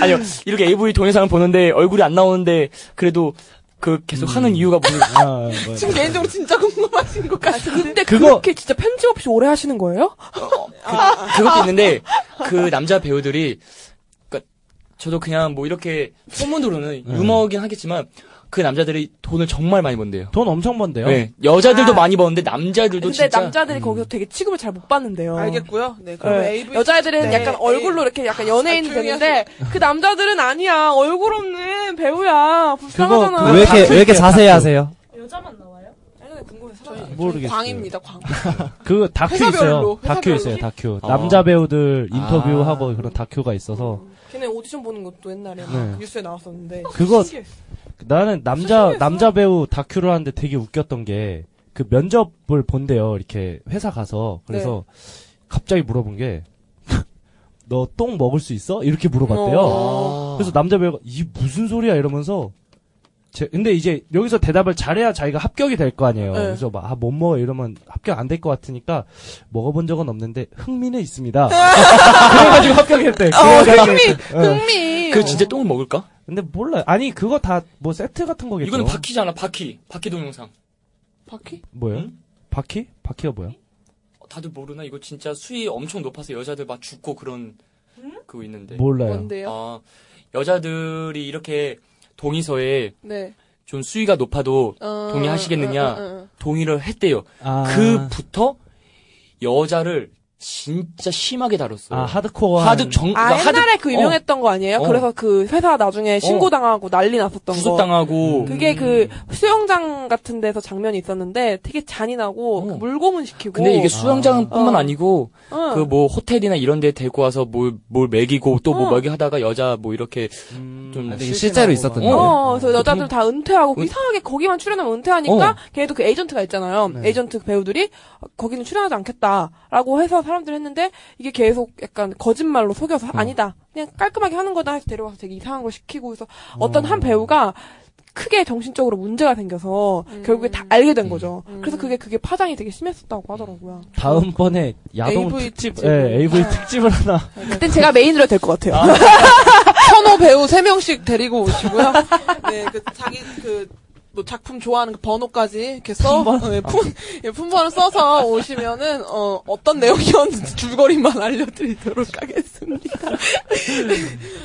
Speaker 8: 아니요, 이렇게 AV 동영상을 보는데 얼굴이 안 나오는데 그래도 그 계속 하는 이유가 뭐예요?
Speaker 12: 아, 뭐야.
Speaker 5: 지금 개인적으로 진짜 궁금하신 것 같은데.
Speaker 2: 근데
Speaker 12: 그거-
Speaker 2: 그렇게 진짜 편집 없이 오래 하시는 거예요?
Speaker 8: 그것도 있는데 그 남자 배우들이 그러니까 저도 그냥 뭐 이렇게 소문으로는
Speaker 12: 네.
Speaker 8: 유머긴 하겠지만 그 남자들이 돈을 정말 많이 번대요.
Speaker 12: 돈 엄청 번데요.
Speaker 8: 네, 여자들도
Speaker 2: 아.
Speaker 8: 많이 버는데 남자들도
Speaker 2: 근데
Speaker 8: 진짜 음.
Speaker 2: 남자들이 거기서 되게 취급을 잘 못 받는데요.
Speaker 5: 알겠고요. 네, 그럼
Speaker 2: 네.
Speaker 5: AV
Speaker 2: 여자애들은
Speaker 5: 네.
Speaker 2: 약간 얼굴로 이렇게 약간 연예인
Speaker 5: 아, 조용히
Speaker 2: 되는데 그 남자들은 아니야 얼굴 없는 배우야 불쌍하잖아.
Speaker 14: 왜 이렇게 왜 이렇게 자세히 하세요?
Speaker 4: 여자만 나와요?
Speaker 12: 모르겠어요.
Speaker 5: 광입니다 광.
Speaker 12: 그 다큐
Speaker 5: 회사별로,
Speaker 12: 있어요. 다큐
Speaker 5: 회사별로.
Speaker 12: 있어요. 다큐.
Speaker 8: 아.
Speaker 12: 남자 배우들
Speaker 8: 아.
Speaker 12: 인터뷰하고 그런 다큐가 있어서
Speaker 2: 걔네 오디션 보는 것도 옛날에
Speaker 12: 네.
Speaker 2: 뉴스에 나왔었는데.
Speaker 12: 그거 나는 남자 남자 배우 다큐를 하는데 되게 웃겼던 게 그 면접을 본대요. 이렇게 회사 가서 그래서 갑자기 물어본 게 <laughs> 너 똥 먹을 수 있어? 이렇게
Speaker 8: 아.
Speaker 12: 물어봤대요. 그래서 남자 배우가 이 무슨 소리야 이러면서 제- 근데 이제 여기서 대답을 잘해야 자기가 합격이 될 거 아니에요.
Speaker 5: 네.
Speaker 12: 그래서 막 아, 못 먹어 이러면 합격 안 될 것 같으니까 먹어본 적은 없는데 흥미는 있습니다. 그래가지고 합격했대.
Speaker 2: 어,
Speaker 12: 그래가지고- 어.
Speaker 2: 흥미.
Speaker 8: 그 진짜 똥을 먹을까?
Speaker 12: 근데 몰라. 아니 그거 다 뭐 세트 같은 거겠죠.
Speaker 8: 이거는 바퀴잖아 바퀴 바퀴 동영상.
Speaker 5: 바퀴?
Speaker 12: 뭐요?
Speaker 8: 응?
Speaker 12: 바퀴? 바퀴가 뭐야?
Speaker 8: 어, 다들 모르나 이거 진짜 수위 엄청 높아서 여자들 막 죽고 그런 네. 그거 있는데.
Speaker 12: 몰라요.
Speaker 5: 뭔데요?
Speaker 8: 아 여자들이 이렇게 동의서에
Speaker 5: 네.
Speaker 8: 좀 수위가 높아도
Speaker 5: 어,
Speaker 8: 동의하시겠느냐?
Speaker 5: 어, 어, 어.
Speaker 8: 동의를 했대요.
Speaker 12: 아,
Speaker 8: 그부터 여자를 진짜 심하게 다뤘어요.
Speaker 12: 아 하드코어
Speaker 8: 네. 하드 정
Speaker 2: 아
Speaker 8: 그러니까 하드
Speaker 2: 옛날에 그 유명했던 거 아니에요?
Speaker 8: 어.
Speaker 2: 그래서 그 회사 나중에 신고 당하고 난리 났었던 거.
Speaker 12: 음.
Speaker 8: 구속당하고
Speaker 2: 그게 그 수영장 같은 데서 장면이 있었는데 되게 잔인하고
Speaker 8: 어.
Speaker 2: 그 물고문 시키고.
Speaker 8: 근데 이게 수영장뿐만
Speaker 2: 어.
Speaker 8: 아니고
Speaker 2: 응.
Speaker 8: 그 뭐 호텔이나 이런 데 데리고 와서 뭘, 뭘 먹이고 또 뭐
Speaker 2: 어.
Speaker 8: 먹이 하다가 여자 뭐 이렇게
Speaker 12: 음,
Speaker 8: 좀
Speaker 12: 아, 네,
Speaker 14: 되게 실제로 있었던
Speaker 8: 어.
Speaker 14: 일.
Speaker 2: 어, 그래서 여자들 다 은퇴하고
Speaker 8: 은-
Speaker 2: 이상하게 거기만 출연하면 은퇴하니까
Speaker 8: 어.
Speaker 2: 걔네도 그 에이전트가 있잖아요.
Speaker 12: 네.
Speaker 2: 에이전트 그 배우들이 거기는 출연하지 않겠다라고 해서 사람들 했는데 이게 계속 약간 거짓말로 속여서 아니다. 그냥 깔끔하게 하는 거다 해서 데려와서 되게 이상한 걸 시키고 해서 어떤 한 배우가 크게 정신적으로 문제가 생겨서 결국에 다 알게 된 거죠. 그래서 그게 그게 파장이 되게 심했었다고 하더라고요.
Speaker 12: 다음번에 야동
Speaker 5: AV
Speaker 12: 특집,
Speaker 5: 특집.
Speaker 12: 예, AV 특집을 하나.
Speaker 2: 그땐 제가 메인으로 될 것 같아요. <laughs>
Speaker 5: 현호 배우 3명씩 데리고 오시고요. 네, 그 자기 그, 뭐 작품 좋아하는 그 번호까지 이렇게 써, 어, 예, 품, 예, 품번을 써서 오시면은, 어, 어떤 내용이었는지 줄거리만 알려드리도록 하겠습니다. <laughs>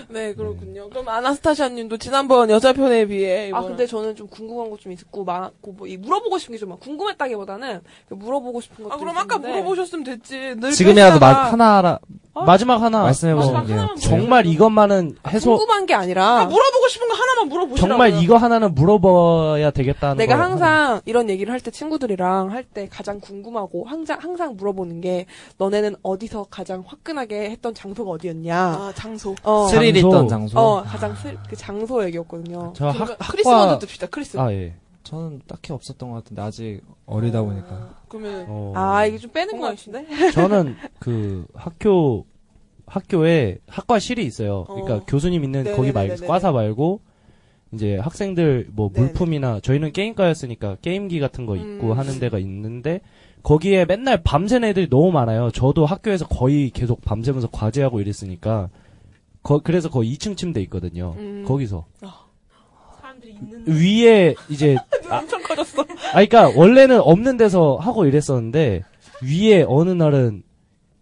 Speaker 5: 네, 그렇군요. 그럼 아나스타샤 님도 지난번 여자 편에 비해.
Speaker 2: 아 근데 저는 좀 궁금한 것 좀 있고 많고 뭐이 물어보고 싶은 게 좀 많- 궁금했다기보다는 그 물어보고 싶은 것.
Speaker 5: 아, 그럼 아까 물어보셨으면 됐지. 늘
Speaker 14: 지금이라도
Speaker 5: 뺏기다가. 아,
Speaker 14: 마, 하나 알아
Speaker 2: 어?
Speaker 12: 마지막 하나. 어.
Speaker 14: 말씀해 보시는
Speaker 2: 마지막
Speaker 14: 게
Speaker 2: 하나만
Speaker 12: 정말
Speaker 5: 네.
Speaker 12: 이것만은 해소.
Speaker 2: 궁금한 게 아니라
Speaker 5: 물어보고 싶은 거 하나만 물어보시라고.
Speaker 12: 정말 이거 하나는 물어봐야 되겠다는.
Speaker 2: 내가
Speaker 12: 걸
Speaker 2: 항상
Speaker 12: 하나.
Speaker 2: 이런 얘기를 할 때 친구들이랑 할 때 가장 궁금하고 항상 항상 물어보는 게 너네는 어디서 가장 화끈하게 했던 장소가 어디였냐.
Speaker 5: 아, 장소.
Speaker 2: 어.
Speaker 14: 스릴 있던 장소.
Speaker 2: 어 가장 슬, 그 장소 얘기였거든요.
Speaker 12: 저 학,
Speaker 5: 크리스마도
Speaker 12: 학과.
Speaker 5: 듭시다, 크리스.
Speaker 12: 아 예.
Speaker 14: 저는 딱히 없었던 것 같은데 아직 어리다 보니까.
Speaker 5: 그러면,
Speaker 12: 어.
Speaker 2: 아 이게 좀 빼는 거
Speaker 5: 뭔가
Speaker 2: 같은데.
Speaker 12: 저는 그 학교 학교에 학과실이 있어요. 그러니까
Speaker 5: 어.
Speaker 12: 교수님 있는 거기 말고
Speaker 5: 네네네네네.
Speaker 12: 과사 말고 이제 학생들 뭐
Speaker 5: 네네.
Speaker 12: 물품이나 저희는 게임과였으니까 게임기 같은 거 있고
Speaker 5: 음.
Speaker 12: 하는 데가 있는데 거기에 맨날 밤새는 애들이 너무 많아요. 저도 학교에서 거의 계속 밤새면서 과제하고 이랬으니까 거- 그래서 거의 2층 침대 있거든요.
Speaker 5: 음.
Speaker 12: 거기서
Speaker 4: 사람들이 있는
Speaker 12: 위에 이제
Speaker 2: 엄청 커졌어.
Speaker 12: 아, 그러니까 원래는 없는 데서 하고 이랬었는데 위에 어느 날은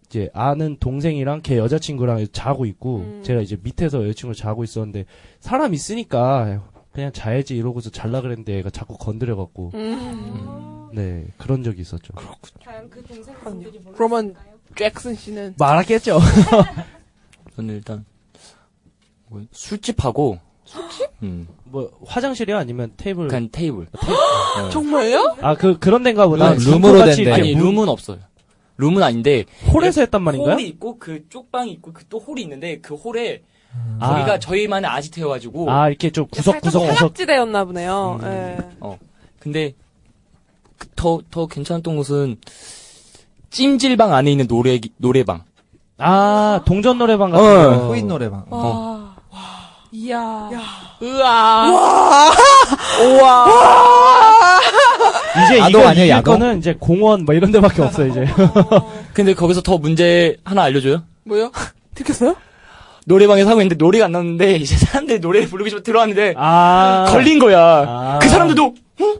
Speaker 12: 이제 아는 동생이랑 걔 여자친구랑 자고 있고 제가 이제 밑에서 여자친구 자고 있었는데 사람 있으니까 그냥 자야지 이러고서 잘라 그랬는데 얘가 자꾸 건드려갖고 네 그런 적이 있었죠.
Speaker 4: 과연 그 동생분들이 모르
Speaker 5: 그러면 잭슨 씨는
Speaker 12: 말하겠죠.
Speaker 8: 저는 일단 뭐 술집하고 술집? 음.
Speaker 12: <laughs> 뭐 화장실이요 아니면 테이블?
Speaker 14: 그러니까
Speaker 8: 그냥 테이블. 네.
Speaker 5: 정말요?
Speaker 12: 아 그 그런 데인가 보다.
Speaker 14: 룸, 룸으로
Speaker 12: 같이
Speaker 14: 된 데.
Speaker 12: 이렇게
Speaker 8: 아니
Speaker 12: 문-
Speaker 8: 룸은 없어요. 룸은 아닌데
Speaker 12: 홀에서 했단 네. 말인가요?
Speaker 8: 홀이 있고 그 쪽방이 있고 그 또 홀이 있는데 그 홀에
Speaker 12: 아.
Speaker 8: 거기가 저희만의 아지트여가지고
Speaker 12: 아 이렇게 좀 구석구석
Speaker 2: 살짝
Speaker 12: 구석
Speaker 2: 타락지대였나 보네요.
Speaker 12: 음.
Speaker 2: 예.
Speaker 8: 근데 그 더, 더 괜찮았던 곳은 찜질방 안에 있는 노래 노래방.
Speaker 12: 아 동전 노래방 같은
Speaker 8: 어.
Speaker 12: 거.
Speaker 14: 코인 노래방.
Speaker 2: 이야.
Speaker 5: 으아.
Speaker 12: 이제
Speaker 14: 야동
Speaker 12: 이거
Speaker 14: 아니에요,
Speaker 12: 이길
Speaker 14: 야동?
Speaker 12: 거는 네, 이제 공원 뭐 이런 데밖에 없어 이제.
Speaker 8: 근데 거기서 더 문제 하나 알려줘요.
Speaker 5: 뭐요? 들켰어요?
Speaker 8: 노래방에서 하고 있는데 노래가 안 나오는데 이제 사람들이 노래를 부르기 싫어 들어왔는데
Speaker 12: 아
Speaker 8: 걸린 거야.
Speaker 12: 아.
Speaker 8: 그 사람들도 응?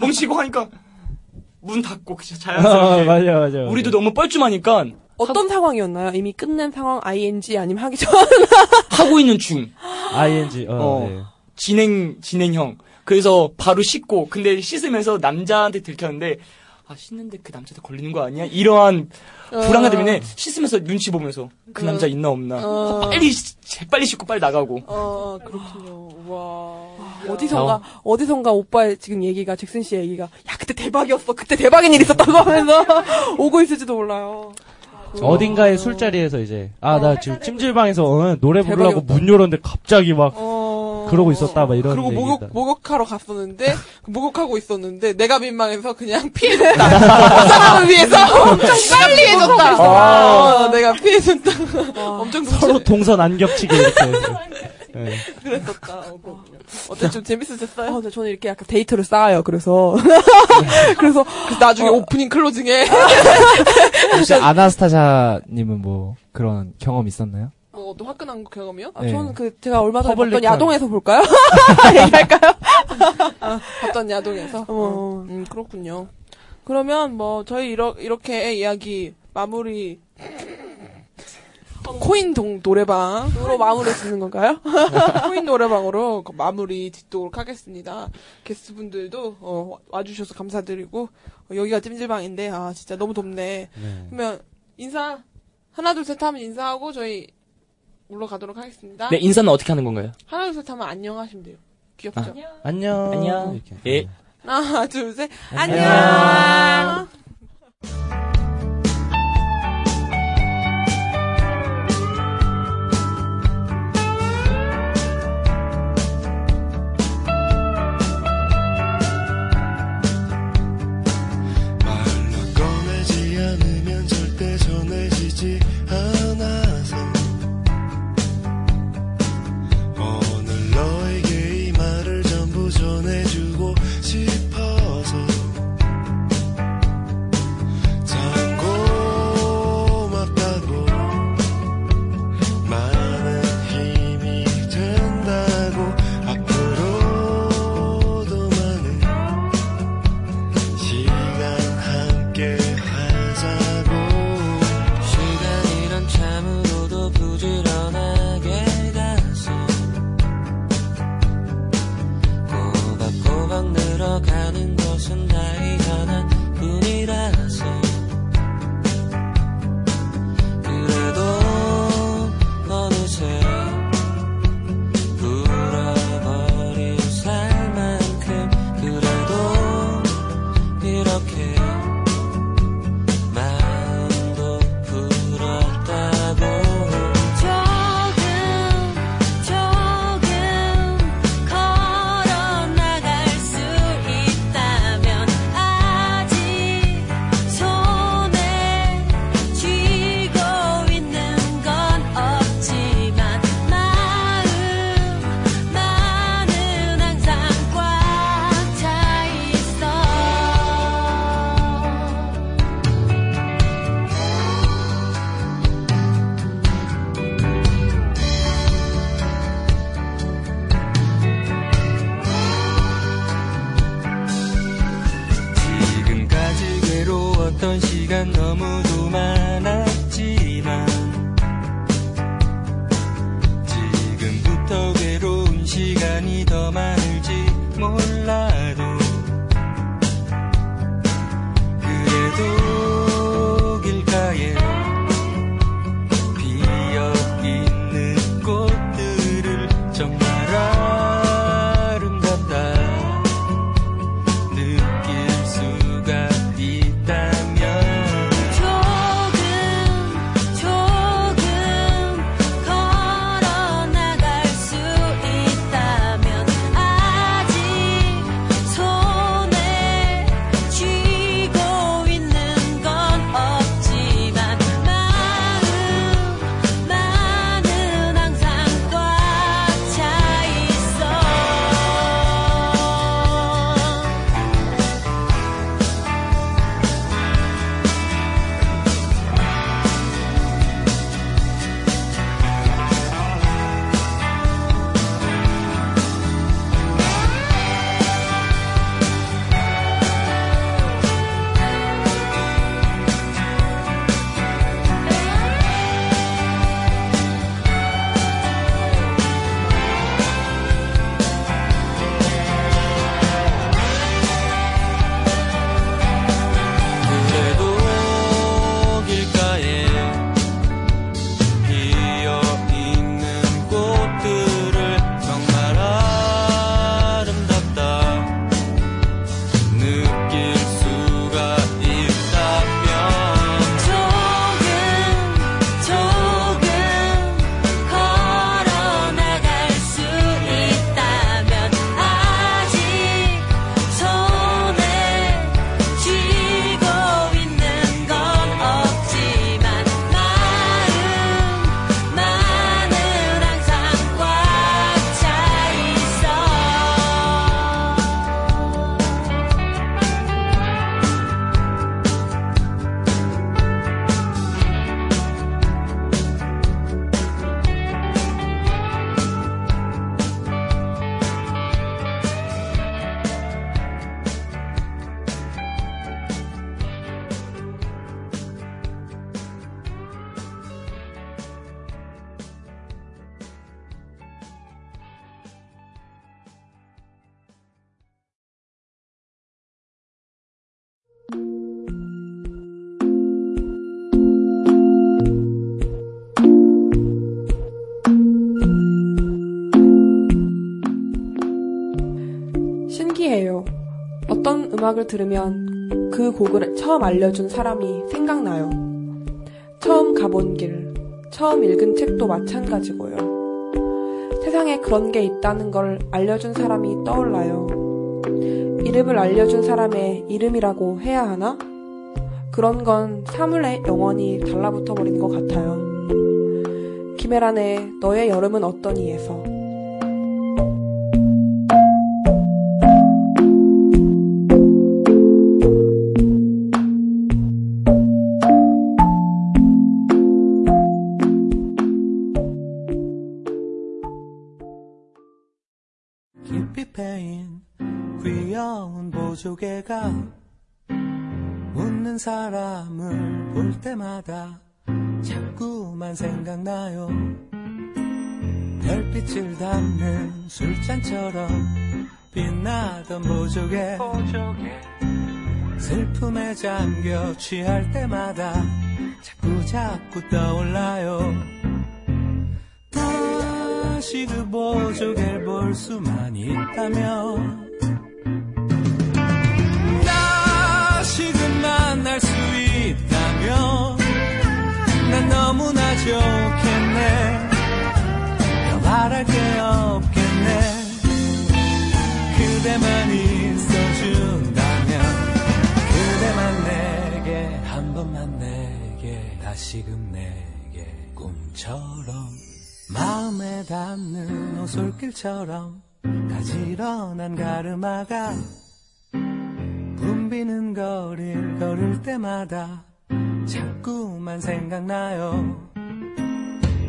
Speaker 8: 멈추고 하니까 문 닫고 그냥
Speaker 12: <laughs> 어,
Speaker 8: 자연스럽게.
Speaker 12: 맞아 맞아.
Speaker 8: 우리도 너무 뻘쭘하니까
Speaker 2: 어떤 상황이었나요? 이미 끝낸 상황 ing 아니면 하기 전?
Speaker 8: 하고 있는 중
Speaker 12: ing 어,
Speaker 8: 어.
Speaker 12: 네.
Speaker 8: 진행 진행형. 그래서 바로 씻고 근데 씻으면서 남자한테 들켰는데 아 씻는데 그 남자한테 걸리는 거 아니야? 이러한 불안감 때문에 씻으면서 눈치 보면서 그 남자 있나 없나
Speaker 5: 어.
Speaker 8: 빨리 씻- 재빨리 씻고 빨리 나가고
Speaker 5: 어, 그렇군요. 와.
Speaker 2: 어디선가 어디선가 오빠의 지금 얘기가 잭슨 씨의 얘기가 야 그때 대박이었어 그때 대박인 일 있었다고
Speaker 5: <laughs>
Speaker 2: 하면서 오고 있을지도 몰라요.
Speaker 12: 어딘가의 술자리에서 이제 아 나 지금 찜질방에서 어, 노래 부르려고
Speaker 5: 대박이었다.
Speaker 12: 문 열었는데 갑자기 막
Speaker 5: 어.
Speaker 12: 그러고 있었다 막 이런
Speaker 5: 그리고
Speaker 12: 얘기다.
Speaker 5: 목욕 목욕하러 갔었는데 그 목욕하고 있었는데 내가 민망해서 <laughs> 그냥 피해줬다. 그 사람을 위해서 <laughs> 엄청 빨리 해줬다. 어, 내가 피해줬다. 엄청
Speaker 12: 서로
Speaker 5: 서로
Speaker 12: 동선 안 겹치게 이렇게. 네.
Speaker 5: 어때 좀 재밌으셨어요?
Speaker 2: 어, 저- 저는 이렇게 약간 데이터를 쌓아요. 그래서 그래서
Speaker 5: 그래서 나중에 오프닝 클로징에
Speaker 14: 혹시 아나스타샤님은 뭐 그런 경험 있었나요?
Speaker 5: 뭐 어떤 화끈한 경험이요?
Speaker 2: 아,
Speaker 14: 네.
Speaker 2: 저는 그 제가 얼마 전에
Speaker 12: 퍼블릭한.
Speaker 2: 봤던 야동에서 볼까요?
Speaker 5: 봤던 야동에서.
Speaker 2: 어.
Speaker 5: 음 그렇군요. 그러면 뭐 저희 이러, 이렇게 이야기 마무리 코인 동 노래방으로 마무리 짓는 건가요? <laughs> 코인 노래방으로 그 마무리 짓도록 하겠습니다. 게스트분들도 어, 와- 와주셔서 감사드리고 어, 여기가 찜질방인데 아 진짜 너무 덥네.
Speaker 12: 네.
Speaker 5: 그러면 인사 하나 둘 셋 하면 인사하고 저희 올라가도록 하겠습니다.
Speaker 8: 네 인사는 어떻게 하는 건가요?
Speaker 5: 하나 둘 셋 하면 안녕하시면 돼요. 귀엽죠?
Speaker 8: 아.
Speaker 12: 안녕.
Speaker 8: 안녕.
Speaker 12: 이렇게.
Speaker 8: 예.
Speaker 5: 하나 둘 셋. 안녕.
Speaker 16: 말로 꺼내지 않으면 절대 전해지지 않아서 오늘 너에게 이 말을 전부 전해주고 싶어서
Speaker 2: 실패예요. 어떤 음악을 들으면 그 곡을 처음 알려준 사람이 생각나요. 처음 가본 길, 처음 읽은 책도 마찬가지고요. 세상에 그런 게 있다는 걸 알려준 사람이 떠올라요. 이름을 알려준 사람의 이름이라고 해야 하나? 그런 건 사물에 영원히 달라붙어 버린 것 같아요. 김혜란의 너의 여름은 어떠니에서
Speaker 12: 깊이 패인 귀여운 보조개가 웃는 사람을 볼 때마다 자꾸만 생각나요 별빛을 담는 술잔처럼 빛나던 보조개 슬픔에 잠겨 취할 때마다 자꾸 자꾸 떠올라요 다시 그 보조개를 볼 수만 있다면 다시 그 만날 수 있다면 난 너무나 좋겠네 더 바랄 게 없겠네 그대만 있어준다면 그대만 내게 한 번만 내게 다시금 내게 꿈처럼 마음에 닿는 오솔길처럼 가지런한 가르마가 붐비는 거리를 걸을 때마다 자꾸만 생각나요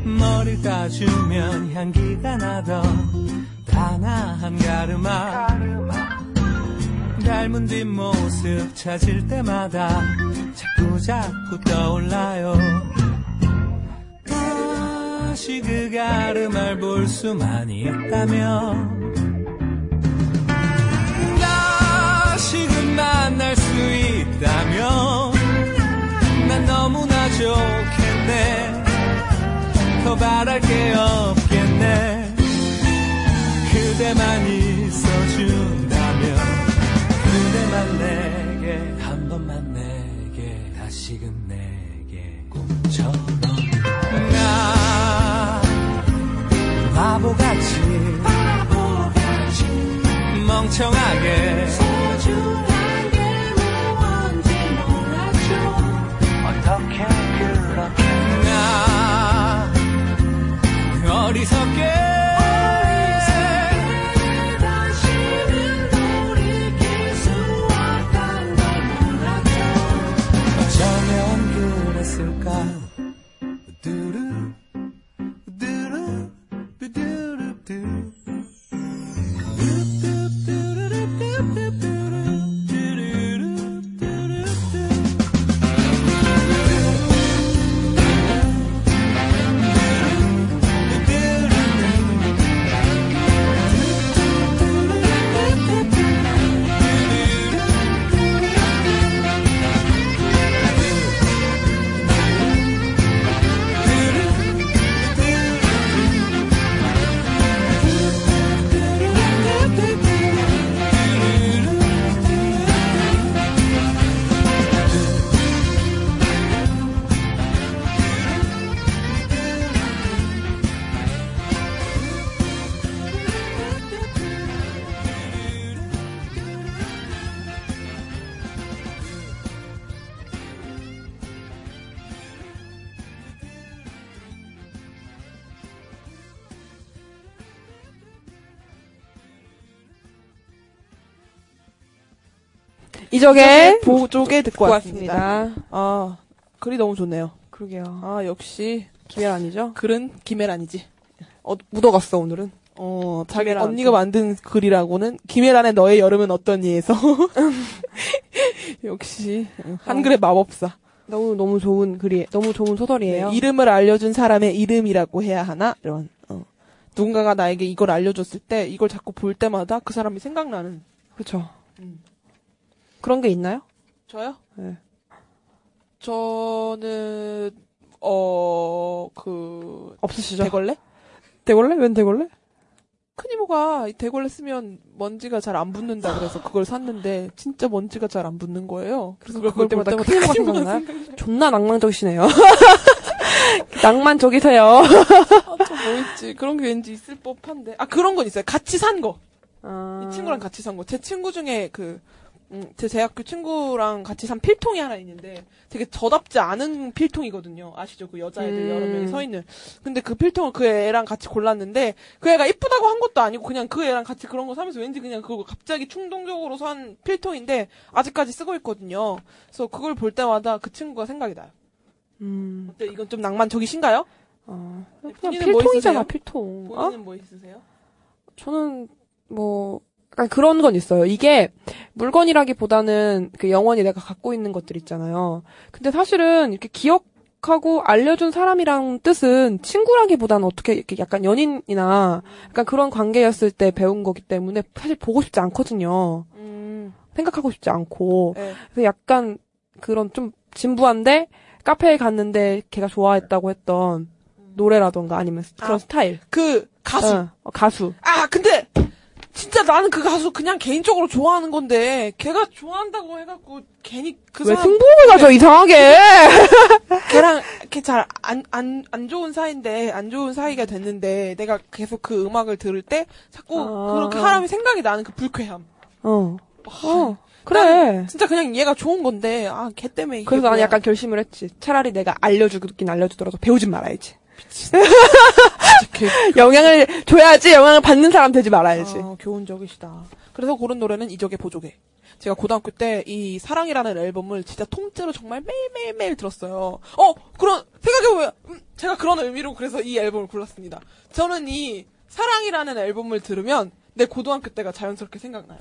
Speaker 12: 머리 따주면 향기가 나던 단아한 가르마 닮은 뒷모습 찾을 때마다 자꾸 자꾸 떠올라요 다시 그 가름을 볼 수만 있다면 다시 그 만날 수 있다면 난 너무나 좋겠네 더 바랄 게 없겠네 그대만 있어준다면 그대만 내게 한 번만 내게 다시금 내게 꿈처럼 나 바보같이 멍청하게 어떻게 그렇게 나 어리석게 어쩌면 그랬을까 두루 두루 두루 두루
Speaker 5: 이적의 네.
Speaker 2: 이적의
Speaker 5: 보조개 듣고 왔습니다.
Speaker 2: 고맙습니다.
Speaker 5: 아, 글이 너무 좋네요.
Speaker 2: 그러게요.
Speaker 5: 아, 역시
Speaker 2: 김혜란이죠?
Speaker 5: 글은 김혜란이지.
Speaker 2: 어, 묻어갔어 오늘은.
Speaker 5: 어, 자기
Speaker 2: 김혜란
Speaker 5: 언니가
Speaker 2: 또.
Speaker 5: 만든 글이라고는 김혜란의 너의 여름은 어떠니에서 <laughs> 역시 한글의 마법사. 네,
Speaker 2: 너무 너무 좋은 글이 너무 좋은 소설이에요.
Speaker 5: 이름을 알려준 사람의 이름이라고 해야 하나 이런. 어. 누군가가 나에게 이걸 알려줬을 때 이걸 자꾸 볼 때마다 그 사람이 생각나는.
Speaker 2: 그렇죠. 그런 게 있나요?
Speaker 5: 저요?
Speaker 2: 네.
Speaker 5: 저는 어 그
Speaker 2: 없으시죠?
Speaker 5: 대걸레?
Speaker 2: 대걸레? 웬 대걸레? 큰 이모가 이 대걸레 쓰면 먼지가 잘 안 붙는다 그래서 그걸 샀는데 진짜 먼지가 잘 안 붙는 거예요. 그래서
Speaker 5: 그걸
Speaker 2: 그걸
Speaker 5: 볼 때마다
Speaker 2: 보다가
Speaker 5: 큰 이모가 생각나요? 존나 낭만적이시네요. <laughs> 낭만적이세요.
Speaker 2: 아저뭐 어, 있지 그런 게 왠지 있을 법한데 아 그런 건 있어요. 같이 산 거.
Speaker 5: 아.
Speaker 2: 이 친구랑 같이 산 거. 제 친구 중에 그, 음, 제 대학교 친구랑 같이 산 필통이 하나 있는데 되게 저답지 않은 필통이거든요. 아시죠? 그 여자애들
Speaker 5: 음.
Speaker 2: 여러 명이 서 있는. 근데 그 필통을 그 애랑 같이 골랐는데 그 애가 이쁘다고 한 것도 아니고 그냥 그 애랑 같이 그런 거 사면서 왠지 그냥 그거 갑자기 충동적으로 산 필통인데 아직까지 쓰고 있거든요. 그래서 그걸 볼 때마다 그 친구가 생각이 나요.
Speaker 5: 음,
Speaker 2: 어때? 이건 좀 낭만적이신가요?
Speaker 5: 어, 그냥
Speaker 2: 본인은 뭐
Speaker 5: 필통이잖아,
Speaker 2: 있으세요?
Speaker 5: 필통. 어?
Speaker 2: 본인은 뭐 있으세요?
Speaker 5: 저는 뭐 약간 그런 건 있어요. 이게 물건이라기보다는 그 영원히 내가 갖고 있는 것들 있잖아요. 근데 사실은 이렇게 기억하고 알려준 사람이란 뜻은 친구라기보다는 어떻게 이렇게 약간 연인이나 약간 그런 관계였을 때 배운 거기 때문에 사실 보고 싶지 않거든요.
Speaker 2: 음,
Speaker 5: 생각하고 싶지 않고
Speaker 2: 네.
Speaker 5: 그래서 약간 그런 좀 진부한데 카페에 갔는데 걔가 좋아했다고 했던 노래라던가 아니면 그런
Speaker 2: 음. 아,
Speaker 5: 스타일
Speaker 2: 그 가수.
Speaker 5: 어, 가수
Speaker 2: 아 근데 진짜 나는 그 가수 그냥 개인적으로 좋아하는 건데 걔가 좋아한다고 해갖고 괜히 그
Speaker 5: 왜
Speaker 2: 사람
Speaker 5: 승부를 가져 이상하게
Speaker 2: 걔랑 걔 잘 안 안 안 좋은 사이인데 안 좋은 사이가 됐는데 내가 계속 그 음악을 들을 때 자꾸
Speaker 5: 아.
Speaker 2: 그런 그 사람이 생각이 나는 그 불쾌함
Speaker 5: <laughs> 어. 어.
Speaker 2: 난
Speaker 5: 그래.
Speaker 2: 진짜 그냥 얘가 좋은 건데 아 걔 때문에 이게
Speaker 5: 그래서
Speaker 2: 뭐야.
Speaker 5: 나는 약간 결심을 했지. 차라리 내가 알려주긴 알려주더라도 배우진 <laughs> 말아야지.
Speaker 2: 개-
Speaker 5: 영향을 줘야지 영향을 받는 사람 되지 말아야지.
Speaker 2: 아, 교훈적이시다. 그래서 고른 노래는 이적의 보조개. 제가 고등학교 때 이 사랑이라는 앨범을 진짜 통째로 정말 매일매일매일 들었어요. 어, 그런, 생각해보면, 음, 제가 그런 의미로 그래서 이 앨범을 골랐습니다. 저는 이 사랑이라는 앨범을 들으면 내 고등학교 때가 자연스럽게 생각나요.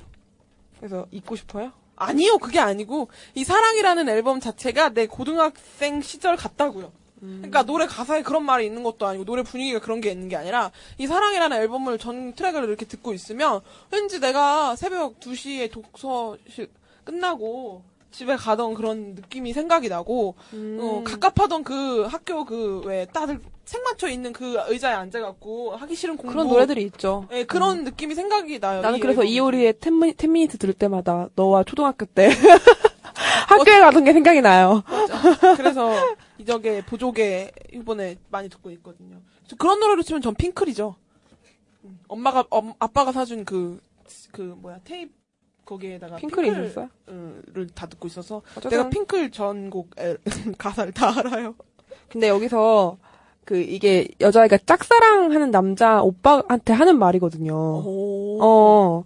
Speaker 5: 그래서
Speaker 2: 잊고 싶어요? 아니요, 그게 아니고, 이 사랑이라는 앨범 자체가 내 고등학생 시절 같다고요. 그러니까 노래 가사에 그런 말이 있는 것도 아니고 노래 분위기가 그런 게 있는 게 아니라 이 사랑이라는 앨범을 전 트랙을 이렇게 듣고 있으면 왠지 내가 새벽 2시에 독서실 끝나고 집에 가던 그런 느낌이 생각이 나고
Speaker 5: 음.
Speaker 2: 어, 갑갑하던 그 학교 그 왜 다들 생맞춰 있는 그 의자에 앉아갖고 하기 싫은 공부
Speaker 5: 뭐 그런 노래들이 있죠. 음.
Speaker 2: 예, 그런 느낌이 생각이 나요.
Speaker 5: 나는
Speaker 2: 이
Speaker 5: 그래서
Speaker 2: 앨범이.
Speaker 5: 이효리의 10, 10미니트 들을 때마다 너와 초등학교 <laughs> 때 학교에 가던 게 생각이 나요.
Speaker 2: <laughs> 그래서 이적의 보조개 이번에 많이 듣고 있거든요. 저 그런 노래로 치면 전 핑클이죠. 음, 엄마가 엄, 아빠가 사준 그 그 뭐야 테이프 거기에다가
Speaker 5: 아, 핑클이 있었어요?
Speaker 2: 핑클을 다 듣고 있어서
Speaker 5: 어쨌든
Speaker 2: 내가 핑클 전곡 앨- <laughs> 가사를 다 알아요.
Speaker 5: 근데 여기서 그 이게 여자애가 짝사랑하는 남자 오빠한테 하는
Speaker 2: 어.
Speaker 5: 말이거든요.
Speaker 2: 오.
Speaker 5: 어.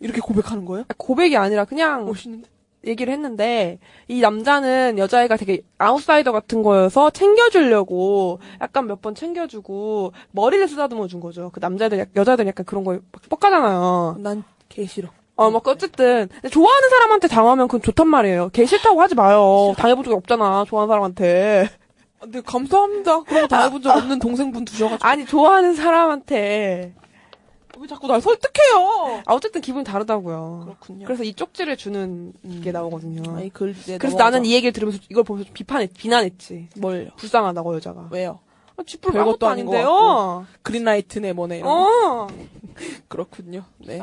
Speaker 2: 이렇게 고백하는 거예요?
Speaker 5: 고백이 아니라
Speaker 2: 어.
Speaker 5: 그냥
Speaker 2: 멋있는데.
Speaker 5: 얘기를 했는데 이 남자는 여자애가 되게 아웃사이더 같은 거여서 챙겨주려고 약간 몇 번 챙겨주고 머리를 쓰다듬어 준 거죠. 그 남자들 애 여자들 은 약간 그런 거에 막 뻑가잖아요.
Speaker 2: 어, 난 개 싫어.
Speaker 5: 어,
Speaker 2: 네.
Speaker 5: 막 어쨌든 근데 좋아하는 사람한테 당하면 그건 좋단 말이에요. 걔 싫다고 하지 마요. 당해본 적이 없잖아. 좋아하는 사람한테.
Speaker 2: 아,
Speaker 5: 아,
Speaker 2: 근데 감사합니다. 그런 거 다 해본 적 없는 동생분 두셔가지고
Speaker 5: 아니 좋아하는 사람한테.
Speaker 2: 왜 자꾸 날 설득해요?
Speaker 5: 아 어쨌든 기분이 다르다고요.
Speaker 2: 그렇군요. 음.
Speaker 5: 그래서 이 쪽지를 주는 게 나오거든요.
Speaker 2: 아니, 그 이제
Speaker 5: 그래서
Speaker 2: 넘어가자.
Speaker 5: 나는 이 얘기를 들으면서 이걸 보면서 좀 비판했 비난했지.
Speaker 2: 뭘요?
Speaker 5: 불쌍하다고 여자가.
Speaker 2: 왜요?
Speaker 5: 아, 쥐뿔
Speaker 2: 별것도
Speaker 5: 아무것도
Speaker 2: 아닌 것
Speaker 5: 아닌데요.
Speaker 2: 그린라이트네 뭐네 이런 거.
Speaker 5: 어.
Speaker 2: 그렇군요. 네.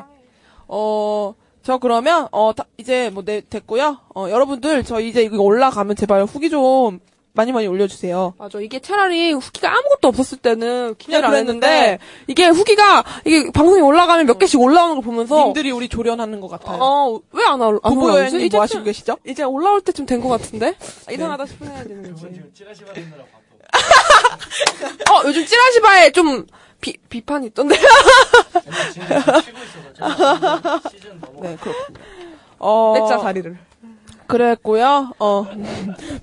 Speaker 2: 어, 저 그러면, 어, 다- 이제 뭐, 네, 됐고요. 어, 여러분들, 저 이제 이거 올라가면 제발 후기 좀 많이 많이 올려주세요.
Speaker 5: 맞아. 이게 차라리 후기가 아무것도 없었을 때는 기대를 안
Speaker 2: 그랬는데
Speaker 5: 했는데 음. 이게 후기가 이게 방송에 올라가면 몇 개씩 올라오는 걸 보면서
Speaker 2: 님들이 우리 조련하는 것 같아요.
Speaker 5: 어왜 안 올라? 안
Speaker 2: 부부
Speaker 5: 올라오지?
Speaker 2: 여행님
Speaker 5: 이제
Speaker 2: 어. 뭐 하시고 계시죠?
Speaker 5: 이제 올라올 때쯤 된 것 같은데 아, 이상하다 싶은 생각이 드는 거지.
Speaker 17: 찌라시 받느라 바빠.
Speaker 5: 어 요즘 찌라시바에 좀 비, 비판이 있던데.
Speaker 17: 지금 쉬고 있어서 시즌 넘어.
Speaker 2: 네, 그렇군요. 어,
Speaker 5: 내짜 자리를.
Speaker 2: 그랬고요. 어,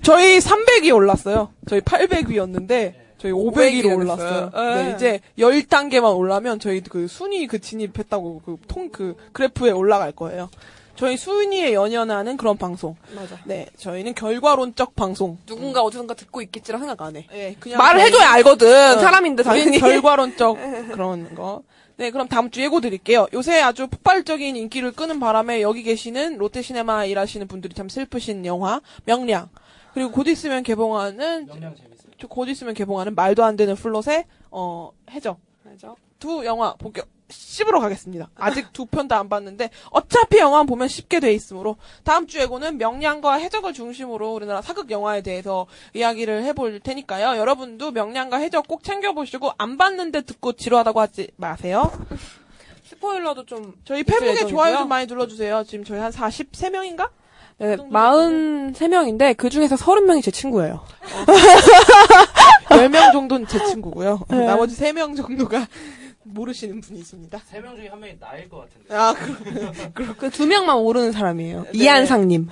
Speaker 2: 저희 300이 올랐어요. 저희 800위였는데, 저희 500위로
Speaker 5: 500위로
Speaker 2: 올랐어요.
Speaker 5: 됐어요.
Speaker 2: 네,
Speaker 5: 예.
Speaker 2: 이제 10단계만 올라면 저희 그 순위 그 진입했다고 그 통, 그 그래프에 올라갈 거예요. 저희 순위에 연연하는 그런 방송.
Speaker 5: 맞아.
Speaker 2: 네, 저희는 결과론적 방송.
Speaker 5: 누군가 어디선가 듣고 있겠지라 생각 안 해.
Speaker 2: 네, 그냥
Speaker 5: 말을
Speaker 2: 저희-
Speaker 5: 해줘야 알거든.
Speaker 2: 어,
Speaker 5: 네, 사람인데
Speaker 2: 저희는 <laughs>
Speaker 5: 당연히. <laughs> 네.
Speaker 2: 결과론적 그런 거. 네, 그럼 다음 주 예고 드릴게요. 요새 아주 폭발적인 인기를 끄는 바람에 여기 계시는 롯데시네마 일하시는 분들이 참 슬프신 영화 명량. 그리고 곧 있으면 개봉하는
Speaker 17: 영양 재밌어요.
Speaker 2: 곧 있으면 개봉하는 말도 안 되는 플롯의 어 해적
Speaker 5: 맞아.
Speaker 2: 두 영화 본격 씹으러
Speaker 5: <laughs>
Speaker 2: 가겠습니다. 아직 두 편 다 안 봤는데 어차피 영화는 보면 쉽게 돼 있으므로 다음 주 예고는 명량과 해적을 중심으로 우리나라 사극 영화에 대해서 이야기를 해볼 테니까요. 여러분도 명량과 해적 꼭 챙겨보시고 안 봤는데 듣고 지루하다고 하지 마세요.
Speaker 5: 스포일러도 좀
Speaker 2: 저희
Speaker 5: 있을
Speaker 2: 페북에 좋아요
Speaker 5: 예정이고요.
Speaker 2: 좀 많이 눌러주세요. 지금 저희 한 43명인가?
Speaker 5: 네,
Speaker 2: 정도
Speaker 5: 43명인데 그 중에서 30명이 제 친구예요.
Speaker 2: 10명 정도는 제 친구고요.
Speaker 5: 네.
Speaker 2: 나머지 3명 정도가 <laughs> 모르시는
Speaker 5: <laughs>
Speaker 2: 분이십니다.
Speaker 18: 세 명 중에 한 명이 나일 것 같은데.
Speaker 2: 아,
Speaker 5: 그두 명만 모르는 사람이에요.
Speaker 2: 네.
Speaker 5: 이한상님,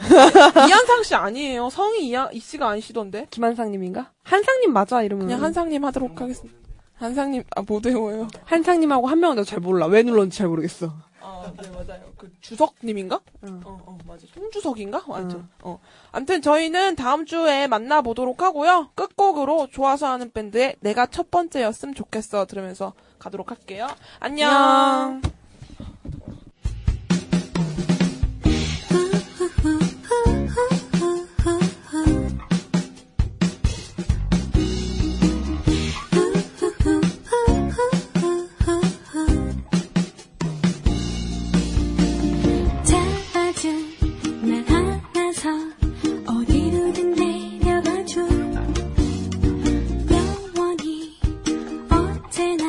Speaker 2: 이한상 씨 아니에요. 성이 이하, 이 씨가 아니시던데.
Speaker 5: 김한상님인가? 한상님 맞아 이름은.
Speaker 2: 그냥 한상님 하도록 하겠습니다. 한상님, 아, 못 외워요.
Speaker 5: 한상님하고 한 명은 나잘 몰라. 왜 눌렀는지 잘 모르겠어.
Speaker 2: 아, 네, 맞아요. 그, 주석님인가?
Speaker 5: 응.
Speaker 2: 어, 어, 맞아. 송주석인가? 맞아. 어. 암튼 저희는 다음 주에 만나보도록 하고요. 끝곡으로 좋아서 하는 밴드의 내가 첫 번째였음 좋겠어 들으면서 가도록 할게요. 안녕.
Speaker 3: 잡아줘 날 안아서 어디로든 데려가줘 영원히 언제나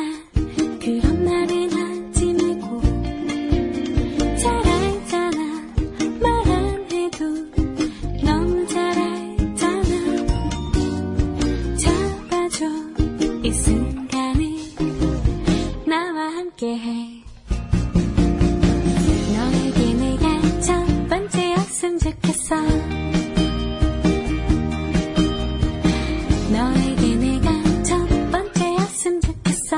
Speaker 3: 그런 말은 하지 말고 잘 알잖아 말 안 해도 너무 잘 알잖아 잡아줘 이 순간을 나와 함께해 너에게 내가 첫 번째였으면 좋겠어 너에게 내가 첫 번째였으면 좋겠어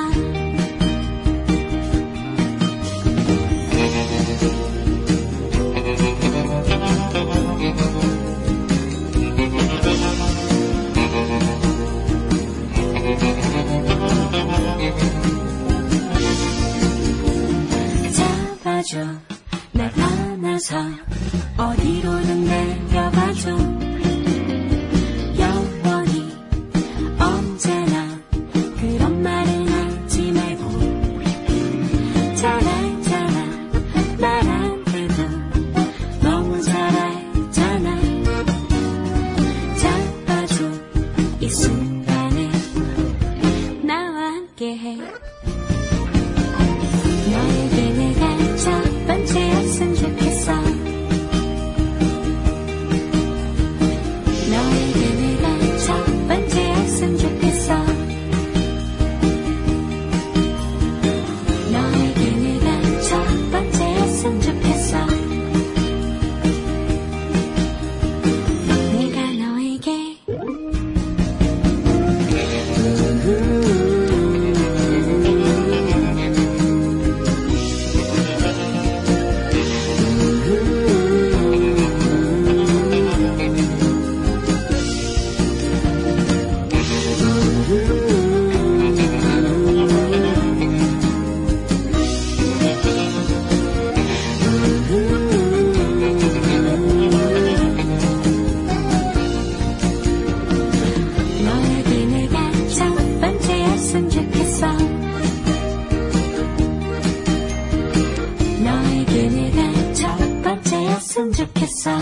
Speaker 3: 잡아줘 날 안아서 어디로든 내려가줘 영원히 언제나 그런 말은 하지 말고 잘 알잖아 말 안 해도 너무 잘 알잖아 잡아줘 이 순간에 나와 함께해 너에게 내가 첫 번째였으면 좋겠어 너에게 내가 첫 번째였으면 좋겠어 너에게 내가 첫 번째였으면 좋겠어 내가 너에게 너에게 내가 첫 번째였으면 좋겠어 너에게 내가 첫 번째였으면 좋겠어